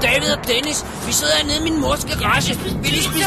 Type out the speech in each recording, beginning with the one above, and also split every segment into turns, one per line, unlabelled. Dennis. Vi sidder hernede i min mors garage. Vi lige spise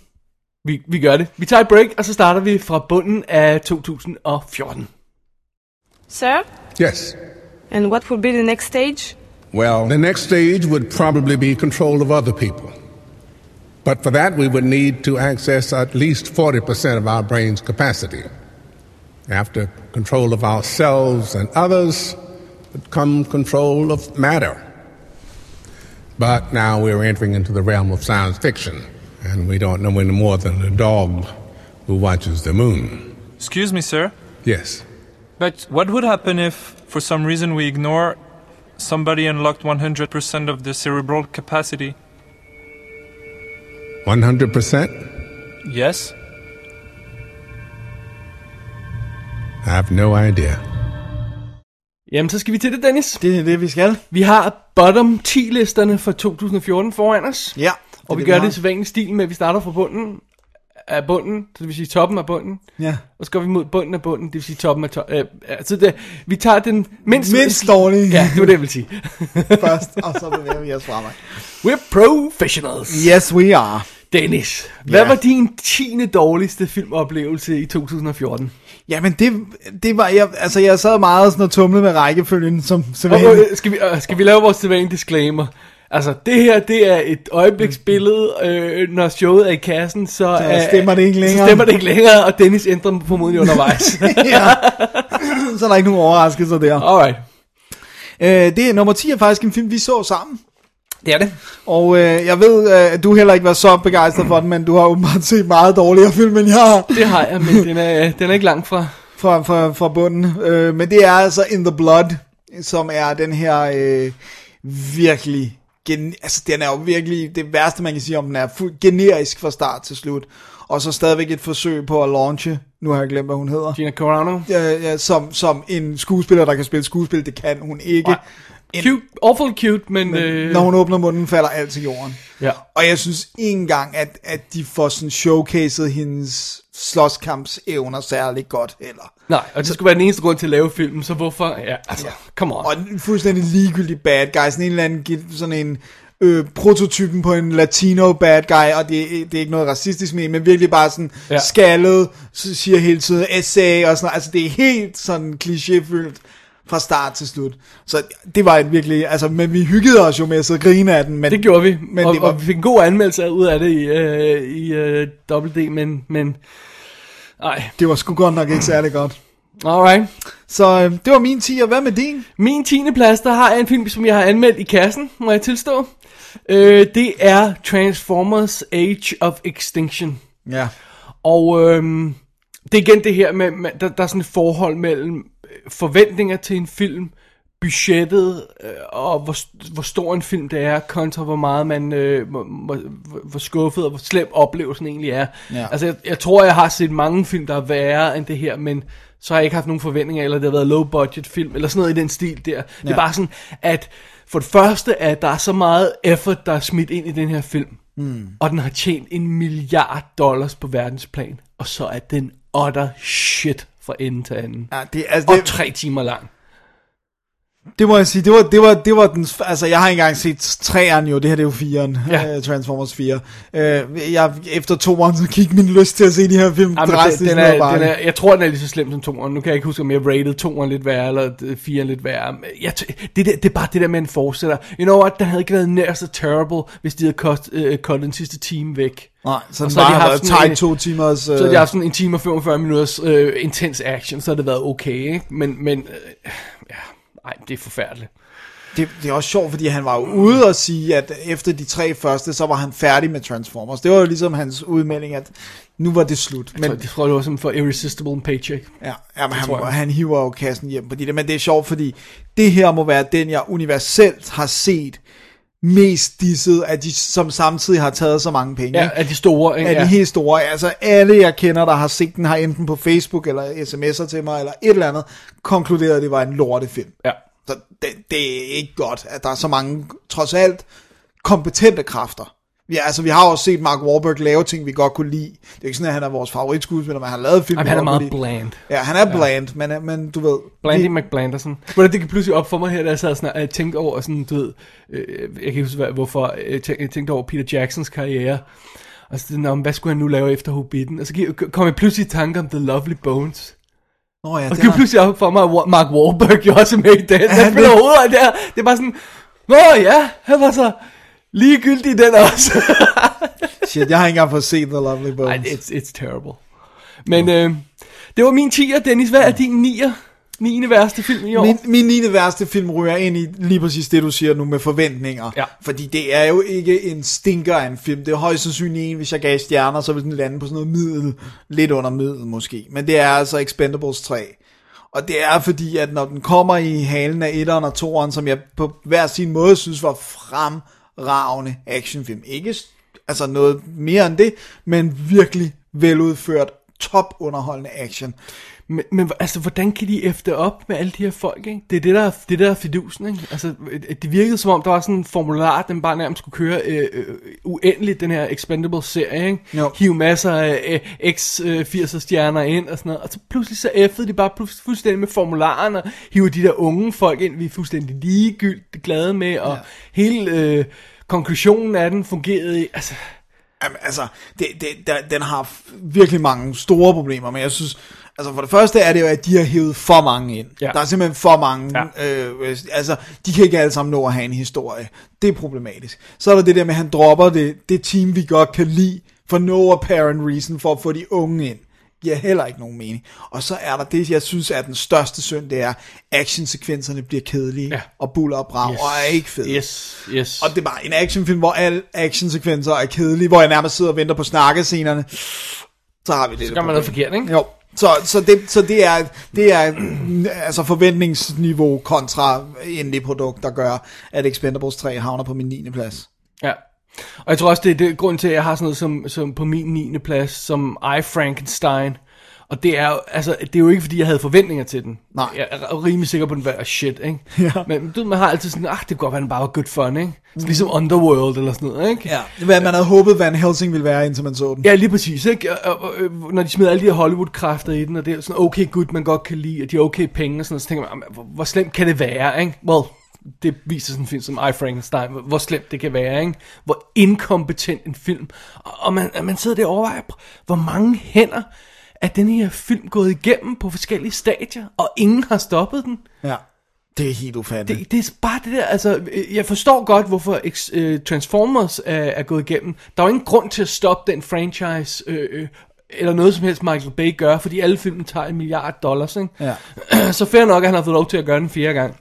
vi, vi gør det. Vi tager et break, og så starter vi fra bunden af 2014.
Sir,
Yes.
and what will be the next stage?
Well, the next stage would probably be control of other people. But for that, we would need to access at least 40% of our brain's capacity. After control of ourselves and others would come control of matter. But now we're entering into the realm of science fiction, and we don't know any more than the dog who watches the moon.
Excuse me, sir,
Yes.
but what would happen if, for some reason, we ignore somebody unlocked 100% of the cerebral capacity?
100%?
Yes?
I have no idea.
Jamen, så skal vi til det, Dennis.
Det er det, vi skal.
Vi har bottom 10-listerne for 2014 foran os.
Ja.
og vi gør det i sædvanlig stil med, at vi starter fra bunden af bunden, så det vil sige toppen af bunden.
Ja.
Og så går vi mod bunden af bunden, det vil sige toppen af toppen. Øh, altså det, vi tager den mindst...
Mindst dårlige.
Ja, det var det, jeg ville sige.
først, og så bevæger vi os fremad.
We're professionals.
Yes, we are.
Dennis, hvad
Ja.
var din tiende dårligste filmoplevelse i 2014?
Jamen, det, det var, jeg, altså jeg sad meget sådan og tumlede med rækkefølgen, som
Og,
sædvanligt.
øh, skal, vi, øh, skal vi lave vores sædvanlige disclaimer? Altså, det her, det er et øjebliksbillede. Øh, når showet er i kassen, så, så
stemmer det ikke længere.
Så stemmer det ikke længere, og Dennis ændrer dem formodentlig undervejs.
ja. så er der ikke nogen overraskelser der.
Alright.
Øh, det er nummer 10 er faktisk en film, vi så sammen.
Det er det.
Og øh, jeg ved, øh, at du heller ikke var så begejstret for den, men du har åbenbart set meget dårligere film, end jeg har
Det har jeg, men den er, øh, den er ikke langt fra.
fra, fra, fra bunden. Øh, men det er altså In the Blood, som er den her øh, virkelig, gen, altså den er jo virkelig det værste, man kan sige om den er, fuld generisk fra start til slut. Og så stadigvæk et forsøg på at launche, nu har jeg glemt, hvad hun hedder.
Gina Carano.
øh, ja, som, som en skuespiller, der kan spille skuespil, det kan hun ikke.
Nej. Cute, awful cute, men... men øh,
Når hun åbner munden, falder alt til jorden.
ja.
Og jeg synes ikke engang, at, at de får sådan showcased hendes slåskampsevner særlig godt heller.
Nej, og det skulle være den eneste grund til at lave filmen, så hvorfor? Ja, altså, come on.
Og en fuldstændig ligegyldig bad guy, sådan en eller anden, gi- sådan en øh, prototypen på en latino bad guy, og det, det er ikke noget racistisk med, men virkelig bare sådan
Ja.
ja. skaldet, så siger hele tiden essay og sådan noget. altså det er helt sådan klichéfyldt fra start til slut. Så det var et virkelig, altså, men vi hyggede os jo med at sidde og grine af den, men
Det gjorde vi, men
Men
og,
det var-
og vi fik en god anmeldelse ud af det i, øh, i øh, WD, men, men, ej,
det var sgu godt nok ikke særlig godt.
alright.
Så øh, det var min 10, og hvad med din?
Min 10. plads, der har jeg en film, som jeg har anmeldt i kassen, må jeg tilstå. Øh, det er Transformers Age of Extinction.
Ja.
Og øhm, det er igen det her med, med der, der er sådan et forhold mellem øh, forventninger til en film, budgettet øh, og hvor, st- hvor stor en film det er, kontra hvor meget man, øh, hvor, hvor, hvor- hvor skuffet og hvor slem oplevelsen egentlig er.
Ja.
Altså, jeg, jeg tror, jeg har set mange film, der er værre end det her, men så har jeg ikke haft nogen forventninger, eller det har været low budget film, eller sådan noget i den stil der. Ja. Det
Ja.
er bare sådan, at for det første, at der er så meget effort, der er smidt ind i den her film,
Hmm.
mm. og den har tjent en milliard dollars på verdensplan, og så er den utter shit fra ende til anden.
Ja, det, altså,
Og
det,
tre timer lang.
Det må jeg sige, det var, det var, det var den, altså jeg har ikke engang set træeren jo, det her det er jo firen,
Ja.
ja. Transformers 4. Øh, jeg, efter to måneder, så gik min lyst til at se de her film
Jamen, den,
drastisk
den
ned ad
er,
bakke.
den er, jeg tror, den er lige så slem som toeren. Nu kan jeg ikke huske, om jeg rated toeren lidt værre, eller øh, firen lidt værre. Men Jeg, t- det, der, det er bare det der med en fortsætter. You know what, den havde ikke været nær så terrible, hvis de havde kost, øh, cut den sidste time væk.
Nej, så
Og
den
så har
bare
de
har
haft
været
sådan en-
tight to timers... øh,
Så havde de haft sådan en time og 45 minutters øh, intens action, så havde det været okay, ikke? Men, men øh, ja, nej, det er forfærdeligt.
Det, det er også sjovt, fordi han var jo ude og sige, at efter de tre første, så var han færdig med Transformers. Det var jo ligesom hans udmelding, at nu var det slut.
Men,
Men,
jeg tror, det var som for Irresistible en Paycheck.
ja, ja, men
tror
han,
jeg.
han hiver jo kassen hjem på det der. Men det er sjovt, fordi det her må være den, jeg universelt har set mest disset, at de som samtidig har taget så mange penge.
Ja,
ikke?
af de store, ikke?
af ja. de
Ja.
helt store. Altså alle jeg kender, der har set den, har enten på Facebook eller sms'er til mig, eller et eller andet, konkluderet, at det var en lortefilm.
ja.
Så det, det er ikke godt, at der er så mange, trods alt, kompetente kræfter. Ja, altså, vi har også set Mark Wahlberg lave ting, vi godt kunne lide. Det er ikke sådan, at han er vores favoritskuespiller, men han har lavet film.
Jamen, han er
vi godt
meget
kunne lide.
bland.
Ja, han er bland, ja. men, men du ved...
Blandy
det-
McBlanderson. Hvordan det gik pludselig op for mig her, da jeg sad og snak, jeg tænkte over sådan, du ved, øh, jeg kan ikke huske, hvad- hvorfor, øh, tæ- jeg tænkte over Peter Jacksons karriere. Og så tænkte jeg, "Nå, men hvad skulle han nu lave efter Hobbiten? Og så gik- kom jeg pludselig i tanke om The Lovely Bones.
Nå ja,
Og
det
det gik
er,
pludselig op for mig, at Wa- Mark Wahlberg jo også er med i den. Han spiller
det?
hovedet der. Det er bare sådan, Nå ja, han var så ligegyldig i den også.
shit, jeg har ikke engang fået set The Lovely Bones.
Ej, it's, it's terrible. Men øh, det var min 10'er, Dennis. Hvad er din 9'er? 9. værste film i år?
Min, min 9. værste film ryger ind i lige præcis det, du siger nu med forventninger.
Ja.
Fordi det er jo ikke en stinker af en film. Det er højst sandsynligt en, hvis jeg gav stjerner, så ville den lande på sådan noget middel. Lidt under middel måske. Men det er altså Expendables 3. Og det er fordi, at når den kommer i halen af 1'eren og 2'eren, som jeg på hver sin måde synes var fremragende actionfilm. Ikke s- altså noget mere end det, men virkelig veludført, topunderholdende action.
Men, men hva- altså, hvordan kan de efter op med alle de her folk, ikke? Det er det, der, er- det der er fidusen, ikke? Altså, øh, det virkede som om, der var sådan en formular, den bare nærmest skulle køre øh, øh, uendeligt, den her Expendable-serie, ikke?
Jo.
Hive masser af øh, X-80-stjerner ind og sådan noget. Og så pludselig så effede de bare plus- fuldstændig med formularen og hiver de der unge folk ind, vi er fuldstændig ligegyldigt glade med, og ja. hele øh, konklusionen af den fungerede i, altså...
Jamen, altså, det, det, der, den har f- virkelig mange store problemer, men jeg synes, altså for det første er det jo, at de har hævet for mange ind.
Ja.
Der er simpelthen for mange, ja. øh, øh, altså, de kan ikke alle sammen nå at have en historie. Det er problematisk. Så er der det der med, at han dropper det, det team, vi godt kan lide, for no apparent reason, for at få de unge ind. Giver heller ikke nogen mening. Og så er der det, jeg synes er den største synd, det er, actionsekvenserne bliver kedelige,
Ja.
ja. og buller og brag, yes. og er ikke fede.
Yes, yes.
Og det er bare en actionfilm, hvor alle actionsekvenser er kedelige, hvor jeg nærmest sidder og venter på snakkescenerne. Så har vi det.
så gør man noget forkert, ikke?
Jo. Så, så, det, så det er, det er altså forventningsniveau kontra endelig produkt, der gør, at Expendables 3 havner på min 9. plads.
Ja. Og jeg tror også, det er det, grund til, at jeg har sådan noget som, som på min 9. plads, som I, Frankenstein. Og det er, jo, altså, det er jo ikke, fordi jeg havde forventninger til den.
Nej.
Jeg er rimelig sikker på, at den var shit, ikke?
Ja.
Men du, ved, man har altid sådan, ah, det kunne godt være, den bare var good fun, ikke? Mm. Ligesom Underworld eller sådan noget, ikke?
Det var, at man havde håbet, Van Helsing ville være, indtil man så den.
Ja, lige præcis, ikke? Og, og, og, når de smider alle de her Hollywood-kræfter i den, og det er sådan okay gut, man godt kan lide, og de har okay penge og sådan noget, så tænker man, "Jamen, hvor, hvor slemt kan det være, ikke? Well, det viser sådan en film som I, Frankenstein, hvor, hvor slemt det kan være, ikke? Hvor inkompetent en film. Og, og man, og man sidder der og overvejer, pr- hvor mange hænder er den her film gået igennem på forskellige stadier, og ingen har stoppet den.
ja. Det er helt ufatteligt.
Det, det er bare det der, altså, øh, jeg forstår godt, hvorfor ex, øh, Transformers er, er gået igennem. Der er jo ingen grund til at stoppe den franchise, øh, øh, eller noget som helst Michael Bay gør, fordi alle filmen tager en milliard dollars, ikke?
Ja.
Så fair nok, at han har fået lov til at gøre den fjerde gang.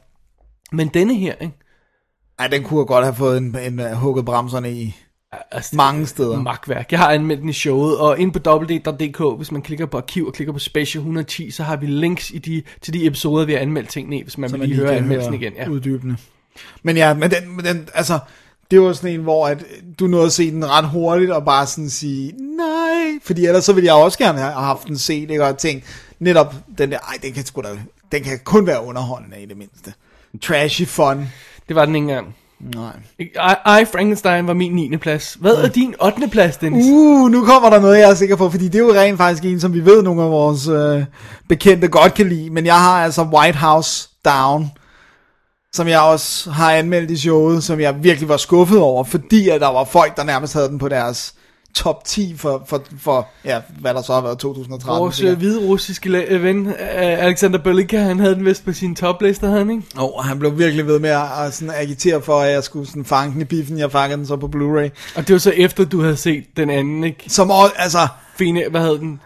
Men denne her, ikke?
Ej, den kunne godt have fået en, en, en hugget bremserne i.
Altså, det-
Mange steder.
Magtværk. Jeg har anmeldt den i showet, og ind på www.dk, hvis man klikker på arkiv og klikker på special 110, så har vi links i de, til de episoder, vi har anmeldt tingene i, hvis man
Så
vil
man
lige
lige
høre
kan
anmeldelsen
høre
igen. Ja.
Uddybende. Men ja, men den, men den, altså, det var sådan en, hvor at du nåede at se den ret hurtigt, og bare sådan sige, nej, fordi ellers så ville jeg også gerne have haft den set, ikke? og tænkt, netop den der, ej, den kan sgu da, den kan kun være underholdende i det mindste. Trashy fun.
Det var den ikke engang.
Nej.
I, I Frankenstein var min 9. plads. Hvad er din 8. plads, Dennis?
Uh, nu kommer der noget, jeg er sikker på, fordi det er jo rent faktisk en, som vi ved, nogle af vores øh, bekendte godt kan lide, men jeg har altså White House Down, som jeg også har anmeldt i showet, som jeg virkelig var skuffet over, fordi at der var folk, der nærmest havde den på deres top 10 for, for, for ja, hvad der så har været 2013.
Vores øh,
sikkert.
hvide russiske la- ven, øh, Alexander Belinka, han havde den vist på sin toplister, havde han ikke?
Og han blev virkelig ved med at, at sådan agitere for, at jeg skulle sådan fange den i biffen. Jeg fangede den så på Blu-ray.
Og det var så efter, du havde set den anden, ikke?
Som også, altså...
Fine, hvad hed den?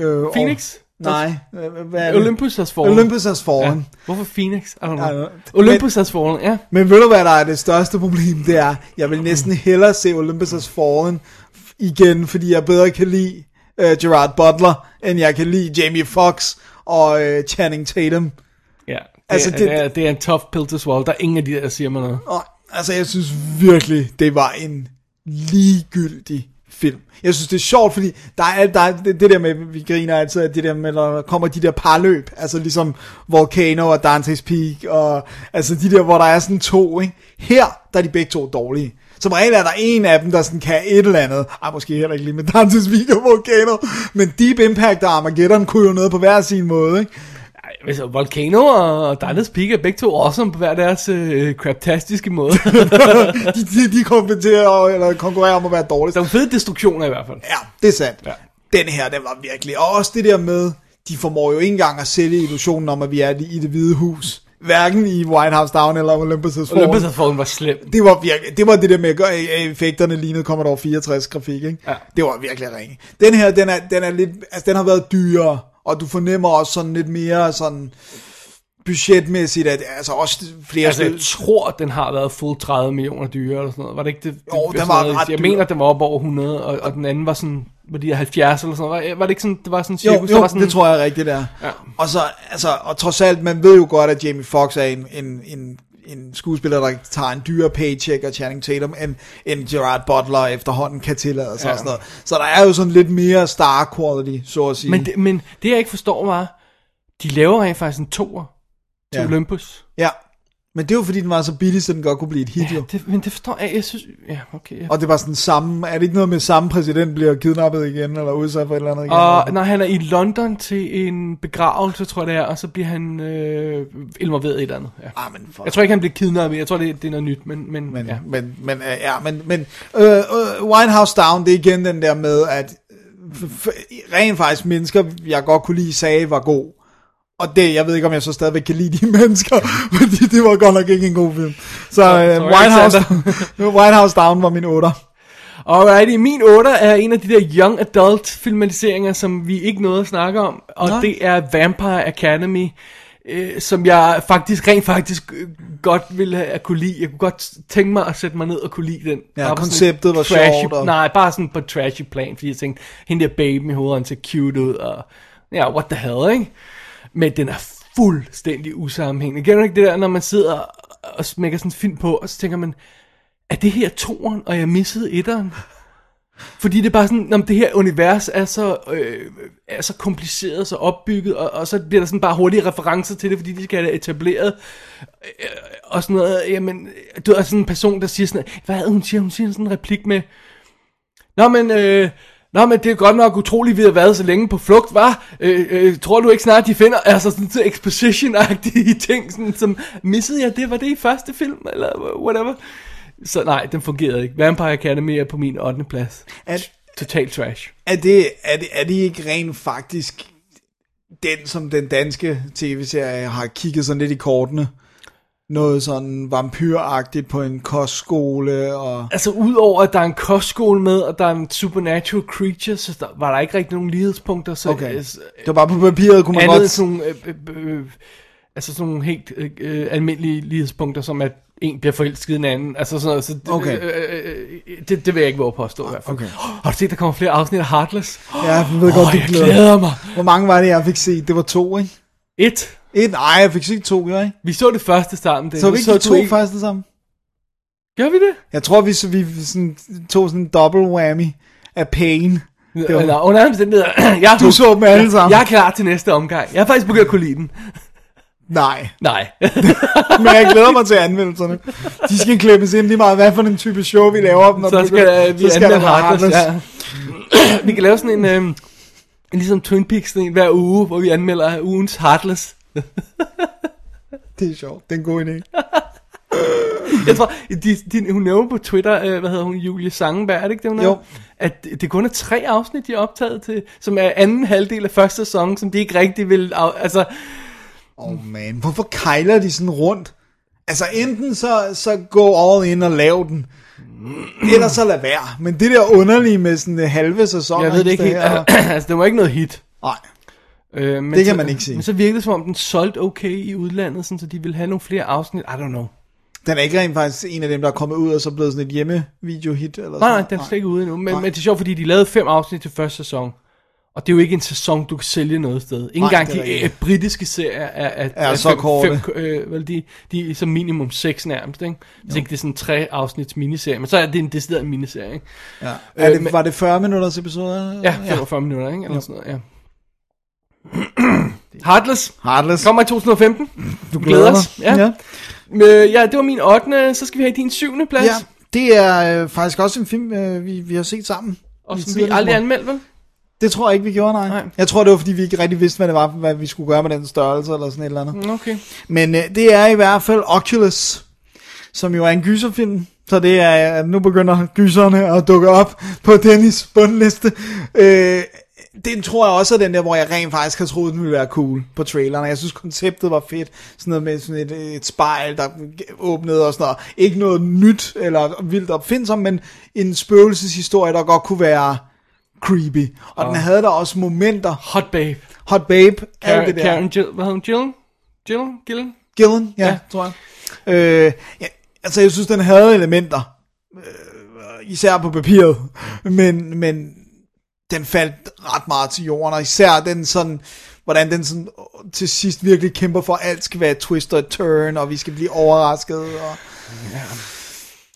Øh, øh,
Phoenix?
Og, nej. Øh, hvad er det?
Olympus has fallen.
Olympus has fallen.
Ja. Hvorfor Phoenix? I don't
I
know.
don't know.
Olympus has fallen, ja.
Men ved du hvad der er det største problem? Det er, jeg vil næsten hellere se Olympus Has Fallen f- igen, fordi jeg bedre kan lide uh, Gerard Butler, end jeg kan lide Jamie Foxx og uh, Channing Tatum.
ja. Det,
Altså,
altså,
det-
det, det, er, det er en tough pill to swallow. Der er ingen af de der, der siger mig noget.
Og, altså, jeg synes virkelig, det var en ligegyldig film. Jeg synes, det er sjovt, fordi der er, der er det, det der med, vi griner altid, at det der med, når der kommer de der parløb, altså ligesom Volcano og Dante's Peak, og altså de der, hvor der er sådan to, ikke? Her, der er de begge to dårlige. Som regel er der en af dem, der sådan kan et eller andet. Ej, måske heller ikke lige med Dante's Peak og Volcano, men Deep Impact og Armageddon kunne jo noget på hver sin måde, ikke?
Ej, altså, Volcano og Dinah's Peak er begge to awesome på hver deres øh, craptastiske måde.
De, de, de kompeterer, eller konkurrerer om at være dårligst.
der er fede destruktioner i hvert fald.
Ja, det er sandt. Ja.
Ja.
Den her, den var virkelig. Og også det der med, de formår jo ikke engang at sælge illusionen om, at vi er i det hvide hus. Hverken i White House Down eller Olympus Has Fallen.
Olympus has fallen var slem.
Det var, virkelig, det var det der med, at gøre- at effekterne lignede Commodore 64 grafik, ikke?
Ja.
Det var virkelig ringe. Den her, den, er, den, er lidt, altså, den har været dyrere, og du fornemmer også sådan lidt mere sådan budgetmæssigt, at altså også flere
Altså, jeg
spil-
tror, at den har været fuld 30 millioner dyre eller sådan noget. Var det ikke det? det
Jo, den
sådan
var
noget?
ret
Jeg
dyr.
mener, den var op over 100, og, og den anden var sådan, var de der 70 eller sådan noget. Var, var det ikke sådan, det var sådan
Jo,
cirkus?
jo
der var sådan,
det tror jeg er rigtigt, der. Ja.
Ja.
Og så, altså, og trods alt, man ved jo godt, at Jamie Foxx er en, en, en, en skuespiller, der tager en dyre paycheck, og Channing Tatum, end, end Gerard Butler efterhånden kan tillade sig ja. og sådan noget. Så der er jo sådan lidt mere star quality, så at sige.
Men det, men det, jeg ikke forstår, var, de laver rent faktisk en toer til
Ja.
ja. Olympus.
Ja. Men det er jo fordi, den var så billig, så den godt kunne blive et hit, jo.
Ja, det, men det forstår jeg. Jeg synes... Ja, okay. Ja.
Og det var sådan samme, er det ikke noget med samme præsident bliver kidnappet igen, eller udsat for et eller andet igen?
Og når han er i London til en begravelse, tror jeg det er, og så bliver han øh, involveret i et eller andet. Ja.
ah, men for...
Jeg tror ikke, han bliver kidnappet. Jeg tror, det, det er noget nyt, men... men,
Men,
ja.
ja. men, men, øh, ja, men, men øh, øh, White House Down, det er igen den der med, at øh, f- f- rent faktisk mennesker, jeg godt kunne lide, sagde var god. Og det, jeg ved ikke, om jeg så stadigvæk kan lide de mennesker, fordi det var godt nok ikke en god film. Så øh,
sorry,
White, House,
Alexander.
White House Down var min otter.
Alrighty, min 8 er en af de der young adult filmatiseringer, som vi ikke nåede at snakke om, og
Nej.
Nej. det er Vampire Academy, øh, som jeg faktisk rent faktisk øh, godt ville have at kunne lide. Jeg kunne godt tænke mig at sætte mig ned og kunne lide den.
Ja,
Bare på sådan et
konceptet var
trashy,
sjovt, og-
Nej, bare sådan på et trashy plan, fordi jeg tænkte, hende der baby i hovedet, han ser cute ud, og ja, what the hell, ikke? Men den er fuldstændig usammenhængende. Kender du ikke det der, når man sidder og smækker sådan en film på, og så tænker man, er det her toren, og jeg missede etteren? Fordi det er bare sådan, om det her univers er så, øh, er så kompliceret, så opbygget, og, og så bliver der sådan bare hurtige referencer til det, fordi de skal have det etableret, øh, og sådan noget, jamen, du er sådan en person, der siger sådan, hvad er det, hun siger? Hun siger sådan en replik med, Nå, men, øh, nå, men det er godt nok utroligt, vi har været så længe på flugt, var. Øh, øh, tror du ikke snart, de finder altså sådan til exposition-agtige ting, sådan, som missede jeg det? Var det i første film, eller whatever? Så nej, den fungerede ikke. Vampire Academy er på min 8. plads.
At-
Total trash.
Er det, er det, er det ikke rent faktisk den, som den danske tv-serie har kigget sådan lidt i kortene? Noget sådan vampyragtigt på en kostskole og...
Altså, udover at der er en kostskole med, og der er en supernatural creature, så der, var der ikke rigtig nogen lighedspunkter. Så,
Okay.
øh, så-
Det var bare på papiret, kunne man
andet
godt...
end sådan nogle, øh, øh, øh, altså sådan nogle helt øh, øh, almindelige lighedspunkter, som at en bliver forelsket i en anden. Altså sådan noget, så,
Okay.
øh, øh, det, det vil jeg ikke våge at påstå i hvert fald. Okay. Har du set, der kommer flere afsnit af Heartless? Åh,
Ja, jeg ved
oh,
godt, du
jeg
glæder.
glæder mig.
Hvor mange var det, jeg fik set? Det var to, ikke?
Et.
Et, nej, jeg fik set to, ikke?
Vi så det første sammen. Det,
Så vi ikke
så
de
du
to faktisk det samme?
Gør vi det?
Jeg tror, vi, så vi sådan, tog sådan en double whammy af pain.
det
var-
var... Eller, under alle omstændigheder, jeg, er
Du
hooked.
så dem alle sammen.
jeg er klar til næste omgang. Jeg har faktisk begyndt at kunne lide den.
Nej,
Nej.
men jeg glæder mig til anmeldelserne. De skal klippes ind lige meget, hvad for en type show vi laver. Når
så
vi-
skal, vi
så skal der
anmelde
være
Heartless.
Heartless.
Ja. vi kan lave sådan en, øhm, en ligesom Twin Peaks sådan en hver uge, hvor vi anmelder ugens Heartless.
Det er sjovt, det er en god idé.
Jeg tror, de, de, hun nævner på Twitter, øh, hvad hedder hun, Julie Sangenberg, er det ikke det, hun
Jo.
er? At det kun er tre afsnit, de er optaget til, som er anden halvdel af første sæson, som de ikke rigtig vil... Af, altså,
Åh oh, man, hvorfor kejler de sådan rundt? Altså enten så, så gå all in og lav den, eller så lad være. Men det der underlige med sådan en halve sæson.
jeg ved det ikke helt.
her-
altså, det var ikke noget hit.
Nej,
Øh, men
Det kan
så,
man ikke sige.
Men så virkede det som om, den solgte okay i udlandet, sådan, så de ville have nogle flere afsnit. I don't know.
den er ikke rent faktisk en af dem, der er kommet ud og så blevet sådan et hjemmevideohit. Eller
Nej,
sådan.
nej, den er slet ikke ude endnu. Men, men det er sjovt, fordi de lavede fem afsnit til første sæson. Og det er jo ikke en sæson, du kan sælge noget sted. Ingen
Nej,
engang
det er
de
rigtigt.
øh, britiske serier er, er,
Er så korte.
øh, vel, de, de er som minimum seks nærmest, ikke? Hvis ikke det er sådan en tre afsnits miniserie, men så er det en decideret miniserie, ikke?
Ja. Er det,
Øh, men-
var det 40 minutters episode?
Ja, 45 ja. minutter, ikke? Eller sådan noget, ja. Heartless
Heartless.
kommer i 2015.
du
glæder os.
Ja.
Ja.
ja.
Øh, ja, det var min 8. Så skal vi have din 7. plads.
ja. Det er øh, faktisk også en film, øh, vi, vi har set sammen.
Og
I
som vi
tidens
aldrig
morgen.
anmeldte, vel?
Det tror jeg ikke, vi gjorde, nej. nej.
Nej.
Jeg tror, det var, fordi vi ikke rigtig vidste, hvad det var, hvad vi skulle gøre med den størrelse, eller sådan et eller andet.
Mm, Okay.
Men øh, det er i hvert fald Oculus, som jo er en gyserfilm. Så det er, øh, nu begynder gyserne at dukke op på Dennis bundliste. Øh, den tror jeg også er den der, hvor jeg rent faktisk har troet, den ville være cool på traileren. Og Jeg synes, konceptet var fedt. Sådan noget med sådan et, et spejl, der åbnede og sådan noget. Ikke noget nyt eller vildt opfindsomt, men en spøgelseshistorie, der godt kunne være creepy. Og den havde der også momenter.
Hot Babe.
Hot Babe, alt
Karen,
det der.
Karen Jill, hvad hedder hun? Jill? Jill? Gill?
Gillen, ja, ja.
Ja.
tror jeg. Øh, ja, altså, jeg synes, den havde elementer. Øh, især på papiret. Men, men den faldt ret meget til jorden, og især den sådan, hvordan den sådan øh, til sidst virkelig kæmper for, at alt skal være et twist og et turn, og vi skal blive overrasket. Og...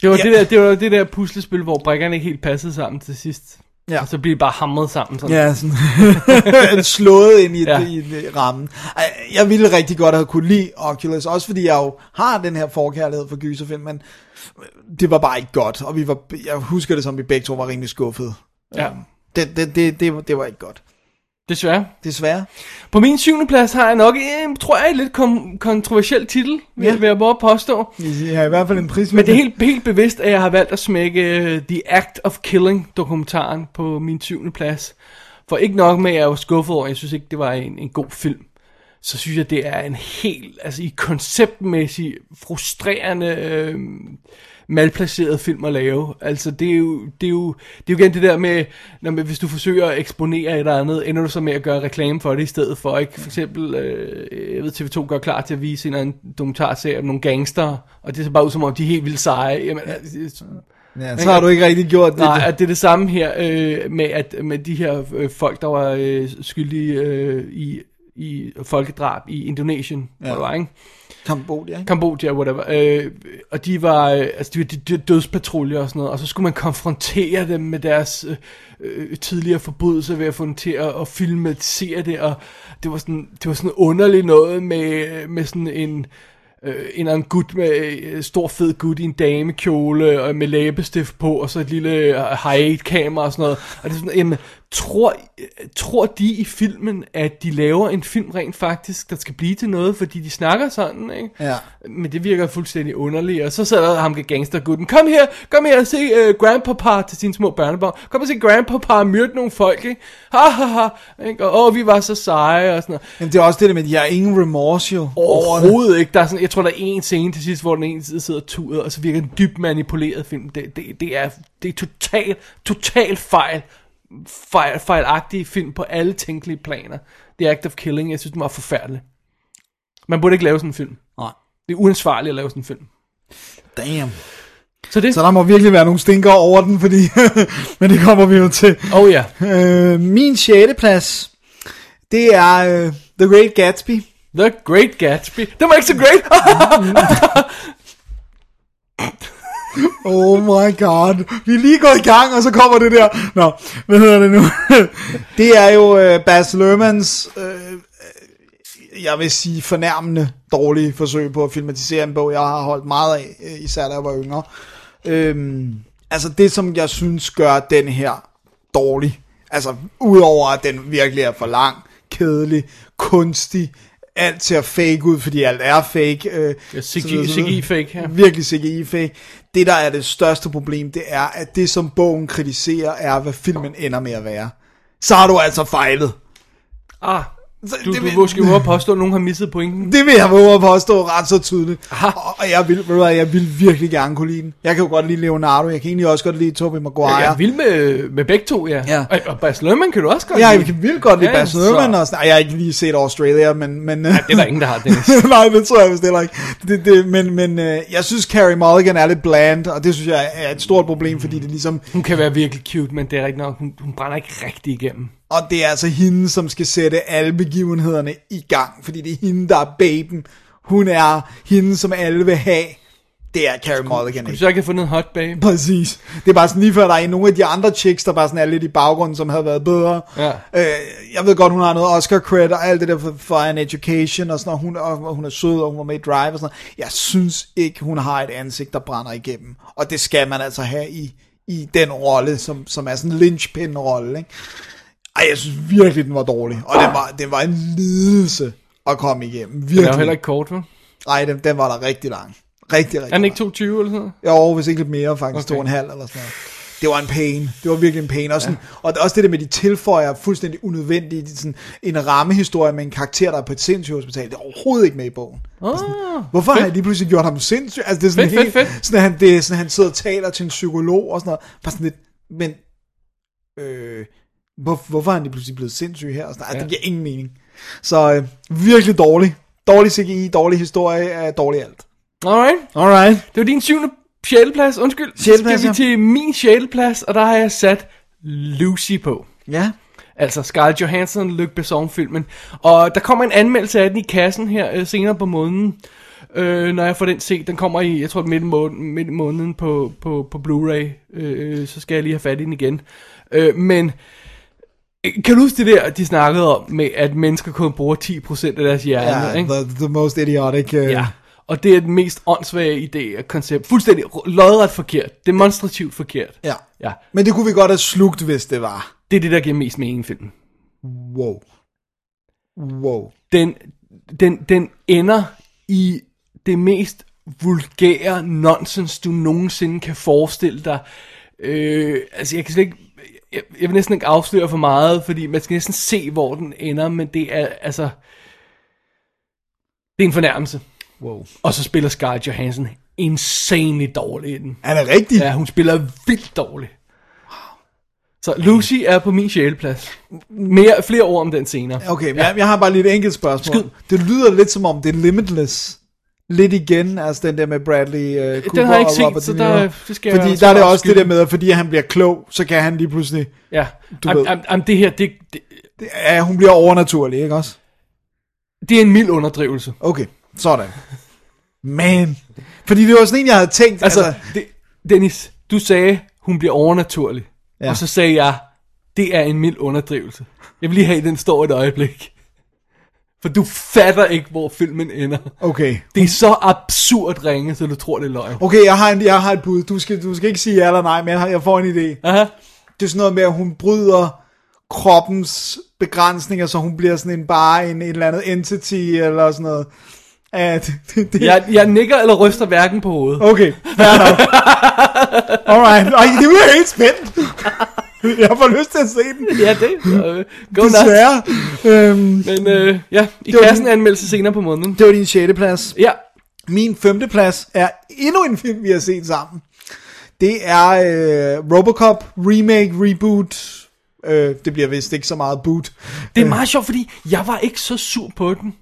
Det var,
Ja.
ja. det, der, det var det der puslespil, hvor brækkerne ikke helt passede sammen til sidst.
Ja.
Og så blev de bare hamret sammen. Sådan.
Ja, sådan slået ind i, ja.
Ja.
i, i rammen. Ej, Jeg ville rigtig godt have kunne lide Oculus, også fordi jeg jo har den her forkærlighed for gyserfilm, men det var bare ikke godt, og vi var, jeg husker det som, vi begge to var rimelig skuffede.
ja.
Det, det, det, det, var- det var ikke godt,
Desværre.
desværre.
På min syvende plads har jeg nok, øh, tror jeg, en lidt kom- kontroversiel titel, vil,
Ja.
ja. vil jeg bare påstå.
Jeg har i hvert fald en pris
Men det er helt, helt bevidst, at jeg har valgt at smække øh, The Act of Killing dokumentaren på min syvende plads. For ikke nok med, at jeg var skuffet over, at jeg synes ikke, det var en, en god film. Så synes jeg, det er en helt, altså i konceptmæssigt frustrerende, øh, malplaceret film at lave. Altså det er jo, det er jo, det er jo igen det der med, når man, hvis du forsøger at eksponere et eller andet, ender du så med at gøre reklame for det i stedet for, ikke? For eksempel, øh, jeg ved, TV2 gør klar til at vise en eller anden dokumentarserie om nogle gangster, og det ser bare ud som om, de er helt vildt seje. Jamen, altså,
Ja, så har du ikke rigtig gjort det.
Nej, at det er det samme her øh, med, at, med de her øh, folk, der var øh, skyldige øh, i, i folkedrab i Indonesien, ja. hvor det var, ikke?
Kambodja, ikke?
Kambodja, whatever. Øh, og de var, øh, altså de var de, de dødspatruljer og sådan noget, og så skulle man konfrontere dem med deres øh, øh, tidligere forbrydelser ved at få dem til at, at filmatisere det, og det var sådan, det var sådan underligt noget med, med sådan en øh, en eller anden gut med øh, stor fed gut i en damekjole og med læbestift på og så et lille øh, high kamera og sådan noget. Og det er sådan, jamen, tror, øh, tror de i filmen, at de laver en film rent faktisk, der skal blive til noget, fordi de snakker sådan, ikke?
Ja.
Men det virker fuldstændig underligt. Og så sad der ham med gangstergutten. Kom her, kom her og se uh, grandpapa til sine små børnebørn. Kom og se grandpapa myrde nogle folk, ikke? Ha, ha, ha. Ikke? Og åh, vi var så seje og sådan noget.
Men det er også det der med, at jeg har ingen remorse jo.
Overhovedet ikke. Der er sådan, jeg tror, der er en scene til sidst, hvor den ene side sidder tudet, og så virker den dybt manipuleret film. Det, det, det er, det er total, total fejl, fejl, fejlagtig film på alle tænkelige planer. The Act of Killing, jeg synes, den var forfærdelig. Man burde ikke lave sådan en film.
Nej.
Det er uansvarligt at lave sådan en film.
Damn.
Så det...
Så der må virkelig være nogle stinker over den, fordi... men det kommer vi jo til.
Oh ja.
Øh, min sjette plads, det er øh, The Great Gatsby.
The Great Gatsby. Den var ikke så great.
Oh my god. Vi er lige gået i gang, og så kommer det der. Nå, hvad hedder det nu? det er jo øh, Baz Luhrmanns, øh, jeg vil sige, fornærmende dårlige forsøg på at filmatisere en bog, jeg har holdt meget af, øh, især da jeg var yngre. Øhm, altså det, som jeg synes gør den her dårlig, altså udover at den virkelig er for lang, kedelig, kunstig, alt ser fake ud, fordi alt er fake. Øh,
Ja, CGI
så videre, så videre.
CGI-fake, ja.
Virkelig CGI-fake. Det, der er det største problem, det er, at det, som bogen kritiserer, er, hvad filmen ender med at være. Så har du altså fejlet.
ah,
Så
du,
det
du
vil-
måske jo at påstå, at nogen har misset pointen.
Det vil jeg våge at påstå ret så tydeligt. Og og jeg vil, ved du hvad, jeg vil virkelig gerne kunne lide den. Jeg kan jo godt lide Leonardo, jeg kan egentlig også godt lide Tobey Maguire.
Jeg er vild med, med begge to, ja.
Ja.
Og, og Bas Løhmann kan du også godt
Ja,
lide.
jeg kan vildt godt lide
Ja,
ja, Baz Luhrmann
så-
og sådan. Ej, jeg har ikke lige set Australia, men... men ja,
Det er der ingen, der har, Dennis.
Nej, det tror jeg vist heller ikke. Det, det, men men øh, jeg synes, Carrie Mulligan er lidt bland, og det synes jeg er et stort problem, fordi det ligesom...
Hun kan være virkelig cute, men det er rigtigt nok, hun, hun brænder ikke rigtig igennem.
Og det er altså hende, som skal sætte alle begivenhederne i gang, fordi det er hende, der er baben. Hun er hende, som alle vil have. Det er Carrie Mulligan,
Hvis
ikke?
jeg ikke har fundet en hot babe.
Præcis. Det er bare sådan lige før, der er nogle af de andre chicks, der bare sådan er lidt i baggrunden, som havde været bedre.
Ja.
Øh, jeg ved godt, hun har noget Oscar cred og alt det der for, for an education og sådan noget. Hun, og hun er sød, og hun var med i Drive og sådan noget. Jeg synes ikke, hun har et ansigt, der brænder igennem. Og det skal man altså have i, i den rolle, som, som er sådan en linchpin-rolle. Ikke? Ej, jeg synes virkelig, den var dårlig. Og den var, den var en lidelse at komme igennem. Virkelig.
Den er jo heller ikke kort, vel?
Ej, den, den var der rigtig lang. Rigtig, rigtig
Er den
lang.
ikke 22 eller sådan noget?
Jo, hvis ikke lidt mere, faktisk
Okay.
okay. to og en halv eller sådan noget. Det var en pain. Det var virkelig en pain. Også, ja. Og også det der med, de tilføjer fuldstændig unødvendigt sådan en rammehistorie med en karakter, der er på et sindssygehospital. Det er overhovedet ikke med i bogen.
Ah,
Hvorfor har de pludselig gjort ham sindssyg? Altså, det er sådan
Fedt,
helt,
fedt, fedt.
Sådan, at han, det er sådan, at han sidder og taler til en psykolog og sådan noget. Bare sådan lidt, men øh, hvor, hvorfor er han lige pludselig blevet sindssyg her? Og sådan, noget. altså, det giver ingen mening. Så øh, virkelig dårlig. Dårlig CGI, dårlig historie, øh, dårlig alt.
alright.
Alright.
Det var din syvende sjæleplads, undskyld.
Sjetteplads,
Skal
ja.
vi til min sjæleplads, og der har jeg sat Lucy på.
Ja.
Altså Scarlett Johansson, Luc Besson-filmen. Og der kommer en anmeldelse af den i kassen her øh, senere på måneden. Øh, når jeg får den set, den kommer i, jeg tror midt i måneden, midt i måneden på, på, på Blu-ray. Øh, så skal jeg lige have fat i den igen. Øh, men øh, kan du huske det der, de snakkede om, med at mennesker kun bruger 10% af deres hjerne?
Ja,
ikke?
the, the most idiotic. Uh,
Ja. Og det er den mest åndssvage idé og koncept. Fuldstændig r- lodret forkert. Demonstrativt forkert.
ja.
Ja.
Men det kunne vi godt have slugt, hvis det var.
Det er det, der giver mest mening i filmen.
Wow. Wow.
Den, den, den ender i det mest vulgære nonsens, du nogensinde kan forestille dig. Øh, altså, jeg kan slet ikke... Jeg, jeg vil næsten ikke afsløre for meget, fordi man skal næsten se, hvor den ender, men det er altså... Det er en fornærmelse.
Wow.
Og så spiller Scarlett Johansson insanely dårligt i den.
Er det rigtigt?
Ja, hun spiller vildt dårligt. Så Lucy er på min sjæleplads. Mere, flere ord om den senere.
Okay, men jeg, jeg har bare lige et enkelt spørgsmål.
Skyd.
Det lyder lidt som om, det er limitless. Lidt igen, altså den der med Bradley uh, Cooper
Den har jeg ikke
og
set,
Robert
så
De Niro.
der- øh, det skal jeg
Fordi
også
der er det
bare
også det
skyde.
der med, at fordi han bliver klog, så kan han lige pludselig...
Ja,
Du
am,
ved.
am, am, det her, det, det,
Det, ja, hun bliver overnaturlig, ikke også?
det er en mild underdrivelse.
Okay, sådan. Man. Fordi det var sådan en, jeg havde tænkt.
Altså, altså det, Dennis, du sagde, hun bliver overnaturlig. Ja.
Ja.
Og så sagde jeg, det er en mild underdrivelse. Jeg vil lige have, at den står et øjeblik. For du fatter ikke, hvor filmen ender.
okay.
Det er så absurd ringe, så du tror, det er løgn.
Okay, jeg har, en, jeg har et bud. Du skal, du skal ikke sige ja eller nej, men jeg, har, jeg får en idé.
Aha.
det er sådan noget med, at hun bryder kroppens begrænsninger, så hun bliver sådan en bare en, en eller andet entity, eller sådan noget. At, det, det,
Jeg, jeg nikker eller ryster hverken på hovedet.
Okay, fair nok. Alright, Ej, det bliver helt spændt. Jeg får lyst til at se den.
Ja, det. Øh, go nuts.
Desværre. Øhm,
Men øh, ja, i
var
kassen
min-
er anmeldelse senere på måneden.
det var din sjette plads.
Ja,
Min femte plads er endnu en film, vi har set sammen. Det er øh, Robocop Remake Reboot. Øh, det bliver vist ikke så meget boot.
det er meget sjovt, fordi jeg var ikke så sur på den.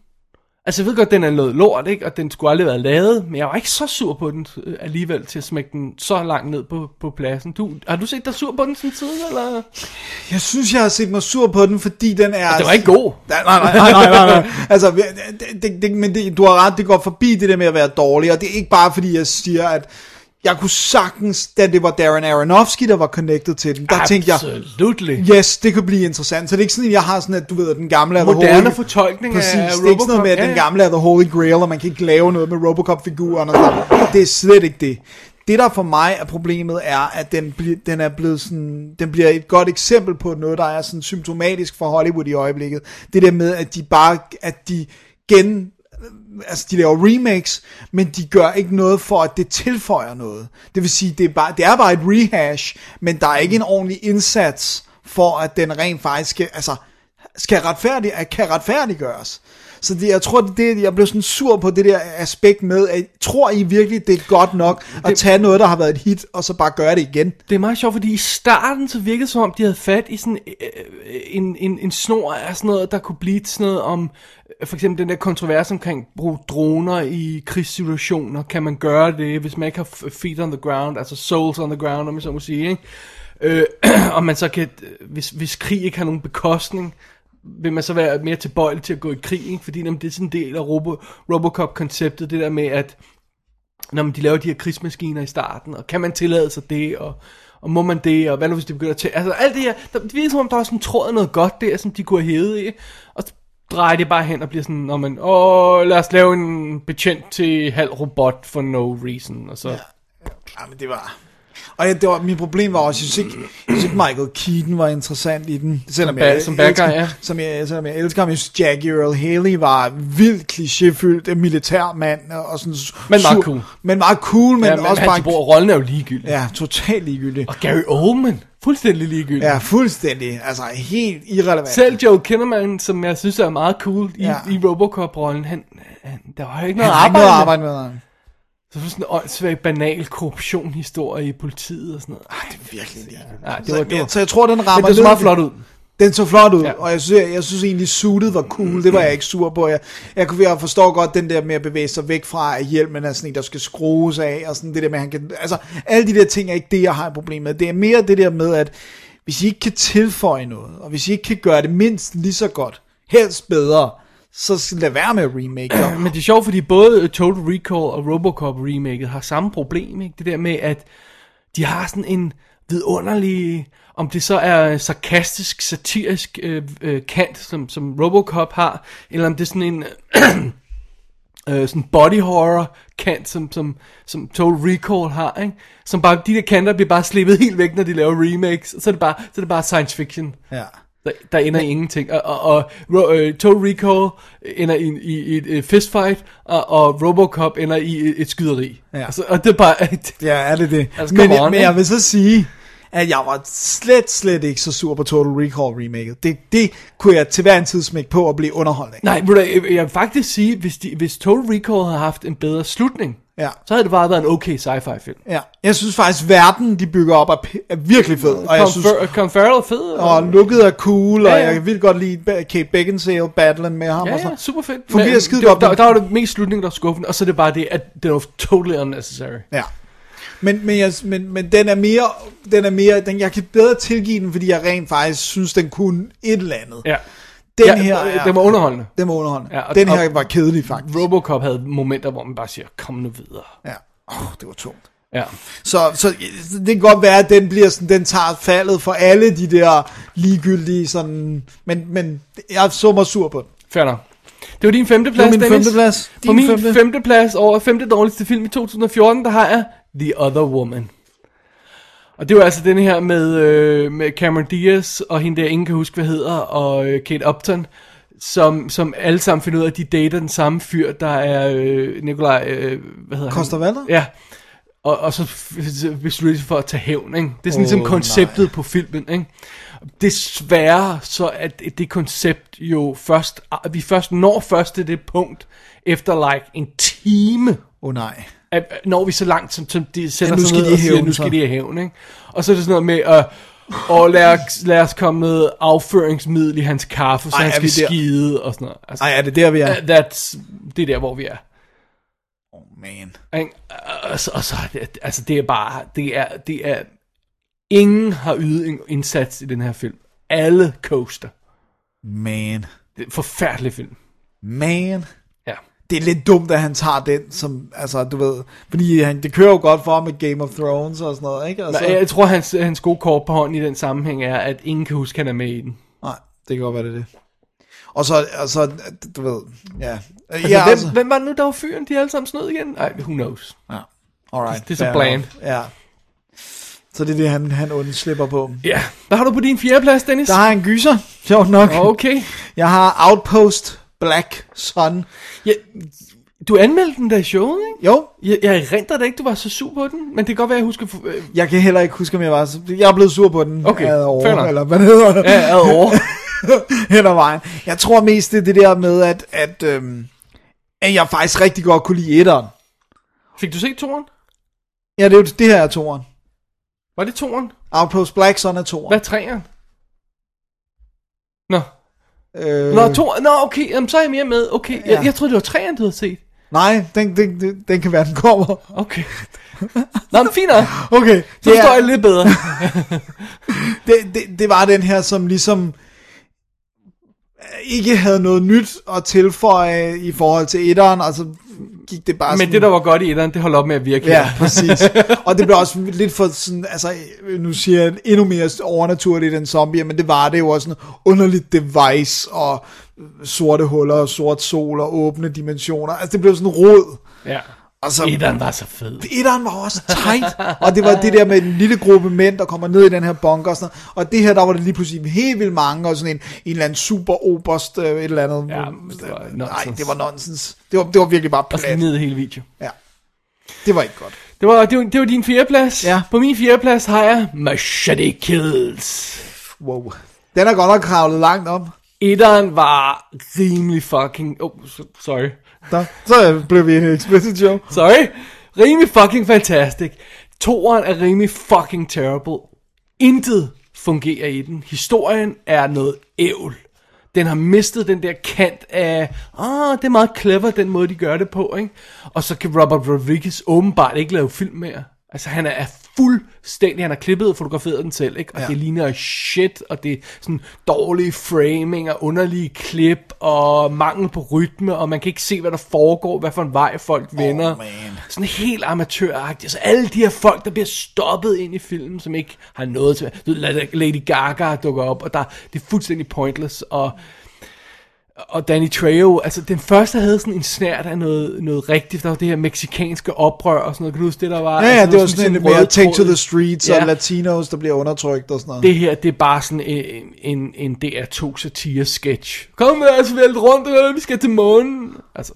Altså jeg ved godt, den er noget lort, ikke? og den skulle aldrig være lavet, men jeg var ikke så sur på den øh, alligevel til at smække den så langt ned på, på pladsen. Du, har du set dig sur på den sådan tidligere, eller?
Altså, Jeg synes, jeg har set mig sur på den, fordi den er...
Det var ikke god.
Nej, nej, nej, nej, nej, nej. Altså, det, det, det, men det, du har ret, det går forbi det der med at være dårlig, og det er ikke bare fordi, jeg siger, at jeg kunne sagtens, da det var Darren Aronofsky, der var connected til den, der tænkte jeg,
Absolutely.
yes, det kunne blive interessant. Så det er ikke sådan, at jeg har sådan, at du ved, at den gamle er The
Moderne
Holy-
fortolkning af
Præcis, det er ikke sådan noget
Robocop,
med, at
ja,
den
ja.
gamle er The Holy Grail, og man kan ikke lave noget med Robocop-figuren og sådan Det er slet ikke det. Det, der for mig er problemet, er, at den, bli, den, er blevet sådan, den bliver et godt eksempel på noget, der er sådan symptomatisk for Hollywood i øjeblikket. Det der med, at de bare, at de gen, altså de laver remakes, men de gør ikke noget for, at det tilføjer noget. Det vil sige, det er bare, det er bare et rehash, men der er ikke en ordentlig indsats for, at den rent faktisk skal, altså, skal retfærdig, kan retfærdiggøres. Så det, jeg tror, det, det, jeg blev sådan sur på det der aspekt med, at tror I virkelig, det er godt nok at tage noget, der har været et hit, og så bare gøre det igen?
Det er meget sjovt, fordi i starten så virkede det som om, de havde fat i sådan øh, en, en, en snor af sådan noget, der kunne blive til sådan noget om, øh, for eksempel den der kontrovers omkring brug droner i krigssituationer. Kan man gøre det, hvis man ikke har f- feet on the ground, altså souls on the ground, om jeg så må sige, ikke? Øh, og man så kan, øh, hvis, hvis krig ikke har nogen bekostning, vil man så være mere tilbøjelig til at gå i krig, ikke? fordi jamen, det er sådan en del af Robo, Robocop-konceptet, det der med, at når man de laver de her krigsmaskiner i starten, og kan man tillade sig det, og, og må man det, og hvad nu hvis de begynder at tæ- Altså alt det her, der, det virker som om, der er sådan en tråd af noget godt der, som de kunne have hævet i, og så drejer det bare hen og bliver sådan, når man, åh, lad os lave en betjent til halv robot for no reason, og så... Ja.
Ja, men det var... Og ja, det var, mit problem var også, jeg synes ikke, jeg synes ikke Michael Keaton var interessant i den. Selvom
Som bad- som bad guy,
elsker,
ja.
som jeg, selvom jeg elsker ham, jeg synes Jack Earl Haley var vildt klichéfyldt øh, militærmand. Og og sådan,
Men meget
sur-
cool.
Men meget cool, men,
Men, ja, men
men også
også han,
bare...
bare... rollen er jo ligegyldig. Ja.
Ja, totalt ligegyldig.
Og Gary Oldman, fuldstændig ligegyldig.
Ja, fuldstændig. Altså, helt irrelevant.
Selv Joe Kinnaman, som jeg synes er meget cool i,
Ja.
ja. i Robocop-rollen, han, han, der var jo ikke noget
Han har ikke noget
arbejde.
at arbejde med. nej.
Så var det sådan en åndssvag, banal korruption-historie i politiet og sådan noget. Ej, det
Virkelig, det er-
Nej, det
Så,
var, det var,
så jeg tror, den rammer
men det så
ned-
meget flot ud.
Den så flot ud, ja.
Ja.
og jeg synes, jeg, jeg synes egentlig, suitet var cool. Det var jeg ikke sur på. Jeg, jeg, kunne- jeg forstår godt den der med at bevæge sig væk fra, at hjelmen er sådan en, der skal skrues af, og sådan det der med, at han kan... Altså, alle de der ting er ikke det, jeg har et problem med. Det er mere det der med, at hvis I ikke kan tilføje noget, og hvis I ikke kan gøre det mindst lige så godt, helst bedre, så lad være med at remake det.
Men det er sjovt, fordi både Total Recall og Robocop remaket har samme problem, ikke? Det der med, at de har sådan en vidunderlig, om det så er sarkastisk, satirisk øh, øh, kant, som, som Robocop har, eller om det er sådan en øh, sådan body horror kant, som, som, som Total Recall har, ikke? Som bare, de der kanter bliver bare slippet helt væk, når de laver remakes, så er det bare, så er det bare science fiction.
Ja.
Der, der ender i ingenting. Og, og, og Ro- øh, Total Recall ender i, i, i et øh, fistfight, og, og Robocop ender i et, et skyderi.
Ja.
Altså, og det er bare...
Ja, er det det.
Altså,
men,
come
jeg,
on,
men
ikke?
jeg vil så sige, at jeg var slet, slet ikke så sur på Total Recall remaket. Det, det kunne jeg til hver en tid smække på og blive underholdt af.
Nej, ved du hvad, jeg, jeg vil faktisk sige, hvis, de, hvis Total Recall havde haft en bedre slutning,
Ja.
så havde det bare været en okay sci-fi film.
Ja. Jeg synes faktisk, verden, de bygger op, er, p- er virkelig fed. Og jeg synes,
Confer- Conferral er fed.
og looket er cool, og
Ja, ja.
jeg kan vildt godt lide Ba- Kate Beckinsale battlen med ham.
Ja,
og så.
ja, super fedt.
altså, Fungerer
Men
skide
det,
godt,
Der,
men-
der var det mest slutning, der var skuffende, og så er det bare det, at det var totally unnecessary.
Ja. Men, men, jeg, men, men den er mere, den er mere den, jeg kan bedre tilgive den, fordi jeg rent faktisk synes, den kunne et eller andet.
Ja.
Den
ja,
her er,
Det var underholdende.
den var underholdende.
Ja, og-
den her
og-
var kedelig faktisk.
Robocop havde momenter, hvor man bare siger, kom nu videre.
Ja. Oh, det var tungt.
Ja.
Så, så det kan godt være, at den bliver sådan, den tager faldet for alle de der ligegyldige sådan, men, men jeg så mig sur på den.
Fair nok. Det var din femte
Det var
plads,
min
Dennis.
femteplads.
På min femte. femte plads over femte dårligste film i 2014, der har jeg The Other Woman. Og det var altså den her med, øh, med Cameron Diaz og hende der, ingen kan huske, hvad hedder, og øh, Kate Upton, som, som alle sammen finder ud af, at de dater den samme fyr, der er øh, Nikolaj, øh, hvad hedder
Costa
han?
Valdau?
Ja. Og, og så f- f- beslutter de sig for at tage hævn, ikke? Det er sådan oh, ligesom
Åh,
konceptet nej. på filmen, ikke? Desværre så er det det koncept jo først, vi først når først til det punkt, efter like en time,
Åh oh, nej.
at- at når vi så langt, som, som de
Ja,
sætter
nu
sig
skal
ned
de
og
i
siger,
hævn,
nu
så."
skal de have hævn, ikke? Og så er det sådan noget med, øh, og lad, os- lad os komme med afføringsmiddel i hans kaffe, så
Ej,
Ej,
er
han
vi
skal
der?
skide og sådan noget. Altså,
Ej, er det der, vi er?
uh, that's, det er der, hvor vi er.
Oh, man.
Ikke? Og så, og så er det- altså det er bare, det er, det er, ingen har ydet en indsats i den her film. Alle coaster.
Man.
Det er en forfærdelig film.
Man.
Ja.
Det er lidt dumt, at han tager den, som, altså, du ved, fordi han, det kører jo godt for ham med Game of Thrones og sådan noget, ikke? Og så,
Men Altså, jeg tror, hans, hans gode kort på hånden i den sammenhæng er, at ingen kan huske, at han er med i den.
nej, det kan godt være, det er det. Og så, og så, du ved, ja.
Altså, ja, hvem, altså. hvem var det nu, der var fyren, de alle sammen snød igen? Nej, who knows.
Ja. Alright,
Det er så
fair
bland.
enough. Ja. Så det er det, han, han undslipper på.
Ja, hvad har du på din fjerdeplads, Dennis?
Der har jeg en gyser, sjovt nok.
Okay.
Jeg har Outpost Black Sun.
Ja, du anmeldte den der i showet, ikke?
Jo,
Jeg, jeg erindrer da ikke, du var så sur på den, men det kan godt være, jeg husker... for- Øh,
jeg kan heller ikke huske, om jeg var så... Jeg er blevet sur på den.
Okay,
ad
fair nok.
eller hvad det hedder.
ja, ad over.
hen ad vejen. Jeg tror mest, det er det der med, at, at, øhm, at jeg faktisk rigtig godt kunne lide etteren.
Fik du set toren?
Ja, det, er jo, det her er toeren.
Var det toren?
Outpost Black Sun er toeren.
Hvad er træeren? Nå,
Øh,
Nå, to, nå okay, jamen, så er jeg mere med. Okay, ja.
Ja.
jeg, jeg troede, det var træerne, du havde set.
Nej, den, den, den, den kan være, den kommer.
Okay. Nå, men fint nok.
Okay,
Så
det,
forstår
er,
jeg lidt bedre.
det, det, det var den her, som ligesom øh, ikke havde noget nyt at tilføje i forhold til etteren, og så gik det bare
Men
sådan...
det, der var godt i etteren, det holdt op med at virke.
Altså, Ja, præcis. Og det blev også lidt for sådan, altså, nu siger jeg endnu mere overnaturligt end zombier, men det var det jo også sådan underligt device, og sorte huller, og sort sol, og åbne dimensioner. Altså, det blev sådan rod.
ja.
Og så,
Etteren var så fed.
Etteren var også tight, og det var det der med en lille gruppe mænd, der kommer ned i den her bunker og sådan noget. Og det her, der var det lige pludselig helt vildt mange, og sådan en, en eller anden super oberst, øh, et eller andet.
Ja, det var
Nej,
nonsens.
det var nonsens. Det var, det var virkelig bare
Og så
plat.
ned i hele video.
Ja. Det var ikke godt.
Det var, det var, det var din fjerdeplads.
Ja.
På min fjerdeplads har jeg Machete Kills.
Wow. Den er godt nok kravlet langt op.
Etteren var rimelig fucking... Oh, so- sorry.
Der, så blev vi en explicit show.
Sorry. Rimelig fucking fantastic. Toren er rimelig fucking terrible. Intet fungerer i den. Historien er noget ævl. Den har mistet den der kant af, ah, det er meget clever, den måde, de gør det på, ikke? Og så kan Robert Rodriguez åbenbart ikke lave film mere. Altså, han er- er fuldstændig, han har klippet og fotograferet den selv, ikke? Og ja. det ligner shit, og det er sådan dårlige framing og underlige klip og mangel på rytme, og man kan ikke se, hvad der foregår, hvad for en vej folk vender. Oh, sådan helt amatøragtigt. Så alle de her folk, der bliver stoppet ind i filmen, som ikke har noget til... Du ved, La- Lady Gaga dukker op, og der, det er fuldstændig pointless, og og Danny Trejo, altså den første havde sådan en snært af noget, noget rigtigt, der var det her meksikanske oprør og sådan noget, kan du huske det der var?
Ja, ja,
Altså,
det var sådan lidt
rød
mere take to
tråd.
the streets
Ja.
og latinos, der bliver undertrykt og sådan noget.
Det her, det er bare sådan en, en, en DR2 satire sketch. Kom med os, vælte rundt, øh, vi skal til månen. Altså,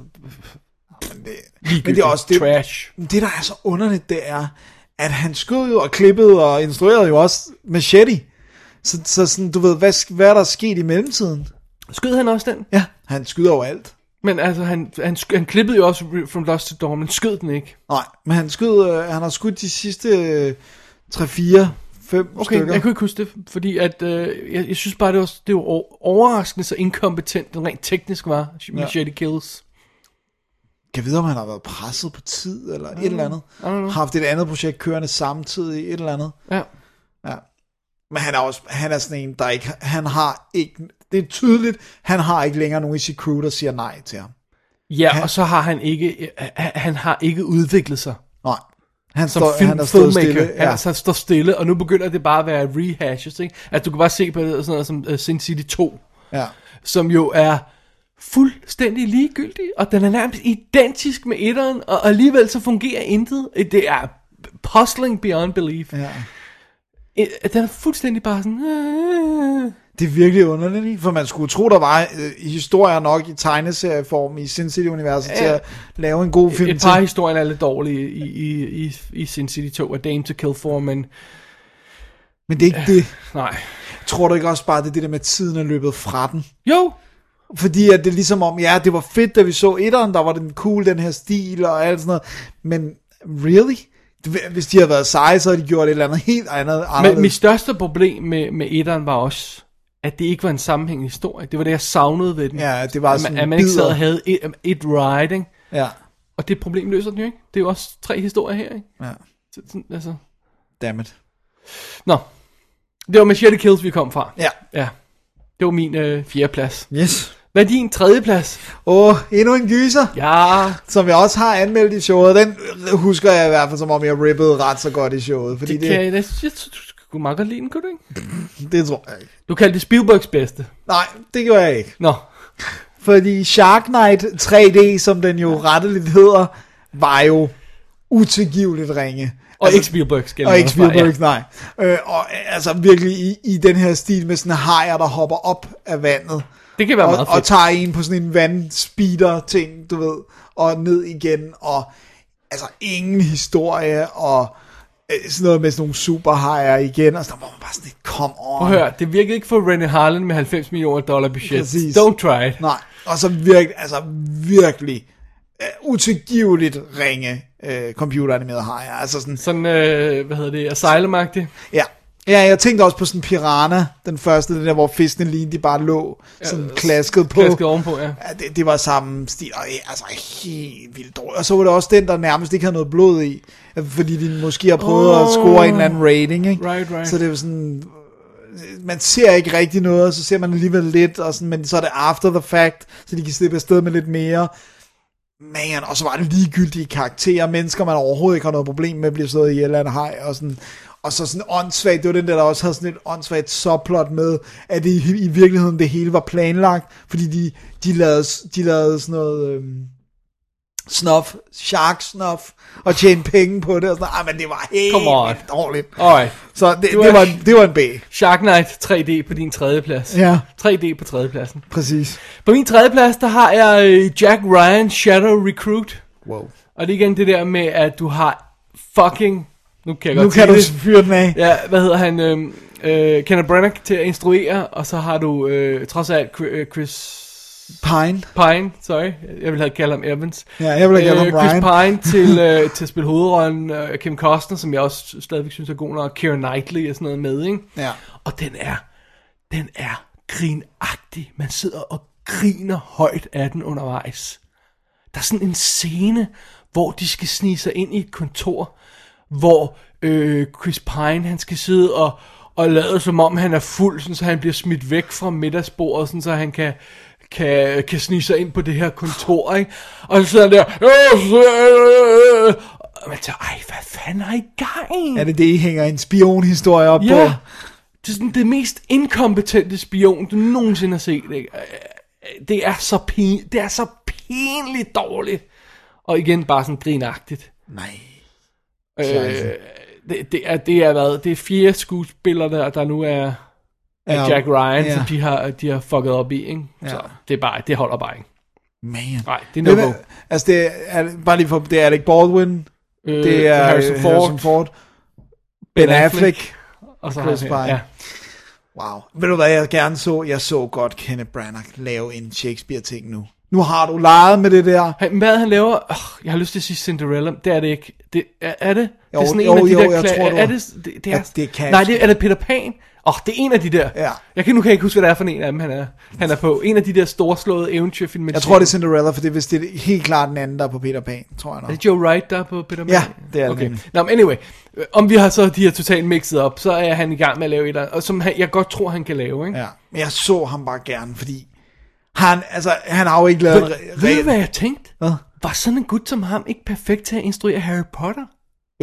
men det er også det,
trash.
det, der er så underligt, det er, at han skød jo og klippede og instruerede jo også Machete. Så, så sådan, du ved, hvad, sk- hvad er der sket i mellemtiden?
Skød han også den?
Ja, han skyder jo alt.
Men altså, han, han, sk- han klippede jo også Re- From Dust to Dawn, men skød den ikke.
Nej, men han skød, øh, han har skudt de sidste øh, 3, 4, 5
Okay,
stykker.
jeg kunne ikke huske det, fordi at, øh, jeg, jeg synes bare, det var, det var o- overraskende så inkompetent, den rent teknisk var, Machete Kills.
Kan vide, om han har været presset på tid, eller
Mm,
et eller andet. Har haft et andet projekt kørende samtidig, et eller andet.
Ja.
Ja. Men han er også, han er sådan en, der ikke, han har ikke, det er tydeligt, han har ikke længere nogen i sit crew, der siger nej til ham.
Ja, han, og så har han ikke, øh, han- han har ikke udviklet sig
Nej. Han
som
står,
film,
han er stået
filmmaker.
stille.
Han
Ja.
er, så står stille, og nu begynder det bare at være rehashes, ikke? At du kan bare se på det, sådan noget som uh, Sin City 2,
ja.
som jo er fuldstændig ligegyldig, og den er nærmest identisk med etteren, og alligevel så fungerer intet. Det er puzzling beyond belief.
ja.
Øh, Den er fuldstændig bare sådan... øh.
Det er virkelig underligt, ikke? for man skulle tro, der var øh, historier nok i tegneserieform i Sin City-universet ja. til
Ja.
at lave en god film
Et par af
til.
historierne er lidt dårlige i, i, i, i Sin City 2 og Dame to Kill for, men
Men det er ikke det.
nej.
Tror du ikke også bare, det er det der med, at tiden er løbet fra den?
Jo,
Fordi at det er ligesom om, ja, det var fedt, da vi så etteren, der var den cool, den her stil og alt sådan noget. Men really? det- Hvis de havde været seje, så havde de gjort et eller andet helt andet.
Men
anderledes.
mit største problem med, med etteren var også, at det ikke var en sammenhængende historie. Det var det, jeg savnede ved den.
Ja, det var
at man,
sådan
at man ikke sad
bidder.
og havde et, et ride, ikke?
Ja,
Og det problem løser den jo ikke. Det er jo også tre historier her, ikke?
ja.
Så, sådan, altså.
Dammit.
Nå. Det var Machete Kills, vi kom fra.
Ja.
Ja. Det var min øh, fjerdeplads.
Yes.
Hvad er din tredjeplads?
Åh, endnu en gyser,
Ja,
som jeg også har anmeldt i showet. Den husker jeg i hvert fald, som om jeg rippede ret så godt i showet. Fordi
det,
det,
kan jeg, jeg, synes, du skulle meget godt lide den, kunne du ikke?
det, det tror jeg ikke.
Du kaldte det Spielbergs bedste.
Nej, det gjorde jeg ikke.
Nå.
Fordi Shark Knight 3D, som den jo retteligt hedder, var jo utilgiveligt ringe.
Og ikke Spielberg, skal jeg
Altså- Og
lige
ikke
understrege,
Spielberg, ja. nej. Øh, og øh, altså virkelig i, i den her stil med sådan hajer, der hopper op af vandet.
Ja. Det kan være meget
og, og
fedt.
tager en på sådan en vandspeeder-ting, du ved, og ned igen, og altså ingen historie, og øh, sådan noget med sådan nogle superhajer igen, og sådan, hvor man bare sådan lidt, come on.
Prøv at høre, det virkede ikke for René Harlan med 90 millioner dollar budget.
Præcis.
Don't try it.
Nej, og så virk, altså virkelig øh, utilgiveligt ringe øh, computeranimeret har jeg. Altså sådan,
Sådan, øh, hvad hedder det, asylum -agtig.
ja. Ja, jeg tænkte også på sådan Piranha, den første, den der, hvor fiskene lige de bare lå sådan klasket på.
Klasket ovenpå, ja.
Ja, det, det var samme stil, og ja, altså helt vildt dårligt. Og så var det også den, der nærmest ikke havde noget blod i, fordi de måske har prøvet oh, at score en eller anden rating, ikke?
Right, right.
Så det var sådan, man ser ikke rigtig noget, og så ser man alligevel lidt, og sådan, men så er det after the fact, så de kan slippe afsted med lidt mere. Man, og så var det ligegyldige karakterer, mennesker man overhovedet ikke har noget problem med, bliver slået ihjel af en haj, og sådan, og så sådan åndssvagt, det var den der, der også havde sådan et åndssvagt subplot med, at det i, i virkeligheden det hele var planlagt, fordi de, de, lavede, de lavede sådan noget, øhm, snuff, shark snuff, og tjene penge på det, og sådan, ah, men det var helt
Come on.
vildt dårligt.
Alright.
Så det,
Du er-
det, var, en- det var en B.
Shark Knight 3D på din tredjeplads.
Ja.
3D på tredjepladsen.
Præcis.
På min tredjeplads, der har jeg øh, Jack Ryan Shadow Recruit.
Wow.
Og det er igen det der med, at du har fucking... Nu kan jeg godt
Nu kan
sige
du
det.
fyre den af.
Ja, hvad hedder han? Øh, øh, Kenneth Branagh til at instruere, og så har du øh, trods alt Chri- øh, Chris
Pine.
Pine, sorry. Jeg ville have kaldt ham Evans.
Ja, jeg ville have kaldt ham
Øh, Chris
Ryan.
Pine til, øh, til at spille hovedrollen. Øh, Kim Costner, som jeg også stadigvæk synes er god nok. Keira Knightley og sådan noget med, ikke?
Ja.
Og den er, den er grinagtig. Man sidder og griner højt af den undervejs. Der er sådan en scene, hvor de skal snige sig ind i et kontor, hvor øh, Chris Pine, han skal sidde og, og lade som om han er fuld, sådan, så han bliver smidt væk fra middagsbordet, sådan, så han kan, kan, kan snige sig ind på det her kontor, ikke? Og så sidder han der, "Øh, øh, øh, øh." og man tænker, ej, hvad fanden har I gang i?
Er det det, I hænger en spionhistorie op på?
Ja, det er sådan det mest inkompetente spion, du nogensinde har set. Ikke? Øh, Det er så, pin, det er så pinligt dårligt. Og igen bare sådan grinagtigt.
Nej.
Øh, det, det, er, det er hvad? Det er fire skuespillere, der, der nu er, er
Ja,
Jack Ryan,
ja.
som de har, de har fucket op i. Ikke? Så
Ja.
det, er bare, det holder bare ikke.
Man.
Nej, det er
Hvem
no
er, altså, det er, bare lige for, det er Alec Baldwin,
øh,
det er
Harrison Ford,
Harrison Ford Ben,
Affleck,
Affleck.
og så
Chris
ham her.
Pine.
Ja.
Wow. Ved du hvad jeg gerne så? Jeg så godt Kenneth Branagh lave en Shakespeare-ting nu. Nu har du leget med det der.
Han, hvad han laver, oh, jeg har lyst til at sige Cinderella, det er det ikke. Det, er, er det? det
Jo,
er sådan en
jo,
af de
jo,
der
jeg
kla-
tror, du
er,
har-
det, det, det er,
Ja, det kan jeg
nej,
ikke
det, er det Peter Pan? Åh, oh, det er en af de der.
Ja.
Jeg kan, nu kan jeg ikke huske, hvad det er for en af dem, han er, han er på. En af de der storslåede eventyrfilm. med
Jeg
de-
tror, det er Cinderella, for det er vist det er helt klart den anden, der er på Peter Pan, tror jeg nok.
Er det Joe Wright, der er på Peter Pan?
Ja, det er det
okay.
nemlig.
Nå, men anyway. øh, Om vi har så de her totalt mixet op, så er han i gang med at lave et eller andet, og som han, jeg godt tror, han kan lave, ikke?
Ja. Men jeg så ham bare gerne, fordi han, altså, han har jo ikke lavet... en re-
Ved, ved du,
re-
hvad jeg tænkte?
Hvad?
Var sådan en gut som ham ikke perfekt til at instruere Harry Potter?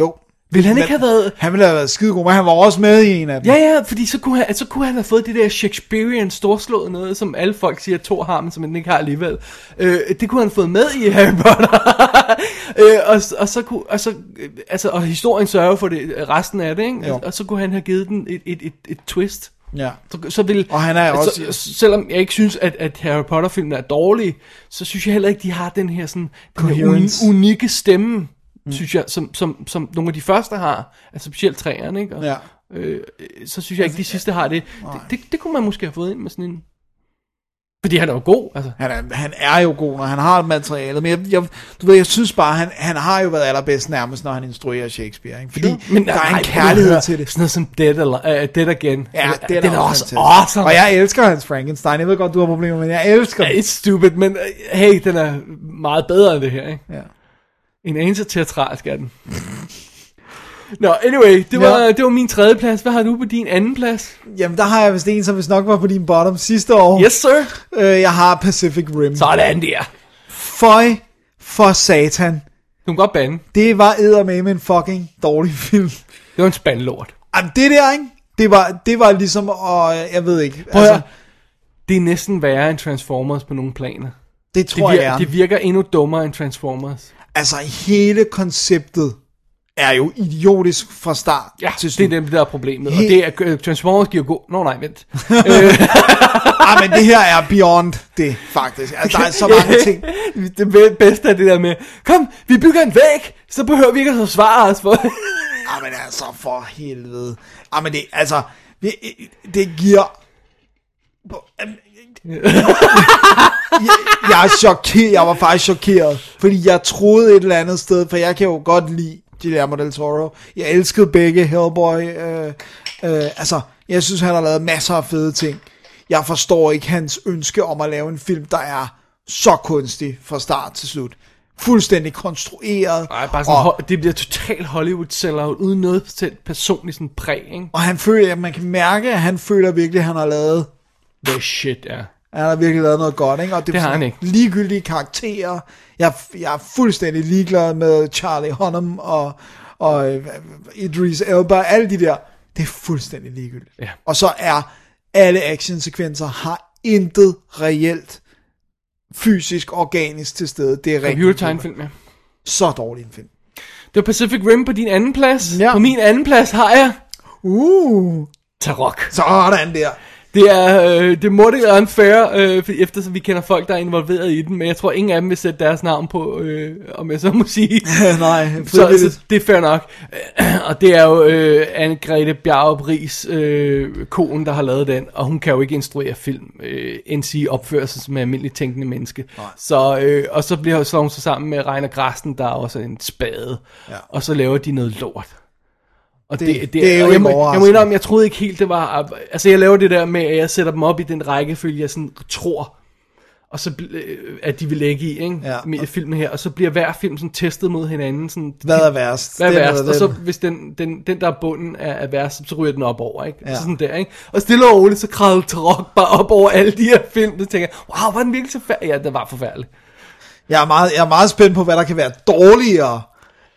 Jo.
Ville han
Men-
ikke have været...
Han ville have været skidegod, men han var også med i en af dem.
Ja, ja, fordi så kunne, han, så kunne han have fået det der Shakespearean storslået noget, som alle folk siger, to har, men som han ikke har alligevel. Øh, det kunne han have fået med i Harry Potter. øh, og, og, så kunne, og, så, øh, altså, og historien sørger for det, øh, resten af det, ikke?
Jo.
Og, og så kunne han have givet den et, et, et, et twist.
ja.
Så, så vil,
Og han er jo
så,
også-
s- Selvom jeg ikke synes, at, at Harry Potter-filmene er dårlige, så synes jeg heller ikke, de har den her, sådan, den her
Coherence.
uni- unikke stemme, mm. synes jeg, som, som, som nogle af de første har. Altså specielt træerne, ikke? Og,
Ja. Altså,
øh, så synes jeg ikke, de sidste har det. Det, det. det kunne man måske have fået ind med sådan en... Fordi han er jo god, altså.
Han er, han er jo god, når han har materialet, men jeg, jeg, du ved, jeg synes bare, han, han har jo været allerbedst nærmest, når han instruerer Shakespeare, ikke? fordi sure. men, der er
nej,
en
du
kærlighed
hører
til det.
Sådan noget som Dead, eller, uh, Dead Again.
Ja,
Altså,
den,
den er også
fantastisk.
awesome.
Og jeg elsker hans Frankenstein. Jeg ved godt, du har problemer, men jeg elsker
Ja,
den.
It's stupid, men øh, hey, den er meget bedre end det her, ikke?
Ja.
En anelse teatralsk er den. Nå, anyway, det var,
Ja.
det var min tredje plads. Hvad har du på din anden plads?
Jamen, der har jeg vist en, som vist nok var på din bottom sidste år.
Yes, sir.
Øh, jeg har Pacific Rim.
Sådan der.
Føj for satan.
Du kan godt bande.
Det var eddermame en fucking dårlig film.
Det var en spandlort.
Jamen, det der, ikke? Det var, det var ligesom, og jeg ved ikke.
Prøv altså, det er næsten værre end Transformers på nogle planer.
det
Det,
tror jeg
virker,
er.
det virker endnu dummere end Transformers.
Altså, hele konceptet er jo idiotisk fra start til
det er
slut.
nemlig der er problemet. Og
Helt-
det er, øh, Transformers giver god... Nå nej, vent.
Ah, men det her er beyond det, faktisk. Altså, der er så mange ting.
det be- bedste er det der med, kom, vi bygger en væg, så behøver vi ikke at forsvare os for...
Ah, men altså, for helvede. Ah, men det, altså, vi, det giver... Jeg, jeg er chokeret, jeg var faktisk chokeret, fordi jeg troede et eller andet sted, for jeg kan jo godt lide Guillermo del Toro. Jeg elskede begge Hellboy. Øh, øh, altså, jeg synes, han har lavet masser af fede ting. Jeg forstår ikke hans ønske om at lave en film, der er så kunstig fra start til slut. Fuldstændig konstrueret.
Nej, bare sådan,
og-
ho- det bliver totalt hollywood sellout uden noget selv personligt sådan præg, ikke?
Og han føler, at man kan mærke, at han føler virkelig, at han har lavet,
The shit, ja.
han har virkelig lavet noget godt, ikke? Og det,
Det har
sådan
han ikke.
Ligegyldige karakterer. Jeg, jeg er fuldstændig ligeglad med Charlie Hunnam og, og øh, Idris Elba, alle de der. Det er fuldstændig ligegyldigt.
Ja.
Og så er alle actionsekvenser har intet reelt fysisk, organisk til stede. Det er rigtig
Computertegnfilm, ja.
så dårlig en film.
Det var Pacific Rim på din anden plads.
Ja.
På min anden plads har jeg...
Uh,
Tarok.
sådan der.
Det er, øh, det er modigt og unfair, øh, for- eftersom vi kender folk, der er involveret i den, men jeg tror, ingen af dem vil sætte deres navn på, øh, om jeg så må sige.
Nej,
så, så
frivilligt.
det er fair nok. og det er jo øh, Anne-Grethe Bjarup Ries, øh, konen, der har lavet den, og hun kan jo ikke instruere film, øh, end sige opføre sig som en almindelig tænkende menneske. Så, øh, og så bliver så hun så sammen med Reiner Grasten, der er også en spade, ja. og så laver de noget lort. Og det, det, det,
det er jo
og jeg,
ikke
må, jeg må
overraskende.
indrømme, jeg troede ikke helt, det var... Altså, jeg laver det der med, at jeg sætter dem op i den rækkefølge, jeg sådan tror, og så, bl- øh, at de vil lægge i, ikke?
Ja.
Med filmen her. Og så bliver hver film sådan testet mod hinanden. Sådan,
Hvad er værst?
hvad er
Den
værst?
eller
Og så
den?
hvis den, den, den der er bunden er, er værst, så ryger den op over, ikke? Ja.
Ja.
Så sådan der, ikke? Og stille og roligt, så kravlede Tarok bare op over alle de her film, og tænker, jeg, wow, var den virkelig så færdig? Ja, den var forfærdelig.
Jeg er, meget, jeg er meget spændt på, hvad der kan være dårligere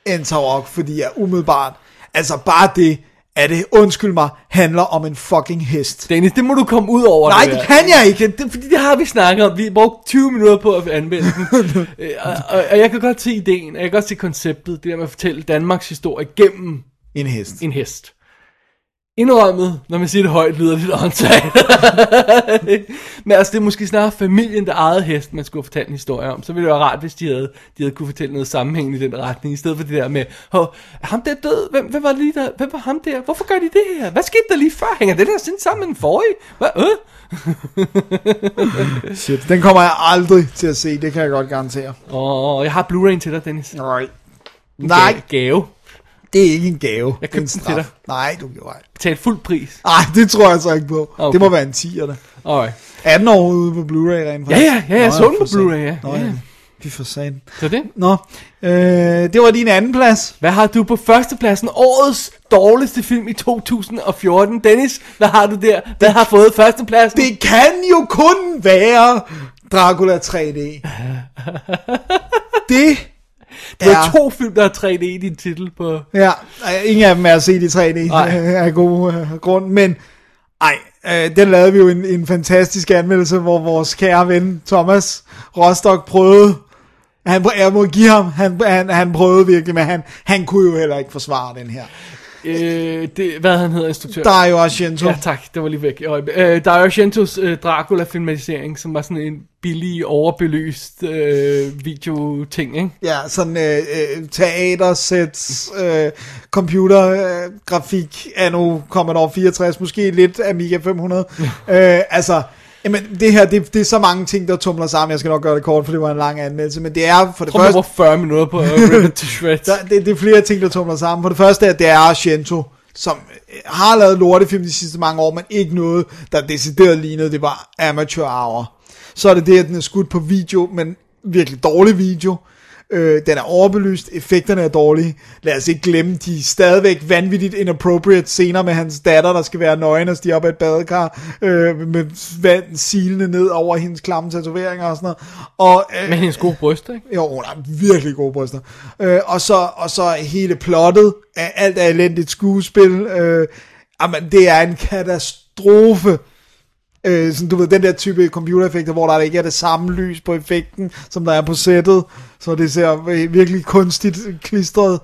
end Tarok, fordi jeg umiddelbart, altså bare det, at det, undskyld mig, handler om en fucking hest. Det,
Dennis, det må du komme ud over.
Nej,
der.
det kan jeg ikke.
Det, det, fordi det har vi snakket om. Vi brugte 20 minutter på at anvende den. Øh, og, og, og, jeg kan godt se ideen, og jeg kan godt se konceptet, det der med at fortælle Danmarks historie gennem
En hest.
en hest. Indrømmet, når man siger det højt, lyder det lidt åndssvagt. Men altså, det er måske snarere familien, der ejede hesten, man skulle have fortalt en historie om. Så ville det være rart, hvis de havde, de havde kunne fortælle noget sammenhængende i den retning, i stedet for det der med, Hov, er ham der død? Hvem, hvem var lige der? Hvem var ham der? Hvorfor gør de det her? Hvad skete der lige før? Hænger det der sådan sammen med den forrige? Hvad? Øh?
Shit. Den kommer jeg aldrig til at se, det kan jeg godt garantere.
Åh, jeg har Blu-ray'en til dig, Dennis.
Right. Nej,
Ga- Gave.
det er ikke en gave.
Jeg købte
Det er
den til
en straf.
dig.
Nej, du gjorde ej.
Betalt fuld pris.
Ej, det tror jeg så ikke på.
Okay.
Okay. Det må være en 10'er.
Alright.
Er den overhovedet ude på Blu-ray rent
Ja, ja, ja, jeg
Nå,
så den
for
på Blu-ray,
satan.
ja.
Nå,
Ja.
ja. Vi får sagen.
Så det.
Nå, øh, det var din anden plads.
Hvad har du på førstepladsen? Årets dårligste film i 2014. Dennis, hvad har du der? Hvad har fået førstepladsen?
Det kan jo kun være Dracula 3D. Det
det er
er-
to film, der har 3D i din titel på...
Ja, ej, ingen af dem er set i 3D
Nej.
øh, af god øh, grund, men ej, øh, den lavede vi jo en, en fantastisk anmeldelse, hvor vores kære ven Thomas Rostock prøvede, han, prø- jeg må give ham, han, han, han prøvede virkelig, men han, han kunne jo heller ikke forsvare den her.
Øh, det, hvad han hedder, instruktør?
Der er jo Argento.
Ja, tak. Det var lige væk. i øjeblikket. Øh, der er Argentos øh, Dracula-filmatisering, som var sådan en billig, overbelyst øh, videoting, ikke?
Ja, sådan øh, øh, teatersets, øh, computergrafik, øh, grafik, anno Commodore 64, måske lidt Amiga 500. øh, altså, Jamen, det her, det, det er så mange ting, der tumler sammen. Jeg skal nok gøre det kort, for det var en lang anmeldelse. Men det er for det
Jeg tror, der
første...
var 40 minutter på uh, Ribbit to Shreds.
Der, det, det er flere ting, der tumler sammen. For det første er, at det er Argento, som øh, har lavet lortefilm de sidste mange år, men ikke noget, der decideret lignede, det var amateur hour. Så er det det, at den er skudt på video, men virkelig dårlig video. Øh, den er overbelyst, effekterne er dårlige. Lad os ikke glemme de stadigvæk vanvittigt inappropriate scener med hans datter, der skal være nøgen og stige op ad et badekar, øh, med vand silende ned over hendes klamme tatoveringer og sådan noget. Og, øh,
Med hendes gode bryster, ikke?
jo, hun har virkelig gode bryster. Øh, og, så, og så hele plottet af alt er elendigt skuespil. Øh, jamen, det er en katastrofe. Øh, sådan, du ved, den der type computereffekter, hvor der ikke er det samme lys på effekten, som der er på sættet. Så det ser virkelig kunstigt klistret.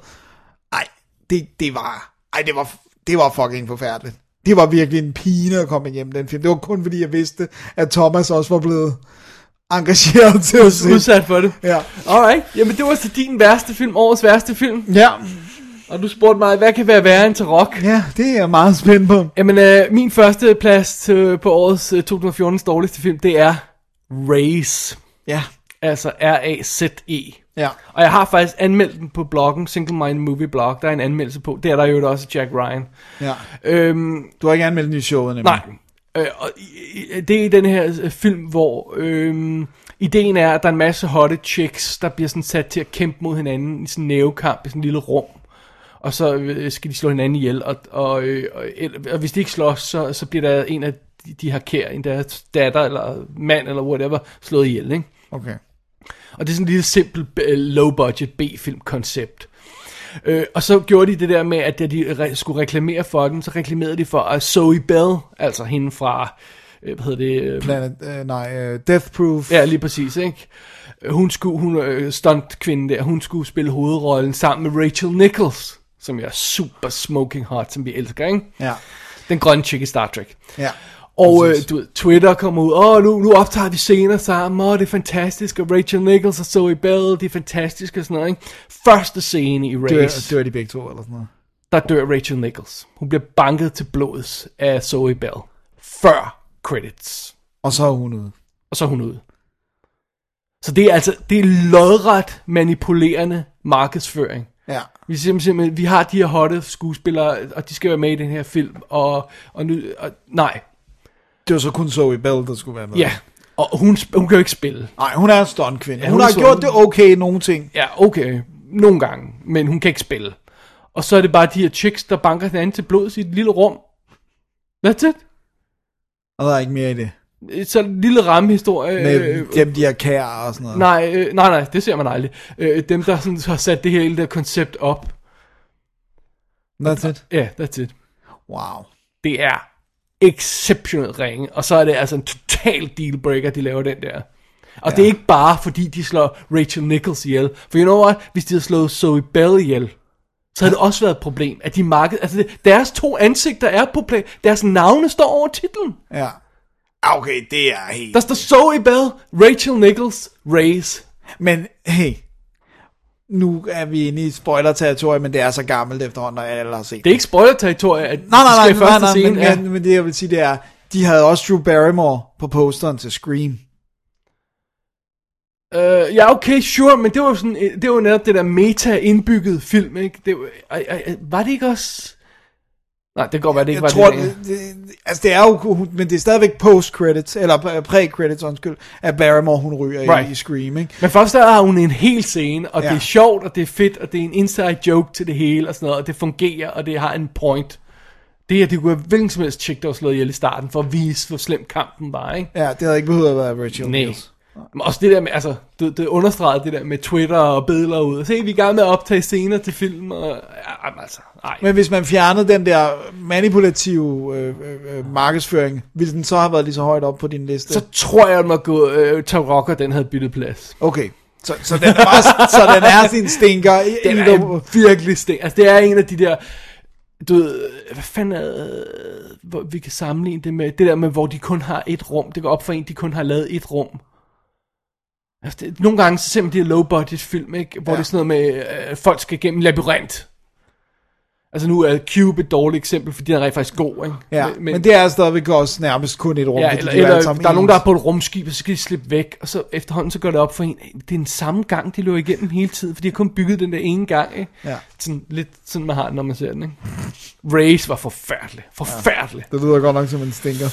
Ej, det, det var... Ej, det var, det var fucking forfærdeligt. Det var virkelig en pine at komme hjem den film. Det var kun fordi, jeg vidste, at Thomas også var blevet engageret til at se.
Udsat for det.
Ja.
Alright, jamen det var så din værste film, årets værste film.
Ja,
Og du spurgte mig, hvad kan være værre end til rock?
Ja, det er jeg meget spændt på.
Jamen, øh, min første plads øh, på årets øh, 2014's dårligste film, det er Race.
Ja,
Altså R-A-Z-E.
ja.
E. Og jeg har faktisk anmeldt den på bloggen, Single Mind Movie Blog. Der er en anmeldelse på. Der er der jo også Jack Ryan.
ja.
Øhm,
Du har ikke anmeldt den i showet, nemlig.
nej. Øh, og i- i- det er i den her øh, film, hvor øhm, ideen er, at der er en masse hotte chicks, der bliver sådan sat til at kæmpe mod hinanden i sådan en nævekamp i sådan en lille rum. Og så øh, skal de slå hinanden ihjel, og, og, øh, og, el- og hvis de ikke slås, så, så bliver der en af de, de her kær, en deres datter eller mand eller whatever, slået ihjel, ikke?
Okay.
Og det er sådan et lille simpelt øh, low-budget B-film-koncept. Øh, og så gjorde de det der med, at da de re- skulle reklamere for den, så reklamerede de for uh, Zoe Bell, altså hende fra, øh, hvad hedder det? Øh,
Planet, øh, nej, øh, Death Proof.
ja, lige præcis, ikke? Hun skulle, hun øh, stunt-kvinde der, hun skulle spille hovedrollen sammen med Rachel Nichols, som jeg er super smoking hot, som vi elsker, ikke?
Ja,
Den grønne chick i Star Trek.
ja.
Og øh,
Præcis.
du ved, Twitter kommer ud, åh, nu, nu optager vi scener sammen, åh, det er fantastisk, og Rachel Nichols og Zoe Bell, det er fantastisk og sådan noget, ikke? Første scene i Race,
Dør, dør de begge to, eller sådan noget.
der dør Rachel Nichols. Hun bliver banket til blods af Zoe Bell. Før credits.
Og så er hun ude.
Og så er hun ude. Så det er altså, det er lodret manipulerende markedsføring.
Ja.
Vi, siger simpelthen, vi har de her hotte skuespillere, og de skal være med i den her film, og, og nu, og, nej,
Det var så kun Zoe Bell, der skulle være med.
ja, og hun, sp- hun kan jo ikke spille.
Nej, hun er en stunt kvinde. Ja, hun,
hun
hun
er
har
sådan.
gjort det okay i nogle ting.
Ja, okay. Nogle gange. Men hun kan ikke spille. Og så er det bare de her chicks, der banker hinanden til blods i et lille rum. That's it.
Og der er ikke mere i det.
Så en lille rammehistorie.
Med
øh,
dem, de er kære og sådan noget.
nej, øh, nej, nej, det ser man aldrig. Øh, dem, der sådan, har sat det her hele der koncept op.
That's it.
Ja, yeah, that's it.
Wow.
Det er exceptionelt ringe. Og så er det altså en total dealbreaker, de laver den der. Og ja. det er ikke bare, fordi de slår Rachel Nichols ihjel. For you know what? Hvis de havde slået Zoe Bell ihjel, så havde det også været et problem, at de marked... Altså, det- deres to ansigter er på plan. Deres navne står over titlen.
Ja. Ah, Okay, det er helt...
Der står Zoe Bell, Rachel Nichols, Race.
Men hey, nu er vi inde i spoiler-territoriet, men det er så gammelt efterhånden, og alle har set
Det er ikke spoiler-territorie, at
Nej, nej,
det sker
nej,
i
nej,
første
nej,
scene.
men,
ja.
men, men det jeg vil sige, det er, de havde også Drew Barrymore på posteren til Scream.
Øh, ja, okay, sure, men det var jo sådan, øh, det var jo netop det der meta-indbygget film, ikke? Det var, ej, ej, ej, var det ikke også... Nej, det kan godt være, det ikke
Jeg
var
tror,
det.
det, det, altså det er jo, hun- men det er stadigvæk post-credits, eller øh, pre-credits, undskyld, at Barrymore, hun ryger right.
Right.
i, i Scream, ikke?
Men først der har hun en hel scene, og ja. det
Ja.
er sjovt, og det er fedt, og det er en inside joke til det hele, og sådan noget, og det fungerer, og det har en point. Det her, det kunne være hvilken som helst chick, der var slået ihjel i starten, for at vise, hvor slem kampen var, ikke?
Ja, det havde ikke behøvet at være Rachel
Nej.
Nichols.
Men også det der med, altså, det, det understregede det der med Twitter og billeder ud. Og se, vi er i gang med at optage scener til film, og... Ja, jamen, altså, ej.
Men hvis man fjernede den der manipulative øh, øh, øh, markedsføring, ville den så have været lige så højt op på din liste?
så tror jeg, at man gå, øh, Tom Rocker, den havde byttet plads.
Okay, så, så, den, var, så den er sin stinker. i-
Den
i-
er en virkelig sten. Altså, det er en af de der, du ved, hvad fanden er, hvor vi kan sammenligne det med, det der med, hvor de kun har et rum. Det går op for en, de kun har lavet et rum. Altså, det, nogle gange så simpelthen det er low budget film, ikke? Hvor
Ja.
ja. det er sådan noget med, øh, folk skal gennem en labyrint. Altså nu er Cube et dårligt eksempel, fordi han er rent faktisk god, ikke?
Ja, men, men, det er stadigvæk også nærmest kun et rum.
Ja,
fordi
eller,
de jo alle
eller
sammen
der er nogen,
ens.
der er på et rumskib, og så skal de slippe væk, og så efterhånden så går det op for en, det er den samme gang, de løber igennem hele tiden, fordi de har kun bygget den der ene gang, ikke?
Ja.
Sådan lidt sådan, man har den, når man ser den, ikke? Race var forfærdelig, forfærdelig.
Det lyder godt nok som en stinker.
Ja.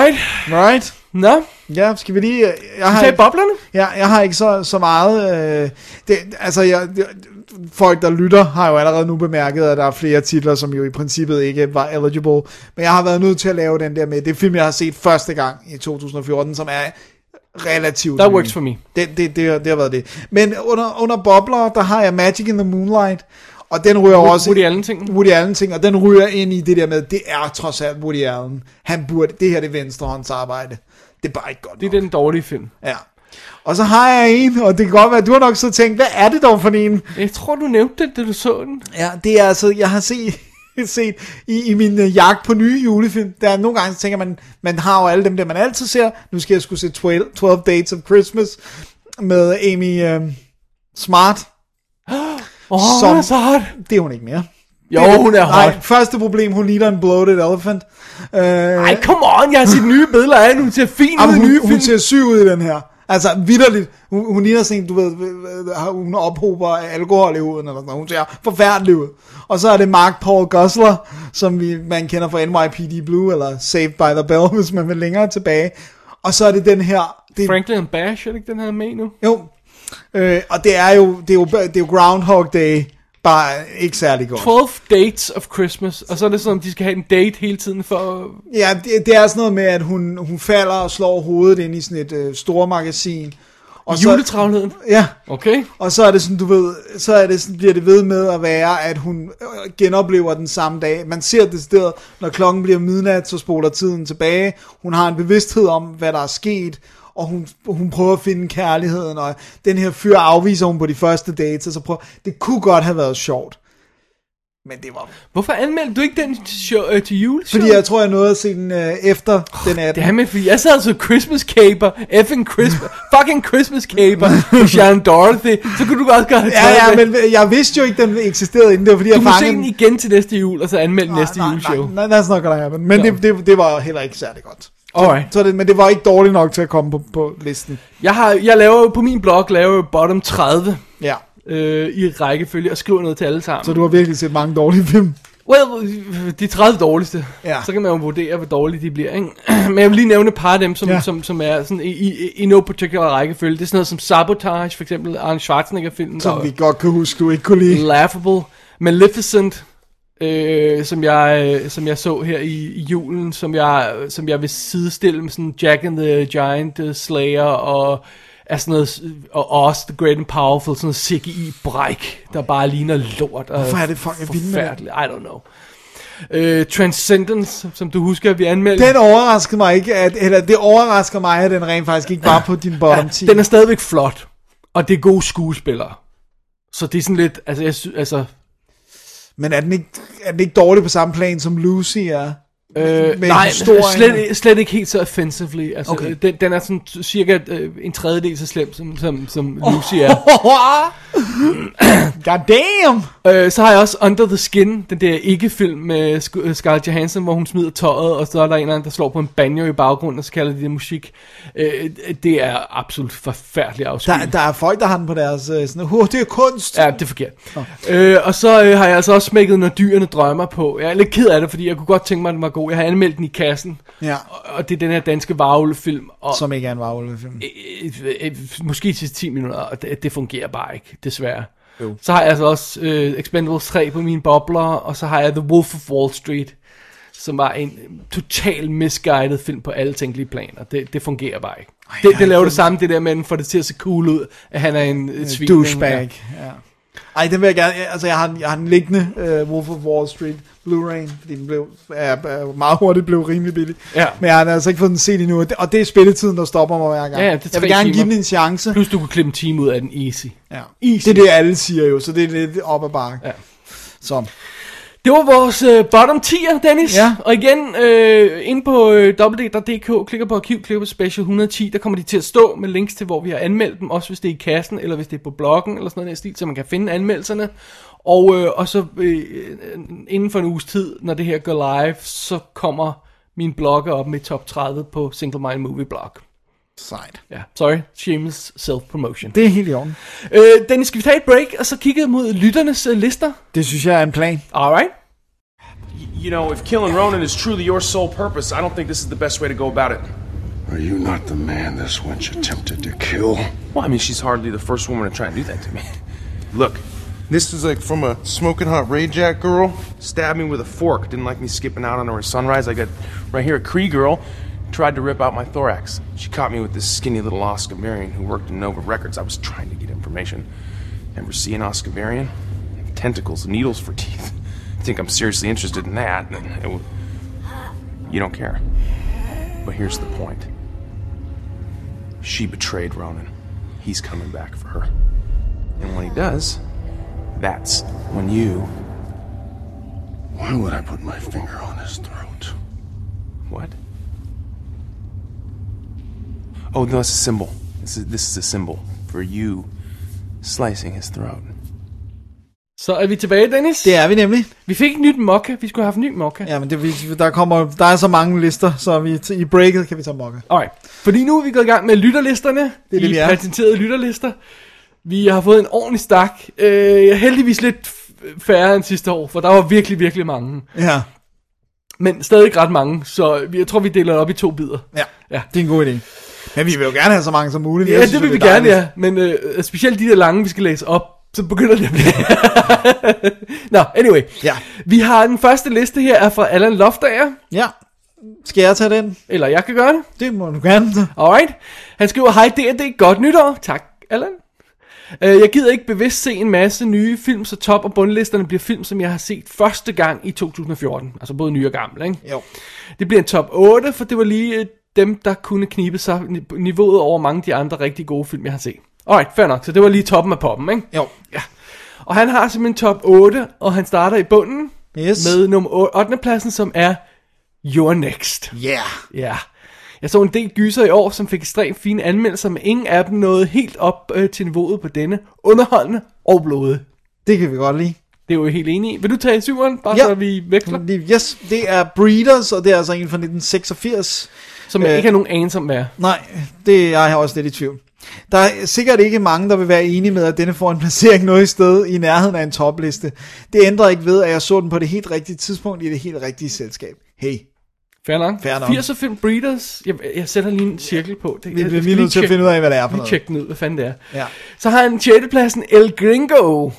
Right?
Right?
Nå,
Ja, skal vi lige... Jeg
vi
har,
tager boblerne.
Ja, jeg har ikke så, så meget... Øh, det, altså, jeg, det, folk, der lytter, har jo allerede nu bemærket, at der er flere titler, som jo i princippet ikke var eligible. Men jeg har været nødt til at lave den der med det film, jeg har set første gang i 2014, som er relativt...
That
ny.
works for me.
Det, det, det, har- det har været det. Men under, under bobler, der har jeg Magic in the Moonlight, og den ryger også...
Woody Allen-tingen?
Woody Allen-ting, og den ryger ind i det der med, det er trods alt Woody Allen. Han burde... Det her det er venstrehåndsarbejde. Det er bare ikke godt
Det
nok.
er den dårlige film.
Ja. Og så har jeg en, og det kan godt være, at du har nok så tænkt, hvad er det dog for en?
Jeg tror, du nævnte den, da du så den.
Ja, det er altså, jeg har set, set i, i min øh, jagt på nye julefilm, der er nogle gange, så tænker man, man har jo alle dem der, man altid ser. Nu skal jeg skulle se 12, 12 Dates of Christmas med Amy øh, Smart.
Åh,
Som-
oh, så hot.
Det er hun ikke mere.
Jo, hun er hot.
Nej, første problem, hun ligner en bloated elephant. Øh,
Ej, come on, jeg har set nye billeder af hende. Hun ser fin ud
Jamen,
i nye
hun,
film.
hun ser syg ud i den her. Altså, vidderligt. Hun, hun ligner sådan en, du ved, øh, øh, hun ophober af alkohol i huden, eller sådan noget. Hun ser forfærdelig ud. Og så er det Mark Paul Gossler, som vi, man kender fra NYPD Blue, eller Saved by the Bell, hvis man vil længere tilbage. Og så er det den her... Det,
Franklin and Bash, er det ikke den her med nu?
Jo. Øh, og det er, jo, det, er jo, det er jo Groundhog Day, bare ikke særlig godt.
12 dates of Christmas, og så er det sådan, at de skal have en date hele tiden for...
Ja, det, det er sådan noget med, at hun, hun falder og slår hovedet ind i sådan et øh, store magasin. Og
Juletravlheden.
Så, ja,
Okay.
Og så er det sådan, du ved, så er det sådan, bliver det ved med at være, at hun øh, genoplever den samme dag. Man ser det sted, når klokken bliver midnat, så spoler tiden tilbage. Hun har en bevidsthed om, hvad der er sket, og hun, hun prøver at finde kærligheden, og den her fyr afviser hun på de første dates, og så prøver, det kunne godt have været sjovt. Men det var...
Hvorfor anmeldte du ikke den til, show, øh, til jul?
Fordi jeg tror, jeg nåede at se den øh, efter den 18.
Det er med, fordi jeg sad altså Christmas Caper, effing Christmas, fucking Christmas Caper, hos Sharon Dorothy, så kunne du også godt have
Ja,
taget
ja,
den.
men jeg vidste jo ikke, den eksisterede inden. Det var fordi,
Du
jeg
må se
fangede
den igen til næste jul, og så anmelde
Nej,
næste
nej,
juleshow.
Nej, nej, that's not gonna happen. Men det, det, det var heller ikke særlig godt.
Alright.
Så det, men det var ikke dårligt nok til at komme på, på listen.
Jeg, har, jeg laver jo på min blog, laver jo bottom 30
Ja.
øh, i rækkefølge, og skriver noget til alle sammen.
Så du har virkelig set mange dårlige film.
Well, de 30 dårligste.
Ja.
Så kan man jo vurdere, hvor dårlige de bliver. Ikke? Men jeg vil lige nævne et par af dem, som,
Ja.
ja. som, som er sådan i, i, i no particular rækkefølge. Det er sådan noget som Sabotage, for eksempel Arne Schwarzenegger-filmen.
Som
der
vi godt kan huske, du ikke kunne lide.
Laughable. Maleficent, øh, som, jeg, øh, som jeg så her i, i julen, som jeg, som jeg vil sidestille med sådan Jack and the Giant uh, Slayer og er sådan noget, s- og også The Great and Powerful, sådan noget CGI-bræk, der bare ligner lort. Og
Hvorfor er det folk er vilde med det?
forfærdeligt. I don't know. Øh, Transcendence, som du husker, vi anmeldte.
Den overraskede mig ikke, at, eller det overrasker mig, at den rent faktisk ikke var på din bottom 10.
den er stadigvæk flot, og det er gode skuespillere. Så det er sådan lidt, altså, jeg sy- altså
Men er den, ikke, er den ikke dårlig på samme plan, som Lucy er?
Øh,
med
nej,
historien.
slet, slet ikke helt så offensively. Altså,
Okay.
okay. den, den er sådan t- cirka øh, en tredjedel så slem, som, som, som Lucy er.
God damn!
Øh, så har jeg også Under the Skin, den der ikke-film med Sk- øh, Scarlett Johansson, hvor hun smider tøjet, og så er der en eller anden, der slår på en banjo i baggrunden, og så kalder de det musik. Øh, det er absolut forfærdeligt
Der,
afskyeligt.
der er folk, der har den på deres øh, sådan, uh, det er kunst.
Ja, det er forkert. Øh, og så øh, har jeg altså også smækket, når dyrene drømmer på. Jeg er lidt ked af det, fordi jeg kunne godt tænke mig, at den var god. Jeg har anmeldt den i kassen,
Ja.
og, og det er den her danske varulvefilm. Og,
Som ikke er en varulvefilm.
øh, øh, øh, måske til 10 minutter, og det, det fungerer bare ikke, desværre. Jo. Så har jeg altså også øh, Expendables 3 på mine bobler, og så har jeg The Wolf of Wall Street, som var en øh, total misguided film på alle tænkelige planer. Det, det fungerer bare ikke. Ej, det, det laver det samme, det der med, at den får det til at se cool ud, at han er en øh, svin. ikke?
Douchebag. Ja. Ej, den vil jeg gerne, altså jeg har, den- jeg har den liggende, uh, Wolf of Wall Street, Blu-ray, fordi den blev, er, er meget hurtigt blev rimelig billig.
Ja.
Men jeg har altså ikke fået den set endnu, og det, og det er spilletiden, der stopper mig hver gang.
Ja, ja, det er
jeg vil
tre
gerne give
timer.
den en chance.
Plus du kunne klippe en time ud af den easy.
Ja.
Easy.
Det er det, alle siger jo, så det er lidt op ad bakke.
Ja.
Så.
Det var vores øh, bottom 10'er, Dennis.
Ja.
Og igen, øh, ind på øh, www.dk, klikker på arkiv, klikker på special 110, der kommer de til at stå med links til, hvor vi har anmeldt dem, også hvis det er i kassen, eller hvis det er på bloggen, eller sådan noget i den stil, så man kan finde anmeldelserne. Og, øh, og så øh, inden for en uges tid, når det her går live, så kommer min blogger op med top 30 på Single Mind Movie Blog.
Sejt.
Ja, sorry, shameless self-promotion.
Det er helt i orden.
Øh, Dennis, skal vi tage et break, og så kigge mod lytternes øh, lister?
Det synes jeg er en plan.
Alright.
You know, if killing Ronan is truly your sole purpose, I don't think this is the best way to go about it.
Are you not the man this wench attempted to kill?
Well, I mean, she's hardly the first woman to try and do that to me. Look,
This is like from a smoking hot Ray Jack girl.
stabbed me with a fork. Didn't like me skipping out on her at sunrise. I got right here a Cree girl. Tried to rip out my thorax. She caught me with this skinny little Oscavarian who worked in Nova Records. I was trying to get information. Ever see an Oscavarian? Tentacles, needles for teeth. Think I'm seriously interested in that? then it w- you don't care. But here's the point. She betrayed Ronan. He's coming back for her. And when he does, that's when you.
Why would I put my finger on his throat?
What? Oh, no, it's a symbol. This is, this is a symbol for you slicing his throat.
Så er vi tilbage, Dennis.
Det er vi nemlig.
Vi fik et nyt mokka. Vi skulle have haft en ny mokka.
Ja, men det, vi- der, kommer, der er så mange lister, så vi, t- i breaket kan vi tage mokke.
Alright. Fordi nu er vi gået i gang med lytterlisterne. Det
det, vi er.
patenterede lytterlister. Vi har fået en ordentlig stak. Øh, heldigvis lidt f- færre end sidste år, for der var virkelig, virkelig mange.
Ja.
Men stadig ret mange, så vi- jeg tror, vi deler det op i to bidder.
ja,
Ja.
ja, det er en god idé. Men vi vil jo gerne have så mange som muligt.
Ja,
Jeg
det,
synes,
vil vi
er
gerne,
dejligt.
ja. Men øh, specielt de der lange, vi skal læse op, så begynder det at blive... Nå, anyway.
Ja.
Vi har den første liste her, er fra Allan Loftager.
Ja. Skal jeg tage den?
Eller jeg kan gøre det.
Det må du gerne.
Alright. Han skriver, hej D&D, godt nytår. Tak, Allan. Øh, Jeg gider ikke bevidst se en masse nye film, så top- og bundlisterne bliver film, som jeg har set første gang i 2014. Altså både nye og gamle, ikke?
Jo.
Det bliver en top 8, for det var lige øh, dem, der kunne knibe sig ni- niveauet over mange af de andre rigtig gode film, jeg har set. Alright, fair nok. Så det var lige toppen af poppen, ikke?
Jo.
Og han har simpelthen top 8, og han starter i bunden
Yes.
med nummer 8. pladsen, som er Your Next.
Yeah.
Ja. Jeg så en del gyser i år, som fik ekstremt fine anmeldelser, men ingen af dem nåede helt op øh, til niveauet på denne. Underholdende og blodet.
Det kan vi godt lide.
Det er jo helt enig i. Vil du tage syveren, bare
Ja. Mm.
så vi veksler?
Lige- Yes, det er Breeders, og det er altså en fra 1986.
Som jeg
Øh.
ikke har nogen anelse om, hvad er.
Nej, det er jeg også lidt i tvivl. Der er sikkert ikke mange, der vil være enige med, at denne får en placering noget sted i nærheden af en topliste. Det ændrer ikke ved, at jeg så den på det helt rigtige tidspunkt i det helt rigtige selskab. Hey,
Fair nok.
Fair nok.
80 og 5 Breeders. Jeg, jeg sætter lige en cirkel på. Det,
vi,
jeg-
vi
jeg
er
skal lige
nødt til at
tjekke-
finde ud af, hvad det er for
Lige
noget.
tjekke den ud, hvad fanden det er.
Ja.
Så har han 6. pladsen El Gringo.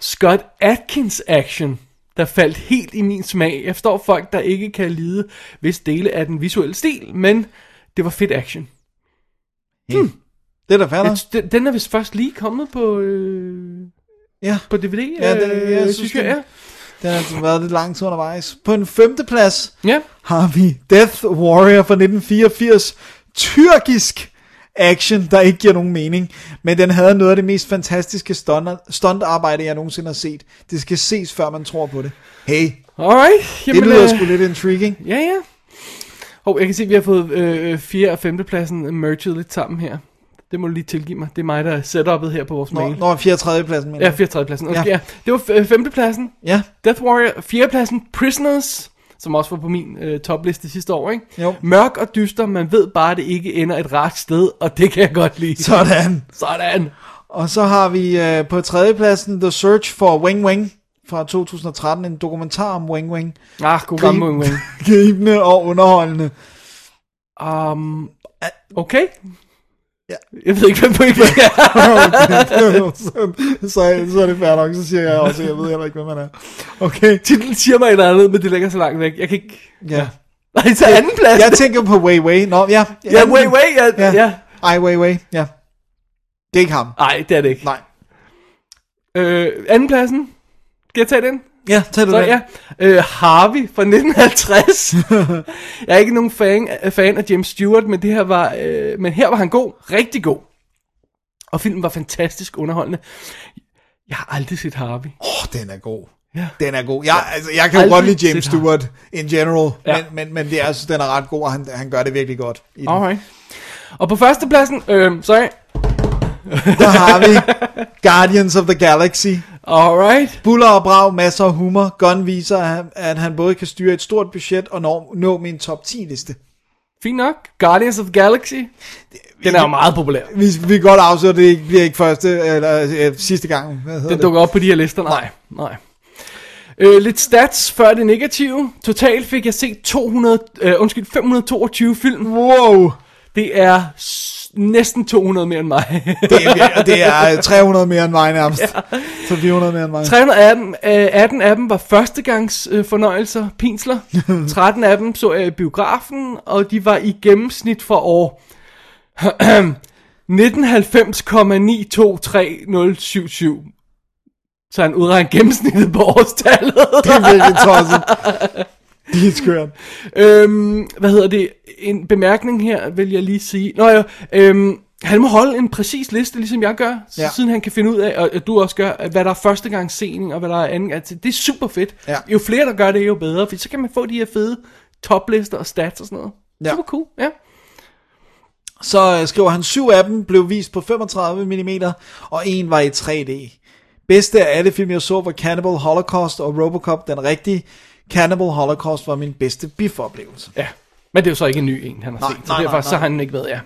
Scott Atkins action, der faldt helt i min smag. Jeg forstår folk, der ikke kan lide hvis dele af den visuelle stil, men det var fedt action.
Det er da færdigt.
Jeg, den, den er vist først lige kommet på, øh,
Ja,
på DVD,
Ja, den-
øh,
jeg synes, den-
ja.
den har altså været lidt lang tid undervejs. På en femteplads
Ja,
har vi Death Warrior fra 1984. Tyrkisk action, der ikke giver nogen mening, men den havde noget af det mest fantastiske stunt- stuntarbejde, jeg nogensinde har set. Det skal ses, før man tror på det. Hey, det
alright. Jamen,
lyder
øh,
sgu lidt intriguing.
Ja, ja. Hov, jeg kan se, at vi har fået øh, 4. og 5. pladsen merged lidt sammen her. Det må du lige tilgive mig. Det er mig, der er setup'et her på vores
Nå,
mail.
når 34. pladsen, mener
Ja,
jeg.
34. pladsen. Okay, ja.
Ja.
ja. Det var øh, 5. pladsen.
Ja,
Death Warrior. 4. pladsen. Prisoners. Som også var på min øh, topliste sidste år, ikke?
Jo.
Mørk og dyster. Man ved bare, at det ikke ender et rart sted. Og det kan jeg godt lide.
sådan.
Sådan.
Og så har vi øh, på tredjepladsen The Search for Wing Wing fra 2013, en dokumentar om Wing Wing.
Ah, god
Grim.
gammel Wing Wing.
Gribende og underholdende.
Um, okay. Ja. Jeg ved ikke, hvad Wing Wing er.
så, så er det fair nok, så siger jeg også, jeg ved heller ikke, hvad man er. Okay.
Titlen siger mig et eller andet, men det ligger så langt væk. Jeg kan ikke...
Ja.
Nej, så anden plads.
Jeg tænker på Wei Wei. Nå, ja.
Ja, Wei Wei, ja, ja.
Ja.
ja.
Ej, Wei Wei, ja. Det er ikke ham.
Ej, det er det ikke.
Nej.
Øh, anden pladsen. Skal jeg tage den?
Ja, tag du
Så
den.
ja. Øh, Harvey fra 1950. jeg er ikke nogen fan, øh, fan af James Stewart, men det her var, øh, men her var han god, rigtig god. Og filmen var fantastisk underholdende. Jeg har aldrig set Harvey.
Åh, den er god.
Ja.
Den er god. Jeg, altså, jeg kan jo
Aldrig
godt lide James
set ham.
Stewart in general,
Ja.
ja. men, men, men det er, jeg synes, den er ret god, og han, han gør det virkelig godt. I den.
Alright. Og på førstepladsen, øh, sorry,
Der har vi Guardians of the Galaxy
Alright.
Buller og brav, masser af humor. Gunn viser, at han- at han både kan styre et stort budget og nå, nå med en top 10 liste.
Fint nok. Guardians of the Galaxy. Den er jo meget populær.
Vi, vi kan godt afsløre, at det ikke- bliver ikke første, eller øh, sidste gang. Hvad hedder
Den
det?
dukker op på de her lister. Nej, nej. Øh, lidt stats før det negative. Totalt fik jeg set 200, øh, undskyld, 522 film.
Wow!
Det er s- næsten 200 mere end mig.
Det er, vir- og det er øh, 300 mere end mig nærmest. Så 400 mere end mig.
318 øh, 18 af dem var førstegangs øh, fornøjelser, pinsler. 13 af dem så jeg i biografen, og de var i gennemsnit fra år 1990,923077. Så han udregner gennemsnittet på årstallet.
Det er virkelig tosset. Det er skørt.
øhm, hvad hedder det? En bemærkning her vil jeg lige sige. Nå ja, øhm, han må holde en præcis liste, ligesom jeg gør, ja.
Ja.
siden han kan finde ud af, og at du også gør, at hvad der er første gang sening, og hvad der er anden gang. Altså, Det er super fedt.
Ja.
Jo flere, der gør det, jo bedre, for så kan man få de her fede toplister og stats og sådan noget.
Ja.
Super cool, ja.
Så øh, skriver han, syv af dem blev vist på 35 mm, og en var i 3D. Bedste af alle film, jeg så, var Cannibal Holocaust og Robocop, den rigtige. Cannibal Holocaust var min bedste bifoplevelse.
ja. Men det er jo så ikke en ny en, han har
Nej,
set, så
nej, nej,
derfor så
nej.
har han ikke været, ja.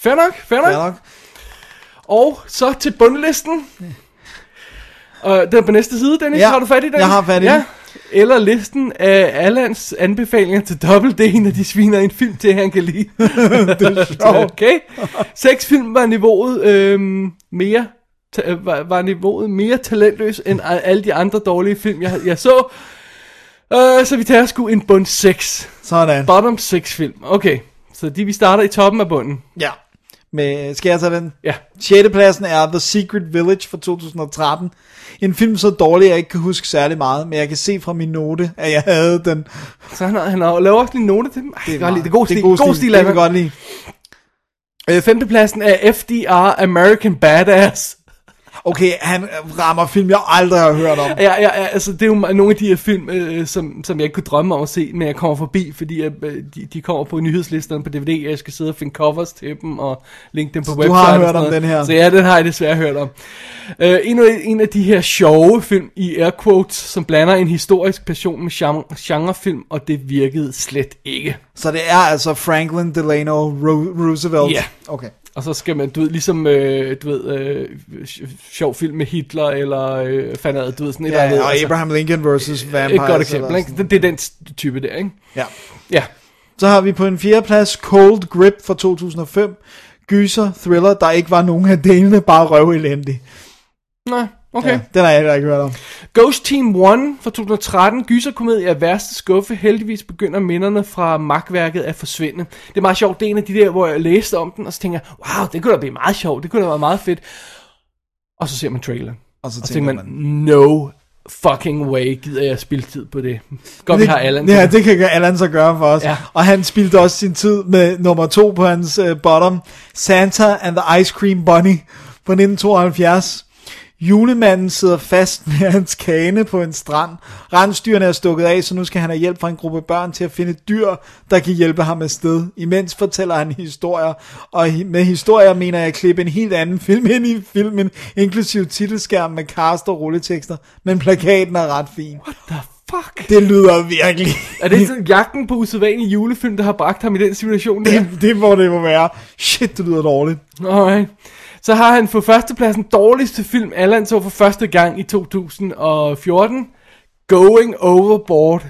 Fair nok, fair nok.
Fair nok.
Og så til bundlisten. Og den er på næste side, Dennis.
Ja,
har du fat i den?
jeg har fat i den.
Eller listen af Allans anbefalinger til Double D, når de sviner en film til, han kan lide. det er okay. Seks film var niveauet øhm, mere ta- øh, var, var niveauet mere talentløs end a- alle de andre dårlige film, jeg, jeg så. Øh, så vi tager sgu en bund 6.
Sådan.
Bottom 6 film. Okay, så de vi starter i toppen af bunden.
Ja. Med, skal jeg tage den?
Ja.
6. pladsen er The Secret Village fra 2013. En film så dårlig, at jeg ikke kan huske særlig meget, men jeg kan se fra min note, at jeg havde den.
Så han, har, han har lavet også lige en note til dem. Ej, det er, godt lide. det er god stil.
Det er god stil, det
Allan.
kan vi godt lide.
Øh, femtepladsen er FDR American Badass.
Okay, han rammer film, jeg aldrig har hørt om.
Ja, ja, ja, altså det er jo nogle af de her film, øh, som, som jeg ikke kunne drømme om at se, men jeg kommer forbi, fordi jeg, øh, de, de kommer på nyhedslisterne på DVD, og jeg skal sidde og finde covers til dem og linke dem på
du
website.
har
og
hørt
sådan
om
noget.
den her.
Så ja, den har jeg desværre hørt om. Øh, endnu en, en af de her sjove film i air quotes, som blander en historisk passion med genre, genrefilm, og det virkede slet ikke.
Så det er altså Franklin Delano Ro- Roosevelt.
Ja.
Okay.
Og så skal man, du ved, ligesom, øh, du ved, øh, sj- sjov film med Hitler, eller øh, fanden du ved, sådan et
Ja,
eller andet.
og
altså.
Abraham Lincoln versus Vampires.
et godt
eller
eksempel, ikke?
sådan.
Det, det er den st- type der, ikke?
Ja.
Ja.
Så har vi på en fjerdeplads Cold Grip fra 2005. Gyser, thriller, der ikke var nogen af delene, bare røv elendig.
Nej, okay. Ja.
Den har jeg heller ikke hørt om.
Ghost Team 1 fra 2013, gyserkomedie af værste skuffe, heldigvis begynder minderne fra magtværket at forsvinde. Det er meget sjovt, det er en af de der, hvor jeg læste om den, og så tænker jeg, wow, det kunne da blive meget sjovt, det kunne da være meget fedt. Og så ser man traileren,
Og så
og så tænker man, no fucking way, gider jeg spille tid på det. Godt, vi har Allan.
Ja, det kan Allan så gøre for os.
Ja.
Ja. Og han spildte også sin tid med nummer to på hans uh, bottom. Santa and the Ice Cream Bunny fra 1972. Julemanden sidder fast med hans kane på en strand. Rensdyrene er stukket af, så nu skal han have hjælp fra en gruppe børn til at finde et dyr, der kan hjælpe ham afsted. Imens fortæller han historier, og hi- med historier mener jeg at klippe en helt anden film ind i filmen, inklusiv titelskærm med cast og rulletekster, men plakaten er ret fin.
The fuck?
Det lyder virkelig.
Er det sådan jagten på usædvanlige julefilm, der har bragt ham i den situation? Der?
Det, det må det må være. Shit, det lyder dårligt.
Alright. Så har han på førstepladsen dårligste film, Allan så for første gang i 2014. Going Overboard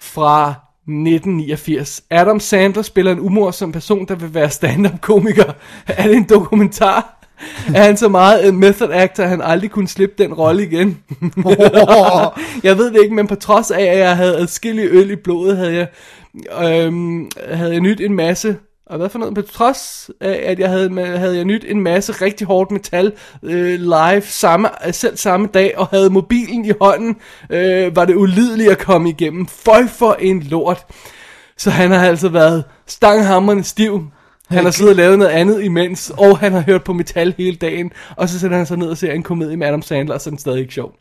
fra 1989. Adam Sandler spiller en umorsom person, der vil være stand-up-komiker. Er det en dokumentar? er han så meget en method actor, at han aldrig kunne slippe den rolle igen? jeg ved det ikke, men på trods af, at jeg havde adskillige øl i blodet, havde jeg, øhm, havde jeg nyt en masse... Og hvad for noget? På trods af, at jeg havde, havde jeg nyt en masse rigtig hårdt metal øh, live samme, selv samme dag, og havde mobilen i hånden, øh, var det ulideligt at komme igennem. Føj for en lort. Så han har altså været stanghammerne stiv. Han har siddet og lavet noget andet imens, og han har hørt på metal hele dagen. Og så sætter han sig ned og ser en komedie med Adam Sandler, og så er den stadig ikke sjov.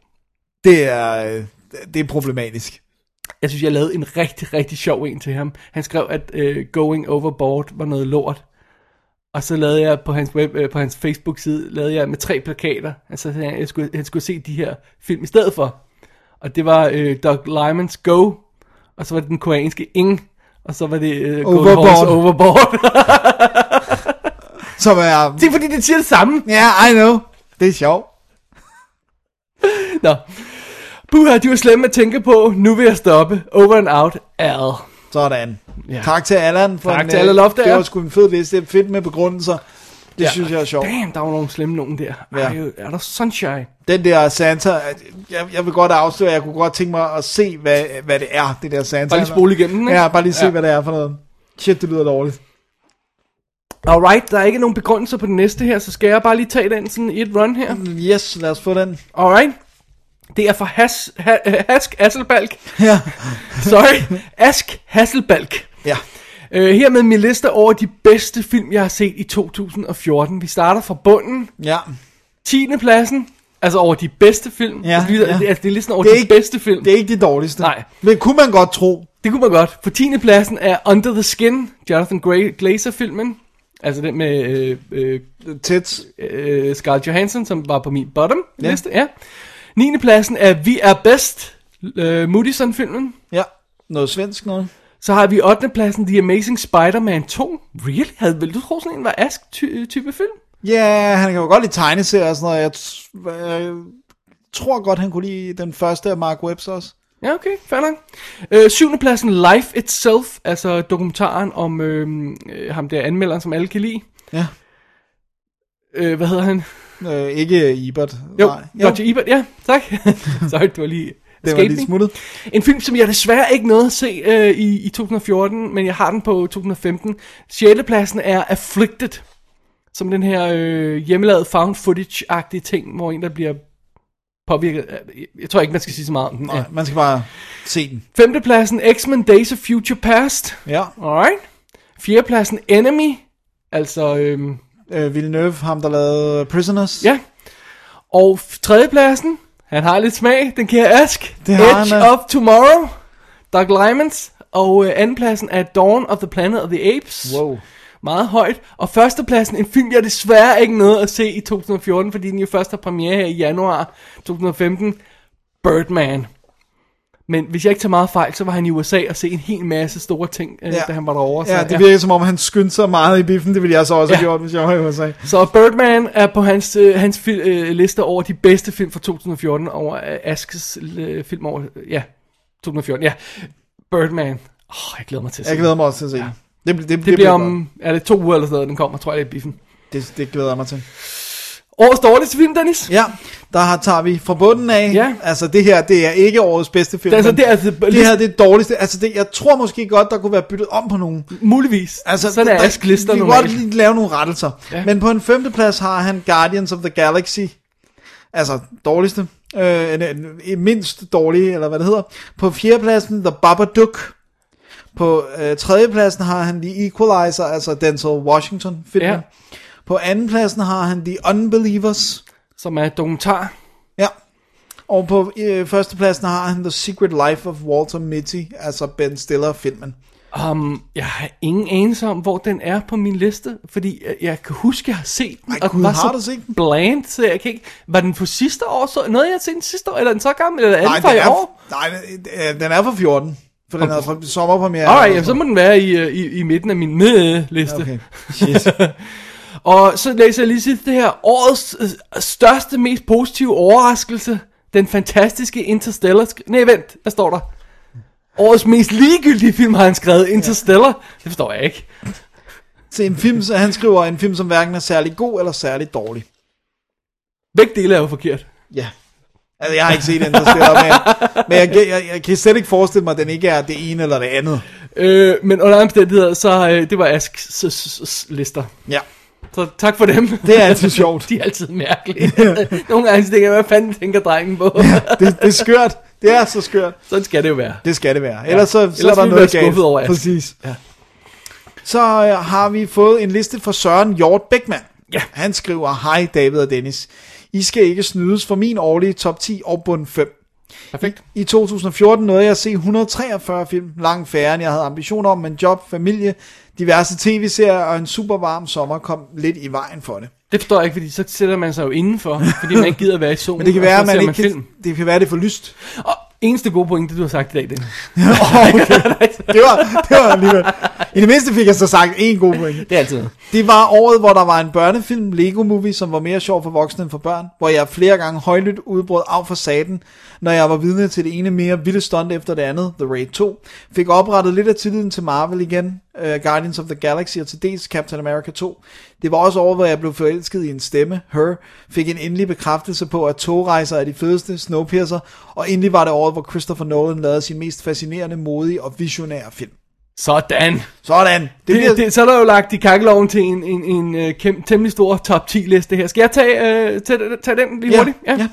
Det er, øh, det er problematisk.
Jeg synes, jeg lavede en rigtig, rigtig sjov en til ham. Han skrev, at øh, Going Overboard var noget lort. Og så lavede jeg på hans, web, øh, på hans Facebook-side, lavede jeg med tre plakater. Altså, han, jeg skulle, han skulle se de her film i stedet for. Og det var øh, Doug Lyman's Go, og så var det den koreanske Ing, og så var det øh, Golden
Overboard.
Horse Overboard.
Som er...
det er fordi, det siger det samme.
Ja, I know. Det er sjovt.
Nå. Buha, de var slemme at tænke på. Nu vil jeg stoppe. Over and out, Al.
Sådan.
Ja.
Ja. Tak til Allan. For
Tak
en,
til
øh,
Allan Loftager.
Det var sgu en fed liste. Det er Fedt med begrundelser. Det ja. synes jeg er sjovt.
Damn, der var nogle slemme nogen der.
Ja.
Ej, er der sunshine?
Den der Santa, øh, jeg, jeg vil godt afsløre, jeg kunne godt tænke mig at se, hvad, hvad det er, det der Santa.
Bare lige spole igennem den, ikke?
Ja, bare lige se,
Ja.
ja. hvad det er for noget. Shit, det lyder dårligt.
Alright, der er ikke nogen begrundelse på den næste her, så skal jeg bare lige tage den sådan i et run her.
Yes, lad os få den.
Alright. Det er for Has, ha, Hask Hasselbalk.
Ja.
Sorry. Ask Hasselbalk.
Ja.
Øh, her med min liste over de bedste film, jeg har set i 2014. Vi starter fra bunden.
Ja.
10. pladsen. Altså over de bedste film.
Ja,
altså, lige-
ja.
altså, det er listen over
Det er
de
ikke-
bedste film.
Det er ikke de dårligste.
Nej.
Men kunne man godt tro.
Det kunne man godt. På 10. pladsen er Under the Skin, Jonathan Gra- Glazer-filmen. Altså den med øh, øh,
Tits.
øh, Scarlett Johansson, som var på min bottom liste. Ja. 9. pladsen er Vi er bedst, øh, Moodysson-filmen.
Ja. Noget svensk noget.
Så har vi 8. pladsen The Amazing Spider-Man 2. Really? Havde vel du troet sådan en var Ask-type film?
Ja, han kan jo godt lide tegneserier og sådan noget. Jeg, t- jeg tror godt, han kunne lide den første af Mark Webbs også.
Ja, okay, fair nok. Øh, syvende pladsen, Life Itself, altså dokumentaren om øh, øh, ham der anmelderen, som alle kan lide.
Ja.
Øh, hvad hedder han?
Øh, ikke Ebert.
Jo,
Nej.
jo. Roger Ebert, ja, tak. Sorry, du var lige
det var
escaped
lige
me.
smuttet.
En film, som jeg desværre ikke nåede at se øh, i, i 2014, men jeg har den på 2015. Sjælepladsen er Afflicted, som den her øh, hjemmelavede found footage-agtige ting, hvor en, der bliver påvirket. af- Jeg, jeg tror ikke, man skal sige så meget om den.
Nej, man skal bare se den.
Femtepladsen, X-Men Days of Future Past.
Ja.
Alright. Fjerdepladsen, Enemy. Altså, øhm,
øh, Villeneuve, ham der lavede Prisoners.
ja. Og f- tredjepladsen, han har lidt smag, den kære Ask.
Det har
Edge
han, ja.
of Tomorrow, Doug Lyman's. Og øh, andenpladsen er Dawn of the Planet of the Apes.
Wow.
Meget højt. Og førstepladsen, en film, jeg desværre ikke nåede at se i 2014, fordi den jo først har premiere her i januar 2015. Birdman. Men hvis jeg ikke tager meget fejl, så var han i USA og se en hel masse store ting, øh, da han var derovre.
Ja,
så,
det virker som om, han skyndte sig meget i biffen. Det ville jeg så også have
Ja.
gjort, hvis jeg var i USA.
Så Birdman er på hans, øh, hans fil, øh, liste over de bedste film fra 2014, over øh, Askes øh, film over, ja, 2014, ja. Birdman. Åh, oh, jeg glæder mig til at se
Jeg
den.
glæder mig også til at se den. Det, det, det,
Det bliver
godt.
om, er det to uger eller sådan noget, den kommer, tror jeg, det er i biffen.
Det, det glæder jeg mig til.
Årets dårligste film, Dennis?
Ja, der har, tager vi fra bunden af.
Ja.
Altså, det her, det er ikke årets bedste film.
Det er altså-
men
det er altså-
det her, det er dårligste. Altså, det, jeg tror måske godt, der kunne være byttet om på nogen.
Muligvis.
Altså,
sådan er
der-
Ask lister
Vi kan
normalt.
godt lige lave nogle rettelser.
Ja.
Ja. Men på en femteplads har han Guardians of the Galaxy. Altså, dårligste. Øh, en- en- en mindst dårlige, eller hvad det hedder. På fjerdepladsen, The Babadook. På øh, tredjepladsen har han The Equalizer, altså Denzel Washington filmen.
Ja.
Ja. På andenpladsen har han The Unbelievers.
Som er dokumentar.
Ja. Og på øh, førstepladsen har han The Secret Life of Walter Mitty, altså Ben Stiller-filmen.
Um, jeg har ingen anelse om, hvor den er på min liste, fordi jeg, jeg kan huske, jeg har set den,
Ej,
og den
Gud,
var
har
så
du set den?
bland, så jeg kan ikke... Var den på sidste år? Så, noget, jeg har set den sidste år, eller er den så gammel, eller er den
Nej,
fra
den
i
er,
år?
nej, den- øh, den er fra 14. For den er fra sommerpremiere.
Alright, ja, så må den være i, øh, i, i midten af min med-liste.
Okay.
Okay. Og så læser jeg lige sidst det her. Årets øh, største, mest positive overraskelse. Den fantastiske Interstellar. Sk- Nej, vent. Hvad står der? Årets mest ligegyldige film har han skrevet. Interstellar. Det forstår jeg ikke.
Se, en film, så han skriver en film, som hverken er særlig god eller særlig dårlig.
Begge dele er jo forkert.
Ja. Altså, jeg har ikke set den, der stiller men, men jeg, jeg, jeg, kan slet ikke forestille mig, at den ikke er det ene eller det andet.
Øh, men under andre omstændigheder, så øh, det var Asks s- s- s- lister.
Ja.
Så tak for dem.
Det er altid sjovt.
De er altid mærkelige. Nogle gange så tænker jeg, hvad fanden tænker drengen på?
Det, det er skørt. Det er så skørt.
Sådan skal det jo være.
Det skal det være. Ellers så,
Ellers
så er der
ville vi
noget
være skuffet over alt.
Præcis. Ja. Så øh, har vi fået en liste fra Søren Hjort Bækman.
Ja.
Han skriver, hej David og Dennis. I skal ikke snydes for min årlige top 10 og bund 5.
Perfekt.
I 2014 nåede jeg at se 143 film, langt færre end jeg havde ambitioner om, men job, familie, diverse tv-serier og en super varm sommer kom lidt i vejen for det.
Det forstår jeg ikke, fordi så sætter man sig jo indenfor, fordi man ikke gider være i solen.
Men det kan
Uh, og så
være, at
ser
man ikke
film.
kan, det kan være, det er for lyst.
Og eneste gode point, det du har sagt i dag, det
Åh, okay. det, var, det var alligevel. I det mindste fik jeg så sagt en god pointe.
Det er altid noget.
Det var året, hvor der var en børnefilm, Lego Movie, som var mere sjov for voksne end for børn, hvor jeg flere gange højlydt udbrød af for saten, når jeg var vidne til det ene mere vilde stunt efter det andet, The Raid 2, fik oprettet lidt af tilliden til Marvel igen, uh, Guardians of the Galaxy og til dels Captain America 2. Det var også året, hvor jeg blev forelsket i en stemme, Her, fik en endelig bekræftelse på, at togrejser er de fedeste, Snowpiercer, og endelig var det året, hvor Christopher Nolan lavede sin mest fascinerende, modige og visionære film.
Sådan.
Sådan! Det,
Det, det, det, så er der jo lagt i kakkeloven til en, en, en, en kæm, temmelig stor top 10 liste her. Skal jeg tage, øh, tage, tage den lige hurtigt?
ja. ja.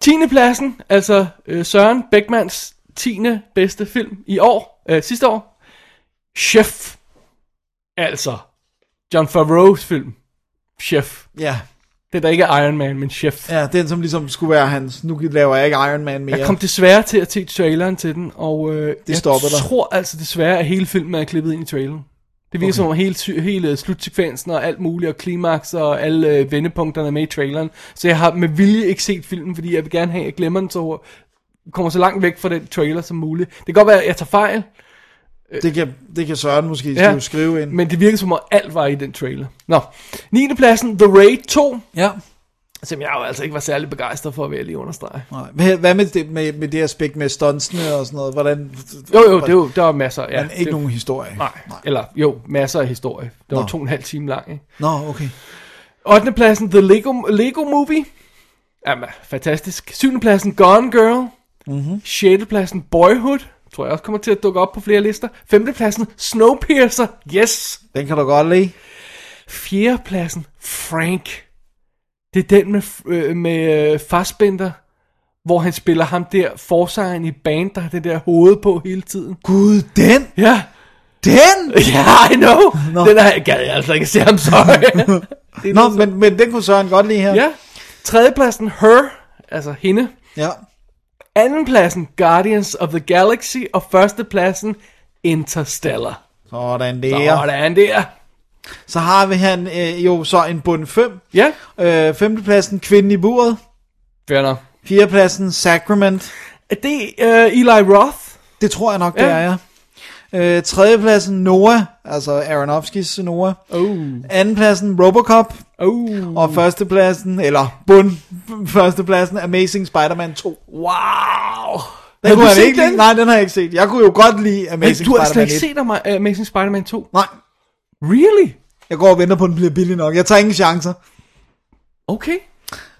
10. pladsen, altså øh, Søren Beckmans 10. bedste film i år, øh, sidste år. Chef. Altså, John Favreau's film. Chef.
ja.
Det er da ikke Iron Man, men Chef.
Ja, den som ligesom skulle være hans, nu laver jeg ikke Iron Man mere.
Jeg kom desværre til at se traileren til den, og øh, det jeg
stopper dig.
tror altså desværre, at hele filmen er klippet ind i traileren. Det virker okay. som om hele, sy- hele slutsekvensen og alt muligt, og klimaks og alle øh, vendepunkterne er med i traileren. Så jeg har med vilje ikke set filmen, fordi jeg vil gerne have, at jeg glemmer den, så kommer så langt væk fra den trailer som muligt. Det kan godt være, at jeg tager fejl,
Det kan, det kan Søren måske ja. skrive ind.
men det virker som om alt var i den trailer. Nå, 9. pladsen, The Raid 2,
Ja.
som jeg jo altså ikke var særlig begejstret for, vil jeg lige understrege.
Nej. Hvad- Hvad med det, med, med det aspekt med stuntsene og sådan noget? Hvordan,
Jo, jo, det er jo, der er masser. Ja,
Men ikke
det,
nogen historie.
Nej. Eller jo, masser af historie. Det var
Nå.
to og en halv time lang. Ikke?
Nå, okay.
8. pladsen, The Lego, Lego Movie. Jamen, fantastisk. 7. pladsen, Gone Girl. Mm-hmm. 6. pladsen, Boyhood. Tror jeg også kommer til at dukke op på flere lister. 5. pladsen, Snowpiercer. Yes.
Den kan du godt lide.
4. pladsen, Frank. Det er den med, øh, med øh, Fassbender, hvor han spiller ham der forsangeren i band, der har det der hoved på hele tiden.
Gud, den!
Ja.
Den!
Ja, I know.
Nå.
Den har jeg gad jeg altså ikke se, I'm sorry. Det er
Nå,
noget,
men, men den kunne Søren godt lide her.
Ja. Tredjepladsen, Her, altså hende.
ja.
Andenpladsen, Guardians of the Galaxy. Og førstepladsen, Interstellar.
Sådan det er.
Sådan der.
Så har vi han øh, jo så en bund 5.
Ja,
Øh, femtepladsen, Kvinden i buret.
fair nok.
Fjerdepladsen, Sacrament.
Er det uh, Eli Roth?
Det tror jeg nok, det
Ja.
er, ja. Øh, tredjepladsen, Noah. Altså Aronofskis Noah.
Oh.
Andenpladsen, Robocop.
Oh.
Og førstepladsen, eller bund, førstepladsen, Amazing Spider-Man 2.
Wow.
Den kunne
du
jeg
set
ikke lide. Nej, den har jeg ikke set. Jeg kunne jo godt lide Amazing
Men du har slet
Spider-Man 1.
ikke set Ama- Amazing Spider-Man 2?
Nej,
Really?
jeg går og venter på, at den bliver billig nok. Jeg tager ingen chancer.
Okay.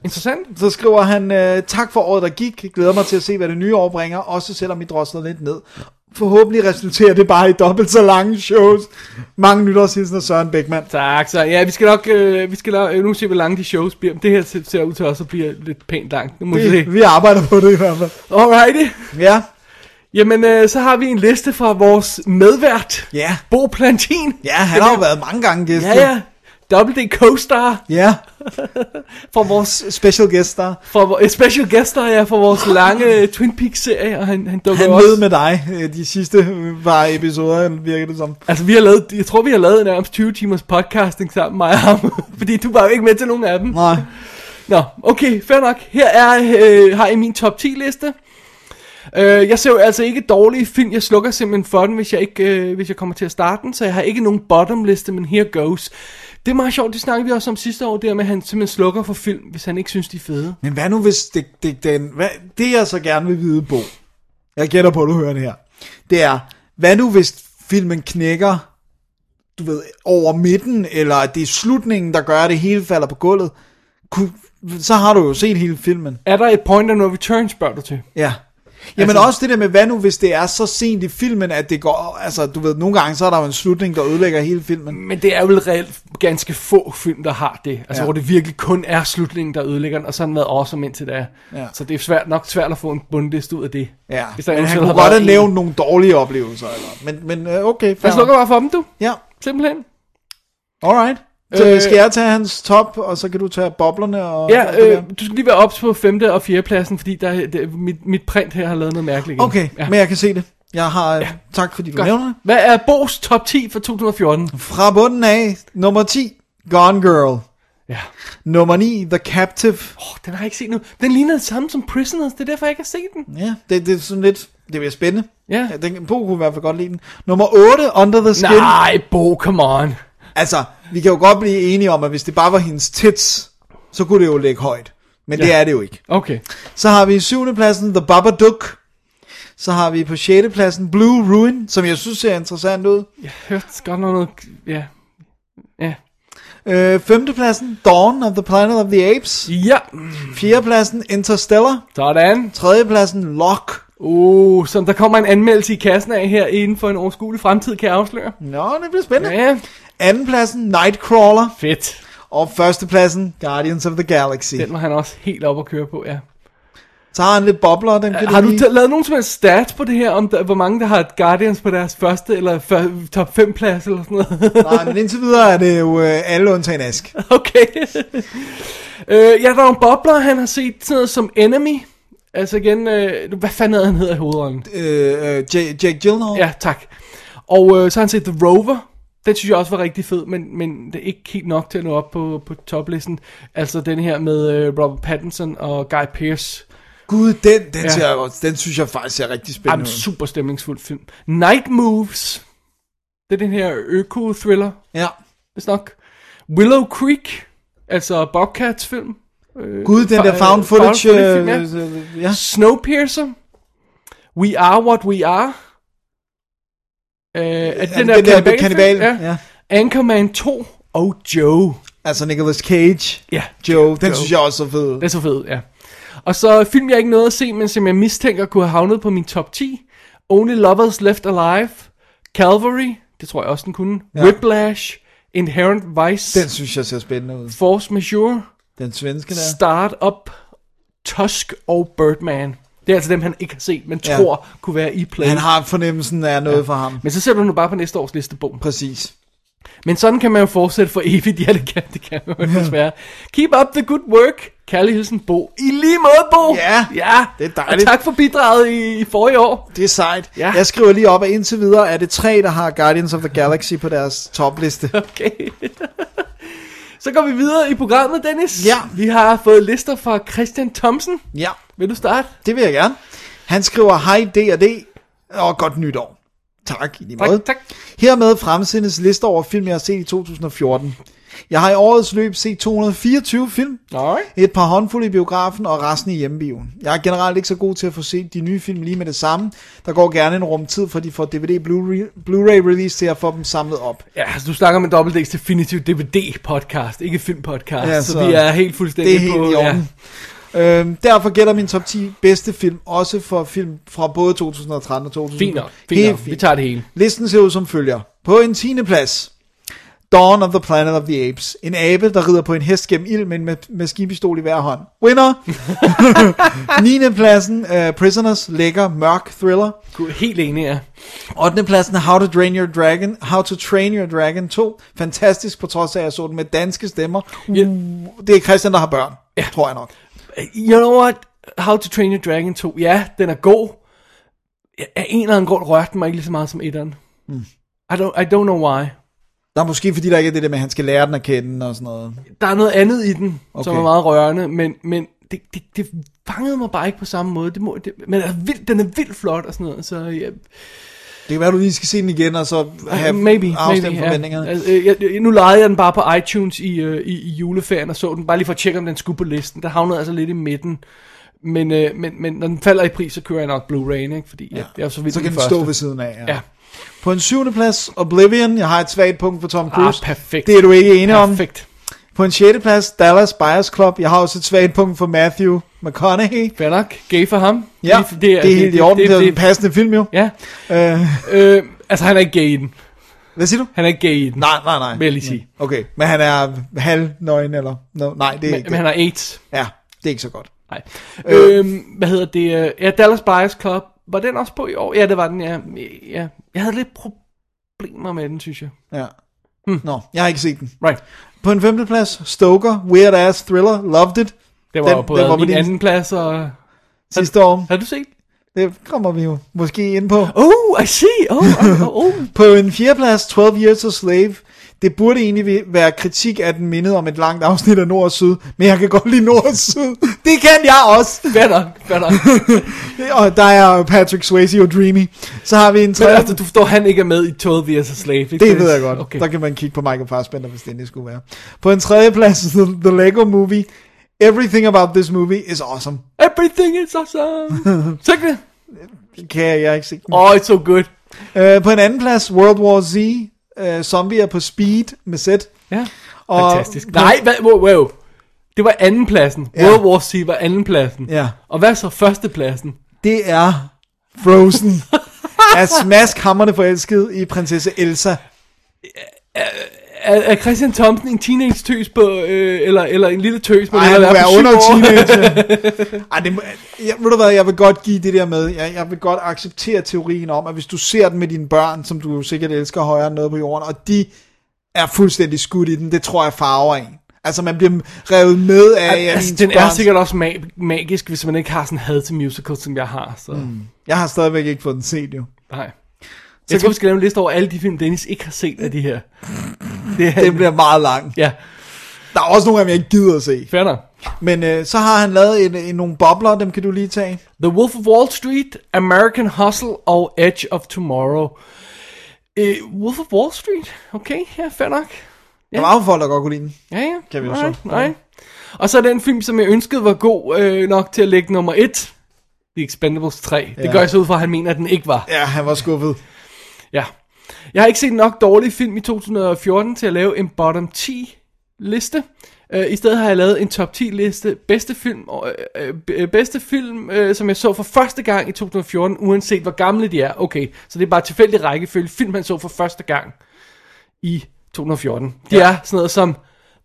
Interessant.
Så skriver han, øh, tak for året, der gik. Glæder mig til at se, hvad det nye år bringer, også selvom I drosler lidt ned. Forhåbentlig resulterer det bare i dobbelt så lange shows. Mange nytårshilsen af Søren Beckmann.
Tak, så ja, vi skal nok, øh, vi skal nok, øh, nu se, hvor lange de shows bliver. Men Det her ser, ser ud til også at blive lidt pænt langt. Nu må vi se.
Vi, vi arbejder på det i hvert fald.
Alrighty.
Ja,
Jamen, øh, så har vi en liste fra vores medvært,
Ja.
Bo Plantin.
ja han har jo været mange gange gæst.
Ja, ja. Double D co-star
Ja,
for vores,
special guest der.
for vores special guest star, ja, for vores lange øh, Twin Peaks serie, og han, han dukker
Han
jo
ved
også.
med dig øh, de sidste øh, par episoder, virker det som.
Altså, vi har lavet, jeg tror, vi har lavet nærmest 20 timers podcasting sammen, mig og ham, fordi du var jo ikke med til nogen af dem.
Nej.
Nå, okay, fair nok. Her er, øh, har I min top 10 liste. Øh, jeg ser jo altså ikke dårlige film. Jeg slukker simpelthen for den, hvis jeg, ikke, øh, hvis jeg kommer til at starte den. Så jeg har ikke nogen bottom liste, men here goes. Det er meget sjovt, det snakkede vi også om sidste år, der med, at han simpelthen slukker for film, hvis han ikke synes, de er fede.
Men hvad nu hvis det, det, den, hvad, det jeg så gerne vil vide, Bo, jeg gætter på, at du hører det her, det er, hvad nu hvis filmen knækker, du ved, over midten, eller at det er slutningen, der gør, at det hele falder på gulvet, Kun, så har du jo set hele filmen.
Er der et point of no return, spørger du til?
Ja. Jamen altså, også det der med, hvad nu hvis det er så sent i filmen, at det går, altså du ved, nogle gange så er der jo en slutning, der ødelægger hele filmen.
Men det er jo reelt ganske få film, der har det. Altså, ja.
Ja.
hvor det virkelig kun er slutningen, der ødelægger den, og sådan været awesome indtil det er.
Ja.
Så det er svært, nok svært at få en bundliste ud af det.
Ja,
Hvis der
men han
eventuelt
kunne
har
godt
været
have
en.
nævnt nogle dårlige oplevelser, eller, men, men øh, okay, fair.
Jeg slukker
nok.
bare for dem, du.
Ja,
Simpelthen.
alright, Så skal jeg tage hans top, og så kan du tage boblerne og... alt
Øh, Ja,
det der?
øh, du skal lige være ops på 5. og 4. pladsen, fordi der, der, mit, mit print her har lavet noget mærkeligt. igen.
Okay,
ja.
men jeg kan se det. Jeg har... Ja. Tak fordi du Godt. nævner det.
Hvad er Bo's top 10 for 2014?
Fra bunden af, nummer 10, Gone Girl.
Ja.
Nummer 9, The Captive.
Oh, den har jeg ikke set nu. Den ligner det samme som Prisoners, det er derfor, jeg ikke har set den.
Ja, det, det er sådan lidt... Det bliver spændende.
Ja.
ja den, Bo kunne i hvert fald godt lide den. Nummer 8, Under the Skin.
Nej, Bo, come on.
Altså, vi kan jo godt blive enige om, at hvis det bare var hendes tits, så kunne det jo ligge højt. Men ja. det
Ja.
er det jo ikke.
Okay.
Så har vi i 7. pladsen The Babadook. Så har vi på 6. pladsen Blue Ruin, som jeg synes ser interessant ud.
Jeg hørte godt noget, ja. Ja.
Øh, 5. pladsen Dawn of the Planet of the Apes.
Ja,
4. pladsen Interstellar.
sådan.
3. pladsen Lock.
Uh, som der kommer en anmeldelse i kassen af her inden for en overskuelig fremtid, kan jeg afsløre.
Nå, det bliver spændende.
Ja,
2. pladsen Nightcrawler.
fedt.
Og 1. pladsen Guardians of the Galaxy.
Den var han også helt op at køre på, ja.
Så har han lidt bobler, den kan
Øh, Har du
lide.
ta- lavet nogen som helst stats på det her, om der, hvor mange der har et Guardians på deres første eller før, top 5 plads eller sådan noget?
Nej, men indtil videre er det jo øh, alle undtagen Ask.
Okay. øh, ja, der er nogle bobler, han har set sådan noget som Enemy. Altså igen, øh, hvad fanden er han hedder i hovedrollen?
Øh, øh, J- Jake Gyllenhaal.
Ja, tak. Og øh, så har han set The Rover. Den synes jeg også var rigtig fed, men, men det er ikke helt nok til at nå op på, på toplisten. Altså den her med øh, Robert Pattinson og Guy Pearce.
Gud, den, den,
Ja.
ja. ser, den synes jeg faktisk er rigtig
Jamen,
spændende ud.
super stemningsfuld film. Night Moves. Det er den her øko-thriller,
Ja.
hvis nok. Willow Creek, altså Bobcats film.
Gud, den der
Fa-
found
øh,
footage.
found footage
Øh,
film, ja.
øh, ja.
Snowpiercer. We Are What We Are. Øh, er det den, der, kannibalfilm?
kannibal,
Ja.
ja.
Anchorman 2 og Joe.
Altså Nicolas Cage,
Ja,
Joe, den synes jeg også er fed.
det er så fedt, ja. Og så film, jeg ikke nåede at se, men som jeg mistænker kunne have havnet på min top 10. Only Lovers Left Alive. Calvary. Det tror jeg også, den kunne. Ja. Whiplash. Inherent Vice.
Den synes jeg ser spændende ud.
Force Majeure.
Den svenske der.
Start Up, Tusk og Birdman. Det er altså dem, han ikke har set, men
Ja.
tror kunne være i play.
Han har fornemmelsen af noget ja. for ham.
Men så sætter du nu bare på næste års listebog.
Præcis.
Men sådan kan man jo fortsætte for evigt. Ja, det kan, det kan man jo desværre. Keep up the good work. Kærlig hilsen, Bo. I lige måde, Bo.
Ja,
ja.
det er dejligt.
Og tak for bidraget i, i forrige år.
Det er sejt.
Ja.
Ja. Jeg skriver lige op, at indtil videre er det tre, der har Guardians of the Galaxy på deres topliste.
Okay. så går vi videre i programmet, Dennis.
Ja.
Vi har fået lister fra Christian Thomsen.
Ja,
Vil du starte?
det vil jeg gerne. Han skriver, hej D&D, og godt nytår. Tak, i lige måde.
Tak, tak.
Hermed fremsendes liste over film, jeg har set i 2014. Jeg har i årets løb set 224 film,
Nej.
et par håndfulde i biografen og resten i hjemmebioen. Jeg er generelt ikke så god til at få set de nye film lige med det samme. Der går gerne en rum tid, for de får DVD Blu-ray, Blu-ray release til at få dem samlet op.
Ja, altså, du snakker om en dobbelt D's Definitive DVD-podcast, ikke filmpodcast, ja,
Ja,
så, så
så
vi er helt
Det
fuldstændig
er helt
på...
i orden. Ja. Øhm, derfor gælder min top 10 bedste film også for film fra både 2013 og 2014.
Fint nok, fint nok. Vi tager det hele.
Listen ser ud som følger. På en tiende plads, Dawn of the Planet of the Apes. En abe, der rider på en hest gennem ild med en ma- maskinpistol i hver hånd. Winner! 9. pladsen, uh, Prisoners. Lækker, mørk thriller.
Gud, Helt enig, ja.
8. pladsen, How to Train Your Dragon. How to Train Your Dragon 2. Fantastisk, på trods af, at jeg så den med danske stemmer. Uh,
Ja.
Det er Christian, der har børn, ja. tror jeg nok.
You know what? How to Train Your Dragon 2, ja, den er god. Ja, Af en eller anden grund rørte den mig ikke lige så meget som etteren. Mm.
Hmm.
I, don't, I don't know why.
Der er måske, fordi der ikke er det der med, at han skal lære den at kende og sådan noget.
Der er noget andet i den, okay. som
Okay.
er meget rørende, men, men det, det, det fangede mig bare ikke på samme måde. Det må, det, men er vild, den er vildt flot og sådan noget, så ja,
Det kan være, du lige skal se den igen, og så have
Uh, Øh, maybe,
afstemt
maybe,
forventningerne.
Ja. Altså, øh, jeg, jeg- nu lejede jeg den bare på iTunes i, øh, i, i juleferien og så den, bare lige for at tjekke, om den skulle på listen. Der havnede altså lidt i midten. Men, øh, men, men når den falder i pris, så kører jeg nok Blu-ray, ikke? Fordi ja. jeg, jeg er så vild
så
med
kan den
første.
stå ved siden af.
Ja.
På en syvende plads, Oblivion. Jeg har et svagt punkt for Tom Cruise.
Ah, perfekt.
Det er du ikke enig om.
Perfekt.
På en sjette plads, Dallas Buyers Club. Jeg har også et svagt punkt for Matthew McConaughey.
Fair nok. Gay for ham.
Ja, det, det, er, det er helt i orden. Det, det, det er en passende film jo.
ja.
Øh,
Øh, altså, han er ikke gay i den.
hvad siger du?
Han er ikke gay i den.
Nej, nej, nej.
Vil jeg lige sige.
Okay, men han er halvnøgen eller... No, nej, det er
Men,
ikke
men
det.
han har AIDS.
Ja, det er ikke så godt.
Nej. Øh, hvad hedder det? øh, Ja, Dallas Buyers Club. Var den også på i år? Ja, det var den, ja. ja. Jeg havde lidt problemer med den, synes jeg.
Ja. Hmm. Nå, jeg har ikke set den.
Right.
På en femteplads, Stoker, Weird Ass Thriller, Loved It.
Det var
Den-
jo på
den var
min
på din-
anden plads, og...
Sidste år.
Har du set?
Det kommer vi jo måske ind på.
Oh, I see. Oh, oh, oh.
På en fjerdeplads, 12 Years a Slave. Det burde egentlig være kritik af den mindede om et langt afsnit af Nord og Syd, men jeg kan godt lide Nord og Syd. Det kan jeg også.
Fair nok, fair nok.
Og der er Patrick Swayze og Dreamy. Så har vi en
Men
tredje.
altså, du forstår, han ikke er med i 12 Years a Slave. Ikke?
Det ved jeg godt.
Okay.
Okay. Der kan man kigge på Michael Fassbender, hvis det endelig skulle være. På en tredje plads, The, The Lego Movie. Everything about this movie is awesome.
Everything is awesome. Tænk det.
Kan jeg, jeg har ikke se. den.
Oh, it's so good.
Øh, på en anden plads, World War Z. Øh, zombier på speed med sæt.
Ja.
Og-
Fantastisk. Nej, hvad, wow, wow. Det var andenpladsen.
Ja.
World War C var andenpladsen.
Ja.
Og hvad så førstepladsen?
Det er Frozen. er smask hammerne forelsket i prinsesse Elsa.
Er, er Christian Thompson en teenage tøs på, øh, eller, eller en lille tøs, men
Ej,
han
han
har
må
været
være
på syv
under
år?
teenager. Ej, det må, jeg, ved du hvad, jeg vil godt give det der med, jeg, jeg vil godt acceptere teorien om, at hvis du ser den med dine børn, som du sikkert elsker højere end noget på jorden, og de er fuldstændig skudt i den, det tror jeg farver en. Altså, man bliver revet med af... af
altså,
ens
den er
børns-
sikkert også ma- magisk, hvis man ikke har sådan had til musicals, som jeg har. Så. Mm.
Jeg har stadigvæk ikke fået den set, jo.
Nej. Jeg tror, vi skal lave en liste over alle de film, Dennis ikke har set af de her. Det, er,
Den bliver meget lang.
Ja,
Der er også nogle af dem, jeg ikke gider at se.
fair nok.
Men øh, så har han lavet en, en, nogle bobler, dem kan du lige tage.
The Wolf of Wall Street, American Hustle og Edge of Tomorrow. Øh, Wolf of Wall Street? Okay, ja, fair nok.
Der var jo folk, der godt kunne lide den.
Ja, ja.
Kan vi jo
nej,
så.
nej. Og så den film, som jeg ønskede var god øh, nok til at lægge nummer et. The Expendables 3. Det
Ja.
gør jeg så ud fra, at han mener, at den ikke var.
Ja, han var skuffet.
Ja. Jeg har ikke set nok dårlige film i 2014 til at lave en bottom 10 liste. Uh, I stedet har jeg lavet en top 10 liste bedste film, uh, uh, bedste film uh, som jeg så for første gang i 2014, uanset hvor gamle de er. Okay, så det er bare tilfældig rækkefølge film, man så for første gang i 2014. Det ja. er sådan noget som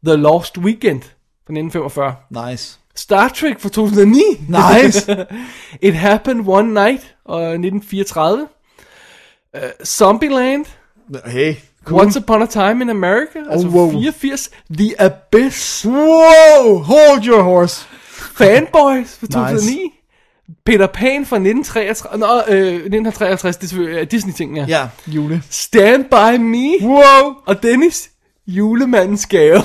The Lost Weekend fra 1945,
Nice.
Star Trek fra 2009,
Nice.
It Happened One Night og 1934, uh, Zombieland
Hey. Cool.
Once Upon a Time in America, altså
Oh, wow.
84, The Abyss,
Wow, hold your horse.
Fanboys fra 2009, Peter Pan fra 1933, nå, øh, 1953, det er selvfølgelig, øh, Disney-tingen, ja.
Ja, Jule.
Stand By Me,
Wow.
og Dennis, Julemandens gave.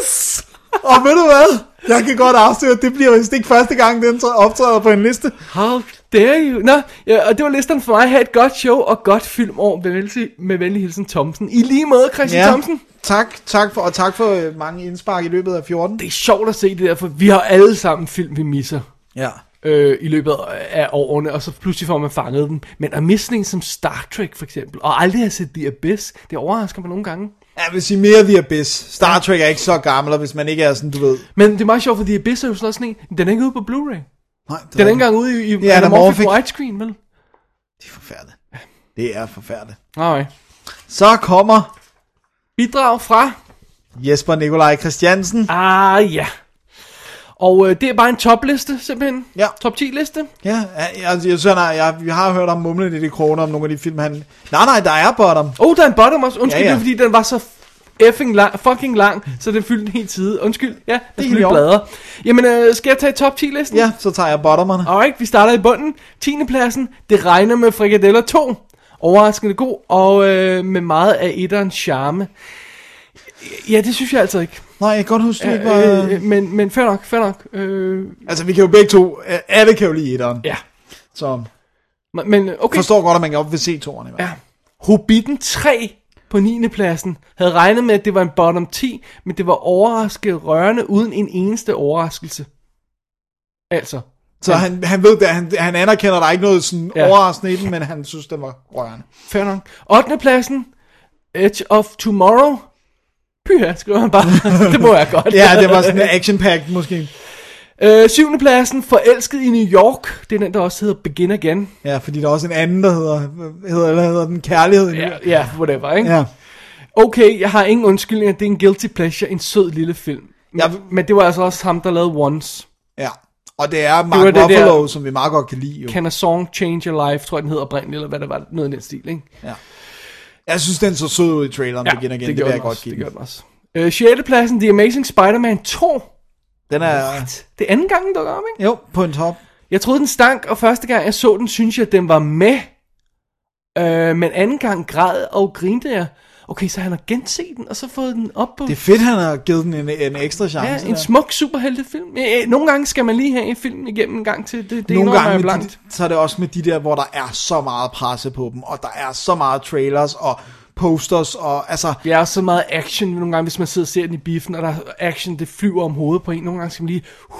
Yes! Og ved du hvad? Jeg kan godt afsløre, at det bliver vist ikke første gang, den træ- optræder på en liste.
How dare you? Nå, ja, og det var listerne for mig. Ha' et godt show og godt filmår. Med venlig, med venlig hilsen Thomsen. I lige måde, Christian ja. Thomsen.
Tak, tak for, og tak for øh, mange indspark i løbet af 14.
Det er sjovt at se det der, for vi har alle sammen film, vi misser.
Ja.
øh, i løbet af årene, og så pludselig får man fanget dem. Men at miste en som Star Trek for eksempel, og aldrig have set The Abyss, det overrasker mig nogle gange.
Jeg vil sige mere The Abyss. Star Trek er ikke så gammel, og hvis man ikke er sådan, du ved.
Men det er meget sjovt, for The Abyss er jo sådan også sådan en, den er ikke ude på Blu-ray.
Nej, det
Den er ikke engang ude i, i
Ja,
anamorphic
anamorphic.
widescreen, vel?
Det er forfærdeligt. Det er forfærdeligt.
Nej.
Så kommer
Bidrag fra
Jesper Nikolaj Christiansen.
Ah, ja. Og øh, det er bare en topliste, simpelthen.
Ja.
Top 10 liste.
Ja, jeg, jeg, jeg, jeg, jeg, jeg har hørt om mumle lidt i kroner om nogle af de film, han... Nej, nej, der er bottom.
Oh, der er en bottom også. Undskyld,
Ja,
ja,
ja.
ja. det er fordi, den var så effing lang, fucking lang, så den fyldte en hel side. Undskyld, ja, det
helt i
er lige
orden.
bladre. Jamen, øh, skal jeg tage top 10 listen?
Ja, så tager jeg bottomerne.
Alright, vi starter i bunden. 10. pladsen, det regner med frikadeller 2. Overraskende god, og øh, med meget af etterens charme. Ja, det synes jeg altså ikke.
Nej, jeg kan godt huske, du ikke var...
Øh, øh, men, men fair nok, fair nok. Øh,
Altså, vi kan jo begge to... øh, Alle kan jo lide etteren.
ja,
Så
men men okay.
forstår godt, at man godt vil se toerne. Ja.
Ja. Hobbiten 3 på 9. pladsen havde regnet med, at det var en bottom 10, men det var overraskende rørende uden en eneste overraskelse. Altså,
Så han, han ved det, han, han anerkender, at der er ikke noget sådan ja.
Ja.
overraskende i den, men han synes, den var rørende.
Fair nok. 8. pladsen, Edge of Tomorrow. Pyha, skriver han bare. det må jeg godt.
Ja, det var sådan en action pack måske.
Øh, 7. pladsen, Forelsket i New York. Det er den, der også hedder Begin Again.
Ja, fordi der er også en anden, der hedder... hedder eller hedder den kærlighed.
Ja, ja whatever, ikke?
ja.
Okay, jeg har ingen undskyldninger. Det er en guilty pleasure, en sød lille film. Men,
Ja.
men det var altså også ham, der lavede Once.
ja. Og det er Mark
var det
Ruffalo,
der-
som vi meget godt kan lide. Jo.
Can a Song Change Your Life, tror jeg, den hedder oprindeligt, eller hvad det var, noget i den stil, ikke?
Ja. Jeg synes, den så sød ud i traileren, ja, igen igen. Det, det vil jeg
den
godt
også,
give
det gør
den.
den også. Øh, 6. pladsen, The Amazing Spider-Man 2.
Den er...
Det er anden gang, den dukker op, ikke?
Jo, på en top.
Jeg troede, den stank, og første gang, jeg så den, synes jeg, den var med. Øh, men anden gang græd og grinte jeg. Okay, så han har genset den, og så fået den op på...
Det er fedt, han har givet den en, en ekstra chance.
ja, en
der.
smuk superheltefilm. Øh, øh, Nogle gange skal man lige have en film igennem en gang til. Det, det
Nogle
indrømmer jeg
gange med
blankt.
de, så er det også med de der, hvor der er så meget presse på dem, og der er så meget trailers og posters, og altså,
Det er også så meget action nogle gange, hvis man sidder og ser den i biffen, og der er action, det flyver om hovedet på en. Nogle gange skal man lige uh,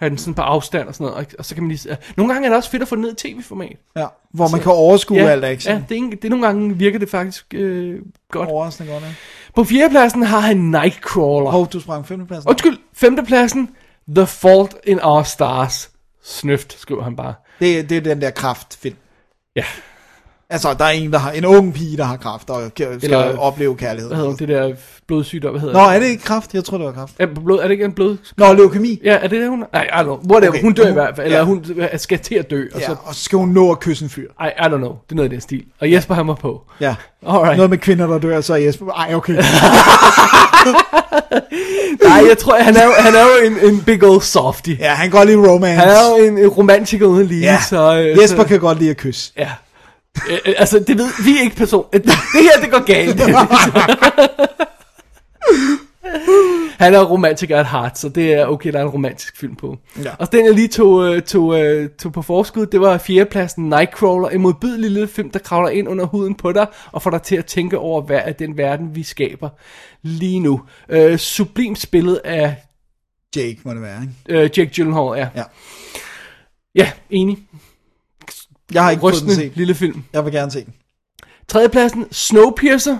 have den sådan på afstand og sådan noget, og, og så kan man lige... se- Nogle gange er det også fedt at få den ned i tv-format.
ja, hvor man kan overskue
ja,
alt action.
Ja, det er, en, det er nogle gange virker det faktisk øh, godt.
Overraskende godt, ja.
På fjerdepladsen har han Nightcrawler.
Hov, du sprang femtepladsen.
Undskyld, femtepladsen, The Fault in Our Stars. Snøft, skriver han bare.
Det, det er den der kraftfilm.
Ja.
Altså, der er en, der har, en ung pige, der har kraft og skal Eller,
Eller-
opleve kærlighed.
Hvad hedder hun? det der blodsygdom? Hvad hedder
Nå, er det ikke kraft? Jeg tror, det var kraft.
det? Er, blod, er det ikke en blod...
Nå, leukemi.
Ja, er det det, hun... Nej, I don't know. Whatever,
Okay.
okay. hun dør i hvert fald. Eller
Ja.
hun skal til at dø, og
Ja,
så
og så skal hun nå at kysse en fyr.
I, I don't know. Det er noget i den stil. Og Jesper han var på.
Ja.
Alright.
Noget med kvinder, der dør, så er Jesper. Ej, okay.
Nej, jeg tror, han er, jo- han er jo en, en big old softie.
Ja, han kan godt lide romance.
Han er jo en, en romantiker uden lige,
ja.
så... øh,
Jesper
så,
kan godt lide at kysse.
Ja. Øh, øh, altså, det ved vi er ikke person. øh, Det her, det går galt. Han er romantiker at heart, så det er okay, der er en romantisk film på.
Ja.
Og den, jeg lige tog, øh, tog, øh, tog på forskud, det var fjerdepladsen Nightcrawler, en modbydelig lille film, der kravler ind under huden på dig, og får dig til at tænke over, hvad er den verden, vi skaber lige nu. Øh, sublim spillet af
Jake må det være, ikke?
øh, Jake Gyllenhaal, ja.
Ja.
Ja, enig.
Jeg har ikke fået den
Rystende
set.
lille film.
Jeg vil gerne se den.
Tredjepladsen, Snowpiercer.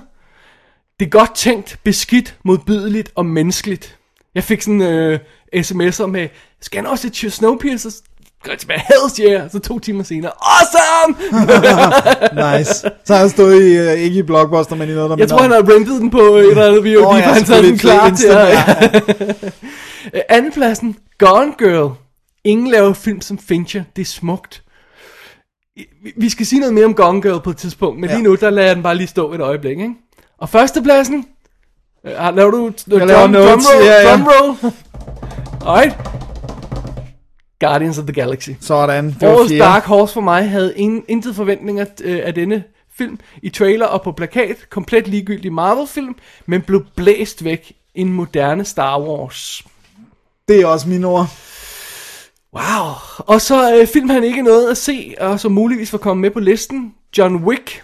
Det er godt tænkt, beskidt, modbydeligt og menneskeligt. Jeg fik sådan øh, sms'er med, skal han også til Snowpiercer? Så går jeg tilbage, hells yeah, så to timer senere, awesome!
Nice. Så har han stået i, øh, ikke i Blockbuster, men i noget, der
Jeg tror, han har rentet den på et eller andet video,
Åh,
oh,
ja,
lige for han
selvfølgelig
tager den klar
til
til at...
Insta,
Øh, Andenpladsen, Gone Girl. Ingen laver film som Fincher, det er smukt. Vi- Vi skal sige noget mere om Gone Girl på et tidspunkt, men
Ja.
ja. lige nu, der lader jeg den bare lige stå et øjeblik, ikke? Og førstepladsen, øh, har- laver du t-
laver notes,
drumroll,
ja, ja.
drumroll. Alright. Guardians of the Galaxy.
Sådan. Det var
Årets
fjerde.
Dark Horse for mig havde ingen, intet forventninger øh, af denne film i trailer og på plakat. Komplet ligegyldig Marvel-film, men blev blæst væk i en moderne Star Wars.
Det er også mine ord.
Wow. Og så øh, film han ikke nåede at se, og som muligvis var kommet med på listen. John Wick,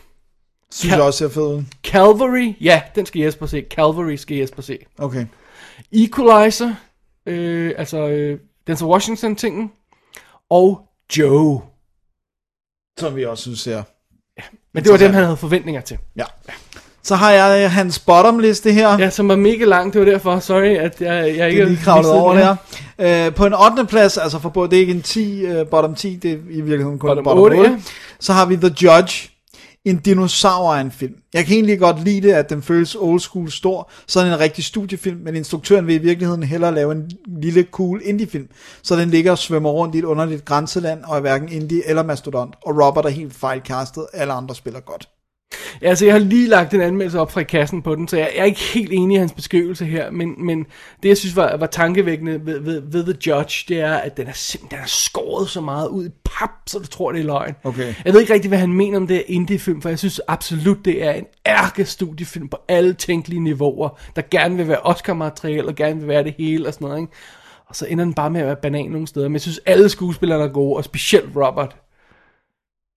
Synes
Kan-
jeg også ser fed ud.
Calvary. Ja, den skal Jesper se. Calvary skal Jesper se.
Okay.
Equalizer, øh, altså øh, Denzel Washington-tingen. Og Joe.
Som vi også synes ser.
Men det var dem, han havde forventninger til.
Ja. Så har jeg øh, hans bottomliste her.
Ja, som var mega lang, det var derfor, sorry, at jeg, jeg
det
ikke...
er lige kravlet
missede
over
den her.
der. Øh, på en 8. plads, altså for både, det er ikke en 10, øh, bottom 10, det er i virkeligheden kun
Bottom
bottom, bottom 8,
otte,
8
ja.
så har vi The Judge, en dinosaur er en film. Jeg kan egentlig godt lide det, at den føles old school stor, sådan en rigtig studiefilm, men instruktøren vil i virkeligheden hellere lave en lille cool indie-film, så den ligger og svømmer rundt i et underligt grænseland, og er hverken indie eller mastodont, og Robert er helt fejlkastet, alle andre spiller godt.
Ja, altså, jeg har lige lagt en anmeldelse op fra kassen på den, så jeg, jeg er ikke helt enig i hans beskrivelse her, men, men det, jeg synes var, var tankevækkende ved, ved, ved The Judge, det er, at den er simpelthen den er skåret så meget ud i pap, så du tror, det er løgn.
Okay.
Jeg ved ikke rigtig, hvad han mener om det her indie-film, for jeg synes absolut, det er en ærkestudiefilm på alle tænkelige niveauer, der gerne vil være Oscar-materiale og gerne vil være det hele og sådan noget, ikke? Og så ender den bare med at være banan nogle steder, men jeg synes, alle skuespillerne er gode, og specielt Robert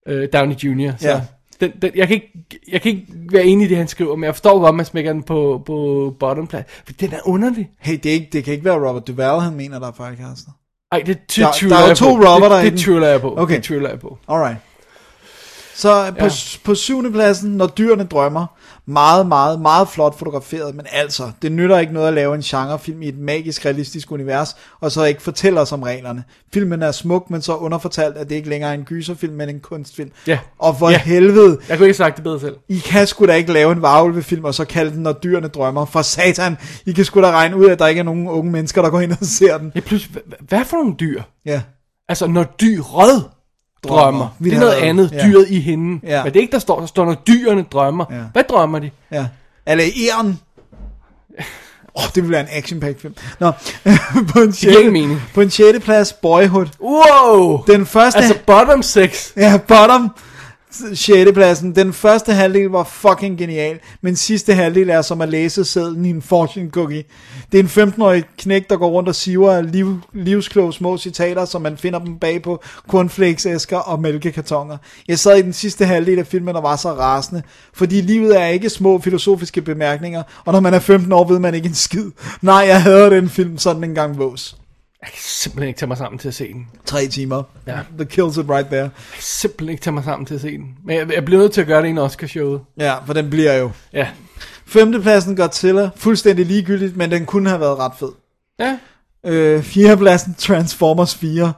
øh, Downey Jr. Så
Ja.
ja. den, den, jeg, kan ikke, jeg kan ikke være enig i det, han skriver, men jeg forstår godt, at man smækker den på, på bottomplads. For den er underlig.
Hey, det, er ikke, det kan ikke være Robert Duvall, han mener, der er fejlkastet.
Ej, det ty-
Der-
tvivler
der er
jeg
to
på. Det-
Roberter i
Det,
den.
det tvivler jeg på.
Okay.
Det tvivler jeg på.
Alright. Så på, på syvende pladsen, når dyrene drømmer, meget, meget, meget flot fotograferet, men altså, det nytter ikke noget at lave en genrefilm i et magisk, realistisk univers, og så ikke fortælle os om reglerne. Filmen er smuk, men så underfortalt, at det ikke længere er en gyserfilm, men en kunstfilm.
Ja.
Og for
Ja.
helvede,
Jeg kunne ikke have sagt det bedre selv.
I kan sgu da ikke lave en varulvefilm, og så kalde den, når dyrene drømmer. For satan, I kan sgu da regne ud, at der ikke er nogen unge mennesker, der går ind og ser den.
Ja, pludselig, hvad, hvad for nogle dyr?
Ja.
Altså, når dyret drømmer.
Ville
det er
have
noget
været-
andet,
ja.
dyret i hende.
Ja.
Men det er ikke, der står, der står noget, dyrene drømmer.
Ja.
Hvad drømmer de?
Ja. Eller æren. Åh, oh, det ville være en action pack film. Nå, på en
giver
sjette,
ingen mening.
på en sjette plads, Boyhood.
Wow!
Den første,
Altså
altså...
bottom sex.
ja, bottom, sjette pladsen. Den første halvdel var fucking genial, men sidste halvdel er som at læse sædlen i en fortune cookie. Det er en 15-årig knæk, der går rundt og siver af liv, livskloge små citater, som man finder dem bag på cornflakes-æsker og mælkekartoner. Jeg sad i den sidste halvdel af filmen og var så rasende, fordi livet er ikke små filosofiske bemærkninger, og når man er 15 år, ved man ikke en skid. Nej, jeg hader den film sådan en gang vås.
Jeg kan simpelthen ikke tage mig sammen til at se den.
Tre timer.
Ja.
The kills it right there.
Jeg kan simpelthen ikke tage mig sammen til at se den. Men jeg, jeg bliver nødt til at gøre det i en Oscar-showet.
Ja, for den bliver jo.
Ja.
Femtepladsen Godzilla, fuldstændig ligegyldigt, men den kunne have været ret fed.
Ja.
Øh, fjerdepladsen Transformers 4.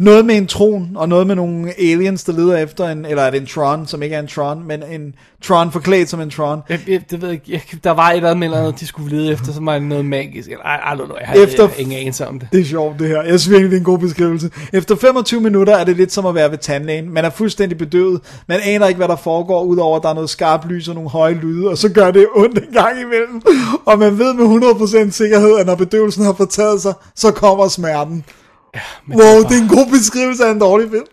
Noget med en tron, og noget med nogle aliens, der leder efter en, eller er det en Tron, som ikke er en Tron, men en Tron forklædt som en Tron.
Jeg, jeg, det ved jeg, ikke. jeg, kan- der var et eller andet, med eller andet, de skulle lede efter, som var noget magisk. Eller, I, I don't know, jeg har
Efter-
jeg, ingen anelse om det.
Det er sjovt det her, jeg synes virkelig, det er en god beskrivelse. Efter 25 minutter er det lidt som at være ved tandlægen. Man er fuldstændig bedøvet, man aner ikke, hvad der foregår, udover at der er noget skarpt lys og nogle høje lyde, og så gør det ondt en gang imellem. Og man ved med 100% sikkerhed, at når bedøvelsen har fortaget sig, så kommer smerten. Wow, det er en god beskrivelse af en dårlig film.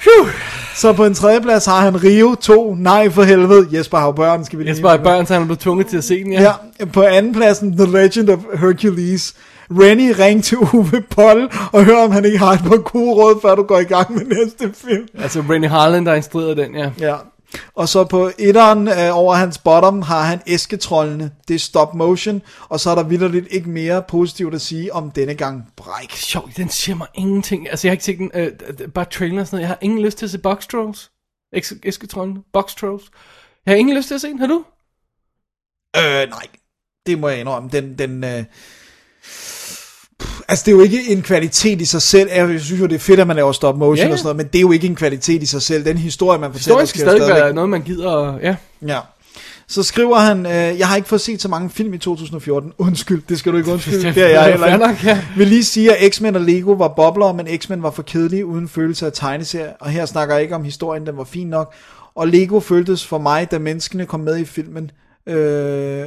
Phew. Så på en tredjeplads har han Rio 2. Nej for helvede, Jesper har jo børn, skal vi lige
Jeg spørger børn, så han blev tvunget til at se den, ja.
Ja, på andenpladsen, The Legend of Hercules. Rennie, ring til Uwe Poll og hør, om han ikke har et par gode råd, før du går i gang med næste film.
Altså, Rennie Harlan, der instruerede den, ja.
Ja. Og så på etteren øh, over hans bottom har han æsketrollene. Det er stop motion, og så er der vidderligt ikke mere positivt at sige om denne gang bræk.
Sjov, den siger mig ingenting. Altså, jeg har ikke set den, øh, d- d- bare trailer og sådan noget. Jeg har ingen lyst til at se Box Trolls. Ex- Esketrollen, Box Trolls. Jeg har ingen lyst til at se den, har du?
Øh, nej. Det må jeg indrømme. Den, den, øh... Pff, Altså, det er jo ikke en kvalitet i sig selv. Jeg synes jo, det er fedt, at man laver stop motion
Ja, ja.
og sådan noget, men det er jo ikke en kvalitet i sig selv. Den historie, man fortæller,
Historien skal stadig være noget, man gider. og- Ja.
Ja. Så skriver han, øh, jeg har ikke fået set så mange film i 2014. Undskyld, det skal du ikke undskylde. det er jeg
fair
heller ikke.
nok, ja.
Vil lige sige, at X-Men og Lego var bobler, men X-Men var for kedelige uden følelse af tegneserie. Og her snakker jeg ikke om historien, den var fin nok. Og Lego føltes for mig, da menneskene kom med i filmen. Øh,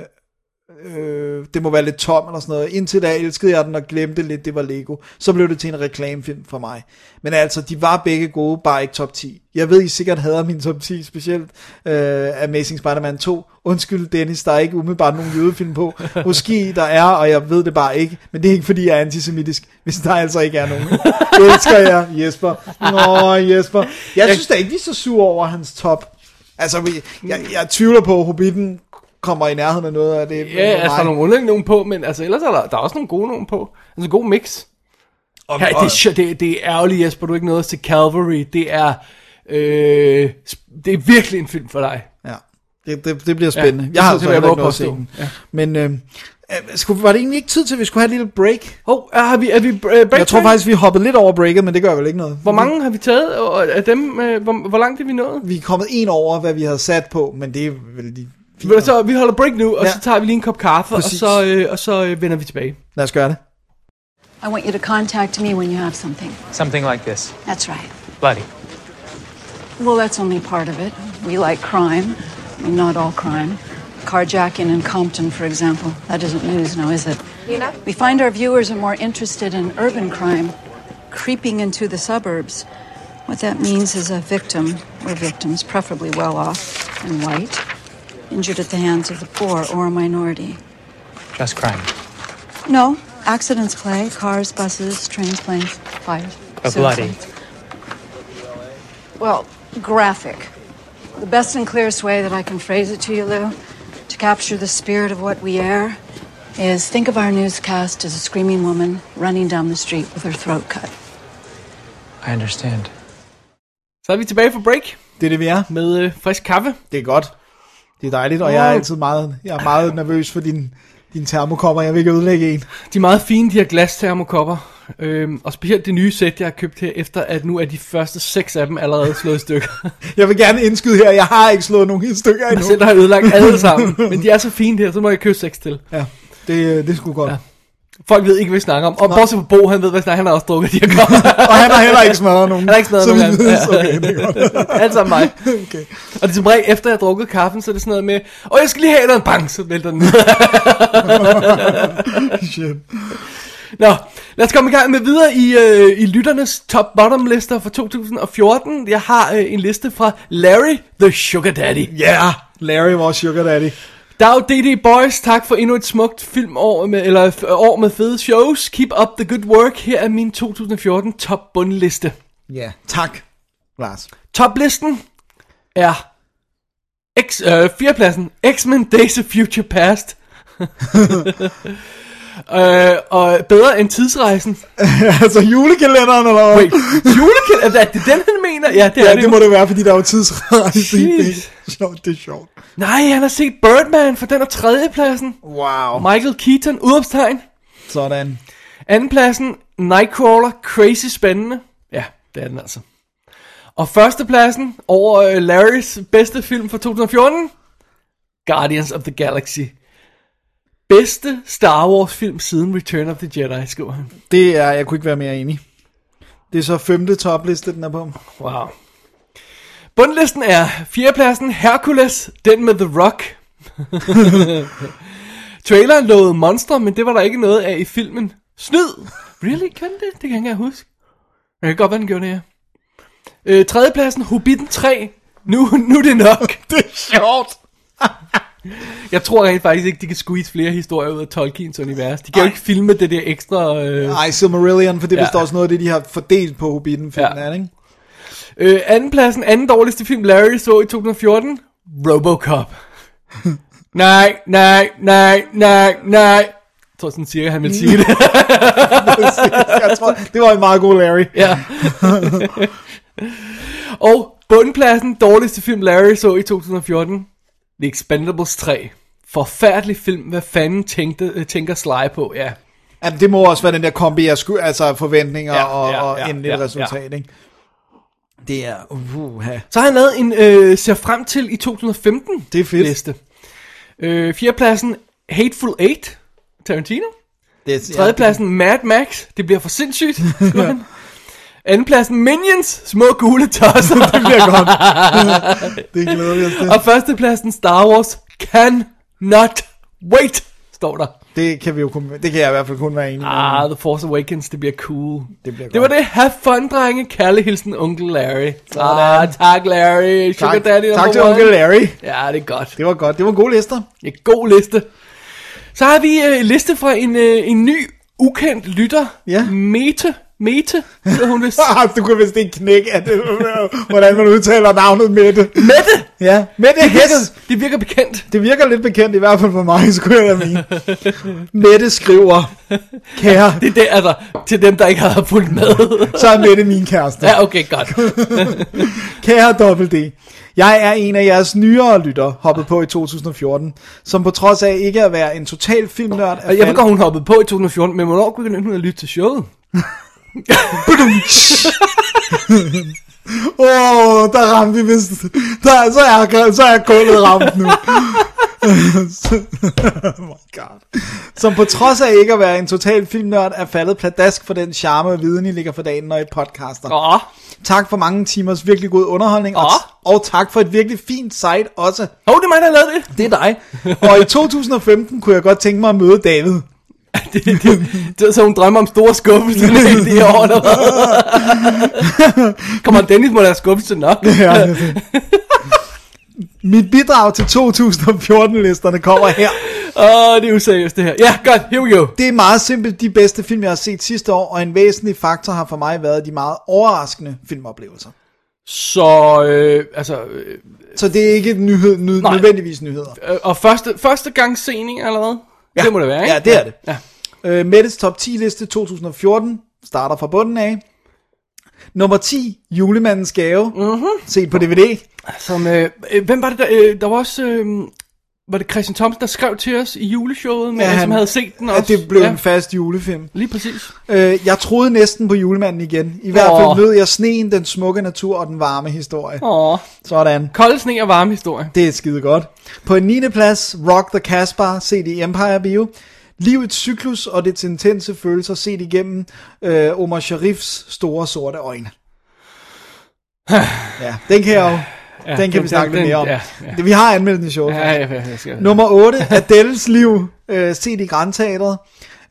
øh, det må være lidt tom eller sådan noget. Indtil da elskede jeg den og glemte lidt, det var Lego. Så blev det til en reklamefilm for mig. Men altså, de var begge gode, bare ikke top 10. Jeg ved, I sikkert hader min top 10, specielt øh, Amazing Spider-Man 2. Undskyld Dennis, der er ikke umiddelbart nogen jødefilm på. Måske der er, og jeg ved det bare ikke. Men det er ikke, fordi jeg er antisemitisk, hvis der altså ikke er nogen. Jeg elsker jer, Jesper. Nå, Jesper. Jeg synes da ikke, vi er så sure over hans top. Altså, vi- jeg, jeg tvivler på, at Hobbiten kommer i nærheden af noget af det.
Ja, altså, der er nogle underlige nogen på, men altså, ellers er der, der er også nogle gode nogen på. Altså, god mix. Ja, det, er, sjovt, det, det er ærgerligt, Jesper, du er ikke noget til Calvary. Det er, øh, sp- det er virkelig en film for dig.
Ja, det, det, det bliver spændende. Ja,
det
jeg har
synes
altså
jeg,
heller
jeg
ikke noget at se.
våger
den. Men øh, øh, skulle, var det egentlig ikke tid til, at vi skulle have et lille break? break
Hov, oh, er vi, er vi øh, break
jeg tror
time?
faktisk, vi hoppede lidt over breaket, men det gør vel ikke noget.
Hvor mange har vi taget, og af dem, øh, hvor, hvor langt er vi nået?
Vi er kommet en over, hvad vi havde sat på, men det er vel lige fint.
Ved du Så vi holder break nu, og
Ja.
så tager vi lige en kop kaffe,
Præcis.
og så, øh, og så øh, vender vi tilbage.
Lad os gøre det.
I want you to contact me when you have something.
Something like this.
That's right.
Bloody.
Well, that's only part of it. We like crime. I mean, not all crime. Carjacking in Compton, for example. That isn't news now, is it? We find our viewers are more interested in urban crime, creeping into the suburbs. What that means is a victim, or victims, preferably well off and white, injured at the hands of the poor or a minority.
Just crime.
No, accidents, Clay. Cars, buses, trains, planes, fires.
But bloody.
suicides. Well, graphic. The best and clearest way that I can phrase it to you, Lou, to capture the spirit of what we air, is think of our newscast as a screaming woman running down the street with her throat cut.
I understand.
Så er vi tilbage fra break
Det er det, vi er.
med øh, frisk kaffe.
Det er godt. Det er dejligt, og jeg er
Wow.
altid meget, jeg er meget nervøs for din, din termokopper. Jeg vil ikke ødelægge en.
De er meget fine, de her glastermokopper. Øhm, og specielt det nye sæt, jeg har købt her, efter at nu er de første seks af dem allerede slået i stykker.
Jeg vil gerne indskyde her, jeg har ikke slået nogen i stykker
Jeg
endnu.
selv har ødelagt alle sammen. Men de er så fine her, så må jeg købe seks til.
Ja, øh, det, det skulle godt. Ja.
Folk ved ikke, hvad vi snakker om. Og
Nej.
bortset fra Bo, han ved, hvad jeg snakker om. Han har også drukket de her kopper.
Og han har heller ikke smadret nogen.
Han har ikke smadret
Så vi
nogen.
ved,
Ja.
okay, det er godt.
Alt sammen mig.
Okay.
Og det er som regel, efter jeg har drukket kaffen, så er det sådan noget med, og jeg skal lige have noget bang, så vælter den.
Shit.
Nå, lad os komme i gang med videre i, øh, i lytternes top-bottom lister for 2014. Jeg har øh, en liste fra Larry the Sugar Daddy.
Yeah, Larry vores sugar daddy.
Der er jo DD Boys, tak for endnu et smukt filmår med, eller f- år med fede shows. Keep up the good work. Her er min 2014 top bundliste.
Ja, yeah. tak, Lars.
Toplisten er X, øh, fjerdepladsen X-Men Days of Future Past. øh, og bedre end tidsrejsen.
altså julekalenderen, eller hvad?
Wait, julekalender, er det den, han mener? Ja, det er
Ja,
det,
det
jo.
må det være, fordi der er jo tidsrejse i det.
Jeez.
Sjovt, det er sjovt.
Nej, han har set Birdman, for den er tredjepladsen.
Wow.
Michael Keaton, udopstegn.
Sådan.
Andenpladsen, Nightcrawler, crazy spændende. Ja, det er den altså. Og førstepladsen over øh, Larrys bedste film fra 2014, Guardians of the Galaxy. Bedste Star Wars film siden Return of the Jedi, skriver han.
Det er, jeg kunne ikke være mere enig. Det er så femte topliste, den er på.
Wow. Bundlisten er fjerdepladsen Hercules, den med The Rock. Traileren lovede monster, men det var der ikke noget af i filmen. Snyd! Really? Kan den det? Det kan jeg ikke engang huske. Jeg kan godt være, den gjorde det, ja. Øh, tredjepladsen, Hobbiten 3. Nu, nu er det nok. det er sjovt. jeg tror rent faktisk ikke, de kan squeeze flere historier ud af Tolkiens univers. De kan jo ikke filme det der ekstra... Øh...
Ej, Silmarillion, for det
Ja.
er vist også noget af det, de har fordelt på Hobbiten filmen,
Ja.
ja. er det ikke?
Øh, andenpladsen, anden dårligste film Larry så i 2014, Robocop. nej, nej, nej, nej, nej. Jeg tror sådan cirka, han vil sige det.
Jeg tror, det var en meget god Larry.
ja. Og bundpladsen, dårligste film Larry så i 2014, The Expendables 3. Forfærdelig film, hvad fanden tænkte, øh, tænker Sly på, ja.
Jamen, det må også være den der kombi af sku, altså forventninger
Ja,
ja, og,
ja,
ja, og
ja,
endeligt
ja,
ja, resultat, ja. ikke? Det er, uh,
Så har han lavet en øh, ser frem til i 2015
Det er fedt.
liste. Øh, fjerdepladsen, Hateful Eight, Tarantino.
det er,
Tredjepladsen Mad Max, det bliver for sindssygt, skriver han. Andenpladsen Minions, små gule tosser.
Det bliver godt. det glæder vi os til.
og førstepladsen Star Wars, can not wait, står der.
Det kan, vi jo kun, det kan jeg i hvert fald kun være enig med.
Ah, The Force Awakens, det bliver cool.
Det bliver
Det var
godt.
det. Have fun, drenge. Kærlig hilsen, onkel Larry. Ah, tak, Larry. Sugar
Tak,
Daddy
tak
number
til
one.
onkel Larry.
Ja, det er godt.
Det var godt. Det var gode lister.
En god liste. Så har vi øh, en liste fra en, øh, en ny, ukendt lytter.
Ja.
Mete. Mete hedder hun vist.
Ah, du kunne vist ikke knække, at det, hvordan man udtaler navnet Mette.
Mette!
Ja, Mette
Det virker,
Hess.
det virker bekendt.
Det virker lidt bekendt, i hvert fald for mig, skulle jeg da mene. Mette skriver, kære,
Det er det, altså, til dem, der ikke har fulgt med.
så er Mette min kæreste.
ja, okay, godt.
Kære Double D, jeg er en af jeres nyere lytter, hoppet på i 2014, som på trods af ikke at være en total filmnørd, er
Og jeg ved godt, hun hoppede på i 2014, men hvornår begyndte hun at lytte til showet?
Åh, oh, der ramte vi vist. Der, så, er, så er gulvet ramt nu. oh my god. Som på trods af ikke at være en total filmnørd, er faldet pladask for den charme og viden, I ligger for dagen, når I podcaster.
Åh,
Tak for mange timers virkelig god underholdning, og,
Åh.
og tak for et virkelig fint site også.
oh, det er mig, der har lavet det.
Det er dig. og i 2015 kunne jeg godt tænke mig at møde David.
det, det, det så hun drømmer om store skuffelser i det her år, eller hvad? Kom on, Dennis må da have skuffelse nok.
Ja, det er det. Mit bidrag til 2014-listerne kommer her.
Åh, det er useriøst det her. Ja, godt, here we go.
Det er meget simpelt de bedste film, jeg har set sidste år, og en væsentlig faktor har for mig været de meget overraskende filmoplevelser.
Så, øh, altså, øh,
Så det er ikke nyhed, ny,
Nej.
nødvendigvis nyheder.
øh, og første, første gang sening, eller hvad? Ja. Det må det være, ikke?
Ja, det er det.
Ja.
Øh, Mettes top 10 liste 2014 starter fra bunden af. Nummer 10, Julemandens gave,
Mhm.
mm-hmm. set på DVD.
Som, øh, øh, hvem var det der, øh, der var også, øh, var det Christian Thomsen, der skrev til os i juleshowet, men ja,
Ja,
han, som
han-
havde set den
At
også?
det blev ja. en fast julefilm.
Lige præcis.
Øh, jeg troede næsten på julemanden igen. I hvert
Åh.
fald nød jeg sneen, den smukke natur og den varme historie.
Åh,
Sådan.
kold sne og varme historie.
Det er skide godt. På en 9. plads, Rock the Casbah, CD Empire Bio. Livets cyklus og dets intense følelser set igennem øh, Omar Sharifs store sorte øjne. ja, den kan jeg jo... Ja, den kan
den-
vi snakke
den-
lidt mere om.
ja,
Ja,
ja.
ja. Vi har anmeldt den i showet.
Ja, ja, ja, jeg skal-
Nummer 8, Adels liv, øh, set i Grandteateret.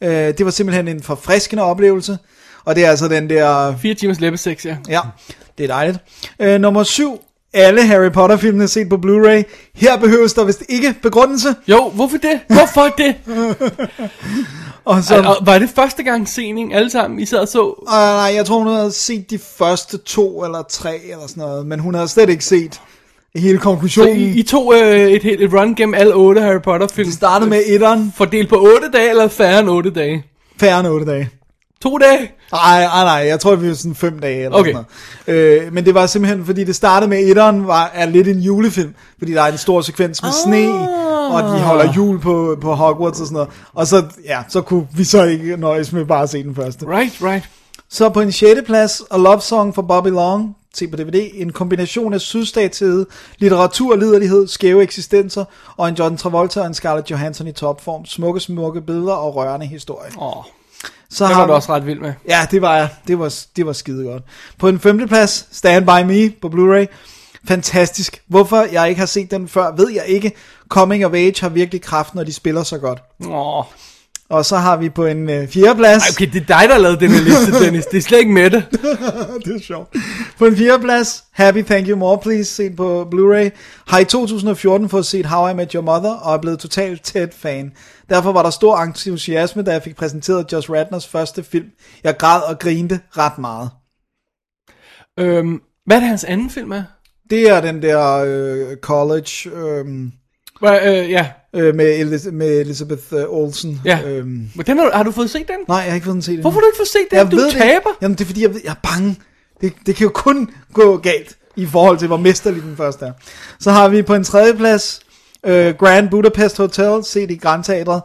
Øh, det var simpelthen en forfriskende oplevelse. Og det er altså den der...
4 timers læbeseks, ja.
Ja, det er dejligt. Øh, nummer 7, alle Harry Potter-filmene set på Blu-ray. Her behøves der vist ikke begrundelse.
Jo, hvorfor det? Hvorfor det?
og så...
Så... Og, og, var det første gang sening, alle sammen, I sad og så?
Uh, nej, jeg tror, hun havde set de første to eller tre eller sådan noget, men hun havde slet ikke set hele
Så
konklusionen.
I, I tog øh, et, helt- et run gennem alle otte Harry Potter film. Vi
startede med etteren.
Fordelt på 8 dage, eller færre end 8 dage?
Færre end otte dage.
To dage?
Nej, nej, nej, jeg tror, vi var sådan fem dage eller
Okay.
sådan noget. Øh, men det var simpelthen, fordi det startede med etteren, var, er lidt en julefilm, fordi der er en stor sekvens med sne, og
Ah.
de holder jul på, på Hogwarts og sådan noget. Og så, ja, så kunne vi så ikke nøjes med bare at se den første.
Right, right.
Så på en 6. plads, A Love Song for Bobby Long, se på DVD, en kombination af sydstathed, litteratur, liderlighed, skæve eksistenser, og en John Travolta og en Scarlett Johansson i topform. Smukke, smukke billeder og rørende historie.
Åh,
så
den var du
vi-
også ret vild med.
Ja, det var jeg. Det var, det var skide godt. På en femte plads, Stand By Me på Blu-ray. Fantastisk. Hvorfor jeg ikke har set den før, ved jeg ikke. Coming of Age har virkelig kraft, når de spiller så godt.
Åh.
Og så har vi på en øh, fjerde plads.
Ej, okay, det er dig, der har lavet den her liste, Dennis. Det er slet ikke med det.
det er sjovt. På en fjerde plads, Happy Thank You More Please, set på Blu-ray, har i 2014 fået set How I Met Your Mother, og er blevet totalt Ted-fan. Derfor var der stor entusiasme, da jeg fik præsenteret Josh Radners første film. Jeg græd og grinte ret meget.
Øhm, hvad er det, hans anden film er?
Det er den der øh, college øhm,
Hva- øh, ja,
øh, med, Elis- med Elizabeth øh, Olsen.
ja.
Øhm,
Men den har, har du fået set den?
nej, jeg har ikke fået den set endnu.
Hvorfor har du ikke fået set den?
jeg
du
ved det ikke.
taber.
Jamen det er fordi, jeg, ved, jeg er bange. Det, det kan jo kun gå galt i forhold til, hvor mesterlig den første er. Så har vi på en tredje plads øh, Grand Budapest Hotel, set i Grand Teatret.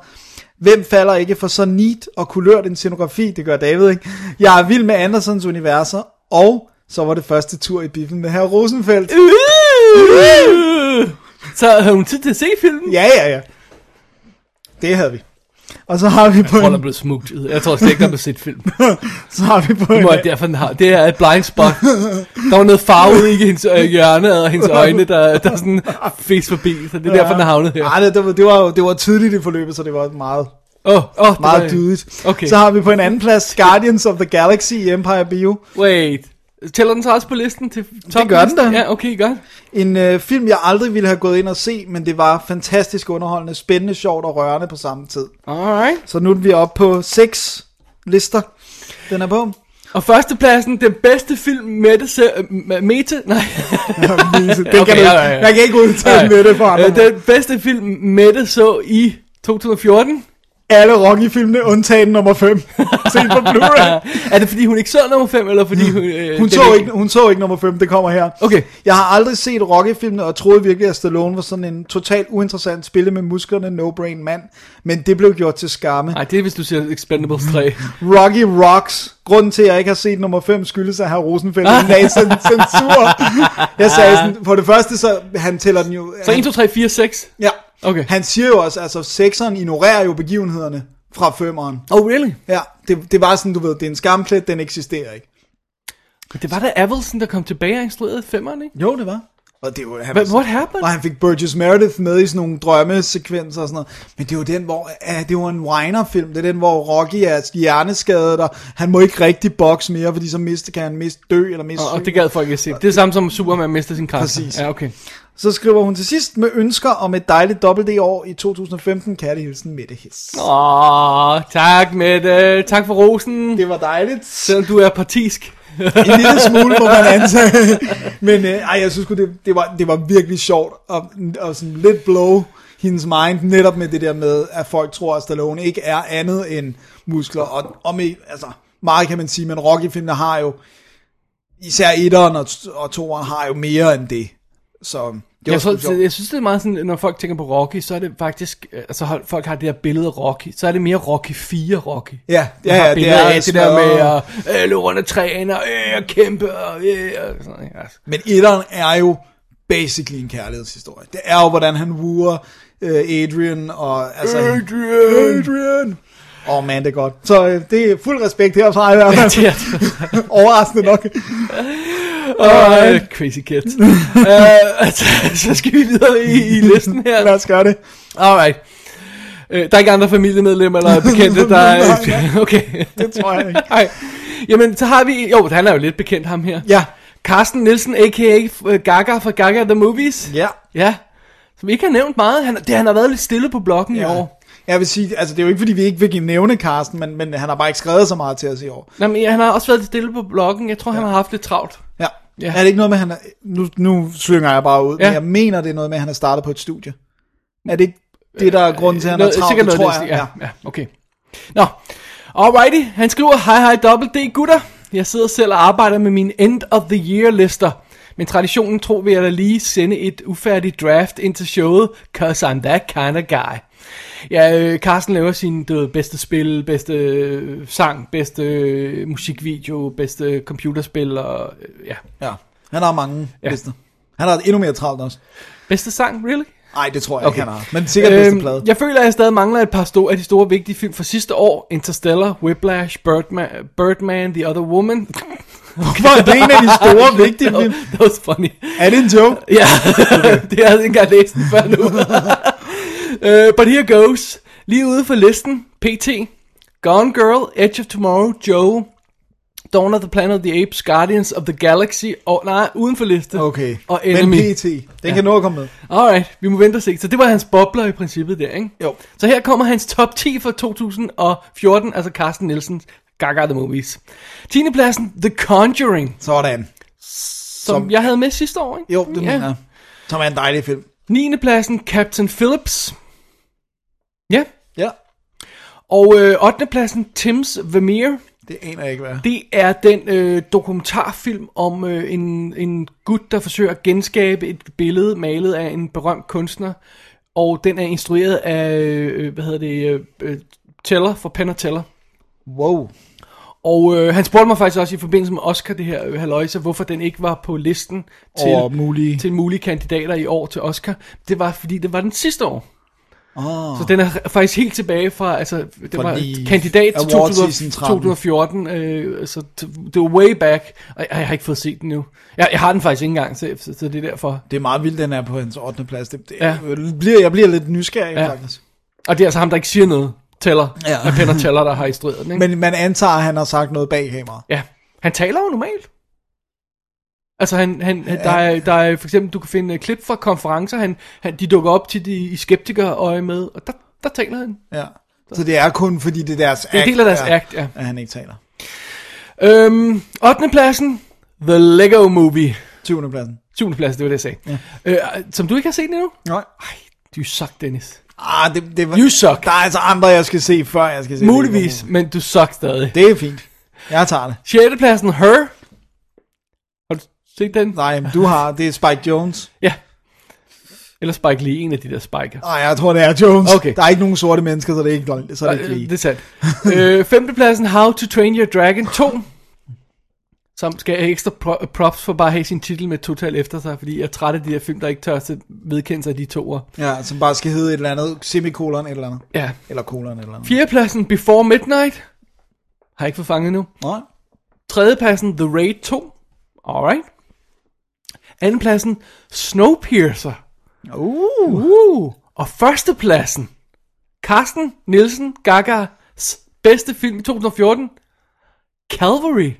Hvem falder ikke for så neat og kulørt en scenografi? Det gør David, ikke? Jeg er vild med Andersons universer, og så var det første tur i biffen med herr Rosenfeldt.
Øh! Så havde hun tid til at se filmen?
Ja, ja, ja. Det havde vi. Og så har vi på
Jeg tror, der
en,
er blevet smugt. Jeg tror slet ikke, der er blevet set film.
så har vi på
Det
en,
må jeg derfor, den har. Det er et blind spot. Der var noget farve ude i hendes øh, hjørne og hendes øjne, der, der sådan fes forbi. Så det er derfor, den er havnet her.
Nej, det, det, var, det, var, jo- det var tidligt i forløbet, så det var meget
Åh, oh, oh,
Meget dydigt.
Okay.
Så har vi på en anden plads Guardians of the Galaxy i Empire Bio.
Wait. Tæller den så også på listen til top
gør den da.
Ja, okay, godt.
En øh, film, jeg aldrig ville have gået ind og se, men det var fantastisk underholdende, spændende, sjovt og rørende på samme tid.
Alright.
Så nu er vi oppe på seks lister, den er på.
Og førstepladsen, den bedste film, Mette, se, øh, m- Mete, nej.
Den kan du- Jeg kan ikke udtale med det for andre.
Øh, Den bedste film, Mette så i 2014.
Alle Rocky-filmene, undtagen nummer 5. Set på Blu-ray.
er det fordi, hun ikke så nummer 5, eller fordi hun... Øh,
Mm. Hun
den
så, ikke, hun så ikke nummer 5, det kommer her.
Okay.
Jeg har aldrig set Rocky-filmene, og troede virkelig, at Stallone var sådan en totalt uinteressant spille med musklerne, no-brain mand. Men det blev gjort til skamme.
Nej, det er, hvis du siger Expendables 3.
Rocky Rocks. Grunden til, at jeg ikke har set nummer 5, skyldes at herr Rosenfeldt lagde cen- censur. Jeg sagde sådan, for det første, så han tæller den jo...
Så
han,
1, 2, 3, 4, 6.
ja.
Okay.
Han siger jo også, altså sekseren ignorerer jo begivenhederne fra femeren.
Oh, really?
Ja, det, det var sådan, du ved, det er en skamplet, den eksisterer ikke.
Men det var da Avelson, der kom tilbage og instruerede femmeren, ikke?
Jo, det var. Og det var, han,
But what happened?
og han fik Burgess Meredith med i sådan nogle drømmesekvenser og sådan noget. Men det er jo den, hvor, uh, det var en Weiner-film. Det er den, hvor Rocky er hjerneskadet, og han må ikke rigtig bokse mere, fordi så miste, kan han miste dø eller miste
Og,
syg.
og det gad folk ikke se. Det er samme som Superman mister sin kraft.
Præcis.
Ja, okay.
Så skriver hun til sidst med ønsker om et dejligt dobbelt D-år i 2015. Kærlig hilsen, Mette Hiss.
Åh, tak Mette. Tak for rosen.
Det var dejligt.
Selvom du er partisk.
En lille smule, må man antage. Men øh, ej, jeg synes sgu, det, det, var, det var virkelig sjovt. Og, og sådan lidt blow hendes mind, netop med det der med, at folk tror, at Stallone ikke er andet end muskler. Og, og med, altså, meget kan man sige, men Rocky-filmene har jo, især etteren og, og toeren har jo mere end det. Så det var
Jeg,
sgu
tror,
sjovt.
jeg synes, det er meget sådan, når folk tænker på Rocky, så er det faktisk, øh, altså hold- folk har det her billede af Rocky, så er det mere Rocky 4 Rocky.
Ja,
De
ja,
har
ja, det
billeder
er
af det der med
smadret.
at øh, løbe rundt af træerne, og øh, og kæmpe, og øh, og sådan noget. ikke? Altså.
Men etteren er jo basically en kærlighedshistorie. Det er jo, hvordan han wooer øh, Adrian og... Altså,
Adrian!
Adrian! Åh oh, man, det er godt. Så øh, det er fuld respekt herfra i hvert fald. Overraskende nok.
Åh, øh, crazy kid. uh, altså, så skal vi videre i, i listen her.
Lad os gøre det.
Alright. Uh, der er ikke andre familiemedlemmer eller bekendte, der er...
Nej,
okay.
Det tror jeg ikke.
Nej. Jamen, så har vi... Jo, han er jo lidt bekendt, ham her.
Ja.
Carsten Nielsen, a.k.a. øh, Gaga fra Gaga The Movies.
Ja.
Ja. Som vi ikke har nævnt meget. Han, det, han har været lidt stille på bloggen i år.
Jeg vil sige, altså det er jo ikke fordi, vi ikke vil give nævne Carsten, men, men han har bare ikke skrevet så meget til os i år.
Nå, men, ja, han har også været lidt stille på bloggen. Jeg tror, ja. han har haft lidt travlt.
Ja.
Ja.
ja. Er det ikke noget med, han er, nu, nu slynger jeg bare ud, ja.
Ja.
men jeg mener, det er noget med, at han er startet på et studie. Er det ikke det, der er grunden til, at han er travlt,
sikkert
det tror
Øh, noget,
jeg.
jeg. Ja, ja, okay. Nå, alrighty. Han skriver, hej hej dobbelt D gutter. Jeg sidder selv og arbejder med mine end of the year lister. Men traditionen tror vi, at jeg lige sende et ufærdigt draft ind til showet, cause I'm that kind of guy. Ja, øh, Carsten laver sin du ved, bedste spil, bedste øh, sang, bedste øh, musikvideo, bedste computerspil og øh, ja.
Ja. Han har mange
Ja.
ja. lister. Han har endnu mere travlt også.
Bedste sang, really?
Nej, det tror jeg okay. ikke, han har. Men sikkert øhm, bedste plade.
Jeg føler, at jeg stadig mangler et par store, af de store vigtige film fra sidste år. Interstellar, Whiplash, Birdman, Birdman The Other Woman.
Hvor er det en af de store, vigtige film?
That was funny.
Er det en joke?
Ja, det har jeg ikke engang læst den før nu. uh, but here goes. Lige ude for listen, PT, Gone Girl, Edge of Tomorrow, Joe, Dawn of the Planet of the Apes, Guardians of the Galaxy, og nej, uden for liste,
Okay.
og
men
Enemy.
PT, den ja. kan nå at komme med.
Alright, vi må vente og se. Så det var hans bobler i princippet der, ikke?
Jo.
Så her kommer hans top 10 for 2014, altså Carsten Nielsens Gaga The Movies. 10. pladsen, The Conjuring,
Sådan.
som, som jeg havde med sidste år, ikke?
Jo, det ja. mener jeg. Som er en dejlig film.
9. pladsen, Captain Phillips. Ja.
Ja.
Og øh, 8. pladsen, Tim's Vermeer.
Det aner jeg ikke, hvad er.
Det er den øh, dokumentarfilm om øh, en, en gut, der forsøger at genskabe et billede malet af en berømt kunstner. Og den er instrueret af, øh, hvad hedder det, øh, øh, Teller fra Penn Teller.
Wow.
Og øh, han spurgte mig faktisk også i forbindelse med Oscar, det her øh, halløjse, hvorfor den ikke var på listen til,
Over mulige-
til mulige kandidater i år til Oscar. Det var, fordi det var den sidste år.
Oh.
Så den er faktisk helt tilbage fra, altså, det
Fra
var
lige
kandidat til
award
2000
season 13.
2014, øh, så t- det var way back, og jeg, jeg har ikke fået set den nu. Jeg, jeg har den faktisk ikke engang, så, så så det er derfor.
Det er meget vildt, den er på hans 8. plads. Det, det,
Ja.
ja. bliver, jeg bliver lidt nysgerrig,
Ja.
ja. faktisk.
Og det er altså ham, der ikke siger noget, Teller,
Ja.
ja. Penn og Teller, der har instrueret den, ikke?
Men man antager, at han har sagt noget bag kameraet.
Ja, han taler jo normalt. Altså han, han, han der, er, der er for eksempel, du kan finde øh, klip fra konferencer, han, han, de dukker op til de i skeptikerøje med, og der, der taler han.
Ja. Så det er kun fordi, det er deres act.
Det er en del af deres
at-
act, ja.
At han ikke taler.
Øhm, 8. pladsen, The Lego Movie.
20. pladsen.
7. pladsen, det var det, jeg sagde. Ja. Øh, som du ikke har set endnu?
Nej.
Du suck, Dennis.
Ah, det, det var...
You suck.
Der er altså andre, jeg skal se, før jeg skal se
Muligvis,
Det,
men du suck stadig.
det er fint. Jeg tager det.
6. pladsen, Her. Har du set den?
Nej, men du har... Det er Spike Jones.
Ja. Eller Spike Lee, en af de der spiker.
Nej, jeg tror, det er Jones.
Okay.
Der er ikke nogen sorte mennesker, så det er ikke, så er det
Øh,
ikke lige.
Det er sandt. øh, femtepladsen, How to Train Your Dragon 2. Som skal have ekstra pro- props for bare at have sin titel med total efter sig, fordi jeg er træt af de der film, der ikke tør at vedkende sig de to år.
Ja, som bare skal hedde et eller andet. Semikolon et eller andet.
Ja.
Eller kolon et eller andet.
Fjerdepladsen, Before Midnight. Har jeg ikke fået fanget nu.
Nej.
Tredjepladsen, The Raid 2. Alright. Andenpladsen, Snowpiercer.
Uh.
Uh. Og førstepladsen, Carsten Nielsen Gagas bedste film i 2014, Calvary.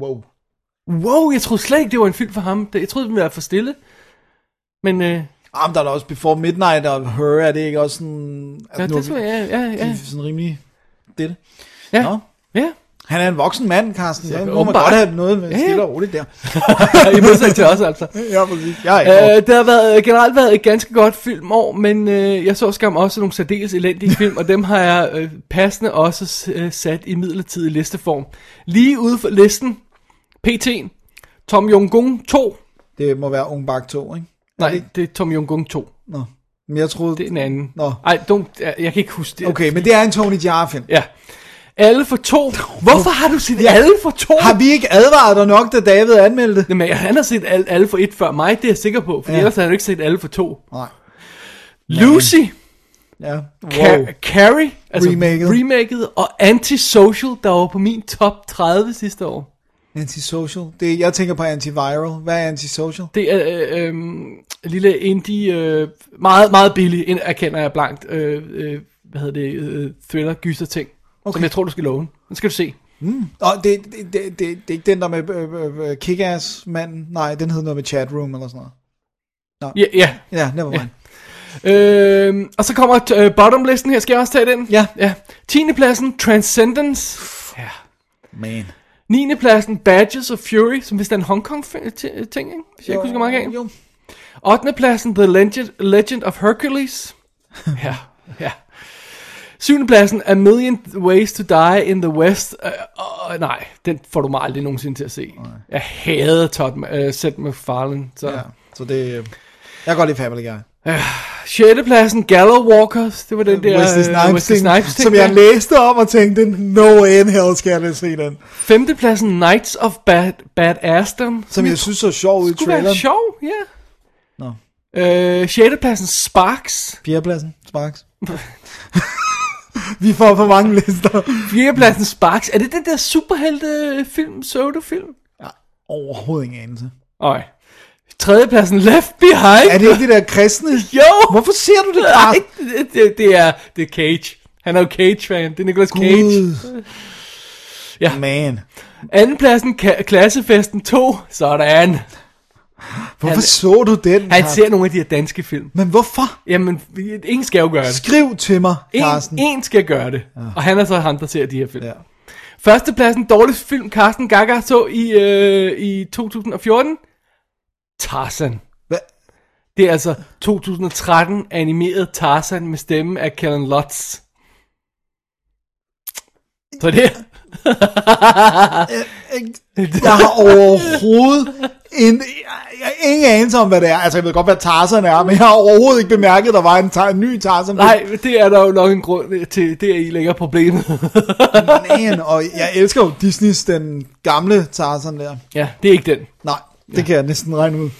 Wow.
Wow, jeg troede slet ikke, det var en film for ham. Det- Jeg troede, den ville være for stille. Men øh,
Ah, men der er da også Before Midnight og Her, er det ikke også sådan...
ja, det tror jeg, ja, ja,
Ja.
ja.
Sådan rimelig... Det er det.
Ja.
Nå.
ja.
Han er en voksen mand, Carsten. Så må man
åbenbart.
godt have noget med
Ja, ja.
stille og roligt der.
I modsætning til os, altså.
Ja, præcis. Jeg er ikke
Øh, det har været, generelt været et ganske godt filmår, men øh, jeg så skam også nogle særdeles elendige film, og dem har jeg øh, passende også s- øh, sat i midlertidig listeform. Lige ude for listen, PT, Tom Jong-gung 2.
Det må være Ung Bak 2, ikke?
Nej, det er Tom Jong-gung 2.
Nå. Men jeg troede...
Det er en anden.
Nå.
Ej, don't, jeg, jeg kan ikke huske det.
Okay, men det er en Tony Jaa-film.
Ja. Alle for to. Hvorfor har du set ja. alle for to?
Har vi ikke advaret dig nok, da David anmeldte det?
Jamen, han har set alle, alle for et før mig, det er jeg sikker på, for ja.
Ja.
ellers havde han jo ikke set alle for to.
Nej.
Lucy.
Ja.
Wow.
Wow.
Carrie, altså
Remaket.
remaket, og Antisocial, der var på min top 30 sidste år.
Antisocial. Det, jeg tænker på antiviral. Hvad er antisocial?
Det er øh, øh, en lille indie, øh, meget, meget billig, ind- erkender jeg blankt, øh, øh, hvad hedder det, øh, thriller, gyser ting, okay. som jeg tror, du skal låne. Den skal du se.
Mm. Og det, det, det, det, det er ikke den der med øh, øh, Kick-Ass-manden. Nej, den hedder noget med chatroom eller sådan noget.
Ja, ja.
Ja, never mind.
Øh, og så kommer t- øh, bottomlisten her, skal jeg også tage den?
Ja.
ja. 10. pladsen, Transcendence. Ja.
Man.
9. pladsen, Badges of Fury, som vist er en Hong Kong fi- ti- ting, ikke? Hvis jeg ikke husker meget af.
Jo.
8. pladsen, The Legend, Legend of Hercules. ja, ja. 7. pladsen, A Million Ways to Die in the West. Uh, uh, nej, den får du mig aldrig nogensinde til at se. Nej. Jeg hader Todd, uh, Seth MacFarlane. Så. Ja.
Ja, så det... øh, Jeg kan godt lide Family Guy.
6. pladsen, Gallow Walkers. Det var den der
Wesley
øh,
Snipes,
Wesley Snipes ting
som jeg
der.
læste om og tænkte, no way in hell skal jeg da se den.
Femtepladsen Knights of Bad, Badassdom.
Som jeg synes så sjov ud i
skulle være
traileren.
sjov, ja.
Nå.
Øh, sjettepladsen Sparks.
Fjerdepladsen, Sparks. Vi får for mange lister.
Fjerdepladsen Sparks. Er det den der superheltefilm, pseudofilm?
Overhovedet ingen anelse.
Nej. Tredjepladsen Left Behind.
Er det ikke det der kristne?
Jo!
Hvorfor ser du det, Carsten?
Nej, det, det, det, er, det er Cage. Han er jo Cage-fan. Det er Nicolas Cage.
Gud.
Ja.
Man.
Andenpladsen, ka- Klassefesten 2. Sådan.
Hvorfor
Han-
så du den?
Han
Carsten?
ser nogle af de her danske film.
Men hvorfor?
Jamen, ingen skal jo gøre det.
Skriv til mig, Carsten.
En, en skal gøre det. Ja. Og han er så ham, der ser de her film.
Ja.
Ja. Førstepladsen, dårligste film, Carsten Gaga så i, øh, i 2014. Tarzan.
Hva?
Det er altså 2013 animeret Tarzan med stemme af Kellen Lutz. Så det
Jeg har overhovedet en, jeg har ingen anelse om, hvad det er. Altså, jeg ved godt, hvad Tarzan er, men jeg har overhovedet ikke bemærket, at der var en, tar- en ny Tarzan.
Nej, det er der jo nok en grund til, det er I lægger problemet.
Man, og jeg elsker jo Disneys, den gamle Tarzan der.
ja, det er ikke den.
Nej, det ja. kan jeg næsten regne ud.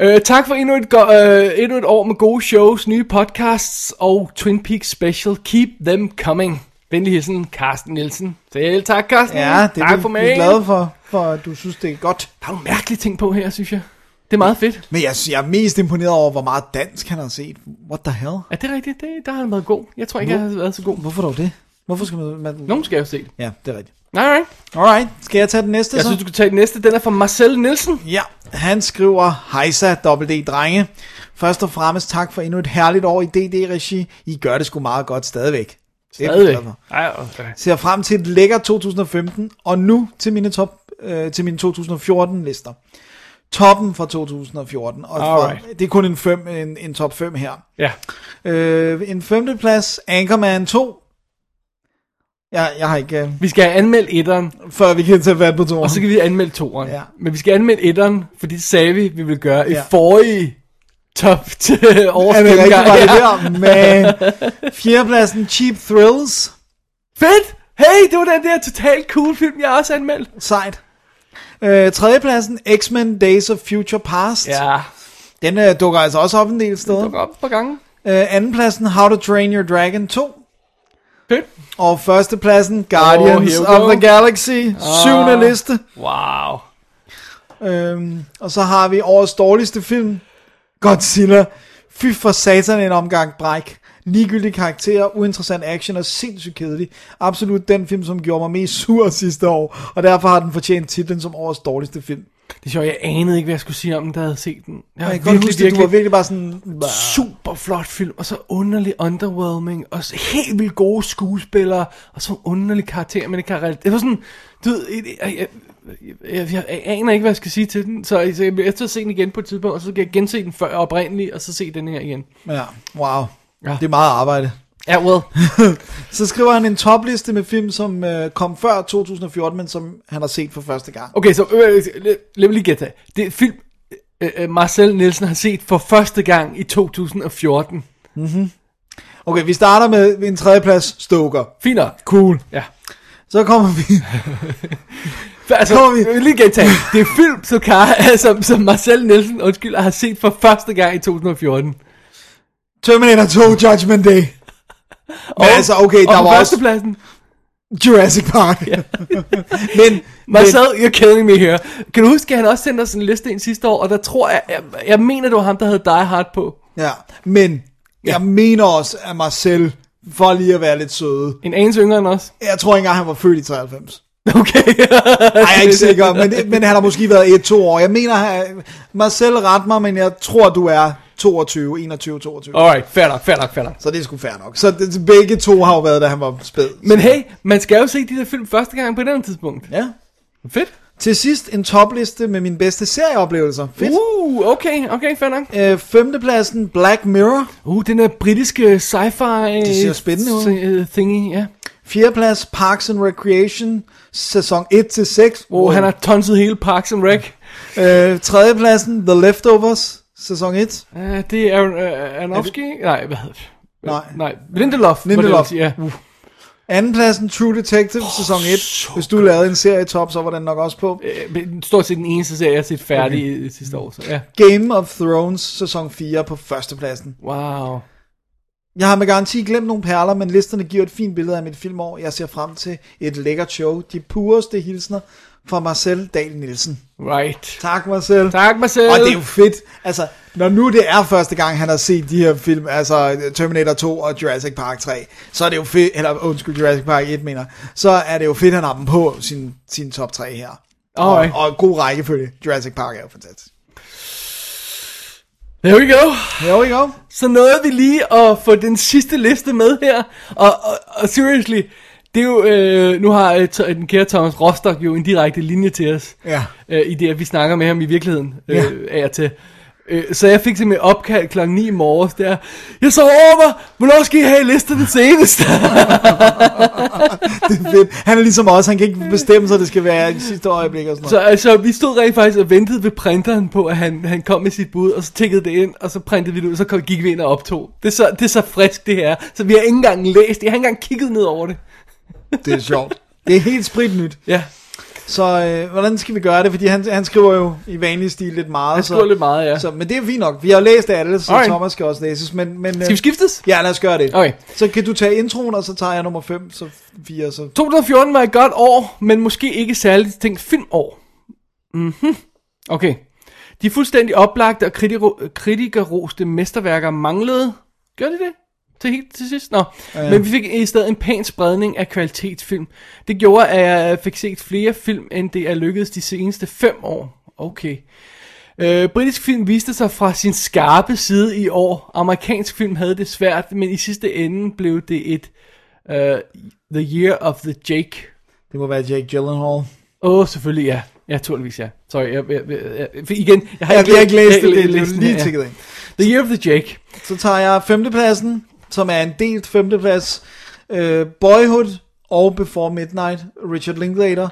Øh, tak for endnu et, go- øh, endnu et år med gode shows, nye podcasts og Twin Peaks special. Keep them coming. Venlig hilsen, Carsten Nielsen. Selv tak, Carsten.
Ja, det er
tak
vi,
for
vi er
mailen.
glade for, for, at du synes, det er godt.
Der er nogle mærkelige ting på her, synes jeg. Det er meget fedt.
Men jeg, jeg er mest imponeret over, hvor meget dansk han har set. What the hell?
Er det rigtigt? Det, der har han været god. Jeg tror ikke, jeg har været så god.
Hvorfor dog det? Hvorfor skal man... man...
Nogen skal jeg jo se det.
Ja, det er rigtigt.
Alright.
Alright, skal jeg tage den næste
Jeg
så?
synes, du kan tage den næste. Den er fra Marcel Nielsen.
Ja, han skriver, hejsa, WD drenge. Først og fremmest tak for endnu et herligt år i DD-regi. I gør det sgu meget godt stadigvæk. Det er vi
Stadigvæk.
glade for.
Ej, okay.
Ser frem til et lækkert 2015, og nu til mine, top, øh, til mine 2014-lister. Toppen fra 2014, og fra,
Alright.
det er kun en, fem, en, en top 5 her.
Ja.
Øh, en femteplads, Anchorman 2. Jeg, jeg har ikke, øh,
Vi skal have anmeldt etteren,
før vi kan tage fat på toren.
og så kan vi anmelde toeren.
Ja.
Men vi skal anmelde etteren, fordi det sagde vi, vi ville gøre i
Ja.
forrige top til årets
er det rigtigt,
gennemgang.
var det
Ja.
der? Man. Fjerdepladsen, Cheap Thrills.
Fedt! Hey, det var den der totalt cool film, jeg også anmeldte.
Sejt. Øh, tredjepladsen, X-Men Days of Future Past. Den øh, dukker altså også op en del steder.
Dukker op på gange.
Øh, andenpladsen, How to Train Your Dragon 2.
Fedt.
Og førstepladsen, Guardians
here we
oh, of
go. Ah.
the Galaxy. Syvende liste.
Wow.
Øhm, og så har vi årets dårligste film, Godzilla. Fy for satan en omgang bræk. Ligegyldige karakterer, uinteressant action og sindssygt kedelig. Absolut den film, som gjorde mig mest sur sidste år, og derfor har den fortjent titlen som årets dårligste film.
Det er sjovt, jeg anede ikke, hvad jeg skulle sige om den, da jeg havde set den. Jeg
Jeg kan godt huske, at du var virkelig bare sådan...
super flot film, og så underlig underwhelming, og så helt vildt gode skuespillere, og så underlig karakter, men det kan relatere. Det var sådan, du ved, jeg, jeg, jeg, jeg, jeg aner ikke, hvad jeg skal sige til den, så jeg, så jeg bliver efter at se den igen på et tidspunkt, og så kan jeg gense den før oprindelige, og så se den her igen.
Ja, wow.
Ja.
Det er meget arbejde.
Ja, well.
Så skriver han en topliste med film, som øh, kom før 2014, men som han har set for første gang.
Okay, så øh, lad- lad mig lige gætte. Det er film, øh, øh, Marcel Nielsen har set for første gang i 2014.
Okay, vi starter med en tredjeplads, Stoker.
Fint nok.
Cool.
Ja.
Så kommer vi
Altså,
Kommer vi-
vi... lige gentage. Det er film, som, Kar, som, som Marcel Nielsen undskyld, har set for første gang i 2014.
Terminator 2 Judgment Day. Men altså, okay,
og
der
på
var også
førstepladsen,
Jurassic Park. men, men,
Marcel, you're killing me here. Kan du huske, at han også sendte os en liste ind sidste år, og der tror jeg, jeg, jeg mener, det var ham, der havde Die Hard på.
ja, men jeg mener også, at Marcel, for lige at være lidt søde,
En anelse yngre end os.
jeg tror ikke engang, han var født i 93.
Okay.
Ej, jeg er ikke sikker, men, men han har måske været et, to år. Jeg mener, han, Marcel ret mig, men jeg tror, du er 22, 21, 22.
Alright, fair nok, fair nok, fair nok.
Så det er sgu fair nok. Så det, begge to har jo været, da han var spæd.
Men hey, man skal jo se de der film første gang på et eller andet tidspunkt.
Ja.
Fedt.
Til sidst en topliste med mine bedste serieoplevelser. Fedt.
Uh, okay, okay, fair nok.
Øh, femtepladsen, Black Mirror.
Uh, den der britiske sci-fi...
Det ser spændende ud.
se- øh, Thingy, ja.
Fjerdeplads, Parks and Recreation, sæson 1-6.
Hvor han har tonset hele Parks and Rec.
Øh, tredjepladsen, The Leftovers, sæson 1.
Uh, det er Aaron uh, Aronofsky? Nej, hvad hedder
Nej.
Nej, Lindelof. var det,
Lindelof.
jeg ville sige, Ja.
Andenpladsen, True Detective, sæson 1. Hvis du lavede en serietop, så var den nok også på.
Øh, men Stort set den eneste serie, jeg har set færdig okay. sidste år. Så. Ja.
Game of Thrones, sæson 4 på førstepladsen.
Wow.
Jeg har med garanti glemt nogle perler, men listerne giver et fint billede af mit filmår. Jeg ser frem til et lækkert show. De pureste hilsner fra Marcel Dahl Nielsen.
Right.
Tak, Marcel.
Tak, Marcel.
Og det er jo fedt. Altså, når nu det er første gang, han har set de her film, altså Terminator 2 og Jurassic Park 3, så er det jo fedt, eller undskyld, Jurassic Park 1 mener, så er det jo fedt, han har dem på sin, sin top 3 her.
Alright.
Og, og god rækkefølge. Jurassic Park er jo fantastisk.
There we go.
Here we go.
Så nåede vi lige at få den sidste liste med her. Og, og, og seriously, det er jo, øh, nu har øh, t- den kære Thomas Rostock jo en direkte linje til os.
Ja.
Øh, I det, at vi snakker med ham i virkeligheden. Øh,
Ja.
Af og til. Øh, så jeg fik simpelthen opkald kl. 9 i morges der. Jeg så over mig, hvornår skal I have listen den seneste?
Det er fedt. Han er ligesom os, han kan ikke bestemme sig, det skal være i sidste øjeblik og sådan
Så
noget.
altså, vi stod rent faktisk og ventede ved printeren på, at han, han kom med sit bud, og så tækkede det ind, og så printede vi det ud, og så kom, gik vi ind og optog. Det er, så, det er så frisk, det her. Så vi har ikke engang læst, jeg har ikke engang kigget ned over det.
Det er sjovt. Det er helt spritnyt.
Ja,
Så øh, hvordan skal vi gøre det? Fordi han, han skriver jo i vanlig stil lidt meget.
han
så-
skriver lidt meget, ja.
Så, men det er fint nok. Vi har læst alle, så
Alright.
Thomas skal også læses. Men, men,
Skal vi skiftes?
Ja, lad os gøre det.
Okay.
Så kan du tage introen, og så tager jeg nummer 5, så 4, så...
2014 var et godt år, men måske ikke særligt tænkt filmår. Mhm. Okay. De fuldstændig oplagte og kritiker- kritikerroste mesterværker manglede. Gør de det? Til helt til sidst? Nå. Ja. Men vi fik i stedet en pæn spredning af kvalitetsfilm. Det gjorde, at jeg fik set flere film, end det er lykkedes de seneste fem år. Okay. Øh, britisk film viste sig fra sin skarpe side i år. Amerikansk film havde det svært, men i sidste ende blev det et øh, The Year of the Jake.
Det må være Jake Gyllenhaal.
Åh, oh, selvfølgelig ja. Ja, naturligvis ja. Sorry, jeg, jeg, jeg, jeg, for igen, jeg har
Jeg, jeg har ikke læst
jeg har
det,
ikke
det er
listen
lige
her,
tækket ind.
The Year of the Jake.
Så tager jeg femtepladsen, som er en delt femteplads. Øh, Boyhood og Before Midnight, Richard Linklater.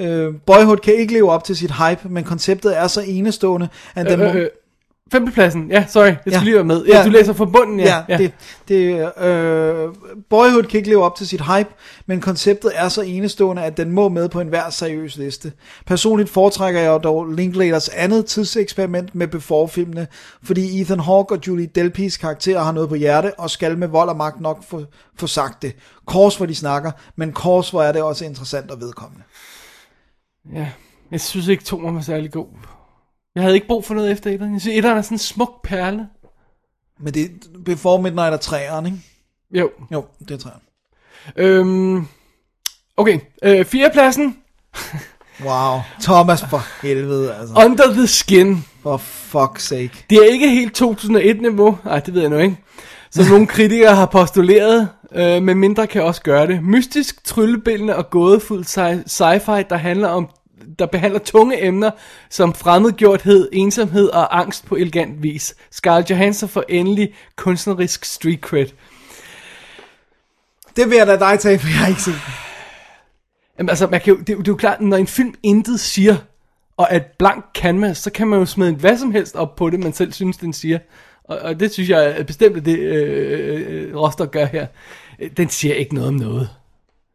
Øh, Boyhood kan ikke leve op til sit hype, men konceptet er så enestående, at den må...
Øh, øh, femtepladsen, ja, sorry, jeg skulle
Ja.
lige være med. Ja,
Ja.
du læser fra bunden, ja.
Ja, ja. det, det øh, Boyhood kan ikke leve op til sit hype, men konceptet er så enestående, at den må med på enhver seriøs liste. Personligt foretrækker jeg dog Linklaters andet tidseksperiment med Before-filmene, fordi Ethan Hawke og Julie Delpys karakterer har noget på hjerte, og skal med vold og magt nok få, få sagt det. Kors, hvor de snakker, men kors, hvor er det også interessant og vedkommende.
ja. Jeg synes ikke, to var særlig god. Jeg havde ikke brug for noget efter etteren. Jeg synes, etteren er sådan en smuk perle.
Men det Before Midnight er træerne, ikke?
Jo.
Jo, det er træerne.
Øhm, okay, øh, fjerdepladsen,
Wow. Thomas, for helvede, altså.
Under the Skin.
For fuck's sake.
Det er ikke helt 2001-niveau, nej det ved jeg nu ikke, som nogle kritikere har postuleret, øh, men mindre kan også gøre det. Mystisk, tryllebillende og gådefuld sci- sci-fi, der handler om der behandler tunge emner som fremmedgjorthed, ensomhed og angst på elegant vis. Scarlett Johansson får endelig kunstnerisk street cred.
Det vil jeg da dig tage, for jeg har ikke set den.
Jamen, altså, man kan jo, det, er jo- det er jo klart, når en film intet siger, og er et blank canvas, så kan man jo smide hvad som helst op på det, man selv synes, den siger. Og, og det synes jeg er bestemt, at det øh, øh, Rostock gør her. Øh, Den siger ikke noget om noget.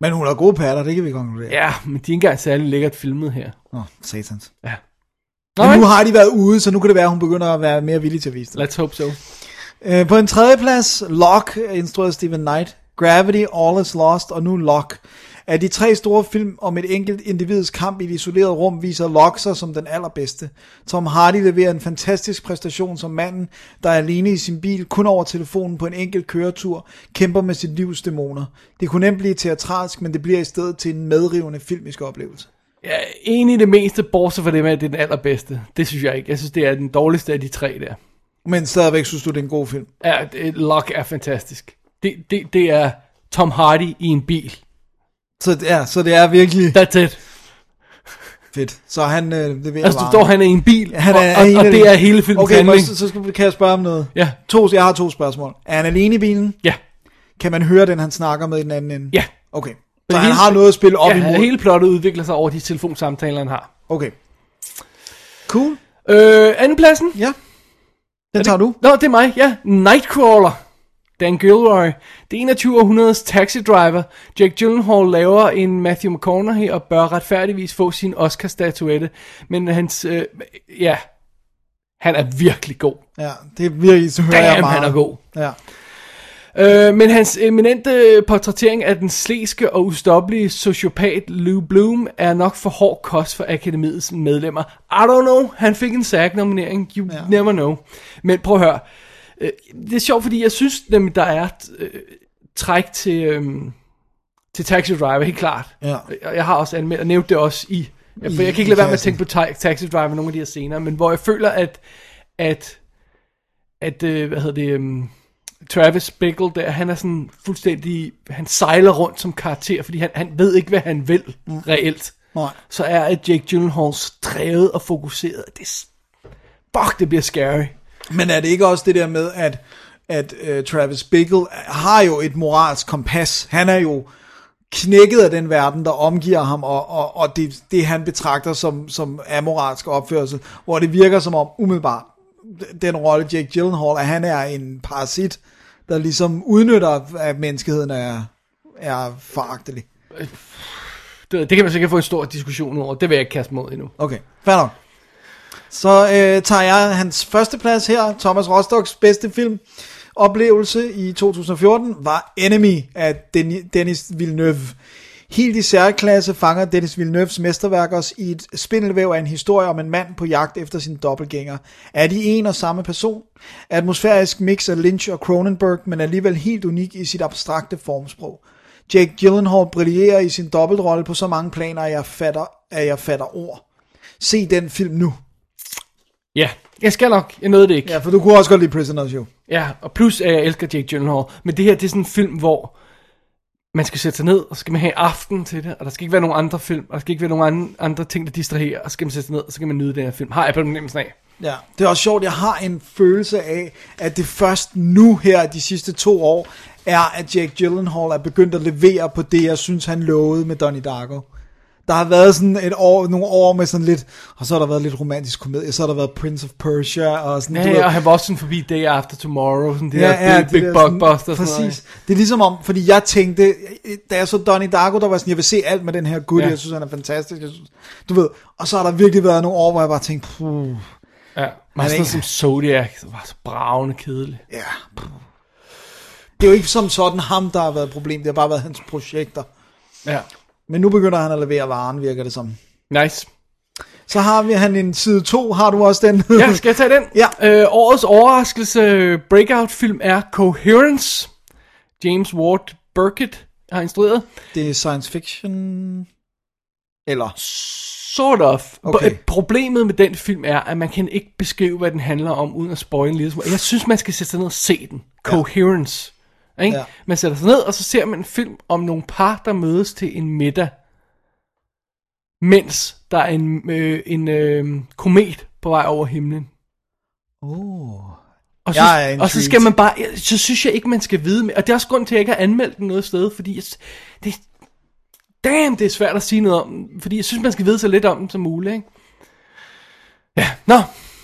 Men hun har gode patter, det kan vi konkludere.
Ja, men de er ikke engang særlig lækkert filmet her.
Nå, satans.
Ja.
Men
Alright.
nu har de været ude, så nu kan det være, at hun begynder at være mere villig til at vise det.
Let's hope so.
Øh, på en tredje plads, Lock, instrueret af Stephen Knight. Gravity, All is Lost og nu Lock. Af de tre store film om et enkelt individs kamp i et isoleret rum, viser Lock sig som den allerbedste. Tom Hardy leverer en fantastisk præstation som manden, der er alene i sin bil, kun over telefonen på en enkelt køretur, kæmper med sit livs dæmoner. Det kunne nemt blive teatralsk, men det bliver i stedet til en medrivende filmisk oplevelse.
Jeg er enig i det meste, bortset fra det med, at det er den allerbedste. Det synes jeg ikke. Jeg synes, det er den dårligste af de tre der.
Men stadigvæk synes du, det er en god film.
Ja, det, Lock er fantastisk. Det, det, det er Tom Hardy i en bil.
Så, det er, så det er virkelig...
That's it.
Fedt. Så han øh, leverer
Altså, du
varen.
står, han er i en bil,
Han
og,
er,
og,
en
og,
af
det
de-
er hele filmens
okay,
handling.
Okay, så, så skal- kan jeg spørge om noget.
Ja.
To, jeg har to spørgsmål. Er han alene i bilen?
Ja.
Kan man høre den, han snakker med i den anden ende?
Ja.
Okay.
Det
Så han
hele-
har noget at spille op
ja,
imod?
hele plottet udvikler sig over de telefonsamtaler, han har.
Okay. Cool.
Øh, andenpladsen?
Ja. Den tager du.
Nå, det er mig, ja. Nightcrawler. Dan Gilroy. Det 21. århundredes taxi driver. Jack Gyllenhaal laver en Matthew McConaughey og bør retfærdigvis få sin Oscar-statuette. Men hans, øh, ja, han er virkelig god.
Ja, det er virkelig, så hører jeg
Damn,
meget.
han er god.
Ja.
Øh, men hans eminente portrættering af den sleske og ustoppelige sociopat Lou Bloom er nok for hård kost for akademiets medlemmer. I don't know, han fik en SAG-nominering, you ja. never know. Men prøv at høre, øh, det er sjovt, fordi jeg synes nemlig, der er øh, træk til, øh, til Taxi Driver, helt klart.
Ja.
Og Jeg har også anmeldt, og nævnt det også i, jeg, for
I-
jeg kan
i
ikke lade være med at
kassen.
tænke på ta- Taxi Driver nogle af de her scener, men hvor jeg føler, at, at, at øh, hvad hedder det, øhm, Travis Bickle der, han er sådan fuldstændig, han sejler rundt som karakter, fordi han, han ved ikke, hvad han vil mm. reelt.
Nej.
Så er at Jake Gyllenhaal drevet og fokuseret. Det er, s- fuck, det bliver scary.
Men er det ikke også det der med, at, at uh, Travis Bickle har jo et moralsk kompas. Han er jo knækket af den verden, der omgiver ham, og, og, og det, det han betragter som, som amoralsk opførsel, hvor det virker som om umiddelbart, den rolle Jake Gyllenhaal, at han er en parasit, der ligesom udnytter, at menneskeheden er, er foragtelig.
Det, det kan man sikkert få en stor diskussion over. Det vil jeg ikke kaste mod endnu.
Okay, fair nok. Så øh, tager jeg hans første plads her, Thomas Rostocks bedste film. Oplevelse i 2014 var Enemy af Den- Dennis Villeneuve. Helt i særklasse fanger Dennis Villeneuves mesterværk os i et spindelvæv af en historie om en mand på jagt efter sin dobbeltgænger. Er de en og samme person? Atmosfærisk mix af Lynch og Cronenberg, men alligevel helt unik i sit abstrakte formsprog. Jake Gyllenhaal brillerer i sin dobbeltrolle på så mange planer, at jeg fatter, at jeg fatter ord. Se den film nu.
Ja, jeg skal nok. Jeg nåede det ikke.
Ja, for du kunne også godt lide Prisoners jo.
Ja, og plus at jeg elsker Jake Gyllenhaal, men det her det er sådan en film, hvor man skal sætte sig ned, og så skal man have en aften til det, og der skal ikke være nogen andre film, og der skal ikke være nogen andre, andre ting, der distraherer, og så skal man sætte sig ned, og så kan man nyde den her film. Har jeg på fornemmelsen af?
Ja, det er også sjovt, jeg har en følelse af, at det først nu her de sidste to år, er at Jake Gyllenhaal er begyndt at levere på det, jeg synes han lovede med Donnie Darko. Der har været sådan et år, nogle år med sådan lidt, og så har der været lidt romantisk komedie, så har der været Prince of Persia og sådan,
Ja,
du ved,
ja, og han var også sådan forbi Day After Tomorrow, sådan det
Ja,
der
ja,
Big, big
der sådan-
Blockbuster og sådan
Præcis.
noget.
Noget, Det er ligesom om, fordi jeg tænkte, da jeg så Donnie Darko, der var sådan, jeg vil se alt med den her gut,
Ja.
ja. jeg synes, han er fantastisk. Jeg synes, du ved, og så har der virkelig været nogle år, hvor jeg bare tænkte, puh,
Ja, ja. Men sådan
ikke-
noget som Zodiac, det var så bravende kedeligt.
ja, puh. Det er jo ikke som sådan ham, der har været et problem, det har bare været hans projekter.
Ja.
Men nu begynder han at levere varen, virker det som.
Nice.
Så har vi han en side 2, har du også den?
Ja, skal jeg tage den?
Ja.
Øh, årets overraskelse øh, breakout-film er Coherence. James Ward Burkett har instrueret.
det er science fiction, eller?
Sort of.
Okay.
Okay. Problemet med den film er, at man kan ikke beskrive, hvad den handler om, uden at spoil en lille smule. Jeg synes, man skal sætte sig ned og se den. Coherence. Ja. Ikke?
Ja.
Ja. Man sætter sig ned, og så ser man en film om nogle par, der mødes til en middag, mens der er en, øh, en øh, komet på vej over himlen.
Oh.
Og så,
Jeg er
og så skal
intrigued.
man bare, så synes jeg ikke, man skal vide mere. Og det er også grund til, at jeg ikke har anmeldt den noget sted, fordi jeg, s- det, damn, det er svært at sige noget om, den, fordi jeg synes, man skal vide så lidt om den som muligt, ikke? Ja, nå,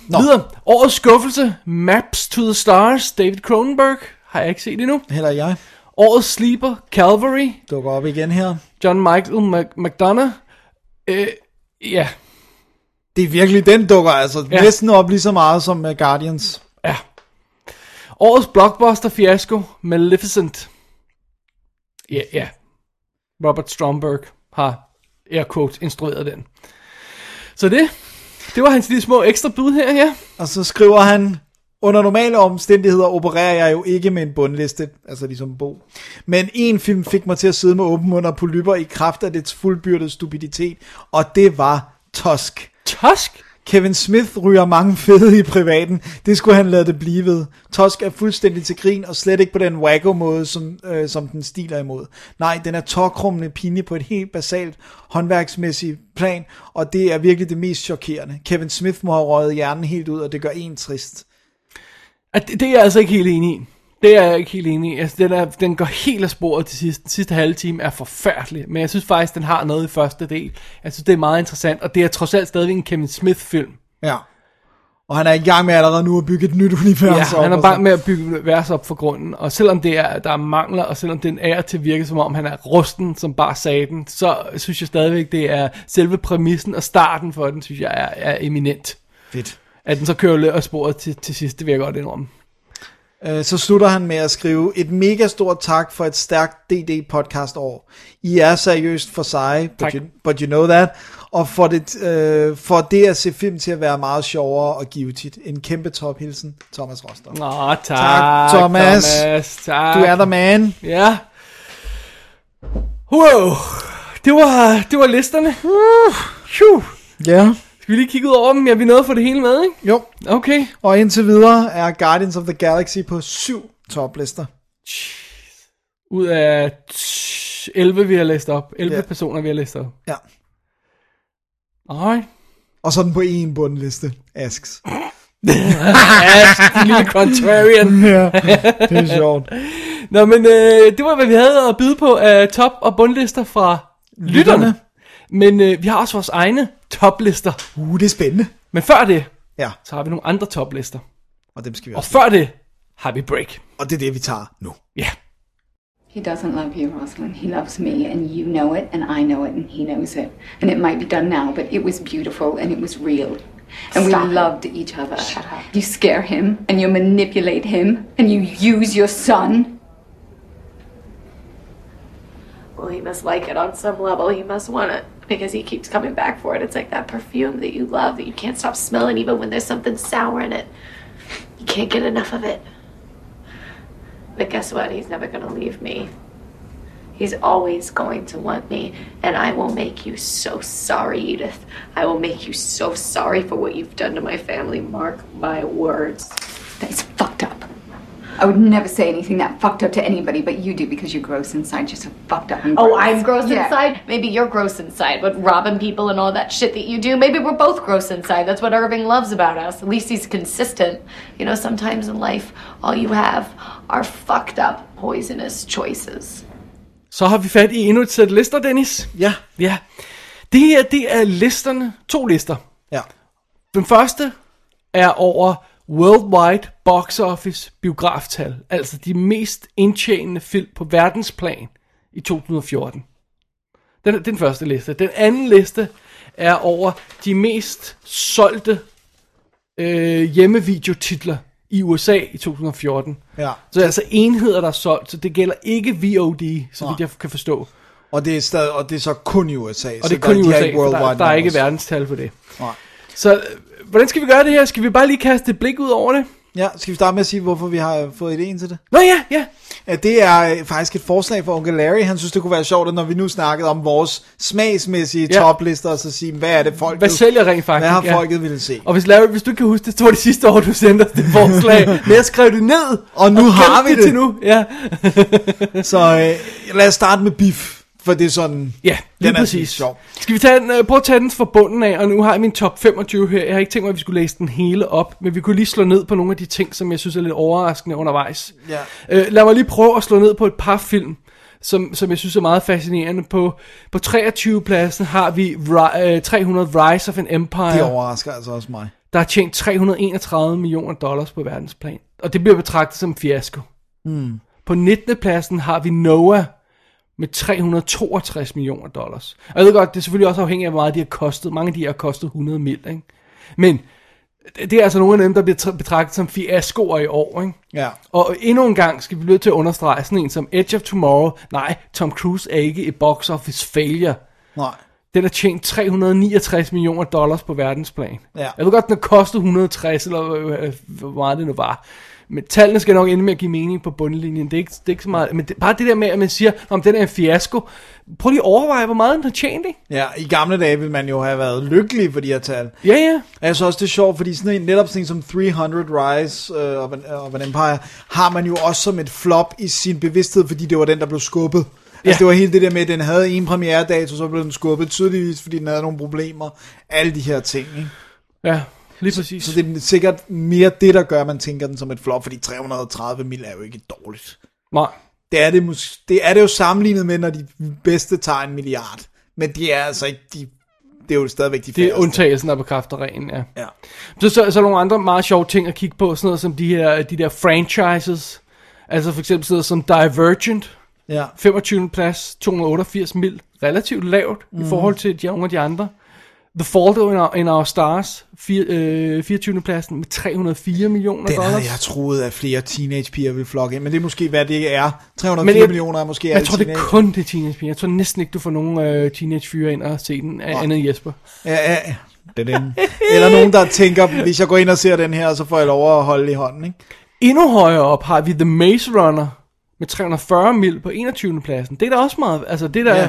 nå. videre. Årets skuffelse, Maps to the Stars, David Cronenberg, har jeg ikke set endnu.
Heller jeg
Årets sleeper, Calvary,
dukker op igen her.
John Michael Mc- McDonough. Øh, ja,
Det er virkelig, den dukker altså
Ja.
uh, ja. næsten op lige så meget som øh, Guardians.
ja. Årets blockbuster-fiasko, Maleficent. Ja, yeah, ja. Yeah. Robert Stromberg har, air quotes, instrueret den. Så det, det var hans lille små ekstra bud her, ja.
Og så skriver han, under normale omstændigheder opererer jeg jo ikke med en bundliste, altså ligesom Bo. Men en film fik mig til at sidde med åben mund og polypper i kraft af dets fuldbyrdede stupiditet, og det var Tusk.
Tusk?
Kevin Smith ryger mange fede i privaten. Det skulle han lade det blive ved. Tusk er fuldstændig til grin, og slet ikke på den wacko måde, som, øh, som den stiler imod. Nej, den er tårkrummende pinlig på et helt basalt håndværksmæssigt plan, og det er virkelig det mest chokerende. Kevin Smith må have røget hjernen helt ud, og det gør en trist.
At det, det er jeg altså ikke helt enig i. Det er jeg ikke helt enig i. Altså, den, er, den går helt af sporet til sidst. Den sidste halve time er forfærdelig, men jeg synes faktisk, den har noget i første del. Jeg synes, det er meget interessant, og det er trods alt stadigvæk en Kevin Smith-film.
Ja. Og han er i gang med allerede nu at bygge et nyt univers
Ja,
op.
han er
og
bare
sådan.
med at bygge vers op for grunden, og selvom det er, der er mangler, og selvom den er til virke som om han er rusten, som bare sagde den, så synes jeg stadigvæk, det er selve præmissen og starten for den, synes jeg er, er eminent.
Fedt.
At den så kører lidt af sporet til, til sidst, det vil jeg godt indrømme.
Øh, Så slutter han med at skrive et mega stort tak for et stærkt DD podcast år. I er seriøst for seje, but
Tak.
you, but you know that. Og for det, øh, for det at se film til at være meget sjovere og givetigt. En kæmpe tophilsen, Thomas Roster.
Nå, tak,
Tak, Thomas.
Thomas tak.
Du er der, man.
Ja. Wow. Det var, det var listerne. Uh, phew.
Ja.
Skal vi lige kigge ud over dem? Ja, vi nåede at få det hele med, ikke?
Jo.
Okay.
Og indtil videre er Guardians of the Galaxy på syv toplister.
Ud af t- 11, vi har læst op. 11
Ja.
personer, vi har læst op.
Ja.
Alright.
Og så er den på en bundliste. Asks.
Ask, din lille contrarian.
ja, det er sjovt.
Nå, men øh, det var, hvad vi havde at byde på af top- og bundlister fra lytterne.
Lytterne.
Men øh, vi har også vores egne toplister.
Uh, det er spændende.
Men før det,
Ja,
så har vi nogle andre toplister.
og dem skal vi
Og
også.
før det, har vi break.
Og det er det, vi tager nu.
Ja. Yeah.
He doesn't love you, Rosalind. He loves me, and you know it, and I know it, and he knows it. And it might be done now, but it was beautiful and it was real. And
Stop
we
it.
loved each other. Shut up. You scare him, and you manipulate him, and you use your son.
Well, he must like it on some level. He must want it because he keeps coming back for it. It's like that perfume that you love that you can't stop smelling even when there's something sour in it. You can't get enough of it. But guess what? He's never going to leave me. He's always going to want me, and I will make you so sorry, Edith. I will make you so sorry for what you've done to my family. Mark my words.
That's fucked up. I would never say anything that fucked up to anybody, but you do because you're gross inside. You're so fucked up and gross.
Oh, I'm gross
Yeah.
inside? Maybe you're gross inside, but robbing people and all that shit that you do, maybe we're both gross inside. That's what Irving loves about us. At least he's consistent. You know, sometimes in life, all you have are fucked up, poisonous choices.
Så har vi fat i endnu et sæt lister, Dennis.
Ja.
Ja. Det her, det er listerne. To lister.
Ja.
Den første er over worldwide box office biograftal. Altså de mest indtjenende film på verdensplan i 2014. Den, den første liste. Den anden liste er over de mest solgte øh, hjemmevideotitler i USA i 2014.
Ja.
Så det er altså enheder, der er solgt, så det gælder ikke VOD, så vidt jeg kan forstå.
Og det er, stadig, og det er så kun i USA.
Og det
så
er kun
der,
i
de har
USA,
ikke
for der,
worldwide
der er ikke
numbers.
verdenstal for det.
Nej.
Så øh, hvordan skal vi gøre det her? Skal vi bare lige kaste et blik ud over det?
Ja, skal vi starte med at sige, hvorfor vi har fået idéen til det?
Nå ja, ja.
At det er øh, faktisk et forslag fra onkel Larry. Han synes, det kunne være sjovt, at når vi nu snakkede om vores smagsmæssige
Ja.
ja. toplister, og så sige, hvad er det folk
Hvad sælger rent faktisk?
Hvad har
Ja.
folket ville se?
Og hvis, Larry, hvis du ikke kan huske det, så var det sidste år, du sendte os det forslag. Men jeg skrev det ned.
Og nu har
gemte
vi det.
til nu. Ja,
Så øh, lad os starte med biff, for det er sådan...
ja lige
den er
præcis.
sjov.
Skal vi tage den, øh, prøve at tage den fra bunden af, og nu har jeg min top 25 her. Jeg har ikke tænkt mig, at vi skulle læse den hele op, men vi kunne lige slå ned på nogle af de ting, som jeg synes er lidt overraskende undervejs.
Ja.
Øh, lad mig lige prøve at slå ned på et par film, som, som jeg synes er meget fascinerende. På, på 23. pladsen har vi Ri- øh, 300 Rise of an Empire.
Det overrasker altså også mig.
der har tjent 331 millioner dollars på verdensplan. Og det bliver betragtet som en fiasko.
Mm.
På 19. pladsen har vi Noah med 362 millioner dollars. Og jeg ved godt, det er selvfølgelig også afhængigt af, hvor meget de har kostet. Mange af de har kostet 100 mil, ikke? Men Det er altså nogle af dem, der bliver tra- betragtet som fiaskoer i år, ikke?
Ja.
Og endnu en gang skal vi blive nødt til at understrege sådan en som Edge of Tomorrow. Nej, Tom Cruise er ikke et box office failure.
Nej.
Den har tjent 369 millioner dollars på verdensplan.
Ja.
Jeg ved godt, den har kostet 160, eller øh, øh, hvor meget det nu var. Men tallene skal nok ende med at give mening på bundlinjen. Det er ikke, det er ikke så meget. Men det, bare det der med, at man siger, om den er en fiasko. Prøv lige at overveje, hvor meget den har tjent, ikke?
Ja, i gamle dage ville man jo have været lykkelig for de her tal.
Ja, ja.
Og jeg synes også, det er sjovt, fordi sådan en, netop sådan en som 300 Rise øh, of, an, of an Empire, har man jo også som et flop i sin bevidsthed, fordi det var den, der blev skubbet. Ja.
Ja.
Altså det var hele det der med, at den havde en premieredato, så blev den skubbet tydeligvis, fordi den havde nogle problemer. Alle de her ting, ikke?
Ja, lige præcis.
Så det er sikkert mere det, der gør, at man tænker den som et flop, fordi 330 mil er jo ikke dårligt.
Nej.
Det er det, mås- det er det jo sammenlignet med, når de bedste tager en milliard. Men det er altså ikke de... Det er jo stadigvæk de
Det er
færreste.
undtagelsen, der bekræfter reglen, ja.
Ja.
Så, så, så er der nogle andre meget sjove ting at kigge på, sådan noget som de her, de der franchises. Altså for eksempel sådan noget som Divergent,
Ja.
25. plads, 288 mil, relativt lavt mm. i
Mhm.
forhold til de nogle af de andre. The Fault in Our, in our Stars, fire, øh, 24. pladsen med 304 millioner
Den
dollars.
havde jeg troet, at flere teenagepiger ville flokke ind, men det er måske, hvad det er. 304
Men jeg-
millioner er måske
Men jeg
alle
tror, det
teenage.
er kun det er teenagepiger. Jeg tror næsten ikke, du får nogen øh, teenagefyre ind og se den,
Nej.
af andet end Jesper.
Ja, ja. Det er den. Eller nogen, der tænker, hvis jeg går ind og ser den her, så får jeg lov at holde i hånden, ikke?
Endnu højere op har vi The Maze Runner med 340 mil på 21. pladsen. Det er da også meget, altså det der,
Ja.
ja.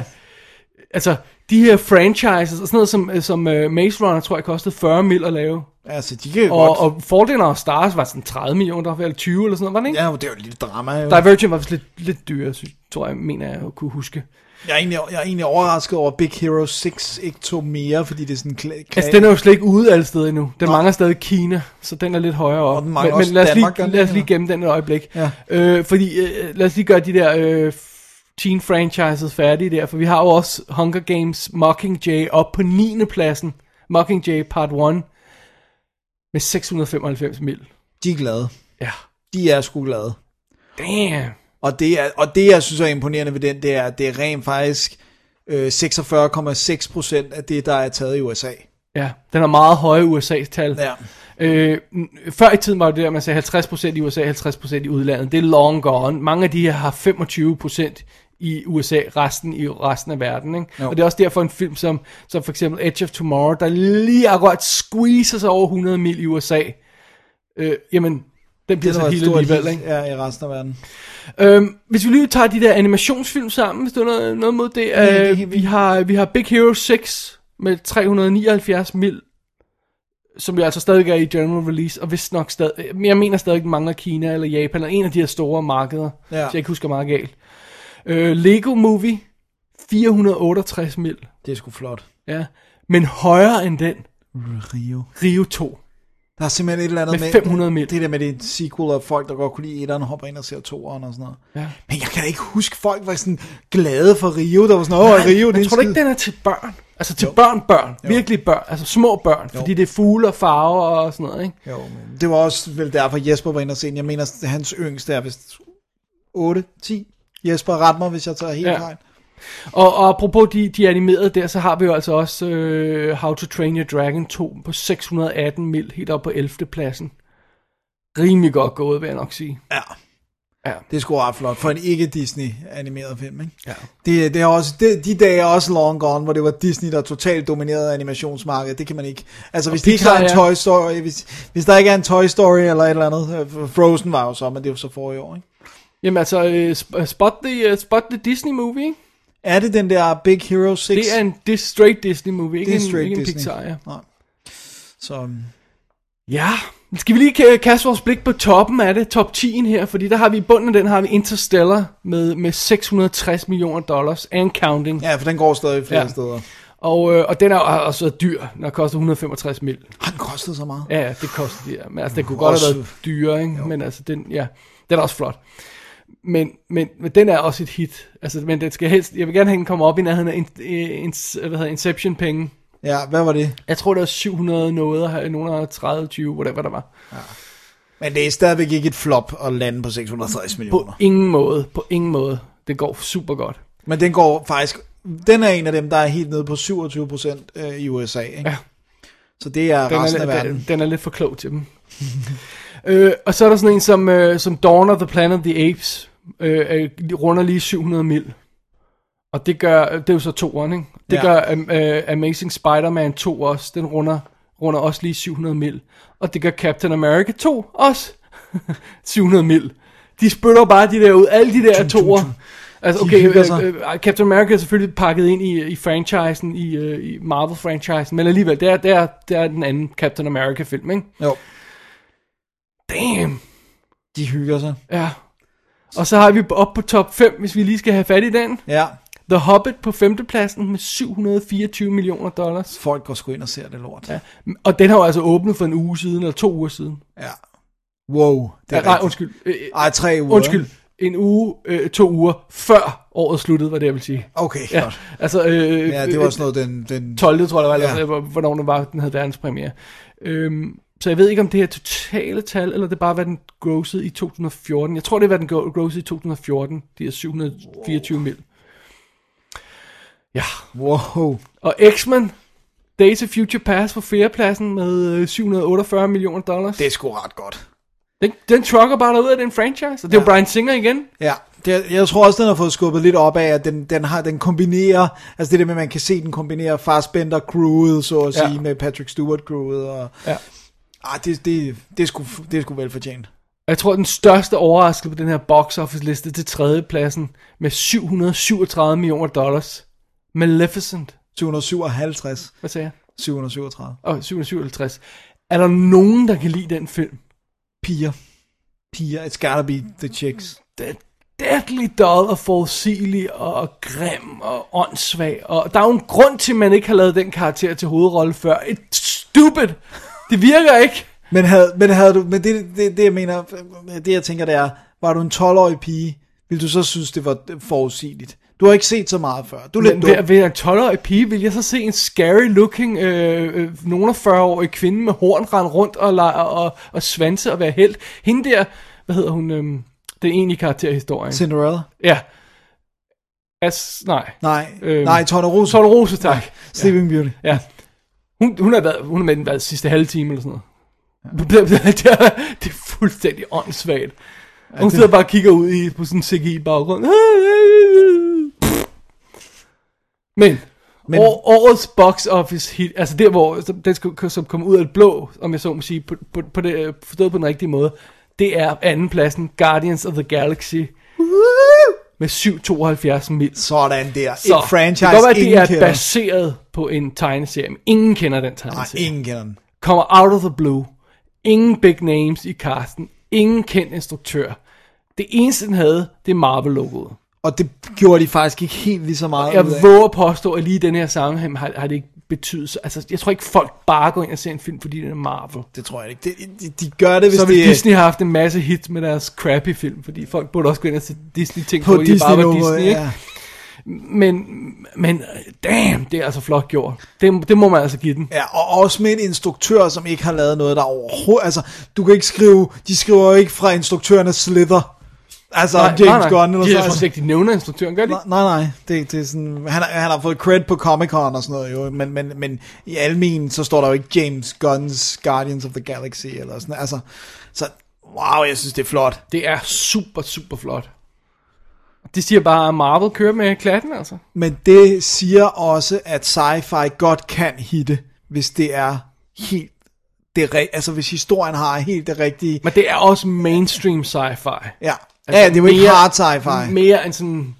altså de her franchises og sådan noget som, som uh, Maze Runner tror jeg kostede 40 mil at lave.
Altså, de kan jo
Og,
godt...
og Fordelen og Stars var sådan 30 millioner, eller 20 eller sådan noget, var det ikke?
Ja, det er jo et lille drama, jo.
Divergent var vist lidt, lidt dyrere, sy- tror jeg, mener jeg, jeg kunne huske.
Jeg er, egentlig, jeg er egentlig overrasket over, at Big Hero 6 ikke tog mere, fordi det er sådan en kla-
Altså, den er jo slet ikke ude alle steder endnu. Den mangler stadig Kina, så den er lidt højere op.
den mangler
men, men
også
lad os
Danmark, gør
lige,
den
lad os
ikke,
lige gemme den et øjeblik.
Ja.
Øh, fordi, øh, lad os lige gøre de der øh, teen franchises færdige der, for vi har jo også Hunger Games Mockingjay op på 9. pladsen. Mockingjay Part 1 med 695 mil.
De er glade.
Ja.
De er sgu glade.
Damn.
Og det, er, og det, jeg synes er imponerende ved den, det er, at det er rent faktisk øh, 46,6 procent af det, der er taget i USA.
Ja, den har meget høje USA's tal.
Ja.
Øh, n- før i tiden var det der, man sagde 50% i USA, 50% i udlandet. Det er long gone. Mange af de her har 25% i USA, resten i resten af verden. Ikke?
Jo.
Og det er også derfor en film som, som for eksempel Edge of Tomorrow, der lige akkurat squeezes sig over 100 mil i USA. Øh, jamen, den bliver
Det
så
var et
helt
stort
alligevel.
hit,
Ikke?
Ja, i resten af verden.
Øhm, hvis vi lige tager de der animationsfilm sammen, hvis du har noget, noget mod det.
Ja, det er
Øh,
helt
vi, har, vi har Big Hero 6 med 379 mil, som jo altså stadig er i general release, og vist nok stadig, men jeg mener stadig, den mangler Kina eller Japan, eller en af de her store markeder,
Ja.
ja. så jeg ikke husker meget galt. Øh, Lego Movie, 468 mil,
Det er sgu flot.
ja. men højere end den,
Rio.
Rio 2.
Der er simpelthen et eller andet
Med 500
med det der med det er en sequel, og folk, der godt kunne lide etteren, hopper ind og ser toeren og sådan noget.
Ja.
Men jeg kan da ikke huske, folk var sådan glade for Rio, der var sådan, åh,
Nej,
Rio, det er
men
en
tror du ikke,
skide-"
den er til børn? Altså til børn, børn.
Jo.
Virkelig børn. Altså små børn.
Jo.
Fordi det er fugle og farver og sådan noget, ikke?
Jo, men det var også vel derfor, Jesper var inde og se den. Jeg mener, at hans yngste er vist 8, 10. Jesper, ret mig, hvis jeg tager helt
Ja.
fejl.
Og, og apropos de, de animerede der, så har vi jo altså også øh, How to Train Your Dragon 2 på 618 mil, helt op på 11. pladsen. Rimelig godt gået, vil jeg nok sige.
Ja.
Ja.
Det er sgu ret flot for en ikke-Disney-animeret film, ikke?
Ja.
Det, det er også, det, de dage er også long gone, hvor det var Disney, der totalt dominerede animationsmarkedet. Det kan man ikke. Altså, hvis, de ikke
Pixar,
har en
ja.
Toy Story, hvis, hvis der ikke er en Toy Story eller et eller andet. øh, Frozen var jo så, men det er jo så for i år, ikke?
Jamen altså, øh, sp- spot, the, uh, spot the Disney movie, ikke?
Er det den der Big Hero 6?
Det er en dis- straight Disney movie, ikke,
Det er
en,
straight
ikke en
Disney.
Pixar, ja.
Nej. Så, mm,
Ja, skal vi lige ka- kaste vores blik på toppen af det, top 10'en her, fordi der har vi i bunden af den har vi Interstellar med, med 660 millioner dollars and counting.
ja, for den går stadig flere ja.
Ja.
steder.
Og, øh, og den er har også været dyr, den har kostet 165 mil.
Har den kostet så meget?
Ja, ja, det koster det. ja. Men altså, den kunne godt have
Også-
været dyre, ikke? Men altså, den, ja, den er også flot. Men, men, men den er også et hit. Altså, men den skal helst, jeg vil gerne have den komme op i nærheden af in, in, hvad hedder, Inception penge.
Ja, hvad var det?
Jeg tror, det var 700 noget, nogen 30, 20, whatever der var.
Men det er stadigvæk ikke et flop at lande på 660 millioner.
På ingen måde, på ingen måde. Det går super godt.
Men den øh, går faktisk... Den er en af dem, der er helt nede på 27 procent i USA, ikke?
Ja.
Så det er
Den er,
resten af verden.
Den, den er lidt for klog til dem. øh, og så er der sådan en som, øh, som Dawn of the Planet of the Apes, øh, øh, runder lige 700 mil. Og det gør, det er jo så to ikke? Det
Ja.
ja. gør um, uh, Amazing Spider-Man 2 også, den runder, runder også lige 700 mil. Og det gør Captain America 2 også 700 mil. De spytter bare de der ud, alle de der toer. Altså
De
okay,
hygger
øh,
sig.
øh, Captain America er selvfølgelig pakket ind i, i franchisen, i, øh, i Marvel-franchisen, men alligevel, det er, det, er, det er den anden Captain America-film, ikke?
Jo.
Damn.
De hygger sig.
Ja. Og så har vi op på top 5, hvis vi lige skal have fat i den.
Ja.
The Hobbit på femtepladsen med 724 millioner dollars.
Folk går sgu ind og ser det lort.
Ja. Og den har jo altså åbnet for en uge siden, eller to uger siden.
Ja. Wow. Det er
nej,
rigtigt.
undskyld. Øh, øh,
Ej, tre uger.
Undskyld. En uge, øh, to uger før året sluttede, var det, jeg vil sige.
Okay,
ja,
godt.
Altså, øh,
Ja, det var sådan noget, den... den
12. tror jeg, det var, eller
Ja.
ja. hvornår den var, den havde verdenspremiere. Øhm, så jeg ved ikke, om det her totale tal, eller det er bare, hvad den grossede i 2014. Jeg tror, det er, hvad den gro- grossede i 2014. De er 724 wow. mil. Ja.
Wow.
Og X-Men, Days of Future Past på fjerdepladsen med øh, 748 millioner dollars.
Det er sgu ret godt.
Den, den trucker bare ud af den franchise. Og det er jo Brian Singer igen.
Ja, det, jeg tror også, den har fået skubbet lidt op af, at den, den, har, den kombinerer, altså det der med, at man kan se, den kombinerer Fassbender crewet, så at
Ja.
ja. sige, med Patrick Stewart crewet, og
Ja.
ah, det, det, det, er sgu, det er sgu velfortjent.
Og jeg tror, den største overraskelse på den her box office liste til tredjepladsen med 737 millioner dollars. Maleficent.
757.
Hvad sagde jeg?
737.
Og 757. Er der nogen, der kan lide den film?
Piger. Piger, it's gotta be the chicks.
Den er deadly dull og forudsigelig og, og grim og åndssvag. Og der er jo en grund til, at man ikke har lavet den karakter til hovedrolle før. It's stupid. Det virker ikke.
Men, havde, men, havde du, men det, det, det, jeg mener, det jeg tænker, det er, var du en 12-årig pige, ville du så synes, det var forudsigeligt? Du har ikke set så meget før. Du er lidt
Men ved,
dum.
ved en 12-årig pige, vil jeg så se en scary looking, øh, øh, nogen af 40-årig kvinde med horn rende rundt og, lege, og, og, og svanse og være helt. Hende der, hvad hedder hun, øh, den egentlige karakter i historien.
Cinderella?
Ja. As, nej.
Nej,
Øhm.
nej, Torne Rose.
Torne Rose, tak.
Sleeping Beauty.
Ja. Hun, hun har været, hun har med den været sidste halve time eller sådan noget. Det, det, det, er, det er fuldstændig åndssvagt. Og hun
det-
sidder bare og kigger ud i, på sådan en CGI-baggrund. Men, Men
Men-
år, årets box office hit, altså der hvor som- den skal, som kommer ud af det blå, om jeg så må sige, på, på, på det, øh, forstået på den rigtige måde, det er andenpladsen, Guardians of the Galaxy, med 772 mil.
Sådan der.
Så,
et franchise,
det kan godt være, at
ingen
det er
kender.
baseret på en tegneserie, men ingen kender den
Nej,
tegneserie.
ingen kender den.
Kommer out of the blue. Ingen big names i casten. Ingen kendt instruktør. Det eneste, den havde, det er Marvel-logoet.
Og det gjorde de faktisk ikke helt lige så meget
Jeg
ud af.
våger at påstå, at lige i den her sammenhæng har, har det ikke betydet... så- Altså, jeg tror ikke, folk bare går ind og ser en film, fordi den er Marvel.
Det tror jeg ikke. De, de, de gør det, hvis
Så vil
det
Disney have haft en masse hits med deres crappy film, fordi folk burde også gå ind og se Disney-ting,
på
hvor de
Disney,
bare var
nu,
Disney, ikke?
ja.
Men, men damn, det er altså flot gjort. Det, det må man altså give den.
ja. og også med en instruktør, som ikke har lavet noget, der overhovedet... Altså, du kan ikke skrive... De skriver jo ikke fra instruktørerne Slither. Altså, nej, James Gunn eller
de,
sådan
Jeg synes ikke, de nævner instruktøren, gør de?
Nej, nej, nej. Det, det er sådan, han, har- han har fået cred på Comic-Con og sådan noget, jo, men, men, men i almen, så står der jo ikke James Gunn's Guardians of the Galaxy eller sådan Altså, så wow, jeg synes, det er flot.
Det er super, super flot. De siger bare, at Marvel kører med klatten, altså.
Men det siger også, at sci-fi godt kan hitte, hvis det er helt det re- altså hvis historien har helt det rigtige.
Men det er også mainstream sci-fi.
Ja, altså, ja det er jo ikke
mere-
hard sci-fi.
Mere end sådan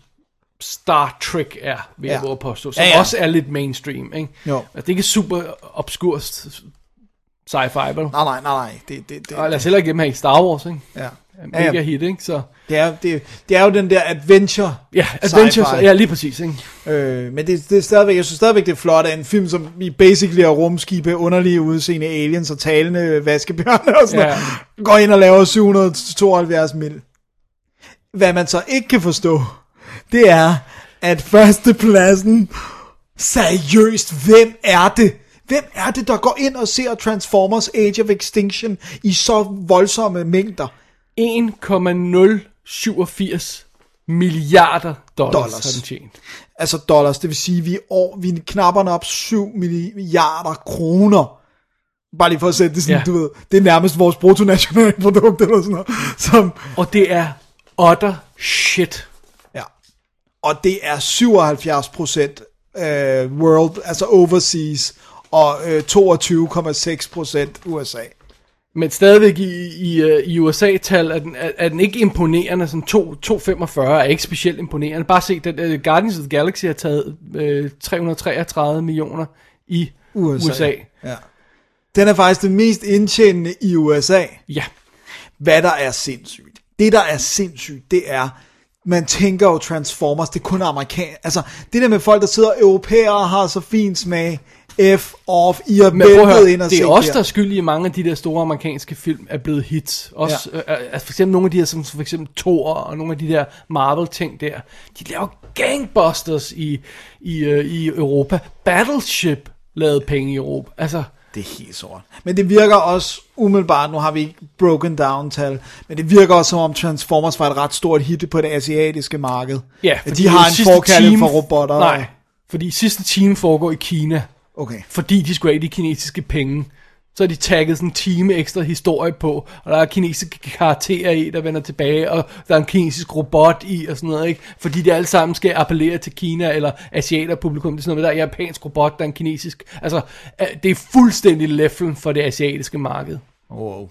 Star Trek er, vil jeg
Ja.
ja. at påstå. Som
Ja,
ja,
ja.
ja. også er lidt mainstream, ikke?
Jo.
Altså, det er ikke super obskurs sci-fi, vel?
Nej, nej, nej, nej. Det, det, det,
Og lad os heller ikke dem her i Star Wars, ikke?
ja.
Er
Ja, ja.
Mega hit, ikke? Så,
Det, er, det, det er jo den der adventure
ja, Adventures,
sci-fi.
ja, lige præcis, ikke?
Øh, men det, det er stadigvæk, jeg synes stadigvæk, det er flot, at en film, som i basically er rumskibe, underlige udseende aliens og talende vaskebjørne og sådan
Ja.
ja. noget, går ind og laver 772 mil. Hvad man så ikke kan forstå, det er, at førstepladsen, seriøst, hvem er det? Hvem er det, der går ind og ser Transformers Age of Extinction i så voldsomme mængder
1,087 milliarder dollars,
Dollars.
dollars. har den tjent.
altså dollars? Det vil sige, vi, år, vi knapper den op 7 milliarder kroner. Bare lige for at sætte det sådan,
Ja.
ja. du ved, det er nærmest vores bruttonationalprodukt eller sådan noget. Som,
og det er utter shit.
Ja. Og det er 77 procent øh, world, altså overseas, og øh, 22,6 procent USA.
Men stadigvæk i, i, øh, i USA-tal er den, er, er den ikke imponerende. Sådan to- 2,45 er ikke specielt imponerende. Bare se, den, uh, Guardians of the Galaxy har taget uh, 333 millioner i USA. USA.
Ja. Den er faktisk den mest indtjenende i USA.
Ja.
Hvad der er sindssygt. Det, der er sindssygt, det er, man tænker jo Transformers, det er kun amerikansk. Altså, det der med folk, der sidder europæere og har så fint smag, F off, I har
Men prøv at
væltet ind
høre,
og
det er
set
os,
her.
der er skyldige i mange af de der store amerikanske film er blevet hits. Også, ja. øh, altså for eksempel nogle af de her, som for eksempel Thor og nogle af de der Marvel-ting der. De laver gangbusters i, i, øh, i Europa. Battleship lavede penge i Europa. Altså,
Det er helt sort. Men det virker også umiddelbart, nu har vi ikke broken down tal, men det virker også som om Transformers var et ret stort hit på det asiatiske marked.
Ja,
fordi
fordi
de har
den
en
sidste
forkærlighed
time-
for robotter.
Nej, fordi sidste time foregår i Kina.
Okay.
Fordi de skulle have de kinesiske penge. Så har de tagget sådan en time ekstra historie på, og der er kinesiske karakterer i, der vender tilbage, og der er en kinesisk robot i, og sådan noget, ikke? Fordi de alle sammen skal appellere til Kina, eller asiater publikum, det er sådan noget, med, der er en japansk robot, der er en kinesisk, altså, øh, det er fuldstændig leflen for det asiatiske marked.
Wow.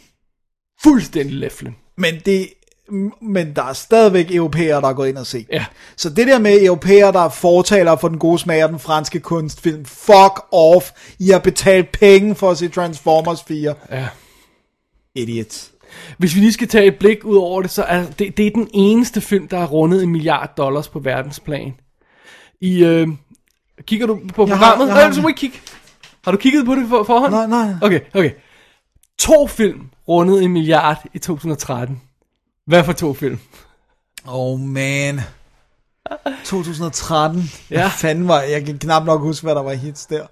Fuldstændig leflen.
Men, det, m- men der er stadigvæk europæere, der er gået ind og set.
Ja.
Så det der med europæere, der er fortalere for den gode smag og den franske kunstfilm, fuck off, I har betalt penge for at se Transformers 4.
Ja.
Idiots.
Hvis vi lige skal tage et blik ud over det, så er det, det er den eneste film, der har rundet en milliard dollars på verdensplan. I, øh, kigger du på
Jeg har-
programmet?
jeg
Nej,
har
så
den.
må ikke kigge. Har du kigget på det for, forhånd?
Nej, nej.
Okay, okay. To film rundede en milliard i 2013. Hvad for to film?
Oh man. 2013.
Ja.
Ja. Fanden var, jeg kan knap nok huske, hvad der var hits der.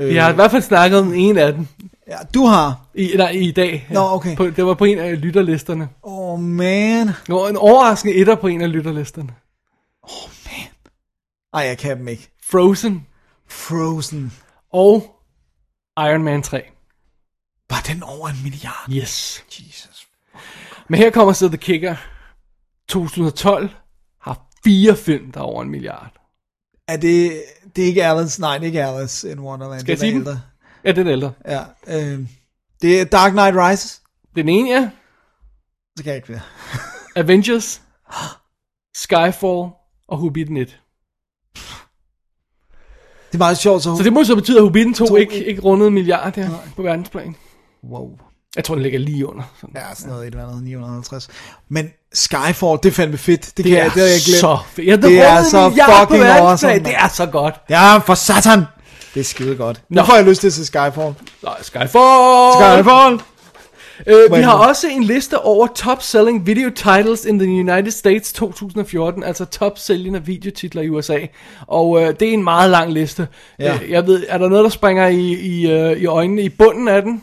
Øh.
Vi har i hvert fald snakket om en af dem.
Ja, du har.
I, nej, i dag.
Nå, okay.
På, det var på en af lytterlisterne.
Oh man.
Det var en overraskende etter på en af lytterlisterne.
Ej, jeg kan dem ikke.
Frozen
Frozen.
og Iron Man 3.
Var den over en milliard?
Yes.
Jesus.
Men her kommer så The Kicker. 2012 har fire film, der er over en milliard.
Er det, det er ikke Alice? Nej, det er ikke Alice in Wonderland.
Skal jeg
Den er
sige den?
ældre.
Ja, den er ældre.
Ja. Øh, det er Dark Knight Rises.
Den ene er
Så kan jeg ikke være.
Avengers, Skyfall og Hobbiten 1.
Det er meget sjovt, så,
Så det må så betyde, at Hobbiten 2,
To
ikke,
ikke.
ikke rundede en milliard her på verdensplan.
Wow.
Jeg tror, den ligger lige under. Sådan.
Ja, sådan noget et eller andet, 950. Men Skyfall, det er fandme fedt. Det, det
Det
kan jeg,
er,
det har jeg glemt.
så fedt. Ja, det,
det er så
på
fucking
verdensplan.
awesome.
Det er så godt.
Ja, for satan. Det er skide godt. Nu
Nå.
får jeg lyst til at se Skyfall.
Nå, Skyfall!
Skyfall!
Øh, vi
Wait.
har også en liste over top selling video titles in the United States 2014, altså top sælgende videotitler i USA. Og øh, det er en meget lang liste.
Ja.
Øh, jeg ved, er der noget, der springer i, i, øh, i øjnene i bunden af den?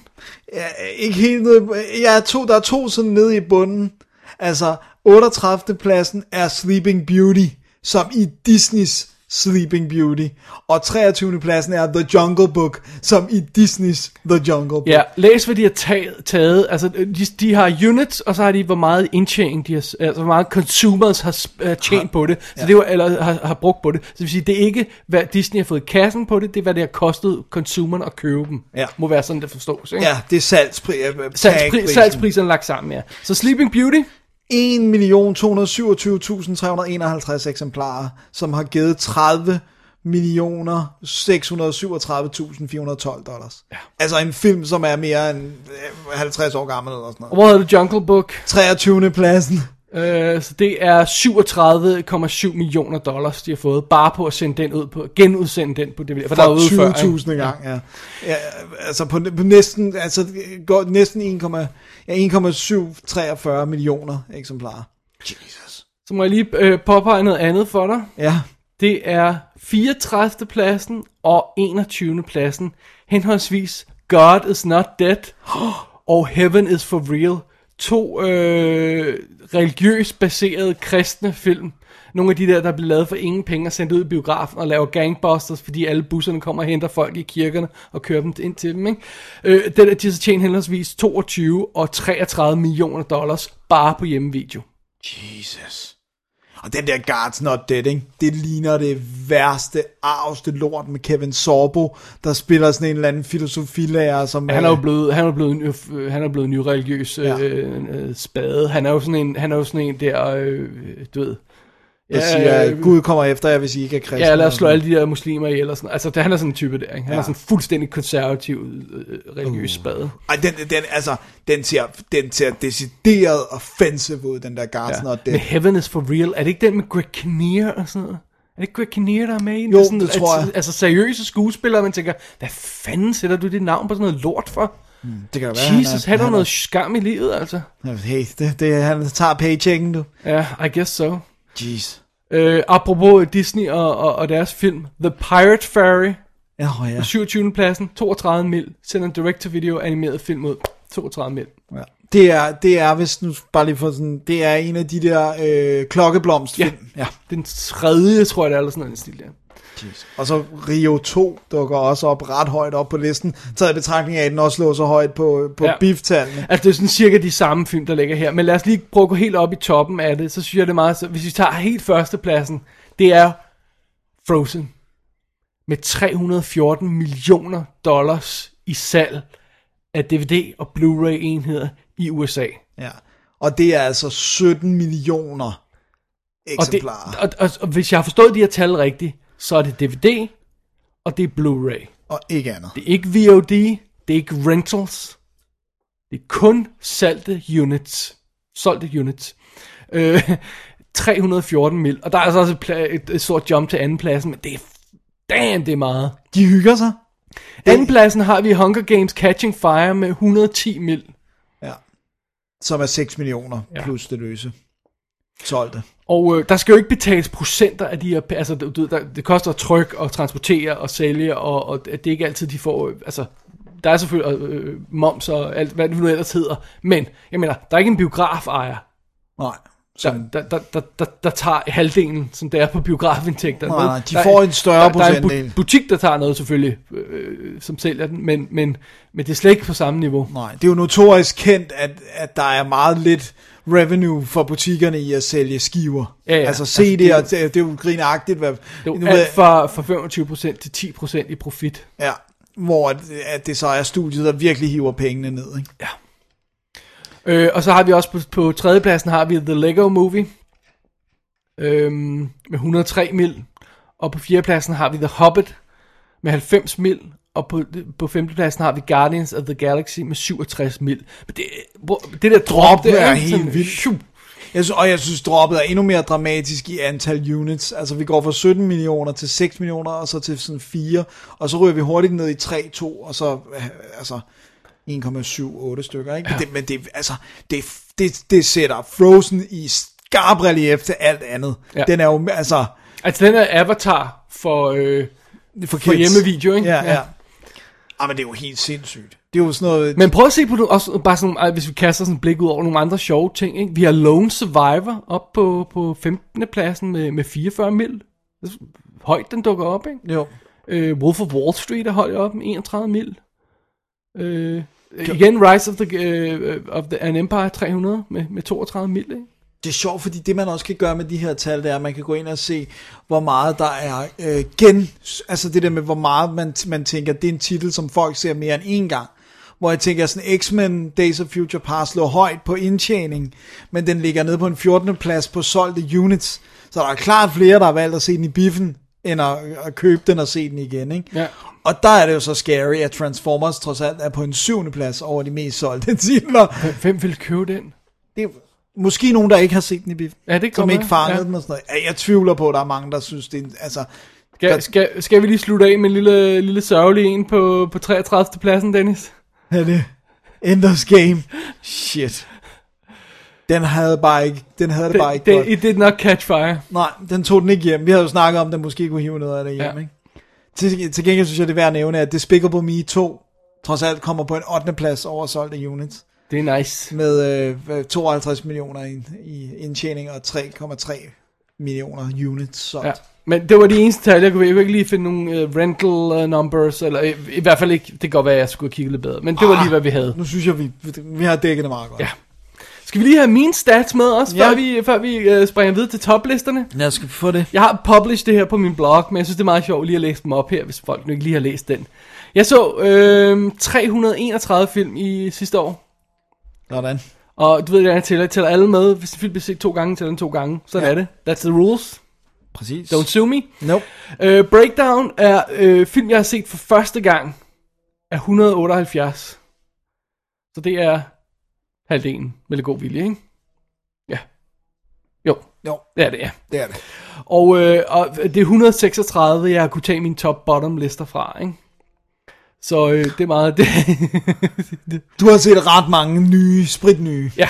Ja, Øh, ikke helt nede. i- Jeg er to, der er to sådan nede i bunden. Altså, 38. pladsen er Sleeping Beauty, som i Disneys Sleeping Beauty. Og 23. pladsen er The Jungle Book, som i Disneys The Jungle Book.
Ja, læs hvad de har taget. taget. Altså, øh, de, de har units, og så har de, hvor meget indtjening de har, s- altså, hvor meget consumers har s- øh, tjent på det, så det var, eller har, har brugt på det. Så det vil sige, det er ikke, hvad Disney har fået i kassen på det, det er, hvad det har kostet consumeren at købe dem.
Ja.
Må være sådan, det forstås, ikke?
ja det er salgspri, øh,
Salgspri-
tagprisen.
salgspriserne lagt sammen, ja. Så Sleeping Beauty,
1.227.351 eksemplarer, som har givet 30 millioner 637.412 dollars. Ja. Altså en film, som er mere end øh, 50 år gammel eller sådan
og
noget.
hvor hedder det Jungle Book?
23. pladsen.
Øh, så det er 37,7 millioner dollars, de har fået, bare på at sende den ud på, genudsende den på DVD, for der er ude før, ikke?
For 20.000 gang, ja. ja. altså på, på næsten, altså det går næsten 1,743 ja, 1,743 millioner eksemplarer.
Så må jeg lige øh, påpege noget andet for dig.
Ja.
Det er 34. pladsen og 21. pladsen, henholdsvis God is not dead og Heaven is for real. to øh, religiøst baserede kristne film. Nogle af de der, der bliver lavet for ingen penge og sendt ud i biografen og laver gangbusters, fordi alle busserne kommer og henter folk i kirkerne og kører dem ind til dem. Ikke? Øh, den der, de har så tjent henholdsvis 22 og 33 millioner dollars bare på hjemmevideo.
Jesus. Og den der Guards Not Dead, ikke? det ligner det værste, arveste lort med Kevin Sorbo, der spiller sådan en eller anden filosofilærer, som...
Han er jo blevet, han er blevet, en, øh, han er blevet en nyreligiøs ja. øh, øh, spade. Han er jo sådan en, han er jo sådan en der, øh, du ved...
Jeg siger, øh, Gud kommer efter jer, hvis I ikke er kristne.
Ja, lad os slå alle de der muslimer ihjel og sådan Altså, det, han er sådan en type der, ikke? Han ja. er sådan en fuldstændig konservativ, øh, religiøs uh. spade.
Ej, den, den, altså, den ser, den ser decideret offensive ud, den der Guards ja. Not Dead.
Men Heaven is for real, er det ikke den med Greg Kinnear og sådan noget? Er det ikke Greg Kinnear, der er med i den?
Jo,
er sådan,
det tror jeg.
Altså seriøse skuespillere, man tænker, hvad fanden sætter du dit navn på sådan noget lort for?
Mm, det kan jo være,
Jesus,
han
han
er-
har
han
noget skam i livet, altså.
er... Hey, det, det, han tager paychecken, du.
Ja, I guess so.
Jeez.
Øh, apropos Disney og, og, og deres film, The Pirate Fairy,
Ja, oh, ja.
på 27. pladsen, 32 mil, sender en direct-to-video animeret film ud, 32 mil.
Ja. Det er, det er, hvis nu bare lige for sådan, det er en af de der øh, klokkeblomstfilm. Ja. ja.
Den tredje, tror jeg, det er, eller sådan noget i den stil der.
Og så Rio 2 dukker også op ret højt op på listen, taget i betragtning af, at den også lå så højt på, på ja.
Ja.
biftallene.
Altså, det er sådan cirka de samme film, der ligger her. Men lad os lige prøve at gå helt op i toppen af det. Så synes jeg, det er meget... så- Hvis vi tager helt førstepladsen, det er Frozen. Med 314 millioner dollars i salg af DVD og Blu-ray-enheder i USA.
Ja. Og det er altså 17 millioner
Og, det,
eksemplarer. Og,
og, og, og hvis jeg har forstået de her tal rigtigt, så er det DVD, og det er Blu-ray.
og ikke andet.
Det er ikke VOD, det er ikke rentals. Det er kun salgte units. Solgte units. Øh, 314 mil. Og der er altså også et, pla- et, et stort jump til andenpladsen, men det er damn, det er meget.
De hygger sig.
Andenpladsen har vi Hunger Games Catching Fire med 110 mil.
Ja. Som er 6 millioner ja.
Ja.
plus det løse. Solgte.
Og øh, der skal jo ikke betales procenter af de her... Altså, du, ved, der, det koster at trykke og transportere og sælge, og, og det er ikke altid, de får... Øh, altså, der er selvfølgelig øh, moms og alt, hvad det nu ellers hedder. Men, jeg mener, der er ikke en biografejer,
Nej. Som,
der, der, der, der, der, der tager halvdelen, som det er på biografindtægterne.
Nej,
Vel?
nej, de
der,
får en større
der, der er en
procentdel.
bu- butik, der tager noget selvfølgelig, øh, som sælger den, men, men, men det er slet ikke på samme niveau.
nej. Det er jo notorisk kendt, at, at der er meget lidt revenue for butikkerne i at sælge skiver.
Ja, ja.
Altså
Altså,
CD'er,
det er jo-
det, det er jo grinagtigt. Hvad,
Det er
nu
jo
ved jeg-
alt fra, fra 25% til 10% i profit.
Ja, hvor at, at det så er studiet, der virkelig hiver pengene ned. Ikke? Ja.
Øh, og så har vi også på, på tredjepladsen har vi The Lego Movie øhm, med 103 mil. Og på fjerdepladsen har vi The Hobbit med 90 mil. Og på, på femtepladsen har vi Guardians of the Galaxy med 67 mil. Men det, hvor- det der drop,
Drop
det
er
er
helt vildt.
Shoo,
Jeg synes, og jeg synes, droppet er endnu mere dramatisk i antal units. Altså, vi går fra 17 millioner til 6 millioner, og så til sådan 4, og så ryger vi hurtigt ned i 3, 2, og så, øh, altså, 1,78 stykker, ikke? Ja. Det, men det, altså, det, det, det sætter Frozen i skarp relief til alt andet. Ja.
Ja.
Den er jo, altså,
altså den er Avatar for, øh,
for,
for
kids.
hjemmevideo, ikke?
Ja, ja. ja. Ah, men det er jo helt sindssygt. Det er jo sådan noget...
Men prøv at se på det, også bare sådan, ej, hvis vi kaster sådan et blik ud over nogle andre sjove ting. Ikke? Vi har Lone Survivor op på, på 15. pladsen med, med 44 mil. Højt den dukker op, ikke?
Jo.
Øh, Wolf of Wall Street er højt op med 31 mil. Øh, igen Rise of the, øh, of the an Empire 300 med, med 32 mil, ikke?
Det er sjovt, fordi det man også kan gøre med de her tal, det er, at man kan gå ind og se, hvor meget der er øh, gen, altså det der med, hvor meget man, man tænker, det er en titel, som folk ser mere end én gang. Hvor jeg tænker, sådan X-Men Days of Future Past lå højt på indtjening, men den ligger nede på en 14. plads på solgte units. Så der er klart flere, der har valgt at se den i biffen, end at, at købe den og se den igen. Ikke?
Ja.
Og der er det jo så scary, at Transformers trods alt er på en syvende plads over de mest solgte titler.
Hvem vil købe den?
Det er måske nogen, der ikke har set den i biffen.
Ja, det kan
Som
godt
ikke
være,
fangede ja.
ja.
den og sådan noget. Ja, Jeg tvivler på, at der er mange, der synes, det er... en- Altså, der-
Skal, skal, skal vi lige slutte af med en lille, lille sørgelig en på, på 33. pladsen, Dennis?
er det Enders Game? Shit. Den havde bare ikke... Den havde det, det bare
Det,
ikke det,
det,
godt.
it did not catch fire.
Nej, den tog den ikke hjem. Vi havde jo snakket om, at den måske kunne hive noget af det hjem, ja.
Ja.
ikke? Til, til gengæld synes jeg, det er værd at nævne, at Despicable Me 2 trods alt kommer på en 8. plads over solgte units.
Det er nice.
Med øh, 52 millioner i, i indtjening og 3,3 millioner units solgt.
Ja. Men det var de eneste tal, jeg kunne, jeg kunne ikke lige finde nogen uh, rental uh, numbers, eller i, i hvert fald ikke, det kan godt være, at jeg skulle have kigget lidt bedre, men det var lige, hvad vi havde.
Nu synes jeg, vi, vi har dækket det meget godt.
Ja. Skal vi lige have mine stats med også, ja. før vi, før vi uh, springer videre til toplisterne?
Lad os få det.
Jeg har published det her på min blog, men jeg synes, det er meget sjovt lige at læse dem op her, hvis folk nu ikke lige har læst den. Jeg så øh, 331 film i sidste år.
Sådan.
Og du ved, jeg tæller, tæller alle med. Hvis en film bliver set to gange, tæller den to gange. Sådan
Ja.
er det. That's the rules.
Præcis.
Don't sue me.
Nope.
Øh, Breakdown er øh, film, jeg har set for første gang. Er 178. Så det er halvdelen med lidt god vilje, ikke? Ja. Jo.
Jo.
Ja, det er.
Det er det.
Og, øh, og det er 136, jeg har kunne tage mine top-bottom lister fra, ikke? Så øh, det er meget... Det,
Du har set ret mange nye, spritnye.
Ja.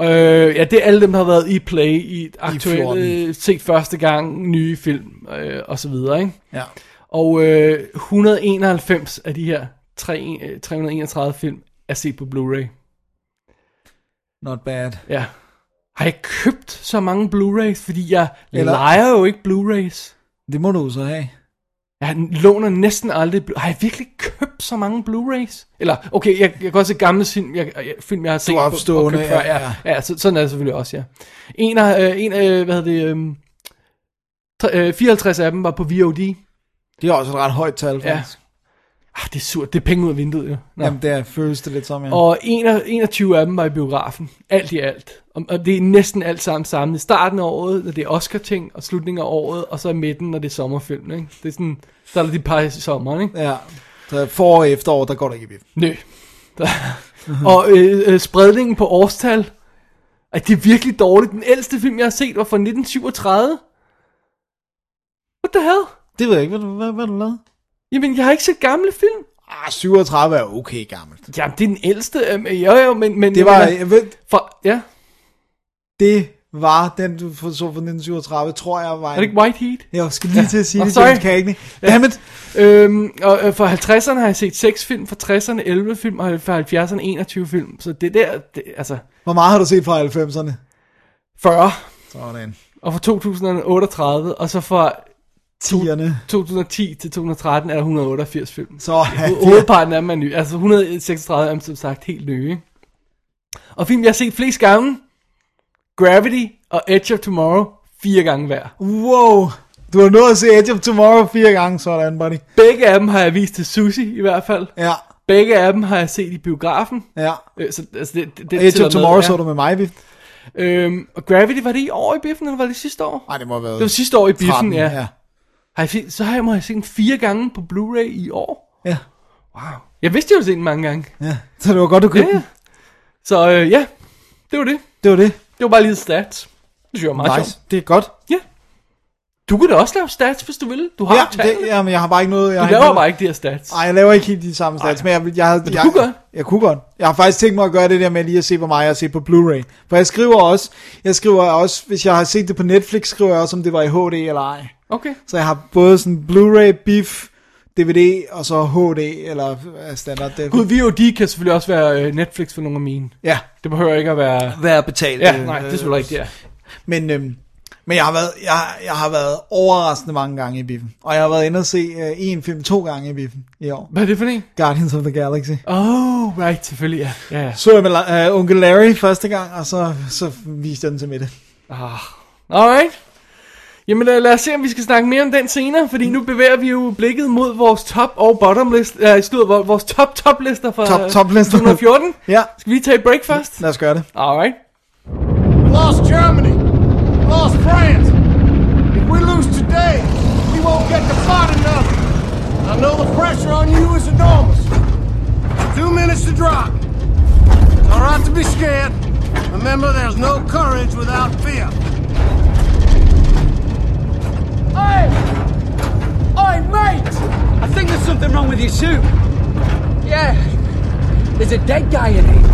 Øh, ja, det er alle dem, der har været i play i aktuelle,
14.
set første gang, nye film øh, og så videre, ikke?
Ja.
Og øh, 191 af de her tre- øh, 331 film er set på Blu-ray.
Not bad.
Ja. Har jeg købt så mange Blu-rays, fordi jeg
Eller-
Eller... leger jo ikke Blu-rays.
Det må du så have.
Jeg låner næsten aldrig Blu- Har jeg virkelig købt så mange Blu-rays? Eller, okay, jeg, jeg kan også se gamle film, jeg, jeg, film, jeg har set
opstående,
købt før.
ja,
Ja, ja. ja så, sådan er det selvfølgelig også, ja. En af, øh, en af hvad hedder det, øhm, tre- øh, 54 af dem var på VOD.
Det er også et ret højt tal,
Ja.
faktisk.
Ah, det er surt, det er penge ud af vinduet, jo.
Ja. Jamen, der føles det lidt som, ja.
Og en af- 21 af dem var i biografen. Alt i alt. Og- Og det er næsten alt sammen sammen. I starten af året, når det er Oscar-ting, og slutningen af året, og så i midten, når det er sommerfilm. Ikke? Det er sådan, så er der de par i sommeren, ikke?
Ja. Så forår og efterår, der går der ikke i biffen.
Nø. og øh, øh, spredningen på årstal, at det er virkelig dårligt. Den ældste film, jeg har set, var fra 1937. What the hell?
Det ved jeg ikke. Hvad, hvad, hvad har du lavet?
Jamen, jeg har ikke set gamle film.
Ah, 37 er okay gammelt.
Jamen, det er den ældste. Øh, jo, jo, men... men
Det var, øh,
men-
jeg ved,
fra, ja,
det var den, du så fra 1937, tror jeg var.
er det ikke White Heat?
Jeg skal lige til at sige
Nå,
det,
sorry.
James Cagney. Dammit.
Øhm, og øh, for 50'erne har jeg set 6 film, for 60'erne 11 film, og for 70'erne 21 film. Så det der, det, altså
Hvor meget har du set fra 90'erne?
40,
Sådan.
og for 2038, og så fra
Tierne.
2010 til 2013 er der 188 film.
Så ja,
Ho- Hovedparten af dem er ny, altså 136 er dem som sagt helt nye. ikke? Og film, jeg har set flest gange, Gravity og Edge of Tomorrow, fire gange hver.
Wow. Du har nået at se Edge of Tomorrow fire gange, sådan, buddy.
Begge af dem har jeg vist til Susie i hvert fald.
Ja,
Begge af dem har jeg set i biografen.
ja.
Øh, så, altså, det, det,
Og
det
Edge
tæller
of
med,
Tomorrow
ja.
så du med mig, vi.
Øhm, og Gravity, var det i år i biffen, eller var det sidste år?
Nej, det må have været
Det var sidste år i biffen,
13,
ja.
ja.
Har jeg set, så har jeg, må jeg set den fire gange på Blu-ray i år.
Ja.
Wow. Jeg vidste, jeg havde set den mange gange.
ja. Så det var godt, du
Ja,
købte
ja.
den.
Så øh, ja, det var det.
Det var det.
Det var bare lige stats. Det synes jeg var meget
Nice.
sjovt.
Det er godt.
Ja. Du kunne da også lave stats, hvis du ville. Du har
Ja,
jo tallene.
det, jamen, jeg har bare ikke noget. Jeg
Du
har
laver
noget-
bare ikke de her stats.
Nej, jeg laver ikke helt de samme stats, men jeg, jeg, jeg, jeg,
kunne godt.
jeg kunne godt. Jeg har faktisk tænkt mig at gøre det der med lige at se, hvor meget jeg har set på Blu-ray. For jeg skriver også, jeg skriver også, hvis jeg har set det på Netflix, skriver jeg også, om det var i HD eller ej.
Okay.
Så jeg har både sådan Blu-ray, BIF, DVD og så HD eller øh, standard. Det,
Gud, VOD kan selvfølgelig også være øh, Netflix for nogle af mine.
Ja,
Det behøver ikke at være... Øh,
være betalt.
Ja, nej, det er selvfølgelig ikke det. er.
Men, øhm, men jeg, har været, jeg, jeg har været overraskende mange gange i biffen. Og jeg har været inde og se øh, en film to gange i biffen i år.
Hvad er det for en?
Guardians of the Galaxy.
Oh, right, selvfølgelig, ja. ja, ja.
Så jeg med uh, onkel Larry første gang, og så, så viste jeg den til Mette.
Ah, alright. Jamen øh, lad, lad os se, om vi skal snakke mere om den senere, fordi nu bevæger vi jo blikket mod vores top og bottom list, øh, slutter, vores top top lister fra
Top- toplister.
2014.
Ja,
Skal vi lige tage et break først?
lad os gøre det.
Alright.
lost Germany, lost France. If we lose today, we won't get to fight another. I know the pressure on you is enormous. Two minutes to drop. It's all right to be scared. Remember, there's no courage without fear. Hey! Hey, mate! I think there's something wrong with your suit. Yeah, there's a dead guy in it.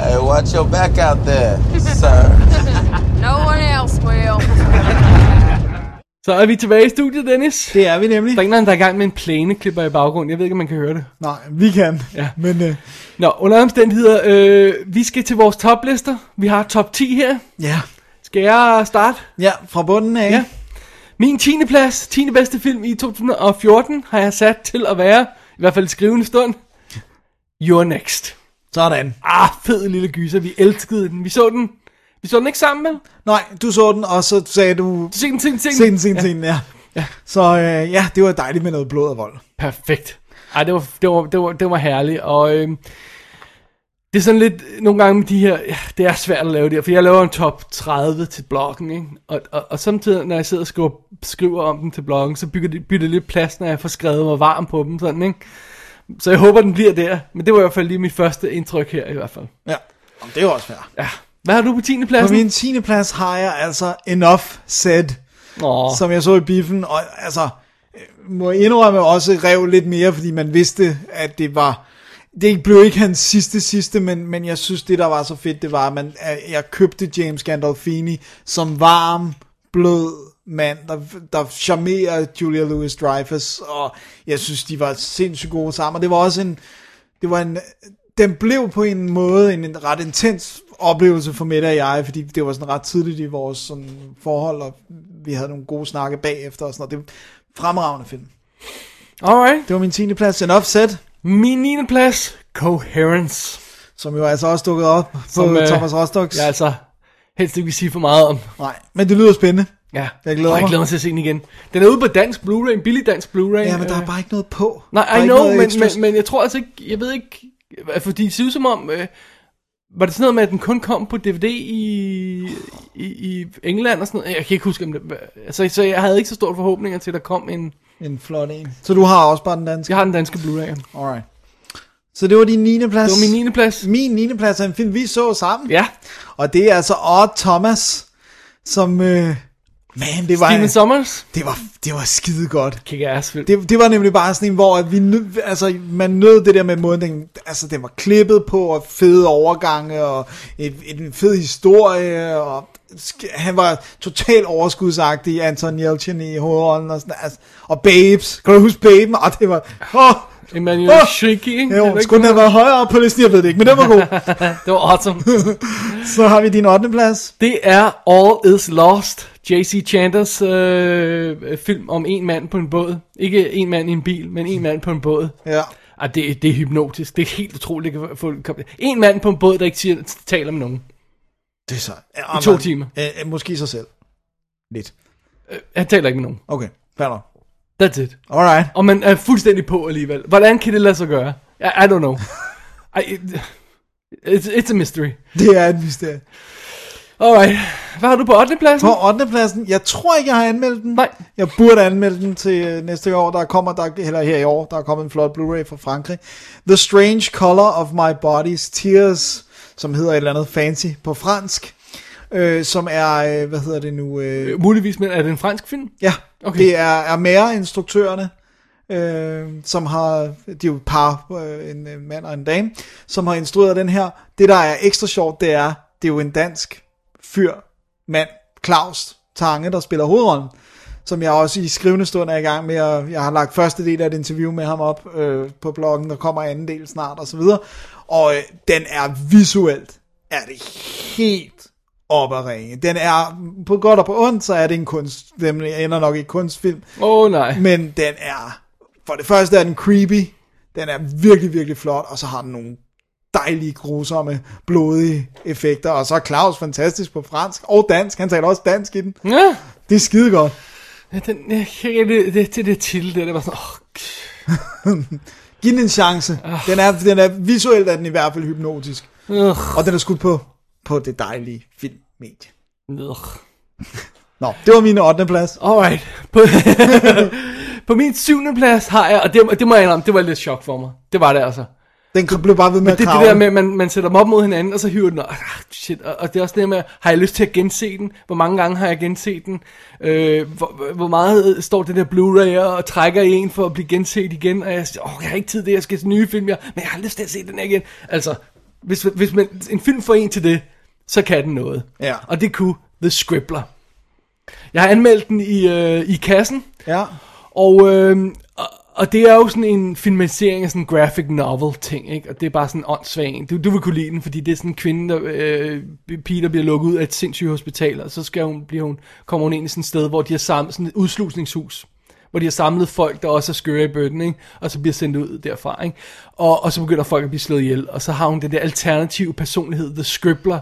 Hey, watch your back out there, sir.
No one else will.
Så er vi tilbage i studiet, Dennis.
Det er vi nemlig.
Der er en eller anden, der er i gang med en plæneklipper i baggrunden. Jeg ved ikke, om man kan høre det.
Nej, vi kan.
Ja.
Men, øh...
Nå, under omstændigheder, øh, vi skal til vores toplister. Vi har top 10 her.
Ja.
Skal jeg starte?
Ja, fra bunden af.
Ja. Min 10. plads, 10. bedste film i 2014, har jeg sat til at være, i hvert fald i skrivende stund, You're Next.
Sådan.
Ah, fed lille gyser. Vi elskede den. Vi så den. Vi så den ikke sammen, vel?
Nej, du så den, og så sagde du...
Se den, se den, se den.
Se den, se den, ja. Se den, ja. ja. Så øh, ja, det var dejligt med noget blod og vold.
Perfekt. Ej, det var, det var, det var, det var herligt, og øhm, det er sådan lidt, nogle gange med de her, ja, det er svært at lave det her, for jeg laver en top 30 til bloggen, ikke? Og, og, og samtidig, når jeg sidder og skriver, skriver om den til bloggen, så bygger det, bytter det lidt plads, når jeg får skrevet mig varm på dem, sådan, ikke? Så jeg håber, den bliver der, men det var i hvert fald lige mit første indtryk her, i hvert fald.
Ja, Jamen, det var også fair.
Ja. Hvad har du på 10.
På
pladsen?
min 10. plads har jeg altså Enough Said,
Åh.
som jeg så i biffen, og altså øh, må jeg indrømme også rev lidt mere, fordi man vidste, at det var, det blev ikke hans sidste sidste, men, men jeg synes, det der var så fedt, det var, at man, at jeg købte James Gandolfini som varm, blød mand, der, der charmerer Julia Louis-Dreyfus, og jeg synes, de var sindssygt gode sammen, og det var også en, det var en, den blev på en måde en, en ret intens oplevelse for Mette og jeg, fordi det var sådan ret tidligt i vores sådan, forhold, og vi havde nogle gode snakke bagefter og sådan noget. Det var en fremragende film.
Alright.
Det var min 10. plads, en offset,
Min 9. plads, Coherence.
som jo altså også dukkede op på som,
øh,
Thomas Rostocks.
Jeg altså helst ikke vil sige for meget om.
Nej, men det lyder spændende.
Ja,
Jeg glæder
og jeg
mig.
glæder mig til at se den igen. Den er ude på dansk Blu-ray, en billig dansk Blu-ray.
Ja, men der er
Øh,
bare ikke noget på. Der er
Nej, I
ikke
know,
noget
men,
extras.
men, men jeg tror altså ikke, jeg ved ikke, fordi det ser ud som om, øh, var det sådan noget med, at den kun kom på DVD i, i, i England og sådan noget? Jeg kan ikke huske, om det, altså, så jeg havde ikke så store forhåbninger til, at der kom en,
En flot en. Så du har også bare den danske?
jeg har den danske Blu-ray. Det
Alright. Så det var din 9. plads.
var min 9. plads.
Min 9. plads er en film, vi så sammen.
Ja,
Og det er altså Odd Thomas, som... Øh, man, det var,
Steven Sommers.
det var, det var skide godt.
Kick ass film.
Det, det var nemlig bare sådan en, hvor at vi nød, altså, man nød det der med måden, den, altså den var klippet på, og fede overgange, og et, et, en fed historie, og sk- han var totalt overskudsagtig, Anton Yelchin i hovedrollen, og, sådan, altså, og Babes, kan du huske Baben? Og det var, åh,
Emmanuel
Åh!
oh! Shiki, ikke?
jo,
Det var ikke-
skulle den have været højere op på listen, jeg ved det ikke, men den var god.
det var awesome.
Så har vi din 8. plads.
Det er All Is Lost, J.C. Chanders øh, film om en mand på en båd. Ikke en mand i en bil, men en mand på en båd.
Ja.
Ah, det, det er hypnotisk. Det er helt utroligt, det kan få... kom- En mand på en båd, der ikke siger, taler med nogen.
Det er så. Ja,
to
man-
timer.
Øh, øh, måske sig selv. Lidt.
Øh, Han taler ikke med nogen.
Okay, fair nok.
That's it.
Alright.
Og man er fuldstændig på alligevel. Hvordan kan det lade sig gøre? I, I don't know. I, it, it's, it's a mystery.
Det er et mysterie.
Alright. Hvad har du på 8. pladsen?
På 8. pladsen, jeg tror ikke, jeg har anmeldt den.
Nej.
Jeg burde anmelde den til øh, næste år, der kommer, der, eller her i år, der er kommet en flot Blu-ray fra Frankrig. The Strange Color of My Body's Tears, som hedder et eller andet fancy på fransk, øh, som er, øh, hvad hedder det nu? Øh,
Øh, Muligvis, men er det en fransk film?
Ja,
Okay.
okay. det er, er mere instruktørerne, øh, som har, de er jo et par, øh, en øh, mand og en dame, som har instrueret den her. Det, der er ekstra sjovt, det er, det er jo en dansk fyr, mand, Claus Tange, der spiller hovedrollen, som jeg også i skrivende stund er i gang med, og jeg har lagt første del af et interview med ham op øh, på bloggen, der kommer anden del snart, og så videre. Og øh, den er visuelt, er det helt op at ringe. Den er, på godt og på ondt, så er det en kunst, den ender nok i kunstfilm,
Åh oh, nej.
men den er, for det første er den creepy, den er virkelig, virkelig flot, og så har den nogle dejlige, grusomme, blodige effekter, og så er Claus fantastisk på fransk og dansk, han taler også dansk i den.
Ja.
Det er skide godt.
Ja, Den, jeg kan ikke det, det, det, det til, det, det var sådan, åh, oh,
Giv den en chance. Den er, den er, visuelt er den i hvert fald hypnotisk, og den er skudt på, på det dejlige filmmedie. Nå, det var min 8. plads.
Alright. På, på min syvende plads har jeg, og det, det må jeg indrømme, det var lidt chok for mig. Det var det altså.
Den blev bare ved med at
Det er
kravle.
det der med, at man, man sætter dem op mod hinanden, og så hiver den op. Ah, shit. Og, og det er også det der med, har jeg lyst til at gense den? Hvor mange gange har jeg genset den? Øh, hvor, hvor meget står det der Blu-ray og trækker i en for at blive genset igen? Og jeg siger, åh, jeg har ikke tid til det, jeg skal til nye film, jeg, men jeg har lyst til at se den her igen. Altså, hvis, hvis man, en film får en til det, så kan den noget.
Ja.
Og det kunne The Scribbler. Jeg har anmeldt den i, øh, i kassen.
Ja.
Og, øh, og, og det er jo sådan en filmatisering af sådan en graphic novel ting, ikke? Og det er bare sådan åndssvag. en. Du, du vil kunne lide den, fordi det er sådan en kvinde, der, øh, pige, der bliver lukket ud af et sindssygt hospital, og så skal hun, bliver hun, kommer hun ind i sådan et sted, hvor de har samlet sådan et udslusningshus hvor de har samlet folk, der også er skøre i bøtten, ikke? og så bliver sendt ud derfra. Ikke? Og, og så begynder folk at blive slået ihjel, og så har hun den der alternative personlighed, The Scribbler,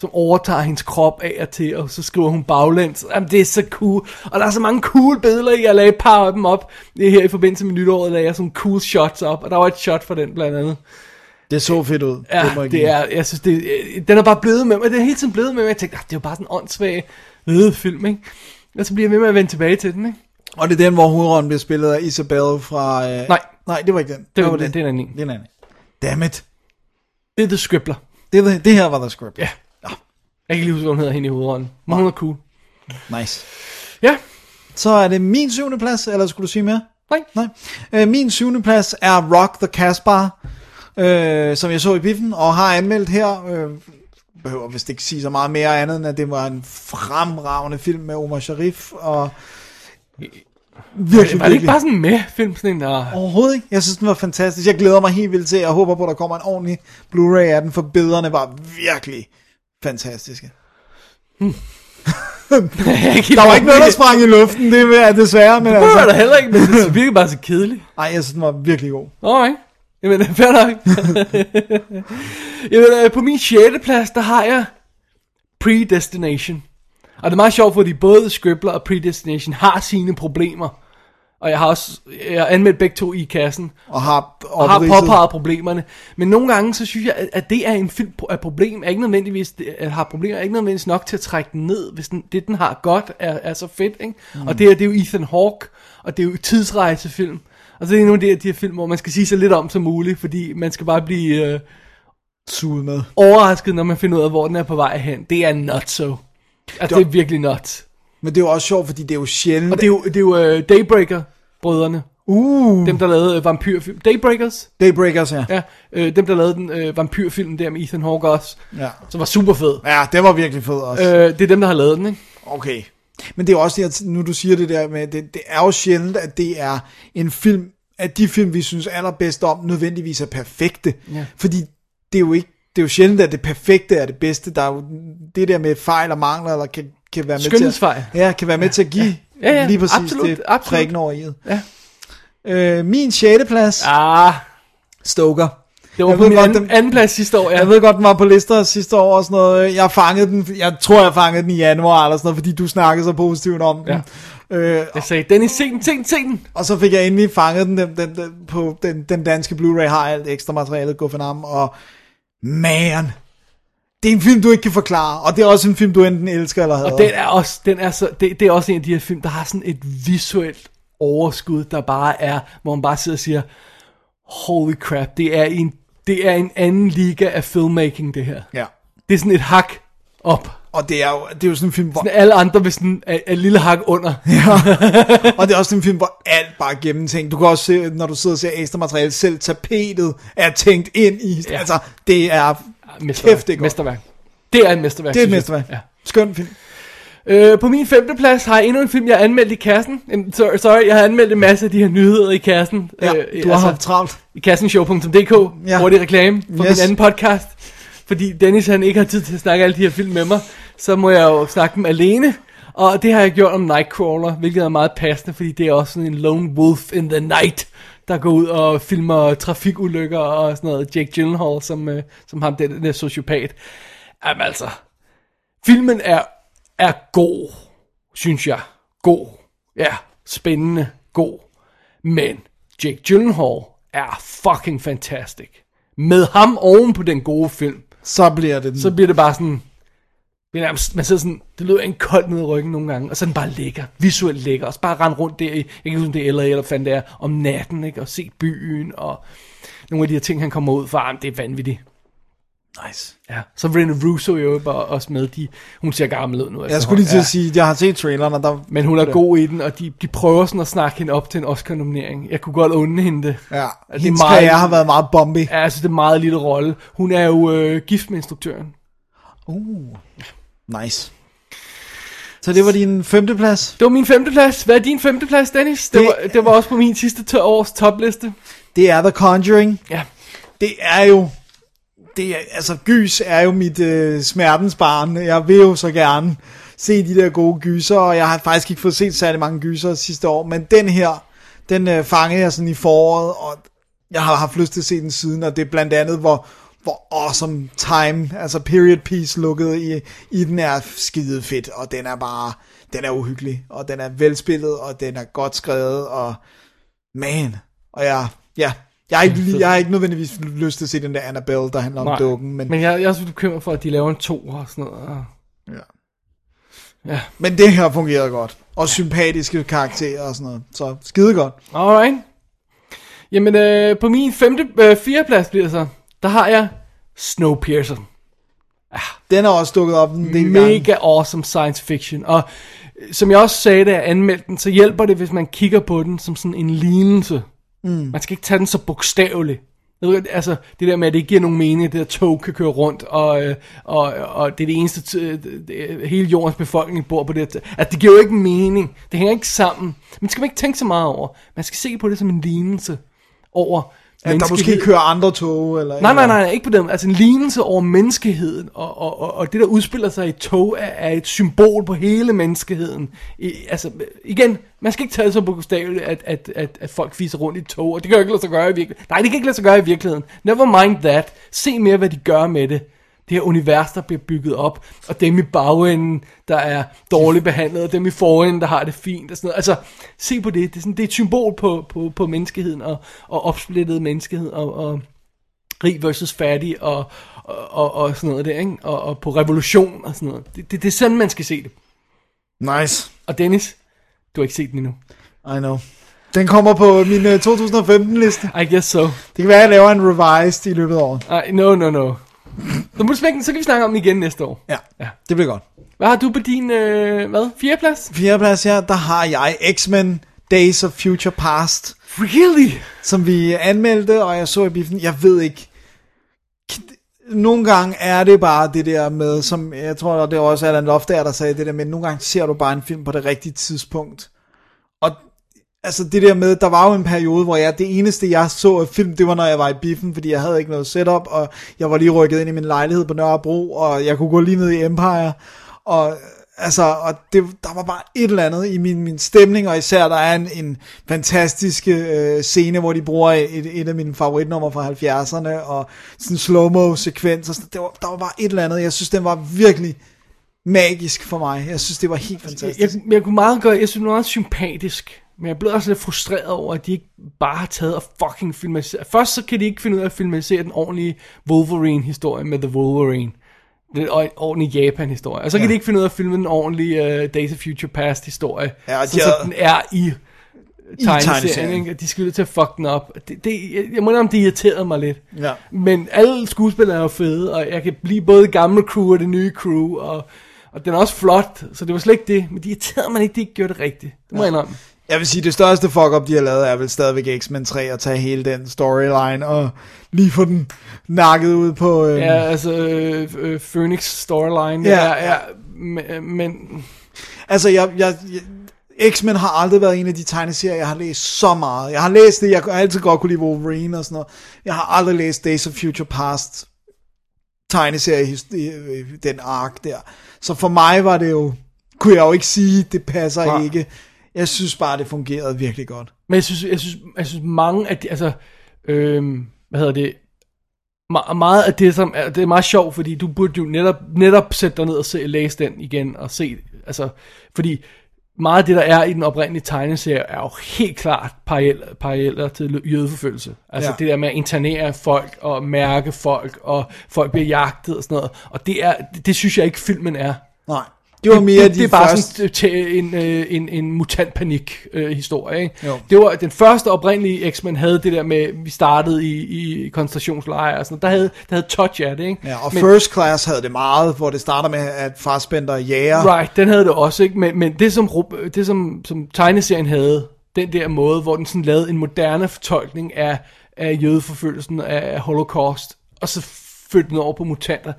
som overtager hendes krop af og til, og så skriver hun baglæns. Jamen, det er så cool. Og der er så mange cool billeder i, jeg lagde et par af dem op. Det er her i forbindelse med nytåret, lagde jeg sådan cool shots op, og der var et shot for den blandt andet.
Det så fedt ud.
Øh, Ja, det,
må jeg
det
give.
er, jeg synes, det, øh, den er bare blevet med mig, den er hele tiden blevet med mig. Jeg tænkte, "Ah, det er jo bare sådan en åndssvag øh, film, ikke? Og så bliver jeg ved med at vende tilbage til den, ikke?
Og det er den, hvor hovedrollen bliver spillet af Isabelle fra... Øh...
Nej.
Nej, det var ikke den.
Det
Hvad
var, det, det er en anden.
Det er en anden. Dammit.
Det er The Scribbler.
Det, er- det her var The Script.
Ja. Jeg kan ikke lige huske, hvad hun hedder hende i hovedrollen. Men hun er cool.
Nice.
Ja.
Så er det min syvende plads, eller skulle du sige mere?
Nej.
Nej. Øh, min syvende plads er Rock the Casbah, øh, som jeg så i biffen og har anmeldt her. Øh, behøver vist ikke sige så meget mere andet, end at det var en fremragende film med Omar Sharif. Og virkelig,
Øh, Var det ikke
virkelig.
bare sådan en med film, sådan en, der...
Overhovedet ikke. Jeg synes, den var fantastisk. Jeg glæder mig helt vildt til, og håber på, at der kommer en ordentlig Blu-ray af den, for billederne var virkelig fantastiske. Der var ikke noget, der sprang i luften, det er desværre. Men
Det var der
altså,
heller ikke, men det virkede bare så kedeligt.
ej, jeg synes, den var virkelig god.
Alright. Jamen, fair nok. Jamen, øh, på min 6. plads, der har jeg Predestination. Og det er meget sjovt, fordi både Scribbler og Predestination har sine problemer. Og jeg har også jeg har anmeldt begge to i kassen.
Og har,
og har
opridset-
påpeget problemerne. Men nogle gange, så synes jeg, at- at det er en film, at problem er ikke nødvendigvis, at har problemer er ikke nødvendigvis nok til at trække den ned, hvis den, det, den har godt, er, er så fedt. Ikke? Mm. Og det her, det er jo Ethan Hawke, og det er jo tidsrejsefilm. Og så er det nogle af de her, de her film, hvor man skal sige så lidt om som muligt, fordi man skal bare blive øh,
Suget med.
overrasket, når man finder ud af, hvor den er på vej hen. Det er not so. Altså, det er virkelig not.
Men det er jo også sjovt, fordi det er jo sjældent...
Og det er jo, det er jo øh, Daybreaker-brødrene.
Uh.
Dem, der lavede øh, vampyrfilm. Daybreakers.
Daybreakers, ja.
Ja, øh, dem der lavede den øh, vampyrfilm der med Ethan Hawke også,
Ja.
som var super fed.
ja, det var virkelig fed også.
Øh, det er dem, der har lavet den, ikke?
Okay. Men det er jo også det, at nu du siger det der med, det, det er jo sjældent, at det er en film, at de film, vi synes allerbedst om, nødvendigvis er perfekte.
Ja.
Fordi det er jo ikke, det er jo sjældent, at det perfekte er det bedste. Der er jo det der med fejl og mangler, eller kan, kan være med til
Skønhedsfejl.
at, ja, kan være med til at give
Ja, ja,
lige præcis
absolut,
det
absolut.
prikken over i.
Ja.
Øh, min 6. plads,
Ah,
Stoker.
det var
Jeg
på
ved
min
godt,
anden,
dem-
anden plads sidste år, ja.
Jeg ved godt, den var på lister sidste år og sådan noget. Jeg fangede den, jeg tror, jeg fangede den i januar eller sådan noget, fordi du snakkede så positivt om den. Ja. Øh,
Jeg sagde, Dennis, se den, se den, se den.
og så fik jeg endelig fanget den, den, den, den på den, den danske Blu-ray, har alt ekstra materialet, Guffinam, og man, det er en film, du ikke kan forklare, og det er også en film, du enten elsker eller hader.
Og den er også, den er så, det, det er også en af de her film, der har sådan et visuelt overskud, der bare er, hvor man bare sidder og siger, holy crap, det er en, det er en anden liga af filmmaking, det her.
Ja.
Det er sådan et hak op.
Og det er, jo, det er jo sådan en film, hvor,
Alle andre vil sådan er, er et lille hak under.
og det er også sådan en film, hvor alt bare er gennemtænkt. Du kan også se, når du sidder og ser ekstra materiale, selv tapetet er tænkt ind i. Ja.
Ja.
Altså, det er
Mesterværk.
kæft, det er godt.
mesterværk. Det er en mesterværk.
Det er et
synes jeg.
mesterværk. Ja. Skøn film.
Øh, på min femte plads har jeg endnu en film, jeg har anmeldt i kassen. Em, Sorry, sorry jeg har anmeldt en masse af de her nyheder i kassen.
Ja,
Øh,
du har haft travlt.
I kassenshow.dk,
Ja.
ja. hurtig reklame for
Yes.
min anden podcast. Fordi Dennis han ikke har tid til at snakke alle de her film med mig, så må jeg jo snakke dem alene. Og det har jeg gjort om Nightcrawler, hvilket er meget passende, fordi det er også sådan en lone wolf in the night, der går ud og filmer trafikulykker og sådan noget. Jake Gyllenhaal, som, øh, som ham, den der sociopat. Jamen altså, filmen er, er god, synes jeg. God. Ja, spændende. God. Men Jake Gyllenhaal er fucking fantastic. Med ham oven på den gode film,
Så bliver det den.
så bliver det bare sådan... det er nærmest- Man sidder sådan, det løber en kold ned i ryggen nogle gange, og så er den bare lækker, visuelt lækker, og så bare rende rundt der i, jeg kan ikke huske, om det er LA eller fandt det er, om natten, ikke, og se byen, og nogle af de her ting, han kommer ud fra, jamen, det er vanvittigt.
nice.
Ja. Så er Rene Russo jo bare også med, de, hun ser gammel ud nu.
Jeg skulle lige til at sige, at jeg har set traileren, og der...
Men hun er god i den, og de, de prøver sådan at snakke hende op til en Oscar-nominering. Jeg kunne godt unde hende det.
Ja,
det
hendes
meget-
karriere har været meget bombig.
Ja, altså det er en meget lille rolle. Hun er jo øh, gift med instruktøren.
Nice. Så Så det var din femteplads?
Det var min femteplads. Hvad er din femteplads, Dennis? Det, det, var, det var også på min sidste to års topliste.
Det er The Conjuring.
Ja.
Det er jo... Det er, altså, gys er jo mit øh, smertens barn. Jeg vil jo så gerne se de der gode gyser, og jeg har faktisk ikke fået set særlig mange gyser sidste år, men den her, den øh, fangede jeg sådan i foråret, og jeg har haft lyst til at se den siden, og det er blandt andet, hvor, hvor awesome time, altså period piece lukket i, i den er skide fedt, og den er bare, den er uhyggelig, og den er velspillet, og den er godt skrevet, og man, og jeg, ja, jeg har, ikke, jeg har ikke nødvendigvis lyst til at se den der Annabelle, der handler om
Nej,
dukken, men,
men jeg, jeg er også bekymret for, at de laver en to og sådan noget. Ah. og-
Ja.
Ja.
men det her fungerede godt, og sympatiske karakterer og sådan noget, så skide godt.
Alright. Jamen, øh, på min femte, øh, fjerdeplads bliver det så, der har jeg Snowpiercer.
Den er også dukket op en del gange.
Mega awesome science fiction. Og øh, som jeg også sagde, da jeg anmeldte den, så hjælper det, hvis man kigger på den som sådan en lignelse. Mm. Man skal ikke tage den så bogstaveligt. Jeg ved godt, Altså, det der med, at det ikke giver nogen mening, at det der tog kan køre rundt, og, øh, og, og det er det eneste, t- øh, det- hele jordens befolkning bor på det her t- Altså, det giver jo ikke mening. Det hænger ikke sammen. Men det skal man ikke tænke så meget over. Man skal se på det som en lignelse over
At der måske
menneskeheden.
kører andre tog, eller...
Nej, nej, nej, ikke på dem. Altså en lignelse over menneskeheden, og, og, og, og det, der udspiller sig i et tog, er, er et symbol på hele menneskeheden. I, altså, igen, man skal ikke tage det så bogstaveligt, at, at, at, at folk fiser rundt i et tog, og det kan jo ikke lade sig gøre i virkeligheden. Nej, det kan ikke lade sig gøre i virkeligheden. Never mind that. Se mere, hvad de gør med det. Det her univers, der bliver bygget op, og dem i bagenden, der er dårligt behandlet, og dem i forenden, der har det fint og sådan noget. Altså, se på det. Det er, sådan, det er et symbol på, på, på menneskeheden, og, og opsplittet menneskehed, og, og rig versus fattig og, og, og, og sådan noget der, ikke? Og, og på revolution og sådan noget. Det, det, det er sådan, man skal se det.
Nice.
Og Dennis, du har ikke set den endnu.
I know. Den kommer på min øh, 2015-liste.
I guess so.
Det kan være, at jeg laver en revised i løbet af året.
Ej, no, no, no. Så må du smække den, så kan vi snakke om den igen næste år.
Ja, det bliver godt.
Hvad har du på din, øh, hvad, fjerdeplads?
Fjerdeplads her, der har jeg X-Men Days of Future Past.
Really?
Som vi anmeldte, og jeg så i biffen. Jeg ved ikke. Nogle gange er det bare det der med, som jeg tror, det var også Alan Loftager, der sagde det der med, nogle gange ser du bare en film på det rigtige tidspunkt. Og altså det der med, der var jo en periode, hvor jeg, det eneste jeg så af film, det var når jeg var i biffen, fordi jeg havde ikke noget setup, og jeg var lige rykket ind i min lejlighed på Nørrebro, og jeg kunne gå lige ned i Empire, og altså, og det, der var bare et eller andet i min, min stemning, og især der er en, en fantastisk øh, scene, hvor de bruger et, et af mine favoritnummer fra 70'erne, og sådan en slow-mo-sekvens, og sådan, det var, der var bare et eller andet, jeg synes, den var virkelig magisk for mig, jeg synes, det var helt fantastisk.
Jeg, jeg, jeg kunne meget gøre, jeg synes, den var meget sympatisk. Men jeg blev også lidt frustreret over, at de ikke bare har taget og fucking filmatiseret. Først så kan de ikke finde ud af at filmatisere den ordentlige Wolverine-historie med The Wolverine. Den or- ordentlige Japan-historie. Og så kan
Ja.
de ikke finde ud af at filme den ordentlige uh, Days of Future Past-historie.
Ja, og de
så, så
havde-
den er i tegneserien,
tegneserien.
ikke? Og De skulle til at fuck den op. Det, det, jeg, jeg må indrømme, det irriterede mig lidt.
Ja.
Men alle skuespillere er jo fede, og jeg kan blive både det gamle crew og det nye crew, og, og den er også flot, så det var slet ikke det. Men de irriterede mig ikke, de ikke gjorde det rigtigt. Det må jeg indrømme.
Jeg vil sige, det største fuck-up, de har lavet, er vel stadigvæk X-Men 3 at tage hele den storyline og lige få den nakket ud på... Øh,
Ja, altså øh, øh, Phoenix storyline.
Ja.
Ja, ja. ja men, men
Altså, jeg, jeg, jeg, X-Men har aldrig været en af de tegneserier, jeg har læst så meget. Jeg har læst det, jeg har altid godt kunne lide Wolverine og sådan noget. Jeg har aldrig læst Days of Future Past tegneserie, his- øh, øh, den ark der. Så for mig var det jo, kunne jeg jo ikke sige, det passer
Nej.
ikke. Jeg synes bare, det fungerede virkelig godt.
Men jeg synes, jeg synes, jeg synes mange af de, altså, øhm, hvad hedder det, Me- meget af det, som er, det er meget sjovt, fordi du burde jo netop, netop sætte dig ned og se, læse den igen og se, altså, fordi meget af det, der er i den oprindelige tegneserie, er jo helt klart paralleller, paralleller til jødeforfølgelse. Altså
Ja.
ja. det der med at internere folk og mærke folk, og folk bliver jagtet og sådan noget. Og det, er, det, det synes jeg ikke, filmen er.
Nej, det var mere
det,
de
det er bare
første...
sådan til en, øh, en, en mutant-panik-historie. ikke?
Jo.
Det var den første oprindelige X-Men havde det der med, vi startede i, i koncentrationslejre og sådan noget. Der havde, der havde touch af det, ikke?
Ja, og men, First Class havde det meget, hvor det starter med, at Fassbender jager.
Right, den havde det også, ikke? Men, men det, som, ru- det som, som tegneserien havde, den der måde, hvor den sådan lavede en moderne fortolkning af, af jødeforfølgelsen, af, af holocaust, og så fødte den over på mutanter.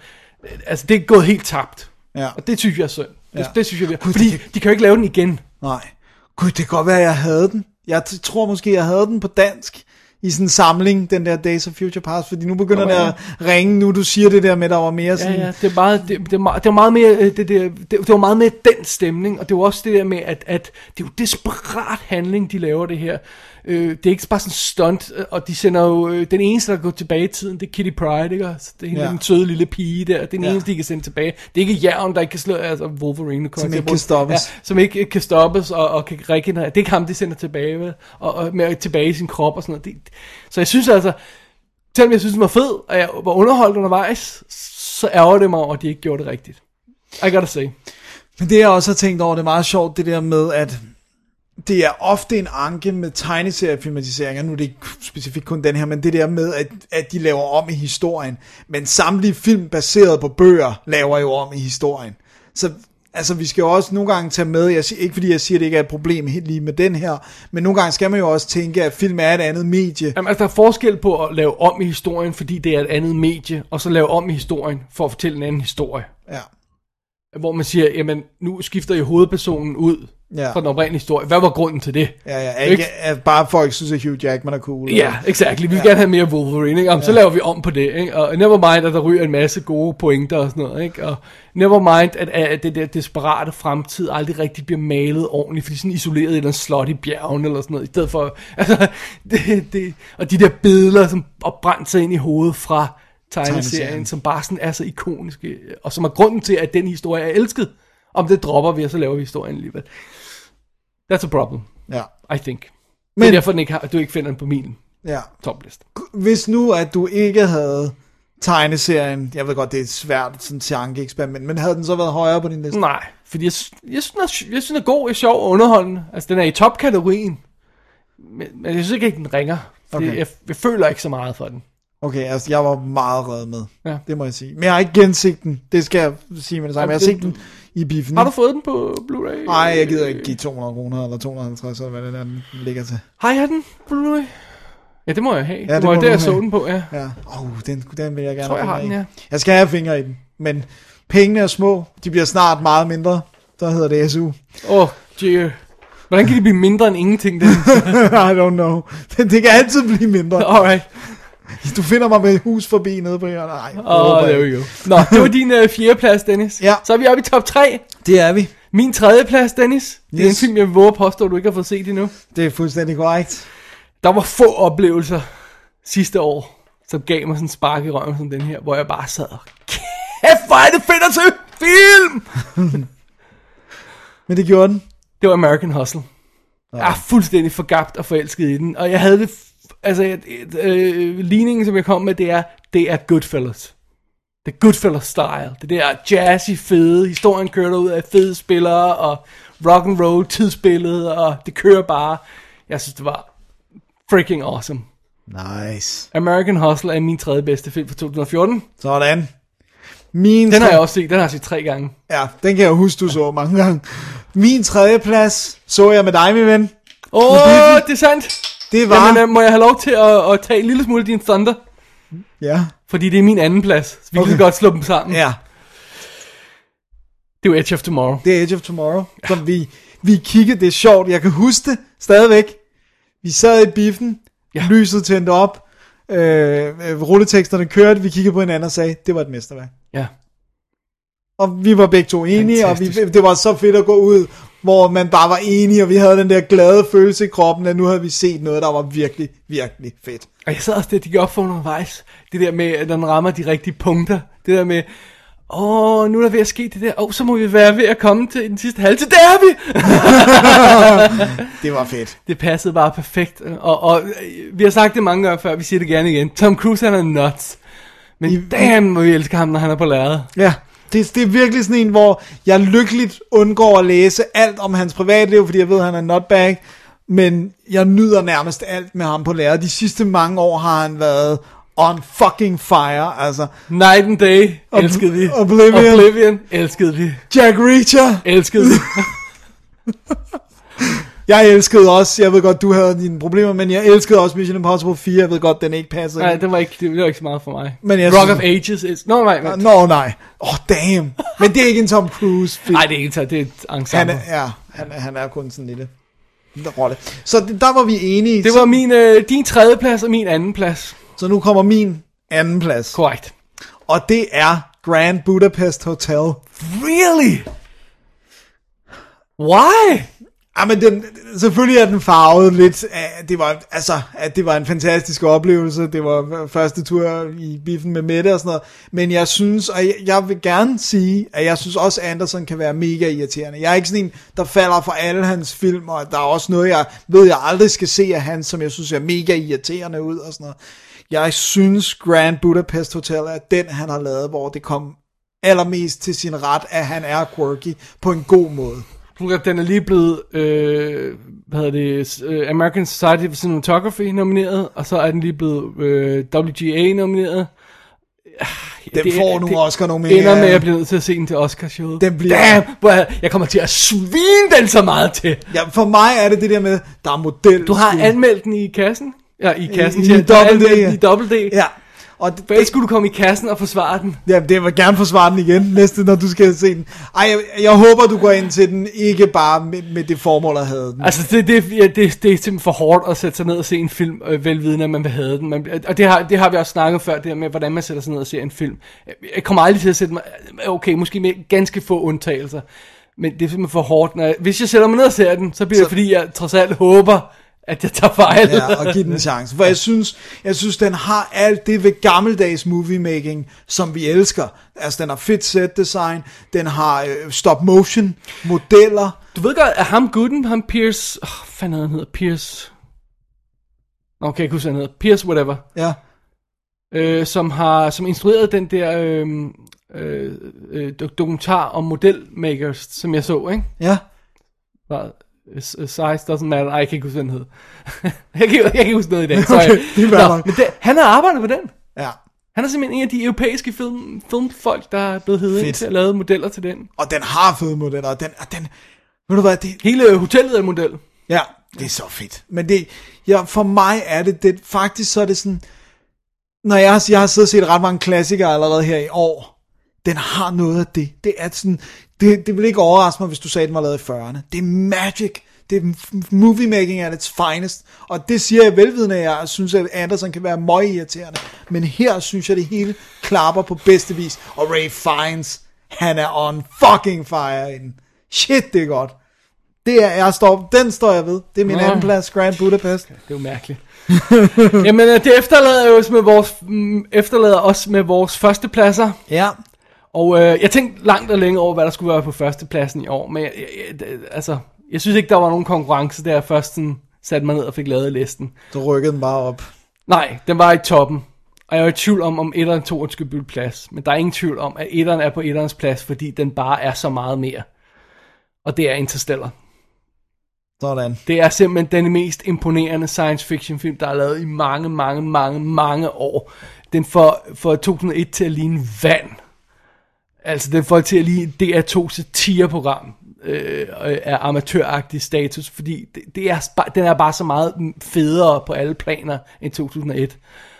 Altså, det er gået helt tabt.
Ja.
Og det synes jeg er synd. Det, det synes jeg, vi Fordi de kan jo ikke lave den igen.
Nej. Gud, det kan godt være, at jeg havde den. Jeg t- tror måske, jeg havde den på dansk i sådan en samling, den der Days of Future Past, fordi nu begynder
Nå,
oh, ja.
ja.
det at ringe, nu du siger det der med, der var mere
Ja,
sådan...
ja, det, er meget, det, det, er meget, det var meget mere, øh, det, det, det, det var meget mere den stemning, og det var også det der med, at, at det er jo desperat handling, de laver det her. Øh, det er ikke bare sådan stunt, øh, og de sender jo, øh, den eneste, der går tilbage i tiden, det er Kitty Pryde, ikke? Så det er hende,
Ja.
ja. den søde lille pige der, det er den
Ja.
ja. eneste, de kan sende tilbage. Det er ikke jern, der ikke kan slå, altså Wolverine. nu kommer jeg
Som
til at
ikke
bruge-
kan stoppes.
Ja, som ikke øh, kan stoppes, og, og kan regenerere. Det er ikke ham, de sender tilbage, vel? Og, og med, tilbage i sin krop og sådan noget. Det, så jeg synes altså, Selvom jeg synes, den var fed, og jeg var underholdt undervejs, så ærger det mig over, at de ikke gjorde det rigtigt. I gotta say.
Men det jeg også har tænkt over, det er meget sjovt, det der med, at det er ofte en anke med tegneseriefilmatiseringer, nu er det ikke specifikt kun den her, men det der med, at, at de laver om i historien. Men samtlige film baseret på bøger laver jo om i historien. Så altså, vi skal jo også nogle gange tage med, jeg siger, ikke fordi jeg siger, at det ikke er et problem helt lige med den her, men nogle gange skal man jo også tænke, at film er et andet medie.
Jamen, altså, der er forskel på at lave om i historien, fordi det er et andet medie, og så lave om i historien for at fortælle en anden historie.
Ja.
Hvor man siger, jamen, nu skifter I hovedpersonen ud
Ja.
ja. fra den oprindelige historie. Hvad var grunden til det?
Ja, ja, ikke, at bare folk synes, at Hugh Jackman er cool.
Ja, exakt. Vi vil ja. gerne have mere Wolverine, ikke? Jamen, Så laver vi om på det, ikke? Og nevermind, at der ryger en masse gode pointer og sådan noget, ikke? Og nevermind, at, at det der desperate fremtid aldrig rigtig bliver malet ordentligt, fordi sådan isoleret i en slot i bjergen eller sådan noget, i stedet for... Altså, det, det, og de der billeder, som opbrændt sig ind i hovedet fra tegneserien,
Tegneserien.
som bare sådan er så ikoniske, og som er grunden til, at den historie er elsket. Om det dropper vi, og så laver vi historien alligevel. That's a problem,
Ja.
I think. Men,
Men-
det er derfor, den ikke har, du ikke finder den på min
Ja.
topliste.
hvis nu, at du ikke havde tegneserien, jeg ved godt, det er et svært sådan tankeeksperiment, men havde den så været højere på din liste?
Nej, fordi jeg, sy- jeg, synes, den er, jeg synes, den er god, jeg sjov og underholdende. Altså, den er i topkategorien. Men, men jeg synes ikke, at den ringer. Fordi
Okay.
okay. jeg, jeg, føler ikke så meget for den.
Okay, altså jeg var meget reddet med,
Ja.
det må jeg sige. Men jeg har ikke genset den, det skal jeg sige med det samme. Jeg har set den i biffen.
Har du fået den på Blu-ray?
Mm. Nej, jeg gider ikke give 200 kroner eller 250, eller hvad det der den ligger til.
Har jeg den på Blu-ray? Ja, det må jeg have. Ja, det, var
det må
jo der,
du
jeg så
have.
den på, ja.
Ja, oh, den, den vil jeg gerne
Tror, jeg
have
har den,
fingre i.
ja.
Jeg skal have fingre i den, men pengene er små, de bliver snart meget mindre. Der hedder det SU.
Åh, oh, dear. Hvordan kan de blive mindre end ingenting? Det?
I don't know. Det, det kan altid blive mindre.
Alright.
Du finder mig med et hus forbi nede på hjørnet. Nej, det
Åh,
håber
oh,
jeg
there we
ikke.
go. Nå, det var din øh, fjerde plads, Dennis.
Ja.
Så er vi oppe i top 3.
Det er vi.
Min tredje plads, Dennis. Det er
Yes.
en film, jeg vil våge at påstå, du ikke har fået set endnu.
Det er fuldstændig korrekt.
Der var få oplevelser sidste år, som gav mig sådan en spark i røven som den her, hvor jeg bare sad og, kæft, hvor er det fedt at se film!
Men det gjorde den.
Det var American Hustle. Jeg er fuldstændig forgabt og forelsket i den, og jeg havde det, f- altså, jeg, øh, ligningen, som jeg kom med, det er, det er Goodfellas. Det er Goodfellas style. Det der jazzy fede, historien kører ud af fede spillere, og rock and roll tidsbillede, og det kører bare. Jeg synes, det var freaking awesome.
Nice.
American Hustle er min tredje bedste film fra 2014.
Sådan. Min
Den har
tre-
jeg også set. Den har jeg set tre gange.
Ja, den kan jeg huske, du så mange gange. Min tredje plads så jeg med dig, min ven.
Åh, oh, det er sandt.
Det var...
Jamen, øh, må jeg have lov til at, at tage en lille smule af din thunder?
ja.
Fordi det er min anden plads. Så Vi kan
Okay.
lige så godt slå dem sammen.
ja,
Det er jo Edge of Tomorrow.
det er Edge of Tomorrow, som vi, vi kiggede. Det er sjovt, jeg kan huske det stadigvæk. Vi sad i biffen, ja. lyset tændte op, øh, øh, rulleteksterne kørte, vi kiggede på hinanden og sagde, det var et mesterværk.
Ja.
Og vi var begge to enige,
Fantastisk.
og vi, det var så fedt at gå ud, hvor man bare var enige, og vi havde den der glade følelse i kroppen, at nu havde vi set noget, der var virkelig, virkelig fedt.
Og jeg sad også det, de gik op for undervejs. Det der med, at den rammer de rigtige punkter. Det der med, åh, oh, nu er der ved at ske det der. Åh, oh, så må vi være ved at komme til den sidste halve. Det er vi!
Det var fedt.
Det passede bare perfekt. Og, og øh, vi har sagt det mange gange før, vi siger det gerne igen. Tom Cruise, han er nuts. Men I, damn, hvor vi elsker ham, når han er på lærredet.
Ja, det, det er virkelig sådan en, hvor jeg lykkeligt undgår at læse alt om hans privatliv, fordi jeg ved, at han er nutbag, men jeg nyder nærmest alt med ham på lærer. De sidste mange år har han været on fucking fire, altså.
Night and Day elskede vi.
Oblivion.
Oblivion elskede vi.
Jack Reacher!
Elskede vi.
Jeg elskede også, jeg ved godt, du havde dine problemer, men jeg elskede også Mission Impossible 4. Jeg ved godt, den ikke passer.
Nej, det var ikke, det var ikke så meget for mig.
Men jeg
Rock
synes-
of Ages is... Nå, nej,
Nå,
vent.
no, nej. Åh, oh, damn. Men det er ikke en Tom Cruise film.
Nej, det er ikke taget, det er et
Han
ensemble.
er, ja, han, er- han er kun sådan en lille lille rolle. Så det, der var vi enige.
Det var min, øh, din tredje plads og min anden plads.
Så nu kommer min anden plads.
Korrekt.
Og det er Grand Budapest Hotel.
Really? Why?
Jamen, Ah, den, selvfølgelig er den farvet lidt. Af, det var, altså, at det var en fantastisk oplevelse. Det var første tur i biffen med Mette og sådan noget. Men jeg synes, og jeg, jeg vil gerne sige, at jeg synes også, at Anderson kan være mega irriterende. Jeg er ikke sådan en, der falder for alle hans film, og der er også noget, jeg ved, jeg aldrig skal se af hans, som jeg synes er mega irriterende ud og sådan noget. Jeg synes, Grand Budapest Hotel er den, han har lavet, hvor det kom allermest til sin ret, at han er quirky på en god måde.
Program, den er lige blevet, øh, hvad hedder det, øh, American Society for Cinematography nomineret, og så er den lige blevet øh, WGA nomineret. Ah,
Den får nogle Oscar-nomineringer.
Ender med, at jeg bliver nødt til at se den til Oscarshowet.
øh, Den bliver-
Damn, hvor jeg, jeg kommer til at svine den så meget til.
Ja, for mig er det det der med, der er model.
Du har anmeldt den i kassen. Ja, i kassen.
I- i
siger jeg. Du har
dobbelt D,
anmeldt den
ja.
I dobbelt D.
Ja. Og det,
Hvad skulle du komme i kassen og forsvare den?
Ja, det vil gerne forsvare den igen næste, når du skal se den. Ej, jeg, jeg håber, du går ind til den, ikke bare med, med det formål, at have den.
Altså, det, det, ja, det, det er simpelthen for hårdt at sætte sig ned og se en film, øh, velvidende, at man vil have den. Man, og det har, det har vi også snakket før, det her med, hvordan man sætter sig ned og ser en film. Jeg- Jeg kommer aldrig til at sætte mig... øh, Okay, måske med ganske få undtagelser. Men det er simpelthen for hårdt. Når jeg, hvis jeg sætter mig ned og ser den, så bliver så... det, fordi jeg trods alt håber, at jeg tager fejl.
Ja, og give den en chance. For jeg synes, jeg synes, den har alt det ved gammeldags moviemaking, som vi elsker. Altså, den har fedt set design, den har øh, stop motion, modeller.
Du ved godt, at ham gutten, ham Pierce... Oh, hvad fanden er han hedder? Pierce... Nå, okay, jeg kan ikke huske, hvad han hedder. Pierce whatever.
Ja.
øh, som har som instrueret den der øh, øh, øh, dok- dokumentar om modelmakers, som jeg så, ikke?
Ja.
Var, øh, size doesn't matter. Ej, jeg kan ikke huske, hvad den hed. jeg, kan, jeg kan ikke huske noget i dag, sorry.
Okay, det er fair nok.
men det, han har arbejdet på den.
Ja.
Han er simpelthen en af de europæiske film, filmfolk, der er blevet heddet ind
Fedt.
til at lave modeller til den.
Og den har fede modeller, og den, og den, ved du hvad, det,
Hele hotellet er en model.
Ja, det er så fedt. Men det, ja, for mig er det, det, faktisk så er det sådan, når jeg, har- jeg har siddet og set ret mange klassikere allerede her i år, den har noget af det. Det er sådan, det, det ville ikke overraske mig, hvis du sagde, den var lavet i 40'erne. Det er magic. Det er m- movie making at its finest. Og det siger jeg velvidende, af, at jeg synes, at Anderson kan være møg irriterende. Men her synes jeg, det hele klapper på bedste vis. Og Ray Fiennes, han er on fucking fire inden. Shit, det er godt. Det er, jeg står, den står jeg ved. Det er min
Nå.
anden plads, Grand Budapest.
Det er jo mærkeligt. Jamen, øh, det efterlader, os med vores, mm, efterlader os med vores førstepladser.
Ja.
Og øh, jeg tænkte langt og længe over, hvad der skulle være på førstepladsen i år, men jeg, jeg, jeg, det- altså, jeg synes ikke, der var nogen konkurrence, da jeg først sådan satte mig ned og fik lavet listen.
Du rykkede den bare op.
Nej, den var i toppen, og jeg var i tvivl om, om etteren og toeren skulle bytte plads, men der er ingen tvivl om, at etteren er på etterens plads, fordi den bare er så meget mere. Og det er Interstellar.
Sådan.
Det er simpelthen den mest imponerende science fiction film, der er lavet i mange, mange, mange, mange år. Den får, får 2001 til at ligne vand. Altså, den får til at ligne DR2's satireprogram øh, af amatøragtig status, fordi det, det er, spa- den er bare så meget federe på alle planer end 2001.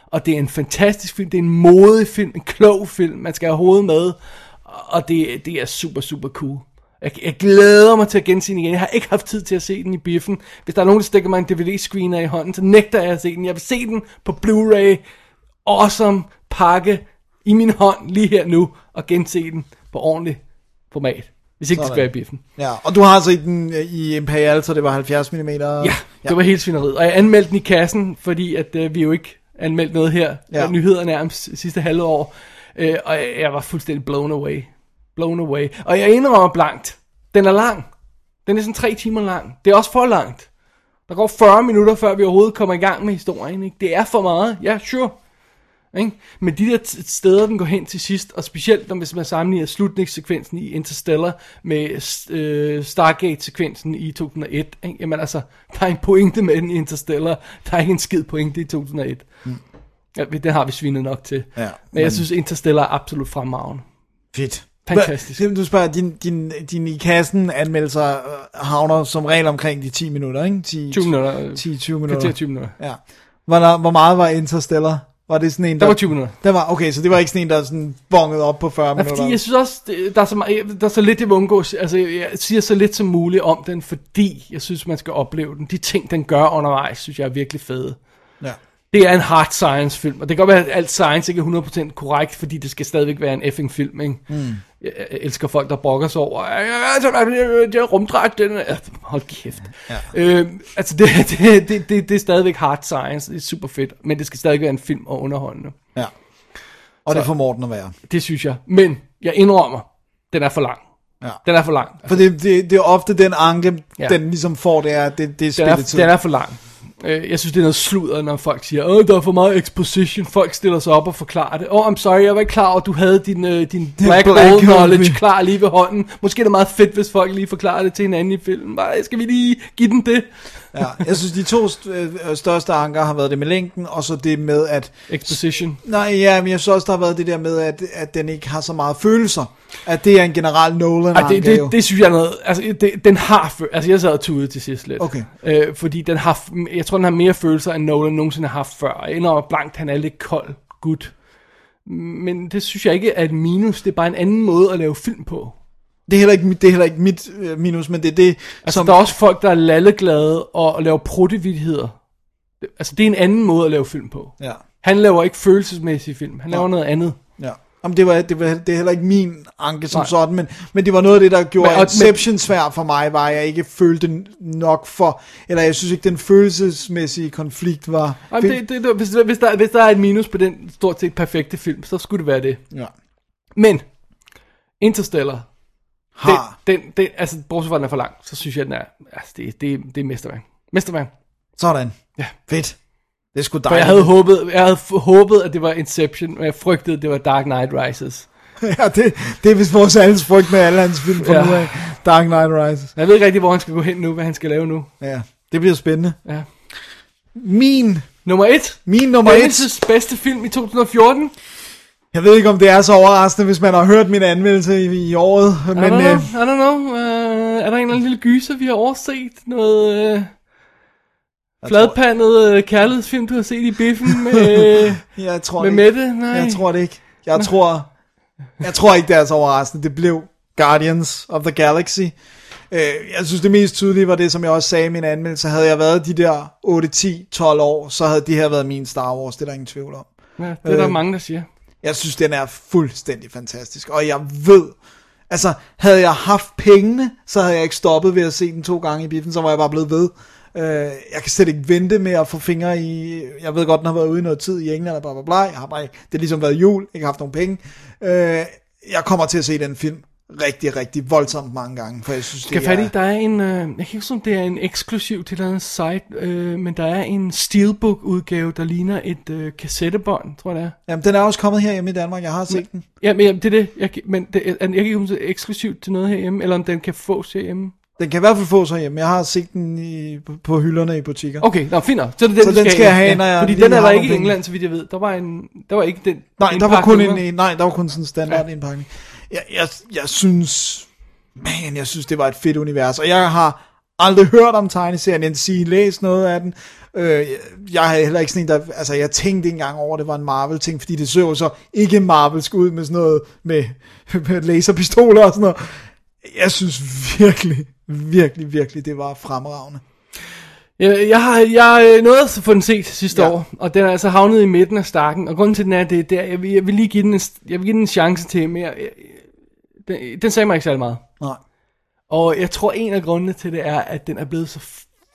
Og det er en fantastisk film, det er en modig film, en klog film, man skal have hovedet med, og det, det er super, super cool. Jeg, jeg glæder mig til at gense den igen. Jeg har ikke haft tid til at se den i biffen. Hvis der er nogen, der stikker mig en DVD-screener i hånden, så nægter jeg at se den. Jeg vil se den på Blu-ray. Awesome pakke i min hånd lige her nu, og gense den på ordentligt format. Hvis ikke det
Sådan.
skal være i biffen.
Ja, og du har set den øh, i Imperial, så det var 70 mm.
Ja, det var helt svineriet. Og jeg anmeldte den i kassen, fordi at øh, vi jo ikke anmeldte noget her.
Ja.
Ja. Nyheder nærmest sidste halve år. Øh, og jeg, jeg var fuldstændig blown away. Blown away. Og jeg indrømmer blankt. Den er lang. Den er sådan tre timer lang. Det er også for langt. Der går 40 minutter, før vi overhovedet kommer i gang med historien. Ikke? Det er for meget. Ja, sure. Ikke? Men de der t- steder, den går hen til sidst, og specielt når hvis man sammenligner slutningssekvensen i Interstellar med s- øh, Stargate-sekvensen i 2001, ikke? jamen altså, der er en pointe med den i Interstellar, der er ikke en skid pointe i 2001. Mm. Ja, den har vi svinet nok til.
Ja,
men, men jeg
men-
synes, Interstellar er absolut fremragende.
Fedt.
Fantastisk.
Hva, du spørger, din, din, din i kassen anmeldelser øh, havner som regel omkring de 10 minutter, ikke? 10,
20 minutter. øh,
10-20 minutter.
Kvarter 20 minutter.
Ja. Hvor, der, hvor meget var Interstellar? Var det sådan en, der...
Der var 20 minutter.
Der var, okay, så det var ikke sådan en, der sådan bongede op på 40
Nej,
minutter.
fordi jeg synes også, det- der er, så meget, der er så lidt, jeg vil undgå, altså jeg siger så lidt som muligt om den, fordi jeg synes, man skal opleve den. De ting, den gør undervejs, synes jeg er virkelig fede.
Ja.
Det er en hard science film, og det kan godt være, at alt science ikke er 100% korrekt, fordi det skal stadigvæk være en effing film, ikke?
Mm.
Jeg, jeg elsker folk, der brokker sig over, "Øh, øh, øh, det er rumdragt, den er... Hold kæft.
Ja.
Øh, altså, det, det, det, det, det er stadigvæk hard science, det er super fedt, men det skal stadigvæk være en film og underholdende.
Ja. Og
Så-
det formår den at være.
Det synes jeg. Men jeg indrømmer, den er for lang.
Ja.
Den er for lang.
For det, det, det er ofte den anke,
Ja.
ja. den ligesom får, det er, det, det er
Den er,
spilletid.
den er for lang. Øh, Jeg synes, det er noget sludder, når folk siger, Åh, der er for meget exposition, folk stiller sig op og forklarer det. Åh, oh, I'm sorry, jeg var ikke klar over, at du havde din, øh, din black,
black
black hole knowledge
hole.
klar lige ved hånden. Måske er det meget fedt, hvis folk lige forklarer det til hinanden i filmen. Bare, skal vi lige give den det?
ja. Jeg synes, de to st- øh, største anker har været det med længden, og så det med, at...
Exposition.
Nej, ja, men jeg synes også, der har været det der med, at, at den ikke har så meget følelser. At det er en generel nolan
Ej, det, det, det synes jeg er noget, altså det, den har, fø- altså jeg sad og tudede til sidst lidt.
Okay.
Øh, fordi den har, f- jeg tror den har mere følelser, end Nolan nogensinde har haft før. Jeg indrømmer blankt, han er lidt kold gut. Men det synes jeg ikke er et minus, det er bare en anden måde at lave film på.
det, er heller ikke, mit- det er heller ikke mit øh, minus, men det er det,
Altså Som... der er også folk, der er lalleglade og laver pruttevidtigheder. Altså det er en anden måde at lave film på.
Ja.
Han laver ikke følelsesmæssige film, han laver noget andet.
Ja. Jamen, det, var, det, var, det er heller ikke min anke som
Nej.
Nej. sådan, men, men det var noget af det, der gjorde
Men-
men,
og-
Inception svær for mig, var at jeg ikke følte den nok for, eller jeg synes ikke, den følelsesmæssige konflikt var...
Ej, men det, det, det, hvis, hvis, der, hvis der er et minus på den stort set perfekte film, så skulle det være det.
Ja.
Men Interstellar,
Har.
Den, den, den, altså, bortset fra, at den er for lang, så synes jeg, den er, altså, det, det, det er mesterværk. Mesterværk.
Sådan.
Ja.
Fedt. Det skulle
For jeg havde, håbet, jeg havde f- håbet, at det var Inception, men jeg frygtede, at det var Dark Knight Rises.
ja, det, det er vist vores alles frygt med alle hans film fra
Ja.
ja. nu af. Dark Knight Rises.
Jeg ved ikke rigtig, hvor han skal gå hen nu, hvad han skal lave nu.
Ja, det bliver spændende.
Ja.
Min,
Nummer et.
min nummer et.
Dennis' bedste film i 2014.
Jeg ved ikke, om det er så overraskende, hvis man har hørt min anmeldelse i, i året,
I don't
men...
know,
Øh,
I don't know. Uh, er der en eller anden lille gyser, vi har overset? Noget uh, fladpandet uh, kærlighedsfilm, du har set i biffen med, uh,
jeg tror
med
ikke.
Mette? Nej.
Jeg tror det ikke. Jeg tror, jeg tror ikke, det er så overraskende. Det blev Guardians of the Galaxy. Øh, Jeg synes, det mest tydelige var det, som jeg også sagde i min anmeldelse. Havde jeg været de der 8, 10, 12 år, så havde det her været min Star Wars. Det er der ingen tvivl om.
Ja, det er der
Øh,
mange, der siger.
Jeg synes, den er fuldstændig fantastisk. Og jeg ved, altså havde jeg haft pengene, så havde jeg ikke stoppet ved at se den to gange i biffen, så var jeg bare blevet ved. Øh, jeg kan slet ikke vente med at få fingre i, jeg ved godt, den har været ude i noget tid i England og bla bla bla, jeg har bare ikke, det har ligesom været jul, ikke haft nogen penge. Øh, jeg kommer til at se den film rigtig, rigtig voldsomt mange gange, for jeg synes,
Skal
det
jeg fat i,
er...
der er en, øh, jeg kan ikke huske, om det er en eksklusiv til et eller andet site, øh, men der er en Steelbook-udgave, der ligner et øh, kassettebånd, tror jeg det er.
Jamen, den er også kommet her hjemme i Danmark, jeg har set den.
Ja, men jamen, det er det, jeg, kan- men det, er- jeg kan ikke huske, om det er eksklusivt til noget herhjemme, eller om den kan fås herhjemme.
Den kan i hvert fald fås herhjemme, jeg har set den i, på- på hylderne i butikker.
Okay, nå, fint nok. Så det er den,
Så
du
den skal jeg have,
ja.
når jeg
Fordi
lige
den er
har
der
nogle
ikke i
penge.
England, så vidt jeg ved. Der var, en, der var ikke den
Nej, der var kun
indpakning,
en,
hva'?
en, nej, der var kun sådan en standard ja. indpakning. Jeg, jeg, jeg synes, man, jeg synes, det var et fedt univers, og jeg har aldrig hørt om tegneserien, end sige, læst noget af den. Øh, jeg, jeg havde heller ikke sådan en, der, altså jeg tænkte ikke engang over, at det var en Marvel-ting, fordi det så jo så ikke Marvelsk ud med sådan noget, med, med laserpistoler og sådan noget. Jeg synes virkelig, virkelig, virkelig, det var fremragende.
Jeg, jeg har jeg øh, nåede at få den set sidste ja.
Ja.
år, og den er altså havnet i midten af stakken, og grunden til den er, det er der, jeg vil, jeg vil lige give den en, st- jeg vil give den en chance til, men jeg, jeg, den, den sagde mig ikke særlig meget.
Nej.
Og jeg tror, en af grundene til det er, at den er blevet så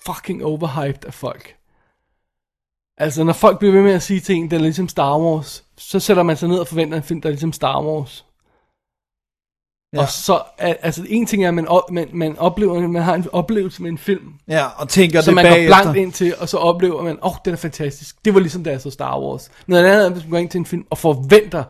fucking overhyped af folk. Altså, når folk bliver ved med at sige til en, den er ligesom Star Wars, så sætter man sig ned og forventer en film, der er ligesom Star Wars. Ja.
Ja.
Og så, al- altså, en ting er, at man, op, man, man oplever, man har en oplevelse med en film,
Ja, og tænker
så
det
man går
bagefter.
blankt ind til, og så oplever man, åh, oh, den er fantastisk. Det var ligesom, da jeg så Star Wars. Noget andet er, hvis man går ind til en film og forventer,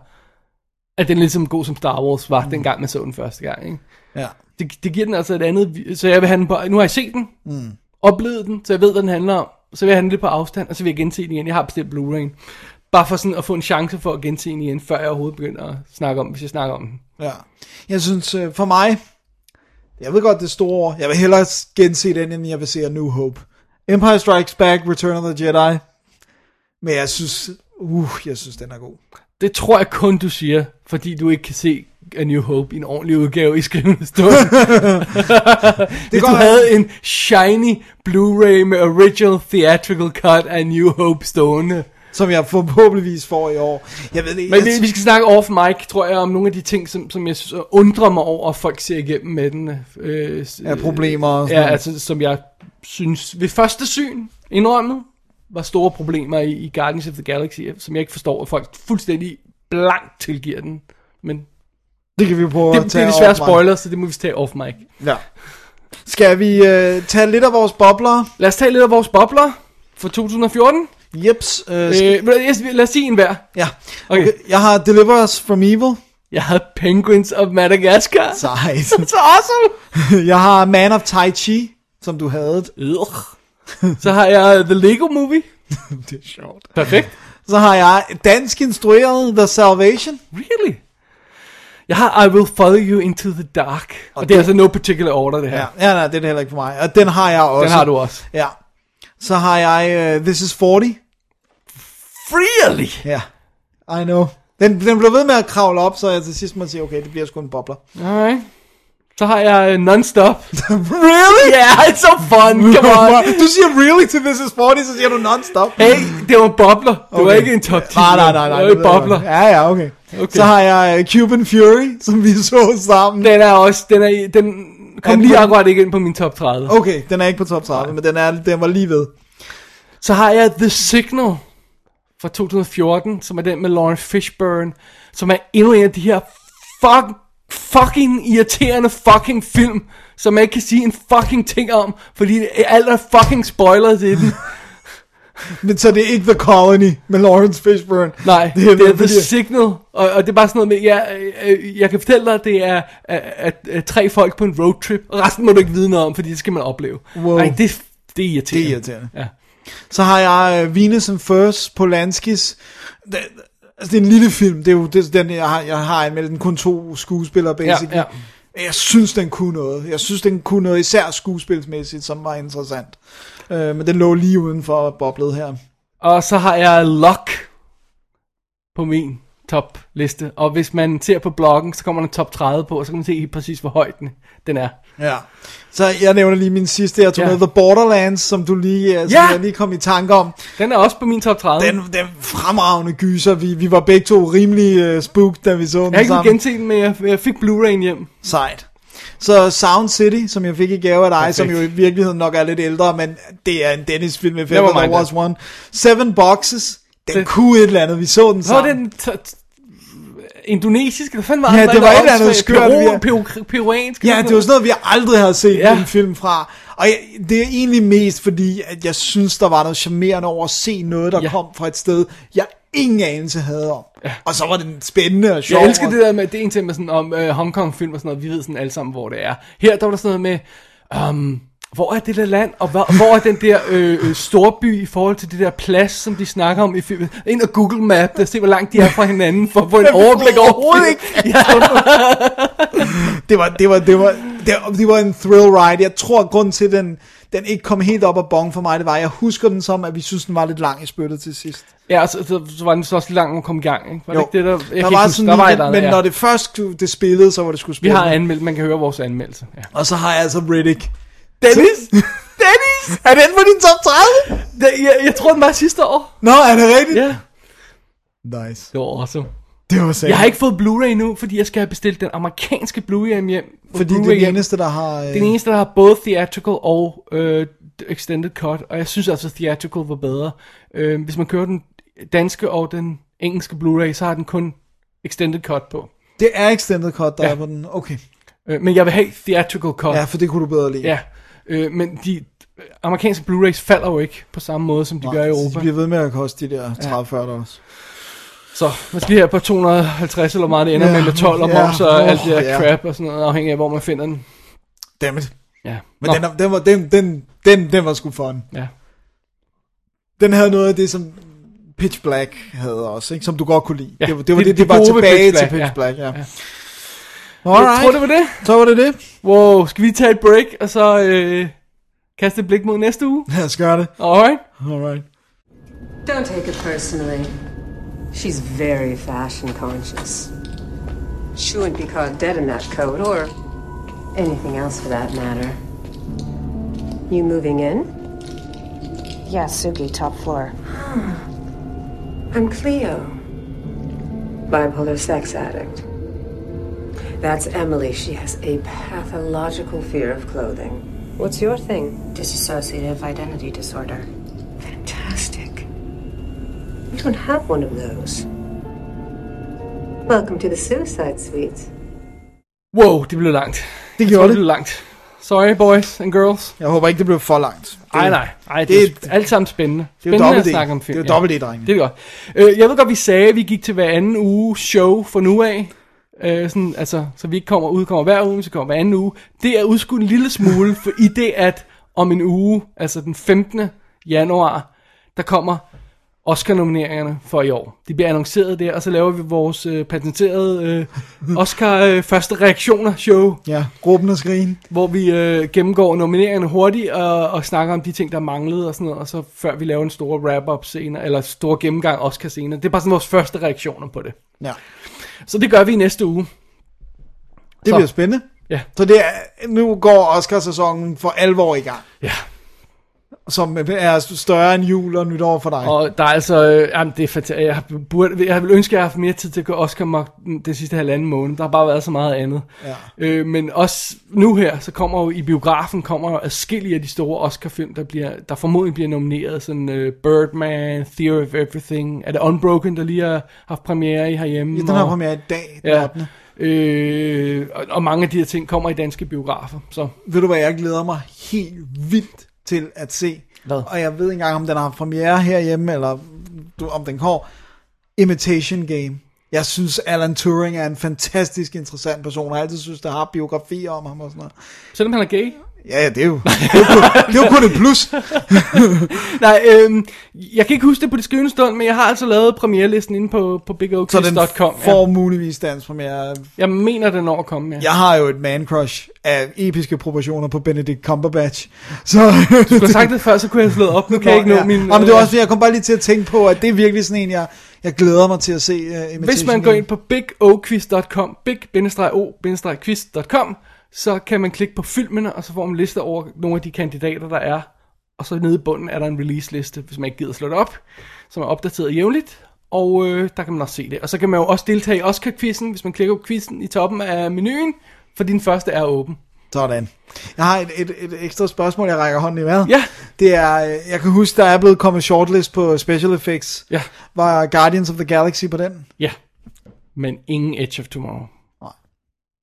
at den er ligesom god som Star Wars var, mm. dengang man så den første gang. Ikke?
Ja.
Det, det giver den altså et andet, vi- så jeg vil have den på, nu har jeg set den,
Mm.
oplevet den, så jeg ved, hvad den handler om, så vil jeg have den lidt på afstand, og så vil jeg gense den igen. Jeg har bestilt Blu-ray. Bare for sådan at få en chance for at gense den igen, før jeg overhovedet begynder at snakke om, hvis jeg snakker om den.
Ja. Jeg synes, øh, for mig, jeg ved godt, det er store år. Jeg vil hellere gense den, end jeg vil se A New Hope. Empire Strikes Back, Return of the Jedi. Men jeg synes, uh, jeg synes, den er god.
Det tror jeg kun, du siger, fordi du ikke kan se A New Hope i en ordentlig udgave i skrivende stund. Hvis du
godt
havde en shiny Blu-ray med original theatrical cut af New Hope stående.
Som jeg forhåbentligvis får i år. Jeg ved det
Men
jeg-
vi, vi skal snakke off mic, tror jeg, om nogle af de ting, som, som jeg synes undrer mig over, at folk ser igennem med den. Øh, s-
Ja, problemer og sådan
Ja,
noget.
altså, som jeg synes ved første syn indrømmet, var store problemer i, i Guardians of the Galaxy, som jeg ikke forstår, at folk fuldstændig blankt tilgiver den. Men
Det kan vi prøve
det,
at
det
tage
er desværre
off mic.
spoiler, så det må vi tage off mic.
Ja. Skal vi øh, tage lidt af vores bobler?
Lad os tage lidt af vores bobler for 2014.
Jeps. Øh,
Øh,
skal-
ved du hvad, yes, lad os sige en hver.
Ja.
Okay. okay.
Jeg har Deliver Us From Evil.
Jeg havde Penguins of Madagascar.
Sejt.
Så awesome.
jeg har Man of Tai Chi, som du havde.
Ugh. Så har jeg øh, The Lego Movie.
det er sjovt.
Perfekt.
Så har jeg dansk instrueret The Salvation.
Really? Jeg har I Will Follow You Into the Dark. Og, det er altså no particular order, det her.
Ja, ja nej, det er det heller ikke for mig. Og den har jeg også.
Den har du også.
Ja. Så har jeg uh, This is 40.
Really?
Ja. I know. Den, den blev ved med at kravle op, så jeg til sidst må sige, okay, det bliver sgu en bobler.
Alright. Så har jeg uh, Non-Stop.
really?
yeah, it's so fun. Come on.
du siger really til This is 40, så siger du non-stop.
Hey, det var en bobler. Det var
Okay.
ikke en top 10.
Nej, nej, nej. nej
Det var en
ved jeg
bobler.
godt. Ja, ja, okay.
Okay.
Så har jeg øh, Cuban Fury, som vi så sammen.
Den er også, den er, i- den
Er
kom
den
lige
på-
akkurat ikke ind på min top 30.
Okay, den er ikke på top 30, men den, er, den var lige ved.
Så har jeg The Signal fra 2014, som er den med Lauren Fishburne, som er endnu en af de her fuck, fucking irriterende fucking film, som jeg ikke kan sige en fucking ting om, fordi det- alt er fucking spoilers i den.
Men så det er ikke The Colony med Lawrence Fishburne.
Nej, det er, det er The
fordi-
Signal, og, og det er bare sådan noget med, ja, øh, øh, jeg kan fortælle dig, at det er at, at, at tre folk på en roadtrip, og resten må du ikke vide noget om, fordi det skal man opleve.
Wow.
Nej, det, det er irriterende.
Det er irriterende.
Ja.
Så har jeg øh, Venus and First, Polanskis. Det, altså, det er en lille film. Det er jo det, er den, jeg har, jeg har anmeldt. Den kun to skuespillere, basically.
ja.
Men Jeg synes, den kunne noget. Jeg synes, den kunne noget, især skuespilsmæssigt, som var interessant. Øh, men den lå lige uden for boblet her.
Og så har jeg Luck på min topliste. Og hvis man ser på bloggen, så kommer der en top 30 på, og så kan man se helt præcis, hvor høj den, den er.
Ja. Så jeg nævner lige min sidste, jeg tog
Ja.
med The Borderlands, som du lige, ja. som
Ja.
jeg lige kom i tanke om.
Den er også på min top 30.
Den, den fremragende gyser, vi, vi var begge to rimelig uh, spooked, da vi så den
jeg har ikke kunnet
sammen.
gense den, men jeg, jeg fik Blu-ray'en hjem.
Sejt. Så Sound City, som jeg fik i gave af dig,
Perfekt.
som jo i virkeligheden nok er lidt ældre, men det er en Dennis-film, if
Never
ever
mind
there was one. Seven Boxes, den det... kunne et eller andet, vi så den
Så var
sammen.
den t- t- indonesisk, eller hvad fanden var
Ja,
den?
det var et eller andet skørt, vi
Peru,
er-
peru, peruansk.
Ja, det var sådan noget, vi aldrig havde set
Ja.
ja. en film fra. Og jeg, det er egentlig mest fordi, at jeg synes, der var noget charmerende over at se noget, der
Ja.
ja. kom fra et sted, jeg ingen anelse havde om. Ja. Og så var den spændende og sjov.
Jeg elsker
og-
det der med, det er en ting med sådan, om øh, Hongkong-film og sådan noget, vi ved sådan alle sammen, hvor det er. Her, der var der sådan noget med, um, hvor er det der land, og hvor, hvor er den der øh, øh, storby i forhold til det der plads, som de snakker om i filmen. Ind og Google Map, der se, hvor langt de er fra hinanden, for at få en overblik over
overhovedet
filmen.
ikke. det var, det var, det var, det, var- det var en thrill ride. Jeg tror, at grunden til, at den, den ikke kom helt op og bong for mig, det var, at jeg husker den som, at vi synes, den var lidt lang i spyttet til sidst.
Ja, og så, så, så var den så også lang, at komme i gang, ikke? Var det
Jo.
ikke det, der... Jeg kan
der
ikke
var
huske,
sådan
der var et
lidt,
eller andet,
men
ja.
når det først det spillede, så var det skulle
Vi
spille.
har anmeldt, man kan høre vores anmeldelse. Ja.
Og så har jeg altså Riddick.
Dennis! Dennis!
Er den på din top 30?
Det, jeg, jeg tror, den var sidste år.
Nå, er det rigtigt?
Ja.
Nice.
Det var awesome.
Det var sikkert.
Jeg har ikke fået Blu-ray nu, fordi jeg skal have bestilt den amerikanske Blu-ray hjem.
Fordi
Blu-ray
det er den
hjem.
eneste, der har... Øh...
Det er den eneste, der har både theatrical og øh, extended cut, og jeg synes altså, theatrical var bedre. Øh, hvis man kører den danske og den engelske Blu-ray, så har den kun extended cut på.
Det er extended cut, der
Ja.
ja. er på den. Okay.
Øh, men jeg vil have theatrical cut.
Ja, for det kunne du bedre lide.
ja. Øh, men de amerikanske Blu-rays falder jo ikke på samme måde, som de
Nej,
gør i
så
Europa.
De bliver ved med at koste de der 30-40 dollars.
Så man skal lige have på 250 eller hvor meget det ender
Ja,
med, eller 12 og
ja.
moms og alt det der
Åh, ja.
crap og sådan noget, afhængig af, hvor man finder den.
Dammit.
Ja.
Men
Nå,
den, er- den, var, den, den, den, den var sgu fun.
ja.
Den havde noget af det, som Pitch Black havde også, ikke? som du godt kunne lide. Ja, det, var- det var
det-
det, det,
det
det var
gode ved
tilbage
Pitch
til
Black,
Pitch
ja.
Black, ja.
Ja.
ja.
Jeg tror, det var det.
Så var det det.
Wow, skal vi tage et break, og så øh, kaste et blik mod næste uge?
Lad os gøre det.
Alright.
Alright.
Don't take it personally. She's very fashion conscious. She wouldn't be caught dead in that coat, or anything else for that matter. You moving in? Yeah, Sugi, top floor. Ah, I'm Cleo. Bipolar sex addict. That's Emily. She has a pathological fear of clothing. What's your thing? Dissociative identity disorder. Fantastic. You don't have one of those. Welcome to the suicide suites.
Wow, det blev langt.
Det
Jeg tror,
gjorde
det blev
det.
langt. Sorry, boys and girls.
Jeg håber ikke, det blev for langt.
Nej, nej. Ej, det, det er alt sammen spændende.
jo
Spændende
dobbelt
at
D.
snakke om film.
Det er jo dobbelt D, drenge.
Det er godt. Øh, jeg ved godt, vi sagde, at vi gik til hver anden uge show for nu af. Øh, sådan, altså, så vi ikke kommer, udkommer hver uge, men så kommer hver anden uge. Det er udskudt en lille smule, for i det, at om en uge, altså den 15. januar, der kommer Oscar-nomineringerne for i år. De bliver annonceret der, og så laver vi vores øh, patenterede øh, Oscar-første reaktioner-show.
Ja, gruppen og skrigen.
Hvor vi øh, gennemgår nomineringerne hurtigt og, og snakker om de ting, der manglede og sådan noget, og så før vi laver en stor wrap-up senere, eller stor gennemgang Oscar senere. Det er bare sådan vores første reaktioner på det.
Ja.
Så det gør vi i næste uge.
Det
Så.
bliver spændende.
Ja.
Så det er, nu går Oscarsæsonen for alvor i gang.
Ja.
Som er større end jul og nytår for dig.
Og der er altså, øh, jamen det er fanta- jeg, burde, jeg ville ønske, at jeg havde haft mere tid til at gå Oscar mok den sidste halvanden måned. Der har bare været så meget andet.
Ja.
Øh, men også nu her, så kommer jo i biografen, kommer jo adskillige af de store Oscar-film, der, bliver, der formodentlig bliver nomineret. Sådan øh, Birdman, Theory of Everything. Er det Unbroken, der lige har haft premiere i herhjemme?
Ja, den har
og-
premiere i dag, den
Ja.
8..
Øh, og, og mange af de her ting kommer i danske biografer. Så.
Ved du hvad, jeg glæder mig helt vildt til at se.
Hvad?
Og jeg ved ikke engang, om den har premiere herhjemme, eller du, om den kommer. Imitation Game. Jeg synes, Alan Turing er en fantastisk interessant person. Jeg har altid synes, der har biografier om ham og sådan noget.
Selvom han er gay?
Ja, ja, det er jo, det er jo, kun- det er jo kun et plus.
Nej, øhm, jeg kan ikke huske det på det skrivende stund, men jeg har altså lavet premierelisten inde på, på
Så den
bigokids.com.
får ja. muligvis dansk premiere.
Jeg mener, den når at komme, ja.
Jeg har jo et man crush af episke proportioner på Benedict Cumberbatch. Så
Du skulle have sagt det før, så kunne jeg have slået op. Nu kan jeg ikke nå
ja.
min...
Nå, men det var
øh,
også, fordi jeg kom bare lige til at tænke på, at det er virkelig sådan en, jeg, jeg glæder mig til at se uh,
Hvis man går ind på bigoquiz.com, big-o-quiz.com, så kan man klikke på filmene, og så får man en liste over nogle af de kandidater, der er. Og så nede i bunden er der en release-liste, hvis man ikke gider slå det op, som er opdateret jævnligt. Og øh, der kan man også se det. Og så kan man jo også deltage i Oscar-quizzen, hvis man klikker på quizzen i toppen af menuen, for din første er åben.
Sådan. Jeg har et, et, et ekstra spørgsmål, jeg rækker hånden i vejret.
Ja.
Det er, øh, jeg kan huske, der er blevet kommet shortlist på special effects.
Ja.
Var Guardians of the Galaxy på den?
Ja, men ingen Edge of Tomorrow. Nej.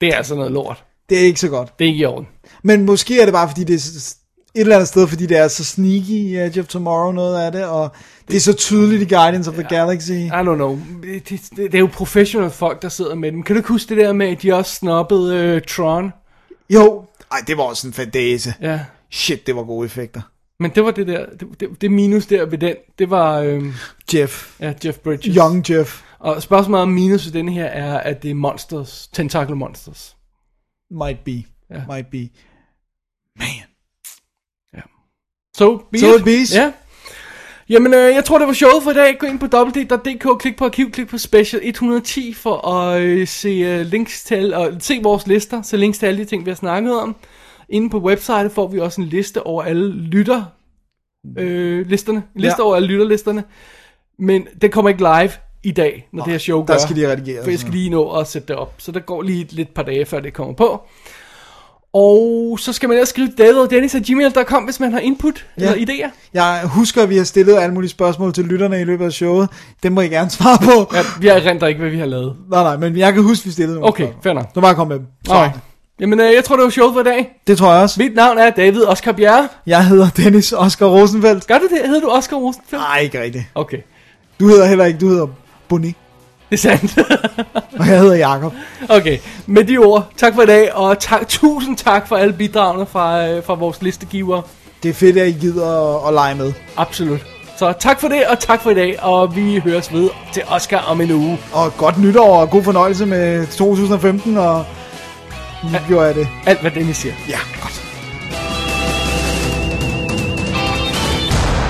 Det er altså noget lort.
Det er ikke så godt.
Det er ikke i orden.
Men måske er det bare, fordi det er s- et eller andet sted, fordi det er så sneaky i Edge of Tomorrow, noget af det, og det er så tydeligt i Guardians of the Galaxy. I
don't know. Det, det, det er jo professionelle folk, der sidder med dem. Kan du ikke huske det der med, at de også snobbede øh, Tron?
Jo. Ej, det var også en fadese.
Ja.
Shit, det var gode effekter.
Men det var det der, det, det, det minus der ved den, det var... Øhm,
Jeff.
Ja, Jeff Bridges.
Young Jeff.
Og spørgsmålet om minus ved denne her er, at det er monsters, tentacle monsters.
Might be. Ja. Might be.
So be
So it bees.
Ja. Jamen, øh, jeg tror, det var showet for i dag. Gå ind på www.dk, klik på arkiv, klik på special 110 for at øh, se øh, links til, og se vores lister, se links til alle de ting, vi har snakket om. Inde på websitet får vi også en liste over alle lytter, øh, listerne. En liste ja.
Ja.
over alle lytterlisterne. Men det kommer ikke live i dag, når det her show
der
gør.
skal de redigere
For jeg
og
skal
sådan
lige nå at sætte det op. Så der går lige et, lidt par dage, før det kommer på. Og så skal man ellers skrive David og Dennis at gmail.com, hvis man har input ja. eller idéer.
Jeg husker, at vi har stillet alle mulige spørgsmål til lytterne i løbet af showet. Dem må I gerne svare på.
Ja, vi erindrer ikke, hvad vi har lavet.
Nej, nej, men jeg kan huske, at vi stillede nogle
Okay, fair nok.
Så bare kom med dem. Så.
Alright. Jamen, øh, jeg tror, det var showet for i dag.
Det tror jeg også.
Mit navn er David Oscar Bjerre.
Jeg hedder Dennis Oscar Rosenfeldt.
Gør du det? Hedder du Oscar Rosenfeldt?
Nej, ikke rigtigt.
Okay.
Du hedder heller ikke, du hedder Bonnie.
Det er sandt.
og jeg hedder Jakob.
Okay, med de ord, tak for i dag, og tak, tusind tak for alle bidragene fra, øh, fra vores listegiver.
Det er fedt, at I gider at, at lege med.
Absolut. Så tak for det, og tak for i dag, og vi høres ved til Oscar om en uge.
Og godt nytår, og god fornøjelse med 2015, og nu gjorde jeg det.
Alt, hvad Dennis siger.
Ja, godt.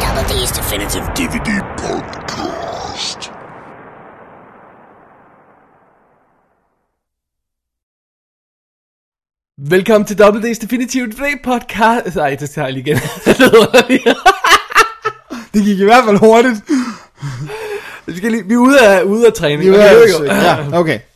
Double D's Definitive DVD Podcast.
Velkommen til Double D's Definitive Play Podcast. Nej, det tager jeg lige igen. Det lyder underligt.
Det gik i hvert fald hurtigt.
Vi, skal lige, vi er ude af, ude af træning.
Vi er ude
og
af
det
forsøg.
virker.
Ja, okay.